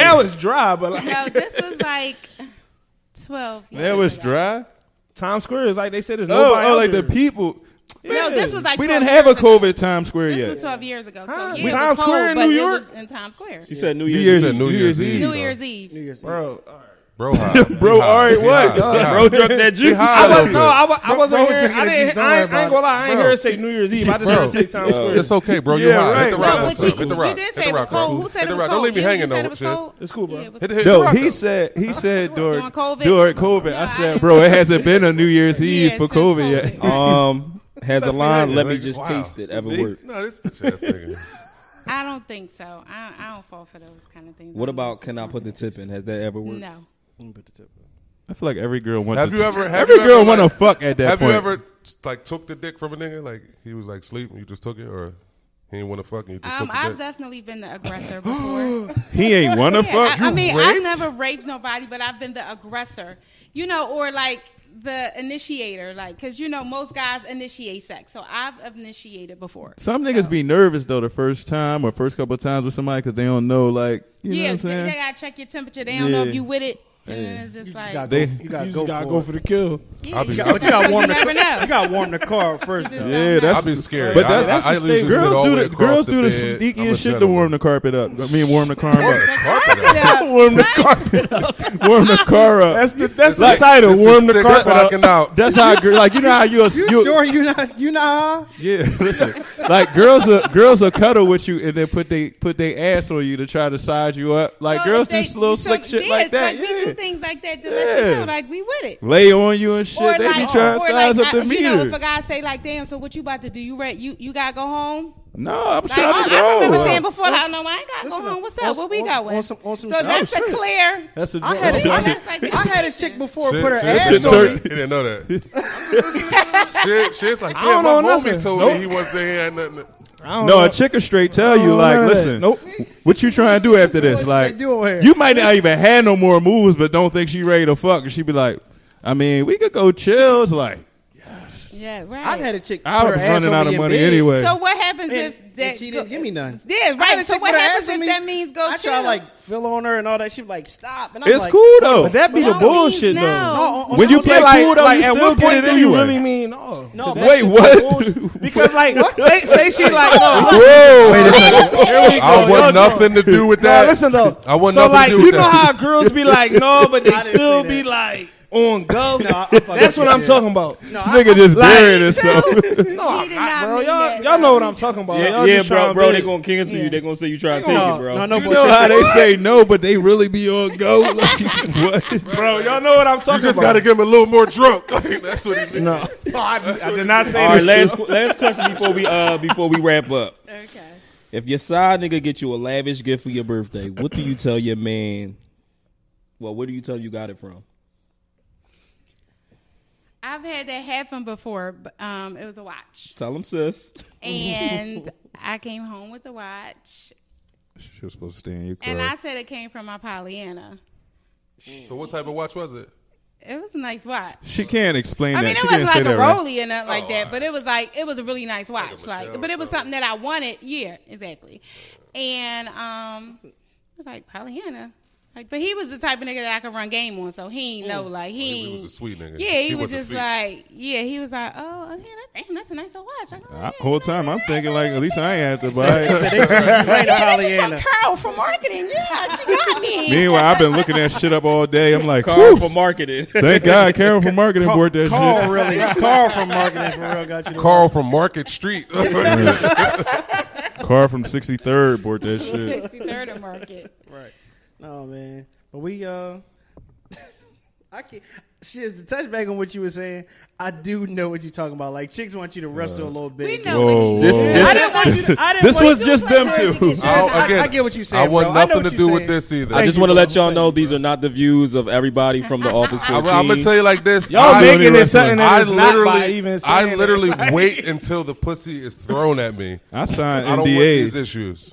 [SPEAKER 3] now it's dry, but like,
[SPEAKER 8] no, this was like twelve. Years
[SPEAKER 6] That was
[SPEAKER 8] ago.
[SPEAKER 6] dry.
[SPEAKER 3] Times Square is like they said, there's
[SPEAKER 6] Oh,
[SPEAKER 3] nobody.
[SPEAKER 6] oh,
[SPEAKER 3] out
[SPEAKER 6] like the
[SPEAKER 3] there.
[SPEAKER 6] people.
[SPEAKER 8] No, this was like
[SPEAKER 6] We
[SPEAKER 8] 12
[SPEAKER 6] didn't have a
[SPEAKER 8] years ago.
[SPEAKER 6] COVID Times Square
[SPEAKER 8] This
[SPEAKER 6] yet.
[SPEAKER 8] was twelve years ago. So
[SPEAKER 3] Huh?
[SPEAKER 8] yeah, it was cold,
[SPEAKER 3] Times Square in
[SPEAKER 8] but
[SPEAKER 3] New
[SPEAKER 8] it
[SPEAKER 3] York?
[SPEAKER 8] was in Times Square.
[SPEAKER 4] She said New
[SPEAKER 6] New
[SPEAKER 4] Year's.
[SPEAKER 6] Year's,
[SPEAKER 7] said
[SPEAKER 6] New Year's Eve.
[SPEAKER 8] New Year's Eve.
[SPEAKER 5] New Year's Eve.
[SPEAKER 3] bro.
[SPEAKER 7] Bro, high.
[SPEAKER 6] Bro, all right, what?
[SPEAKER 7] Bro,
[SPEAKER 4] Drop that juice.
[SPEAKER 3] I was no, I, wa- I wasn't
[SPEAKER 5] bro,
[SPEAKER 3] here.
[SPEAKER 5] drinking
[SPEAKER 3] I
[SPEAKER 5] the juice,
[SPEAKER 3] didn't.
[SPEAKER 5] don't
[SPEAKER 3] I,
[SPEAKER 5] worry
[SPEAKER 3] ain't- I ain't
[SPEAKER 5] about
[SPEAKER 3] gonna lie. I ain't
[SPEAKER 7] Bro.
[SPEAKER 3] heard it say New Year's Eve. I just heard it say Times Square.
[SPEAKER 7] It's okay, bro. You're
[SPEAKER 6] Yeah,
[SPEAKER 7] high.
[SPEAKER 6] right,
[SPEAKER 7] Hit the
[SPEAKER 6] right.
[SPEAKER 7] rock
[SPEAKER 8] No,
[SPEAKER 7] club.
[SPEAKER 8] but you,
[SPEAKER 7] Hit the
[SPEAKER 8] you
[SPEAKER 7] rock.
[SPEAKER 8] did
[SPEAKER 7] Hit
[SPEAKER 8] say
[SPEAKER 7] the
[SPEAKER 8] it was
[SPEAKER 7] rock club.
[SPEAKER 8] cold. Who said
[SPEAKER 7] Hit
[SPEAKER 8] it
[SPEAKER 7] the
[SPEAKER 8] was
[SPEAKER 7] rock.
[SPEAKER 8] cold?
[SPEAKER 7] Don't leave me
[SPEAKER 8] You
[SPEAKER 7] hanging no
[SPEAKER 8] said it was
[SPEAKER 7] chiz.
[SPEAKER 8] cold?
[SPEAKER 3] It's cool, bro.
[SPEAKER 8] Yeah, it was
[SPEAKER 7] Hit the hit the
[SPEAKER 6] No,
[SPEAKER 7] rock
[SPEAKER 6] he
[SPEAKER 7] though.
[SPEAKER 6] said he said during
[SPEAKER 8] During COVID?
[SPEAKER 6] during COVID. I
[SPEAKER 8] Yeah,
[SPEAKER 6] said,
[SPEAKER 8] I-
[SPEAKER 6] bro, it hasn't been a New Year's
[SPEAKER 8] Yeah,
[SPEAKER 6] Eve for
[SPEAKER 8] since
[SPEAKER 6] COVID
[SPEAKER 8] COVID.
[SPEAKER 6] yet.
[SPEAKER 4] Um, has a line, let me
[SPEAKER 7] Like,
[SPEAKER 4] just
[SPEAKER 7] wow.
[SPEAKER 4] taste it, ever worked?
[SPEAKER 7] No, this bitch ass nigga.
[SPEAKER 8] I don't think so. I, I don't fall for those kind of things.
[SPEAKER 4] What
[SPEAKER 8] I'm
[SPEAKER 4] about
[SPEAKER 8] too
[SPEAKER 4] can I put the
[SPEAKER 8] smart.
[SPEAKER 4] tip in? Has that ever worked?
[SPEAKER 8] No.
[SPEAKER 6] I feel like every girl wants.
[SPEAKER 7] Have
[SPEAKER 6] to
[SPEAKER 7] you ever? Have
[SPEAKER 6] every
[SPEAKER 7] you ever,
[SPEAKER 6] girl want to
[SPEAKER 7] like-
[SPEAKER 6] fuck at that
[SPEAKER 7] Have
[SPEAKER 6] point.
[SPEAKER 7] you ever like took the dick from a nigga? Like he was like sleep and you just took it, or he didn't want to fuck and you just
[SPEAKER 8] Um,
[SPEAKER 7] took the
[SPEAKER 8] I've
[SPEAKER 7] dick.
[SPEAKER 8] definitely been the aggressor before.
[SPEAKER 6] he ain't want to
[SPEAKER 8] Yeah,
[SPEAKER 6] fuck.
[SPEAKER 8] I, I mean,
[SPEAKER 7] raped?
[SPEAKER 8] I've never raped nobody, but I've been the aggressor, you know, or like the initiator, like because you know most guys initiate sex, so I've initiated before.
[SPEAKER 6] Some niggas be nervous though the first time or first couple of times with somebody because they don't know like you know
[SPEAKER 8] yeah,
[SPEAKER 6] what I'm saying.
[SPEAKER 8] they, they gotta check your temperature. They don't know
[SPEAKER 6] Yeah.
[SPEAKER 8] if you with it, and then it's just like
[SPEAKER 5] Gotta
[SPEAKER 6] They-
[SPEAKER 5] go, you gotta
[SPEAKER 3] You
[SPEAKER 5] go
[SPEAKER 3] just gotta
[SPEAKER 5] for
[SPEAKER 3] go
[SPEAKER 5] it.
[SPEAKER 3] for the kill.
[SPEAKER 8] yeah,
[SPEAKER 7] be-
[SPEAKER 8] you,
[SPEAKER 7] I'll
[SPEAKER 5] But you gotta warm the
[SPEAKER 8] never know.
[SPEAKER 5] you gotta warm the car first.
[SPEAKER 8] just
[SPEAKER 5] though.
[SPEAKER 8] don't
[SPEAKER 6] Yeah,
[SPEAKER 8] know.
[SPEAKER 6] that's-
[SPEAKER 7] I'd be scared.
[SPEAKER 6] But that's-
[SPEAKER 7] I,
[SPEAKER 6] that's
[SPEAKER 7] I, I
[SPEAKER 3] the
[SPEAKER 7] usually
[SPEAKER 3] thing.
[SPEAKER 7] sit all
[SPEAKER 6] girls do
[SPEAKER 7] way
[SPEAKER 6] the
[SPEAKER 7] across
[SPEAKER 6] girls do the
[SPEAKER 7] bed. I'm a
[SPEAKER 6] sneakiest shit to
[SPEAKER 7] gentleman.
[SPEAKER 6] warm the carpet up. I mean, warm the car up.
[SPEAKER 8] I've done-
[SPEAKER 6] warm the carpet up. warm the car up.
[SPEAKER 3] That's the that's
[SPEAKER 6] Like,
[SPEAKER 3] the title.
[SPEAKER 7] this is
[SPEAKER 3] Warm the
[SPEAKER 7] sticks
[SPEAKER 3] carpet up.
[SPEAKER 7] fucking out.
[SPEAKER 6] That's how girls like you know how you
[SPEAKER 5] You sure you not you not? high?
[SPEAKER 6] Yeah, listen. like girls, are, girls will cuddle with you and then put they put their ass on you to try to size you up. Like
[SPEAKER 8] so
[SPEAKER 6] girls
[SPEAKER 8] if they-
[SPEAKER 6] do little
[SPEAKER 8] so,
[SPEAKER 6] slick shit
[SPEAKER 8] yeah,
[SPEAKER 6] like that.
[SPEAKER 8] we do
[SPEAKER 6] yeah,
[SPEAKER 8] things like that to let you
[SPEAKER 6] Yeah.
[SPEAKER 8] know, like we with it.
[SPEAKER 6] lay on you and shit. they be trying to
[SPEAKER 8] or
[SPEAKER 6] size
[SPEAKER 8] like,
[SPEAKER 6] up
[SPEAKER 8] I-
[SPEAKER 6] the meter.
[SPEAKER 8] You know, if a guy say like, "Damn, so what you about to do? You re- you you gotta go home."
[SPEAKER 6] no, I'm
[SPEAKER 8] Like,
[SPEAKER 6] trying to
[SPEAKER 8] I, I
[SPEAKER 6] go.
[SPEAKER 8] remember saying before, like, no, I ain't got to go
[SPEAKER 5] Listen,
[SPEAKER 8] home. What's
[SPEAKER 5] on
[SPEAKER 8] up? Where
[SPEAKER 5] some-
[SPEAKER 8] we
[SPEAKER 5] on-
[SPEAKER 8] going?
[SPEAKER 5] on some- on some
[SPEAKER 8] so
[SPEAKER 5] shit.
[SPEAKER 8] that's
[SPEAKER 3] Oh,
[SPEAKER 8] a
[SPEAKER 3] shit.
[SPEAKER 8] clear.
[SPEAKER 3] That's a
[SPEAKER 5] I had,
[SPEAKER 8] That's
[SPEAKER 5] a, I,
[SPEAKER 8] like
[SPEAKER 5] had,
[SPEAKER 8] the
[SPEAKER 5] I had a
[SPEAKER 8] initiation.
[SPEAKER 5] chick before
[SPEAKER 7] Shit,
[SPEAKER 5] put her
[SPEAKER 7] shit,
[SPEAKER 5] ass
[SPEAKER 7] shit,
[SPEAKER 5] on me.
[SPEAKER 7] shit. He didn't know that. shit, shit's like, damn,
[SPEAKER 3] don't
[SPEAKER 7] my
[SPEAKER 3] know
[SPEAKER 7] homie
[SPEAKER 3] nothing.
[SPEAKER 7] told
[SPEAKER 3] Nope.
[SPEAKER 7] me he wasn't saying he had nothing. to-
[SPEAKER 6] no, a chick will straight tell you
[SPEAKER 3] Oh,
[SPEAKER 6] like,
[SPEAKER 3] no,
[SPEAKER 6] listen,
[SPEAKER 3] nope.
[SPEAKER 6] what you trying to do after
[SPEAKER 5] What
[SPEAKER 6] this?
[SPEAKER 5] you
[SPEAKER 6] Like,
[SPEAKER 5] doing here?
[SPEAKER 6] you might not even have no more moves, but don't think she ready to fuck. And she be like, I mean, we could go chill. It's like
[SPEAKER 8] Yeah, right.
[SPEAKER 5] I've had a chick put
[SPEAKER 6] I
[SPEAKER 5] her
[SPEAKER 6] was
[SPEAKER 5] ass
[SPEAKER 6] running
[SPEAKER 5] on
[SPEAKER 6] out
[SPEAKER 5] me
[SPEAKER 6] of
[SPEAKER 5] in
[SPEAKER 6] money
[SPEAKER 5] bed.
[SPEAKER 6] anyway.
[SPEAKER 8] so what happens if
[SPEAKER 5] And-
[SPEAKER 8] that
[SPEAKER 5] and she didn't give me none.
[SPEAKER 8] Yeah,
[SPEAKER 5] I had a
[SPEAKER 8] right. So
[SPEAKER 5] chick
[SPEAKER 8] what
[SPEAKER 5] put her ass
[SPEAKER 8] happens
[SPEAKER 5] on
[SPEAKER 8] if
[SPEAKER 5] me.
[SPEAKER 8] that means go
[SPEAKER 5] I
[SPEAKER 8] chill?
[SPEAKER 5] try to like fill on her and all that. She was like, stop. And I was
[SPEAKER 6] it's
[SPEAKER 5] like, "Oh,
[SPEAKER 6] cool though.
[SPEAKER 3] But that be the
[SPEAKER 8] Don't means
[SPEAKER 3] bullshit
[SPEAKER 8] no.
[SPEAKER 3] though.
[SPEAKER 5] on- on
[SPEAKER 6] when
[SPEAKER 5] some
[SPEAKER 6] you
[SPEAKER 5] other
[SPEAKER 6] play
[SPEAKER 5] shit,
[SPEAKER 6] cool though, you
[SPEAKER 3] at
[SPEAKER 6] still
[SPEAKER 3] what
[SPEAKER 6] get
[SPEAKER 3] point
[SPEAKER 6] it
[SPEAKER 3] do you
[SPEAKER 6] anyway.
[SPEAKER 3] really mean no?
[SPEAKER 5] No,
[SPEAKER 3] That
[SPEAKER 6] Wait,
[SPEAKER 3] shit
[SPEAKER 6] what?
[SPEAKER 5] "Oh,
[SPEAKER 3] bullshit. Because like, say say she like, no,
[SPEAKER 6] Whoa!
[SPEAKER 3] Here we go.
[SPEAKER 7] I
[SPEAKER 3] Y'all
[SPEAKER 7] want
[SPEAKER 3] drunk.
[SPEAKER 7] nothing to do with
[SPEAKER 3] Nah,
[SPEAKER 7] that.
[SPEAKER 3] listen though.
[SPEAKER 7] I want
[SPEAKER 3] so
[SPEAKER 7] nothing
[SPEAKER 3] like,
[SPEAKER 7] to do
[SPEAKER 3] you
[SPEAKER 7] with
[SPEAKER 3] know
[SPEAKER 7] that.
[SPEAKER 3] how girls be like, no, but they
[SPEAKER 5] didn't
[SPEAKER 3] still
[SPEAKER 5] say
[SPEAKER 3] be
[SPEAKER 5] that.
[SPEAKER 3] like on go.
[SPEAKER 5] fuck with
[SPEAKER 3] That's what
[SPEAKER 5] you,
[SPEAKER 3] I'm
[SPEAKER 5] yeah.
[SPEAKER 3] talking about.
[SPEAKER 6] This nigga just
[SPEAKER 3] like-
[SPEAKER 6] burying himself.
[SPEAKER 3] No, I'm
[SPEAKER 8] did
[SPEAKER 3] not,
[SPEAKER 8] not
[SPEAKER 3] bro.
[SPEAKER 8] mean
[SPEAKER 3] Y'all,
[SPEAKER 8] that,
[SPEAKER 3] y'all
[SPEAKER 8] bro.
[SPEAKER 3] know what I'm talking about.
[SPEAKER 4] Yeah,
[SPEAKER 3] Y'all
[SPEAKER 4] yeah
[SPEAKER 3] just
[SPEAKER 4] bro,
[SPEAKER 3] trying
[SPEAKER 4] bro,
[SPEAKER 3] big.
[SPEAKER 4] they gonna cancel you. They gonna say you trying to take
[SPEAKER 5] No,
[SPEAKER 4] it, bro.
[SPEAKER 5] no, no
[SPEAKER 6] you know
[SPEAKER 5] bullshit.
[SPEAKER 6] how they say no, but they really be on go. Like, what?
[SPEAKER 3] bro. Y'all know what I'm talking
[SPEAKER 7] You just
[SPEAKER 3] about.
[SPEAKER 7] gotta get him a little more drunk. Like, that's what he did.
[SPEAKER 3] No, I, I did not say
[SPEAKER 4] All right,
[SPEAKER 3] that.
[SPEAKER 4] last qu- last question before we uh before we wrap up.
[SPEAKER 8] Okay.
[SPEAKER 4] If your side nigga get you a lavish gift for your birthday, what do you tell your man? Well, where do you tell you got it from?
[SPEAKER 8] I've had that happen before. But, um, it was a watch,
[SPEAKER 4] Tell him, sis.
[SPEAKER 8] and I came home with the watch,
[SPEAKER 6] She was supposed to stay in your
[SPEAKER 8] and I
[SPEAKER 6] car.
[SPEAKER 8] said it came from my Pollyanna.
[SPEAKER 7] So what type of watch was it?
[SPEAKER 8] It was a nice watch.
[SPEAKER 6] She can't explain
[SPEAKER 8] I
[SPEAKER 6] that.
[SPEAKER 8] mean,
[SPEAKER 6] she
[SPEAKER 8] it
[SPEAKER 6] can't
[SPEAKER 8] was
[SPEAKER 6] say
[SPEAKER 8] like
[SPEAKER 6] that
[SPEAKER 8] a
[SPEAKER 6] right.
[SPEAKER 8] Roly and nothing like that, but it was like it was a really nice watch.
[SPEAKER 7] Oh. Michelle
[SPEAKER 8] Like, but it was
[SPEAKER 7] or
[SPEAKER 8] something that I wanted. Yeah, exactly. And um, it was like Pollyanna. Like, but he was the type of nigga that I could run game on, so he ain't know like
[SPEAKER 7] Mm.
[SPEAKER 8] he.
[SPEAKER 7] Oh, He was a sweet nigga.
[SPEAKER 8] yeah, he, was
[SPEAKER 7] wasn't
[SPEAKER 8] just
[SPEAKER 7] sweet.
[SPEAKER 8] like, yeah, he was like, oh, yeah, that, damn, that's a nice old watch. I go,
[SPEAKER 6] I,
[SPEAKER 8] yeah,
[SPEAKER 6] whole
[SPEAKER 8] that's
[SPEAKER 6] time I'm
[SPEAKER 8] nice.
[SPEAKER 6] thinking like at least I ain't have to buy
[SPEAKER 5] They
[SPEAKER 6] it.
[SPEAKER 5] said they trying to play the
[SPEAKER 8] Yeah, this is from
[SPEAKER 5] Pollyanna.
[SPEAKER 8] Carl from marketing. Yeah, she got me.
[SPEAKER 6] Meanwhile, I've been looking that shit up all day. I'm like,
[SPEAKER 4] Carl
[SPEAKER 6] Whew,
[SPEAKER 4] for marketing.
[SPEAKER 6] thank God Karen from marketing bought that
[SPEAKER 5] Carl
[SPEAKER 6] shit.
[SPEAKER 5] Oh, really, Carl from marketing for real got you. the
[SPEAKER 7] Carl from Market Street.
[SPEAKER 6] Carl from 63rd bought that shit.
[SPEAKER 8] 63rd of market.
[SPEAKER 5] No Oh, man, but we uh, I can't. Shit, to touch back on what you were saying, I do know what you're talking about. Like chicks want you to wrestle a little bit.
[SPEAKER 8] We know
[SPEAKER 6] Whoa,
[SPEAKER 8] what he
[SPEAKER 6] whoa.
[SPEAKER 8] did.
[SPEAKER 6] This-
[SPEAKER 5] I didn't want you. To, I didn't
[SPEAKER 6] This
[SPEAKER 5] want
[SPEAKER 6] was
[SPEAKER 5] you
[SPEAKER 6] just
[SPEAKER 5] play
[SPEAKER 6] them
[SPEAKER 5] crazy
[SPEAKER 6] two.
[SPEAKER 5] kids.
[SPEAKER 7] I'll-
[SPEAKER 5] I,
[SPEAKER 7] again,
[SPEAKER 5] I get what you're saying.
[SPEAKER 7] I want
[SPEAKER 5] bro. I know
[SPEAKER 7] nothing
[SPEAKER 5] what
[SPEAKER 7] to
[SPEAKER 5] you're
[SPEAKER 7] do
[SPEAKER 5] saying.
[SPEAKER 7] with this either.
[SPEAKER 4] I just want to
[SPEAKER 5] you,
[SPEAKER 4] let y'all
[SPEAKER 5] bro.
[SPEAKER 4] know these are not the views of everybody from the office. 14.
[SPEAKER 7] I'm gonna tell you like this.
[SPEAKER 3] Y'all
[SPEAKER 7] I-
[SPEAKER 3] making it
[SPEAKER 6] wrestling.
[SPEAKER 3] something
[SPEAKER 7] I
[SPEAKER 3] that is not by
[SPEAKER 7] literally,
[SPEAKER 3] even.
[SPEAKER 7] I
[SPEAKER 3] saying it.
[SPEAKER 7] literally
[SPEAKER 3] Like,
[SPEAKER 7] wait until the pussy is thrown at me.
[SPEAKER 6] I signed
[SPEAKER 7] I don't want these
[SPEAKER 6] NDAs.
[SPEAKER 7] issues.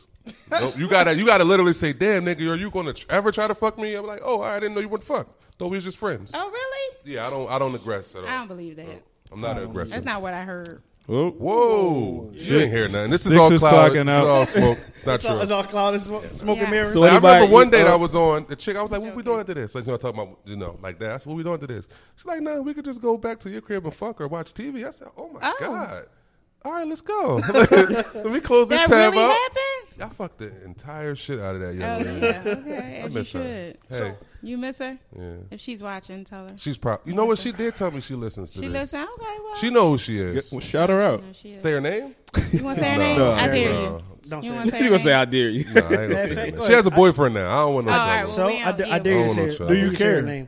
[SPEAKER 7] Nope, you gotta, you gotta literally say, "Damn, nigga, are you gonna tr- ever try to fuck me?" I'm like, "Oh, I didn't know you would fuck. Thought we was just friends."
[SPEAKER 8] Oh, really?
[SPEAKER 7] Yeah, I don't, I don't aggress at all.
[SPEAKER 8] I don't believe that.
[SPEAKER 7] I'm not an aggressor.
[SPEAKER 8] That's not what I heard.
[SPEAKER 6] Oh,
[SPEAKER 7] Whoa, you didn't hear nothing. This is
[SPEAKER 6] Six
[SPEAKER 7] all
[SPEAKER 6] is
[SPEAKER 7] cloud.
[SPEAKER 6] clocking
[SPEAKER 7] This is
[SPEAKER 6] out.
[SPEAKER 7] all smoke. It's not
[SPEAKER 5] It's all,
[SPEAKER 7] true.
[SPEAKER 5] it's all cloud and smoke, smoke and
[SPEAKER 8] Yeah.
[SPEAKER 5] mirrors.
[SPEAKER 4] So-
[SPEAKER 7] Like, I remember
[SPEAKER 4] Anybody-
[SPEAKER 7] one day that
[SPEAKER 4] uh,
[SPEAKER 7] I was on the chick. I was like, "What we doing to this?" Like, you know, talking about, you know, like that's what we doing to this. She's like, "No, we could just go back to your crib and fuck or watch TV." I said, "Oh my
[SPEAKER 8] Oh.
[SPEAKER 7] god! All right, let's go. Let me close this
[SPEAKER 8] That
[SPEAKER 7] tab
[SPEAKER 8] really
[SPEAKER 7] up."
[SPEAKER 8] happened?
[SPEAKER 7] I fucked the entire shit out of that young
[SPEAKER 8] Oh,
[SPEAKER 7] lady.
[SPEAKER 8] yeah. Okay, as you
[SPEAKER 7] miss her.
[SPEAKER 8] should.
[SPEAKER 7] Hey,
[SPEAKER 8] You miss her?
[SPEAKER 7] yeah,
[SPEAKER 8] If she's watching, tell her.
[SPEAKER 7] she's probably. You know what? She did tell me she listens to
[SPEAKER 8] She
[SPEAKER 7] this.
[SPEAKER 8] listen. Okay, well.
[SPEAKER 7] She know who she is.
[SPEAKER 6] well, shout her out.
[SPEAKER 8] No, she is.
[SPEAKER 7] Say her name.
[SPEAKER 8] You want to say her name?
[SPEAKER 6] No.
[SPEAKER 8] I dare
[SPEAKER 7] No.
[SPEAKER 8] you.
[SPEAKER 5] Don't
[SPEAKER 8] You
[SPEAKER 5] say
[SPEAKER 8] want to
[SPEAKER 4] you
[SPEAKER 8] say
[SPEAKER 4] gonna
[SPEAKER 8] her
[SPEAKER 4] say
[SPEAKER 8] name?
[SPEAKER 4] I dare you?
[SPEAKER 7] No, I ain't gonna say her name. She has a boyfriend now. I don't want no
[SPEAKER 8] All
[SPEAKER 7] trouble.
[SPEAKER 8] right, well-
[SPEAKER 5] So
[SPEAKER 8] We
[SPEAKER 5] I,
[SPEAKER 8] out
[SPEAKER 5] d- I
[SPEAKER 8] here.
[SPEAKER 5] dare you to
[SPEAKER 7] I don't
[SPEAKER 5] say
[SPEAKER 7] know
[SPEAKER 5] her,
[SPEAKER 7] shit.
[SPEAKER 5] do
[SPEAKER 7] Do
[SPEAKER 5] you
[SPEAKER 3] you
[SPEAKER 5] say her
[SPEAKER 3] care?
[SPEAKER 5] name.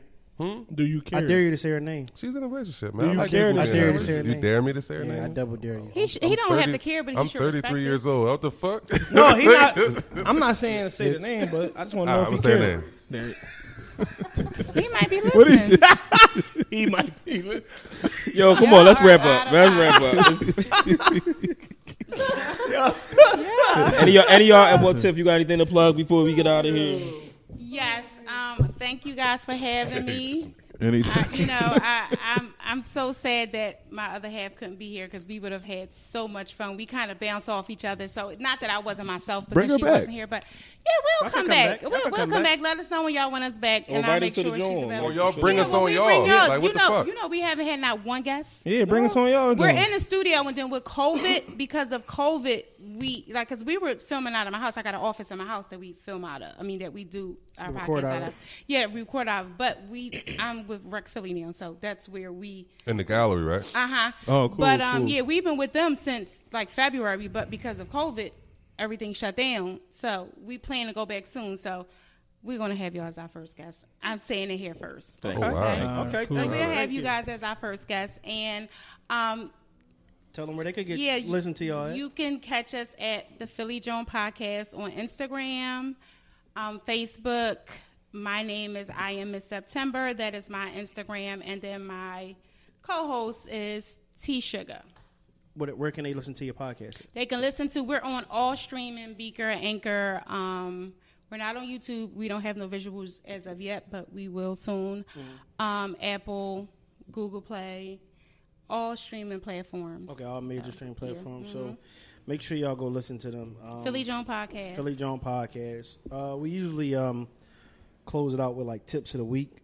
[SPEAKER 3] do you care?
[SPEAKER 5] I dare you to say her name.
[SPEAKER 7] She's in a relationship,
[SPEAKER 3] Do
[SPEAKER 7] man.
[SPEAKER 3] you
[SPEAKER 7] I like
[SPEAKER 3] care
[SPEAKER 7] people
[SPEAKER 3] to
[SPEAKER 7] being
[SPEAKER 3] dare to
[SPEAKER 7] average.
[SPEAKER 5] say her
[SPEAKER 7] You
[SPEAKER 5] name?
[SPEAKER 7] dare me to say her
[SPEAKER 5] I
[SPEAKER 7] name?
[SPEAKER 5] double dare you.
[SPEAKER 8] He, sh- he don't have
[SPEAKER 7] 30
[SPEAKER 8] to care, but he
[SPEAKER 7] I'm
[SPEAKER 8] should
[SPEAKER 7] 33
[SPEAKER 8] respect
[SPEAKER 7] years
[SPEAKER 8] it.
[SPEAKER 7] old. What the fuck?
[SPEAKER 3] no, he not. I'm not saying say the name, but I just want to know
[SPEAKER 7] Alright,
[SPEAKER 3] if he
[SPEAKER 7] I'ma say
[SPEAKER 3] cares.
[SPEAKER 8] He might be listening.
[SPEAKER 3] He might be. li-
[SPEAKER 4] Yo, come
[SPEAKER 8] Y'all
[SPEAKER 4] on, let's
[SPEAKER 8] are
[SPEAKER 4] wrap
[SPEAKER 8] out
[SPEAKER 4] up.
[SPEAKER 8] of
[SPEAKER 4] Let's wrap up. any of y'all, any of y'all, and what tip you got anything to plug before we get out of here?
[SPEAKER 8] yes. Um, thank you guys for having me.
[SPEAKER 6] Anytime.
[SPEAKER 8] I, you know, I, I'm I'm so sad that my other half couldn't be here because we would have had so much fun. We kind of bounce off each other. So not that I wasn't myself because
[SPEAKER 6] Bring her
[SPEAKER 8] she
[SPEAKER 6] back.
[SPEAKER 8] wasn't here, but yeah, we'll
[SPEAKER 5] I can
[SPEAKER 8] come,
[SPEAKER 5] come
[SPEAKER 8] back.
[SPEAKER 5] back. I
[SPEAKER 8] We'll,
[SPEAKER 5] can
[SPEAKER 8] we'll
[SPEAKER 5] come
[SPEAKER 8] come
[SPEAKER 5] back.
[SPEAKER 8] back. Let us know when y'all want us back, and I'll
[SPEAKER 4] Invite us
[SPEAKER 8] make
[SPEAKER 4] to the
[SPEAKER 8] sure she's
[SPEAKER 4] joint.
[SPEAKER 8] available.
[SPEAKER 7] Or y'all
[SPEAKER 8] Yeah,
[SPEAKER 7] bring
[SPEAKER 8] when
[SPEAKER 7] us on
[SPEAKER 8] we
[SPEAKER 7] y'all.
[SPEAKER 8] bring
[SPEAKER 7] Yeah,
[SPEAKER 8] y'all,
[SPEAKER 7] like,
[SPEAKER 8] you
[SPEAKER 7] what the
[SPEAKER 8] know,
[SPEAKER 7] fuck?
[SPEAKER 8] You know, we haven't had not one guest.
[SPEAKER 3] Yeah, bring us on y'all.
[SPEAKER 8] We're
[SPEAKER 3] then.
[SPEAKER 8] in the studio, and then with COVID, because of COVID, we like because we were filming out of my house. I got an office in my house that we film out of. I mean, that we do our
[SPEAKER 5] Record
[SPEAKER 8] podcast
[SPEAKER 5] out
[SPEAKER 8] out
[SPEAKER 5] of.
[SPEAKER 8] of. Yeah, we record out of. But we, I'm with Rec Philly now, so that's where we.
[SPEAKER 7] In the gallery, right?
[SPEAKER 8] Uh huh.
[SPEAKER 6] Oh, cool,
[SPEAKER 8] But um,
[SPEAKER 6] cool.
[SPEAKER 8] yeah, we've been with them since like February, but because of COVID, everything shut down. So we plan to go back soon. So. We're gonna have y'all as our first guest. I'm saying it here first.
[SPEAKER 4] Thank
[SPEAKER 7] Oh, wow.
[SPEAKER 5] Okay,
[SPEAKER 8] So
[SPEAKER 5] thank
[SPEAKER 8] we'll
[SPEAKER 5] you.
[SPEAKER 8] have
[SPEAKER 5] Thank
[SPEAKER 8] you guys as our first guest, and um,
[SPEAKER 5] Tell them where they could get
[SPEAKER 8] yeah, you-
[SPEAKER 5] listen to y'all. at.
[SPEAKER 8] You can catch us at the Philly Joan Podcast on Instagram, um, Facebook. My name is I am Miss September. That is my Instagram, and then my co-host is T Sugar.
[SPEAKER 5] What, where can they listen to your podcast?
[SPEAKER 8] They can listen to. We're on all streaming, Beaker, Anchor. Um, we're not on YouTube. We don't have no visuals as of yet, but we will soon.
[SPEAKER 5] Mm-hmm.
[SPEAKER 8] Um, Apple, Google Play, all streaming platforms.
[SPEAKER 5] Okay, all major streaming
[SPEAKER 8] yeah.
[SPEAKER 5] platforms. So make sure y'all go listen to them. Um,
[SPEAKER 8] Philly Joan Podcast.
[SPEAKER 5] Philly Joan podcast. Uh, we usually um, close it out with like tips of the week.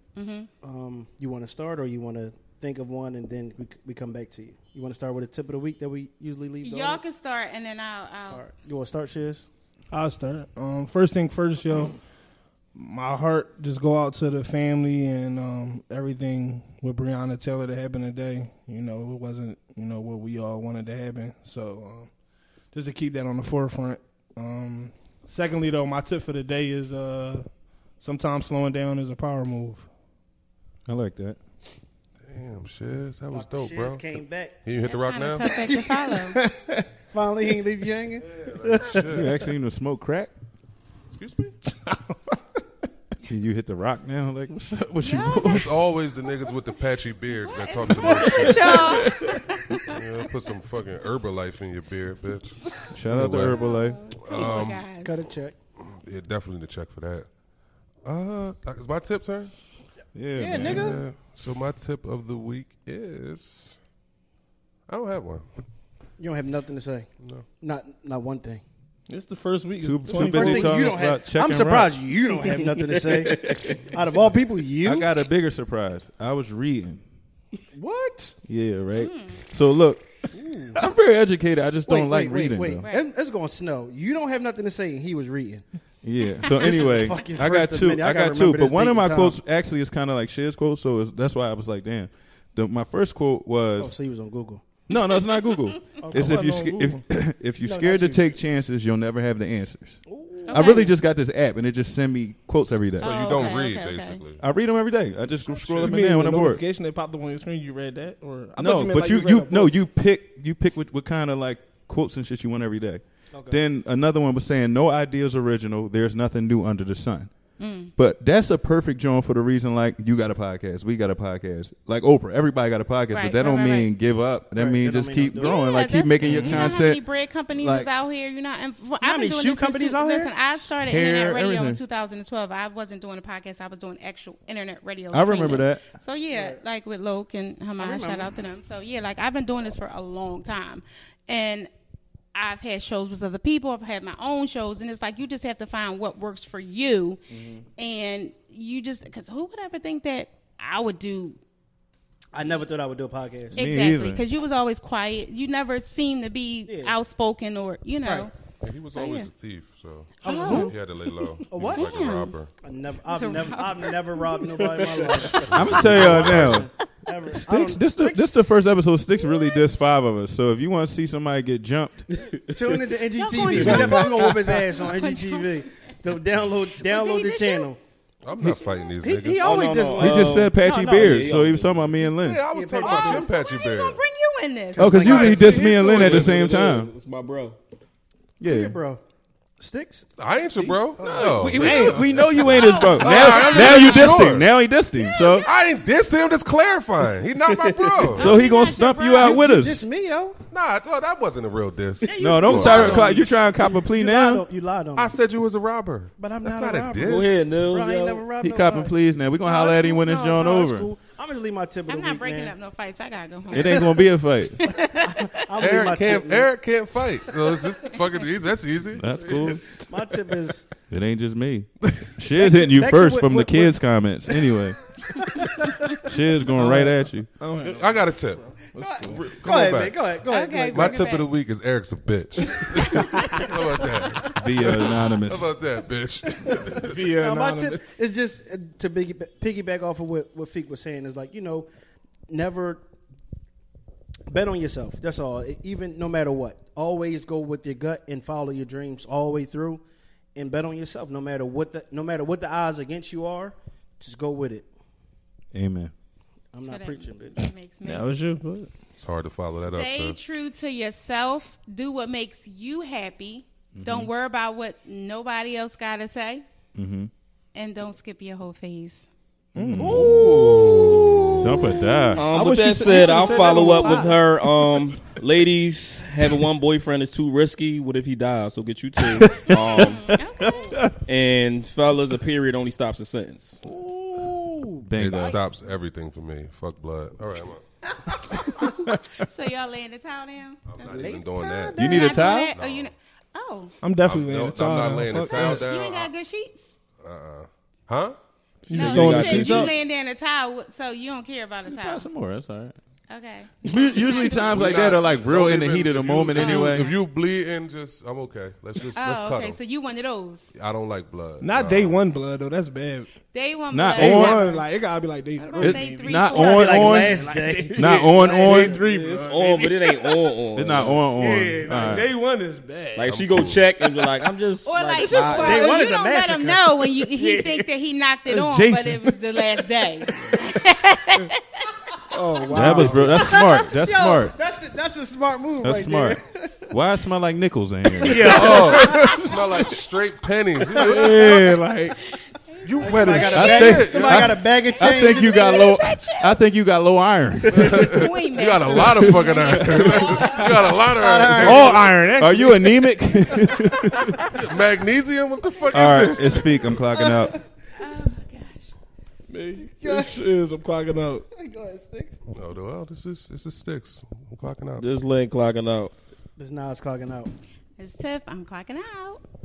[SPEAKER 5] Um, you want to start, or you want to think of one, and then we, c- we come back to you. You want to start with a tip of the week that we usually leave. the
[SPEAKER 8] Y'all
[SPEAKER 5] audience?
[SPEAKER 8] can start, and then I'll. I'll
[SPEAKER 5] All right. You want to start, Shiz?
[SPEAKER 3] I'll start. Um, first thing first, yo. My heart just go out to the family and um, everything with Breonna Taylor that happened today. You know, it wasn't you know what we all wanted to happen. So um, just to keep that on the forefront. Um, secondly, though, my tip for the day is uh, sometimes slowing down is a power move.
[SPEAKER 6] I like that.
[SPEAKER 7] Damn, shiz. That was dope,
[SPEAKER 5] Shiz
[SPEAKER 7] bro.
[SPEAKER 5] Came back.
[SPEAKER 7] Can you hit the rock now?
[SPEAKER 8] Kinda tough act to follow.
[SPEAKER 5] Finally, he ain't leave you hanging.
[SPEAKER 6] You actually even smoke crack?
[SPEAKER 7] Excuse me?
[SPEAKER 6] Can you hit the rock now? Like what's up? What you?
[SPEAKER 7] It's always the niggas with the patchy beards that talk to
[SPEAKER 8] Y'all,
[SPEAKER 7] you. know, put some fucking Herbalife in your beard, bitch.
[SPEAKER 6] Shout out to
[SPEAKER 7] Anyway.
[SPEAKER 6] Herbalife. Um,
[SPEAKER 8] come on, guys.
[SPEAKER 5] Cut a check.
[SPEAKER 7] Yeah, definitely need to check for that. Uh, is my tip, sir?
[SPEAKER 6] Yeah, man.
[SPEAKER 7] Yeah. So my tip of the week is I don't have one.
[SPEAKER 5] You don't have nothing to say.
[SPEAKER 7] No.
[SPEAKER 5] Not not one thing.
[SPEAKER 3] It's the first week.
[SPEAKER 6] Too,
[SPEAKER 3] It's
[SPEAKER 6] too
[SPEAKER 3] 21st
[SPEAKER 6] busy
[SPEAKER 5] First thing
[SPEAKER 6] talking
[SPEAKER 5] you don't
[SPEAKER 6] about
[SPEAKER 5] have.
[SPEAKER 6] checking
[SPEAKER 5] I'm surprised you don't have nothing to say. Out of all people, you
[SPEAKER 6] I got a bigger surprise. I was reading.
[SPEAKER 5] what?
[SPEAKER 6] Yeah, right. So look, I'm very educated. I just
[SPEAKER 5] Mm. Wait,
[SPEAKER 6] don't like
[SPEAKER 5] wait,
[SPEAKER 6] reading.
[SPEAKER 5] Wait,
[SPEAKER 6] though.
[SPEAKER 5] wait. It- It's going to snow. You don't have nothing to say, and he was reading.
[SPEAKER 6] Yeah. So anyway,
[SPEAKER 5] fucking
[SPEAKER 6] I got
[SPEAKER 5] First
[SPEAKER 6] two.
[SPEAKER 5] Amendment. I
[SPEAKER 6] I
[SPEAKER 5] gotta
[SPEAKER 6] got two.
[SPEAKER 5] remember
[SPEAKER 6] But
[SPEAKER 5] this
[SPEAKER 6] one
[SPEAKER 5] date
[SPEAKER 6] of my
[SPEAKER 5] and
[SPEAKER 6] quotes actually is kind of like Shed's quote, so it's, that's why I was like, damn. The, my first quote was,
[SPEAKER 5] Oh, so he was on Google.
[SPEAKER 6] no, no, it's not Google. it's
[SPEAKER 3] come
[SPEAKER 6] if
[SPEAKER 3] on,
[SPEAKER 6] you
[SPEAKER 3] no,
[SPEAKER 6] sca-
[SPEAKER 3] Google.
[SPEAKER 6] if if you're
[SPEAKER 5] No,
[SPEAKER 6] scared to
[SPEAKER 5] not
[SPEAKER 6] take chances, you'll never have the answers. I
[SPEAKER 8] Okay.
[SPEAKER 6] really just got this app, and it just send me quotes every day.
[SPEAKER 7] So
[SPEAKER 8] Oh,
[SPEAKER 7] you don't
[SPEAKER 8] okay,
[SPEAKER 7] read,
[SPEAKER 8] okay, okay.
[SPEAKER 7] basically.
[SPEAKER 6] I read them every day. I just scroll up and
[SPEAKER 3] You
[SPEAKER 6] down
[SPEAKER 3] mean
[SPEAKER 6] when
[SPEAKER 3] the
[SPEAKER 6] I'm bored.
[SPEAKER 3] notification that popped up on your screen? You read that, or I thought
[SPEAKER 6] no,
[SPEAKER 3] meant
[SPEAKER 6] but
[SPEAKER 3] like
[SPEAKER 6] you
[SPEAKER 3] read
[SPEAKER 6] you
[SPEAKER 3] a
[SPEAKER 6] no
[SPEAKER 3] book.
[SPEAKER 6] you pick you pick what, what kind of like quotes and shit you want every day. Then another one was saying no ideas original. There's nothing new under the sun. But that's a perfect joint for the reason like you got a podcast, we got a podcast, like Oprah, everybody got a podcast. but
[SPEAKER 8] Right,
[SPEAKER 6] that
[SPEAKER 8] right,
[SPEAKER 6] don't
[SPEAKER 8] right,
[SPEAKER 6] mean
[SPEAKER 8] right.
[SPEAKER 6] give up. That
[SPEAKER 5] Right,
[SPEAKER 6] mean
[SPEAKER 5] that don't
[SPEAKER 6] just
[SPEAKER 5] mean
[SPEAKER 6] keep
[SPEAKER 5] don't do it.
[SPEAKER 6] growing,
[SPEAKER 8] Yeah,
[SPEAKER 6] like keep
[SPEAKER 8] that's-
[SPEAKER 6] making your
[SPEAKER 8] you Know how many
[SPEAKER 6] content.
[SPEAKER 8] bread companies
[SPEAKER 6] like-
[SPEAKER 8] is out here? You're not. Inf- I've
[SPEAKER 5] How
[SPEAKER 8] been
[SPEAKER 5] many
[SPEAKER 8] doing
[SPEAKER 5] shoe
[SPEAKER 8] this
[SPEAKER 5] companies
[SPEAKER 8] since,
[SPEAKER 5] out here?
[SPEAKER 8] Listen, I started
[SPEAKER 6] Hair,
[SPEAKER 8] internet radio
[SPEAKER 6] everything.
[SPEAKER 8] in 2012. I wasn't doing a podcast. I was doing actual internet radio.
[SPEAKER 6] I remember
[SPEAKER 8] streaming.
[SPEAKER 6] that.
[SPEAKER 8] So yeah, like with Loke and Hamad, shout out to them. So yeah, like I've been doing this for a long time, and I've had shows with other people. I've had my own shows, and it's like you just have to find what works for you, and you just because who would ever think that I would do
[SPEAKER 5] I never thought I would do a podcast.
[SPEAKER 6] either.
[SPEAKER 8] exactly because you was always quiet. You never seemed to be outspoken or you know.
[SPEAKER 7] Yeah, he was always
[SPEAKER 8] yeah.
[SPEAKER 7] a thief, so
[SPEAKER 8] Oh.
[SPEAKER 7] he had to lay low. He was
[SPEAKER 5] what?
[SPEAKER 7] like a robber.
[SPEAKER 5] I never, I've never, I've never robbed nobody in my life.
[SPEAKER 6] I'm gonna tell y'all now.
[SPEAKER 5] Ever. Um,
[SPEAKER 6] Sticks, this the, this the first episode. Sticks really did five of us. So if you want to see somebody get jumped,
[SPEAKER 5] Tune into NGTV.
[SPEAKER 8] going
[SPEAKER 5] We
[SPEAKER 8] to-
[SPEAKER 5] definitely gonna whoop his ass on NGTV. So download, download the
[SPEAKER 8] did you?
[SPEAKER 5] channel.
[SPEAKER 7] I'm not fighting these
[SPEAKER 5] He,
[SPEAKER 7] niggas.
[SPEAKER 5] he always
[SPEAKER 4] no,
[SPEAKER 5] does.
[SPEAKER 4] no,
[SPEAKER 6] he just said Patchy
[SPEAKER 5] no,
[SPEAKER 6] Beard.
[SPEAKER 4] yeah,
[SPEAKER 6] so
[SPEAKER 4] yeah.
[SPEAKER 6] he was talking about me and Lynn.
[SPEAKER 7] yeah, I was talking
[SPEAKER 5] but-
[SPEAKER 7] about Jim Patchy
[SPEAKER 8] Why you gonna
[SPEAKER 7] Beard.
[SPEAKER 8] bring you in this?
[SPEAKER 6] Oh, because
[SPEAKER 5] like-
[SPEAKER 6] usually
[SPEAKER 7] Right,
[SPEAKER 6] it's just
[SPEAKER 7] see,
[SPEAKER 6] me
[SPEAKER 7] you
[SPEAKER 6] and Lynn
[SPEAKER 7] doing
[SPEAKER 6] at the
[SPEAKER 7] it.
[SPEAKER 6] same time.
[SPEAKER 4] It's my bro.
[SPEAKER 6] Yeah,
[SPEAKER 5] bro. Sticks.
[SPEAKER 7] I ain't your bro. No.
[SPEAKER 6] We, we, we know you ain't his bro. Now,
[SPEAKER 7] I'm
[SPEAKER 6] now
[SPEAKER 7] not
[SPEAKER 6] you
[SPEAKER 7] sure.
[SPEAKER 6] dissed him. Now he dissed him. So
[SPEAKER 7] I ain't diss him. Just clarifying. He not my bro.
[SPEAKER 6] so he
[SPEAKER 8] He's
[SPEAKER 6] gonna
[SPEAKER 8] not your
[SPEAKER 6] stump you
[SPEAKER 8] bro.
[SPEAKER 6] out with
[SPEAKER 5] Just
[SPEAKER 6] us.
[SPEAKER 5] me though.
[SPEAKER 7] nah, well, that wasn't a real diss.
[SPEAKER 6] No, don't try to clock. You trying to cop a plea
[SPEAKER 5] You lied on,
[SPEAKER 6] now?
[SPEAKER 5] you lied on me.
[SPEAKER 7] I said you was a robber.
[SPEAKER 5] But I'm
[SPEAKER 7] That's
[SPEAKER 5] not
[SPEAKER 7] not,
[SPEAKER 5] a
[SPEAKER 7] a,
[SPEAKER 5] robber.
[SPEAKER 7] diss.
[SPEAKER 4] Go ahead, Nils.
[SPEAKER 5] Bro, I ain't
[SPEAKER 4] yo.
[SPEAKER 5] never robbed
[SPEAKER 6] He
[SPEAKER 5] nobody.
[SPEAKER 6] copping pleas now. We gonna holler at him when it's John over.
[SPEAKER 5] I'm gonna leave my tip. Of the
[SPEAKER 8] I'm
[SPEAKER 5] week,
[SPEAKER 8] not breaking
[SPEAKER 5] man.
[SPEAKER 8] up no fights. I gotta go home.
[SPEAKER 6] It ain't gonna be a fight.
[SPEAKER 5] I'm gonna leave my
[SPEAKER 7] Eric
[SPEAKER 5] tip.
[SPEAKER 7] can't. Eric can't fight. So it's just fucking easy. That's easy.
[SPEAKER 6] That's cool.
[SPEAKER 5] My tip is
[SPEAKER 6] It ain't just me. Shiz hitting you
[SPEAKER 5] next
[SPEAKER 6] first
[SPEAKER 5] what-
[SPEAKER 6] from the
[SPEAKER 5] what-
[SPEAKER 6] kids' comments. Anyway, Shiz going right at you.
[SPEAKER 7] I got a tip. Re-
[SPEAKER 5] go
[SPEAKER 7] Come on
[SPEAKER 5] ahead,
[SPEAKER 7] back.
[SPEAKER 5] man. Go ahead. Go ahead.
[SPEAKER 7] My
[SPEAKER 8] okay, bring it
[SPEAKER 7] tip
[SPEAKER 8] back.
[SPEAKER 7] of the week is Eric's a bitch. How about that?
[SPEAKER 6] Via anonymous.
[SPEAKER 7] How about that, bitch?
[SPEAKER 5] No, my tip is just uh, to piggyba- piggyback off of what, what Feek was saying is like, you know, never bet on yourself. That's all. E- Even no matter what, always go with your gut and follow your dreams all the way through, and bet on yourself. No matter what the no matter what the odds against you are, just go with it.
[SPEAKER 6] Amen.
[SPEAKER 5] I'm not
[SPEAKER 8] That
[SPEAKER 5] preaching, bitch.
[SPEAKER 8] makes me-
[SPEAKER 3] That was you. Go ahead.
[SPEAKER 7] It's hard to follow that
[SPEAKER 8] Stay
[SPEAKER 7] up. Sir.
[SPEAKER 8] true to yourself. Do what makes you happy. Don't worry about what nobody else got to say. And don't skip your whole phase.
[SPEAKER 6] Don't put that.
[SPEAKER 4] Um, with that said, I'll follow up with her. Um, ladies, having one boyfriend is too risky. What if he dies? So get you two. Um, and fellas, a period only stops a sentence.
[SPEAKER 7] It
[SPEAKER 6] Bingo.
[SPEAKER 7] stops everything for me. Fuck blood. All right, I'm, out.
[SPEAKER 8] so y'all laying the towel down?
[SPEAKER 7] I'm not even doing that.
[SPEAKER 6] You need a
[SPEAKER 8] Not doing
[SPEAKER 6] towel?
[SPEAKER 8] that? Oh, you know- oh.
[SPEAKER 3] I'm definitely
[SPEAKER 7] I'm,
[SPEAKER 3] laying
[SPEAKER 7] no,
[SPEAKER 3] the
[SPEAKER 7] I'm
[SPEAKER 3] towel
[SPEAKER 7] not
[SPEAKER 3] down.
[SPEAKER 7] laying the
[SPEAKER 3] Fuck
[SPEAKER 7] towel
[SPEAKER 3] that.
[SPEAKER 8] you ain't got
[SPEAKER 7] down.
[SPEAKER 8] good sheets?
[SPEAKER 7] Huh?
[SPEAKER 8] No,
[SPEAKER 4] throwing
[SPEAKER 8] you
[SPEAKER 4] sheets
[SPEAKER 8] said you
[SPEAKER 4] up.
[SPEAKER 8] laying down a towel, so you don't care about a towel.
[SPEAKER 6] Some more. That's all right.
[SPEAKER 8] Okay.
[SPEAKER 6] Usually, usually times like that are like real in the heat of the moment anyway.
[SPEAKER 7] If you bleeding, just I'm okay. Let's just let's
[SPEAKER 8] Oh,
[SPEAKER 7] cut
[SPEAKER 8] okay.
[SPEAKER 7] 'em.
[SPEAKER 8] So you one of those.
[SPEAKER 7] I don't like blood.
[SPEAKER 3] Not
[SPEAKER 7] Uh,
[SPEAKER 3] day one blood though. That's bad.
[SPEAKER 8] They want
[SPEAKER 6] Not
[SPEAKER 8] blood.
[SPEAKER 3] Day
[SPEAKER 6] on-
[SPEAKER 3] one, like it gotta be like day three.
[SPEAKER 8] It- Day three,
[SPEAKER 6] not
[SPEAKER 8] four.
[SPEAKER 6] on
[SPEAKER 5] Like
[SPEAKER 6] on,
[SPEAKER 5] last day.
[SPEAKER 6] not on on.
[SPEAKER 4] It's on, but it ain't all on.
[SPEAKER 6] It's not on on.
[SPEAKER 3] Yeah, like
[SPEAKER 6] All right.
[SPEAKER 3] day one is bad.
[SPEAKER 4] Like she go check and be like, I'm just.
[SPEAKER 8] Or
[SPEAKER 4] like,
[SPEAKER 8] like, well,
[SPEAKER 4] I-
[SPEAKER 5] They wanted
[SPEAKER 8] you
[SPEAKER 5] a
[SPEAKER 8] don't let him
[SPEAKER 5] massacre.
[SPEAKER 8] know when you he think that he knocked it on, but
[SPEAKER 3] Jason.
[SPEAKER 8] it was the last day.
[SPEAKER 5] Oh wow,
[SPEAKER 6] That was real. That's smart. That's smart.
[SPEAKER 5] That's a, that's a smart move.
[SPEAKER 3] Oh
[SPEAKER 6] That's
[SPEAKER 5] right
[SPEAKER 6] smart.
[SPEAKER 5] There.
[SPEAKER 6] Why it smell like nickels in here?
[SPEAKER 7] Oh, smell like straight pennies. You,
[SPEAKER 3] yeah, like
[SPEAKER 7] you wet as
[SPEAKER 6] I
[SPEAKER 7] shit.
[SPEAKER 6] think,
[SPEAKER 5] Somebody
[SPEAKER 6] I,
[SPEAKER 5] got a bag of change.
[SPEAKER 6] I think you got low. I think you got low iron.
[SPEAKER 8] Queen
[SPEAKER 7] You got a lot of fucking iron. you got a lot of iron.
[SPEAKER 3] all iron. That
[SPEAKER 6] Are you anemic? All
[SPEAKER 7] Magnesium? What the fuck
[SPEAKER 6] right,
[SPEAKER 7] is this?
[SPEAKER 6] it's speak. I'm clocking out.
[SPEAKER 3] this shit is. I'm clocking out.
[SPEAKER 7] No, no, well, this is this is sticks. I'm clocking out.
[SPEAKER 4] This link clocking out.
[SPEAKER 5] This Nas clocking out.
[SPEAKER 8] It's Tiff. I'm clocking out.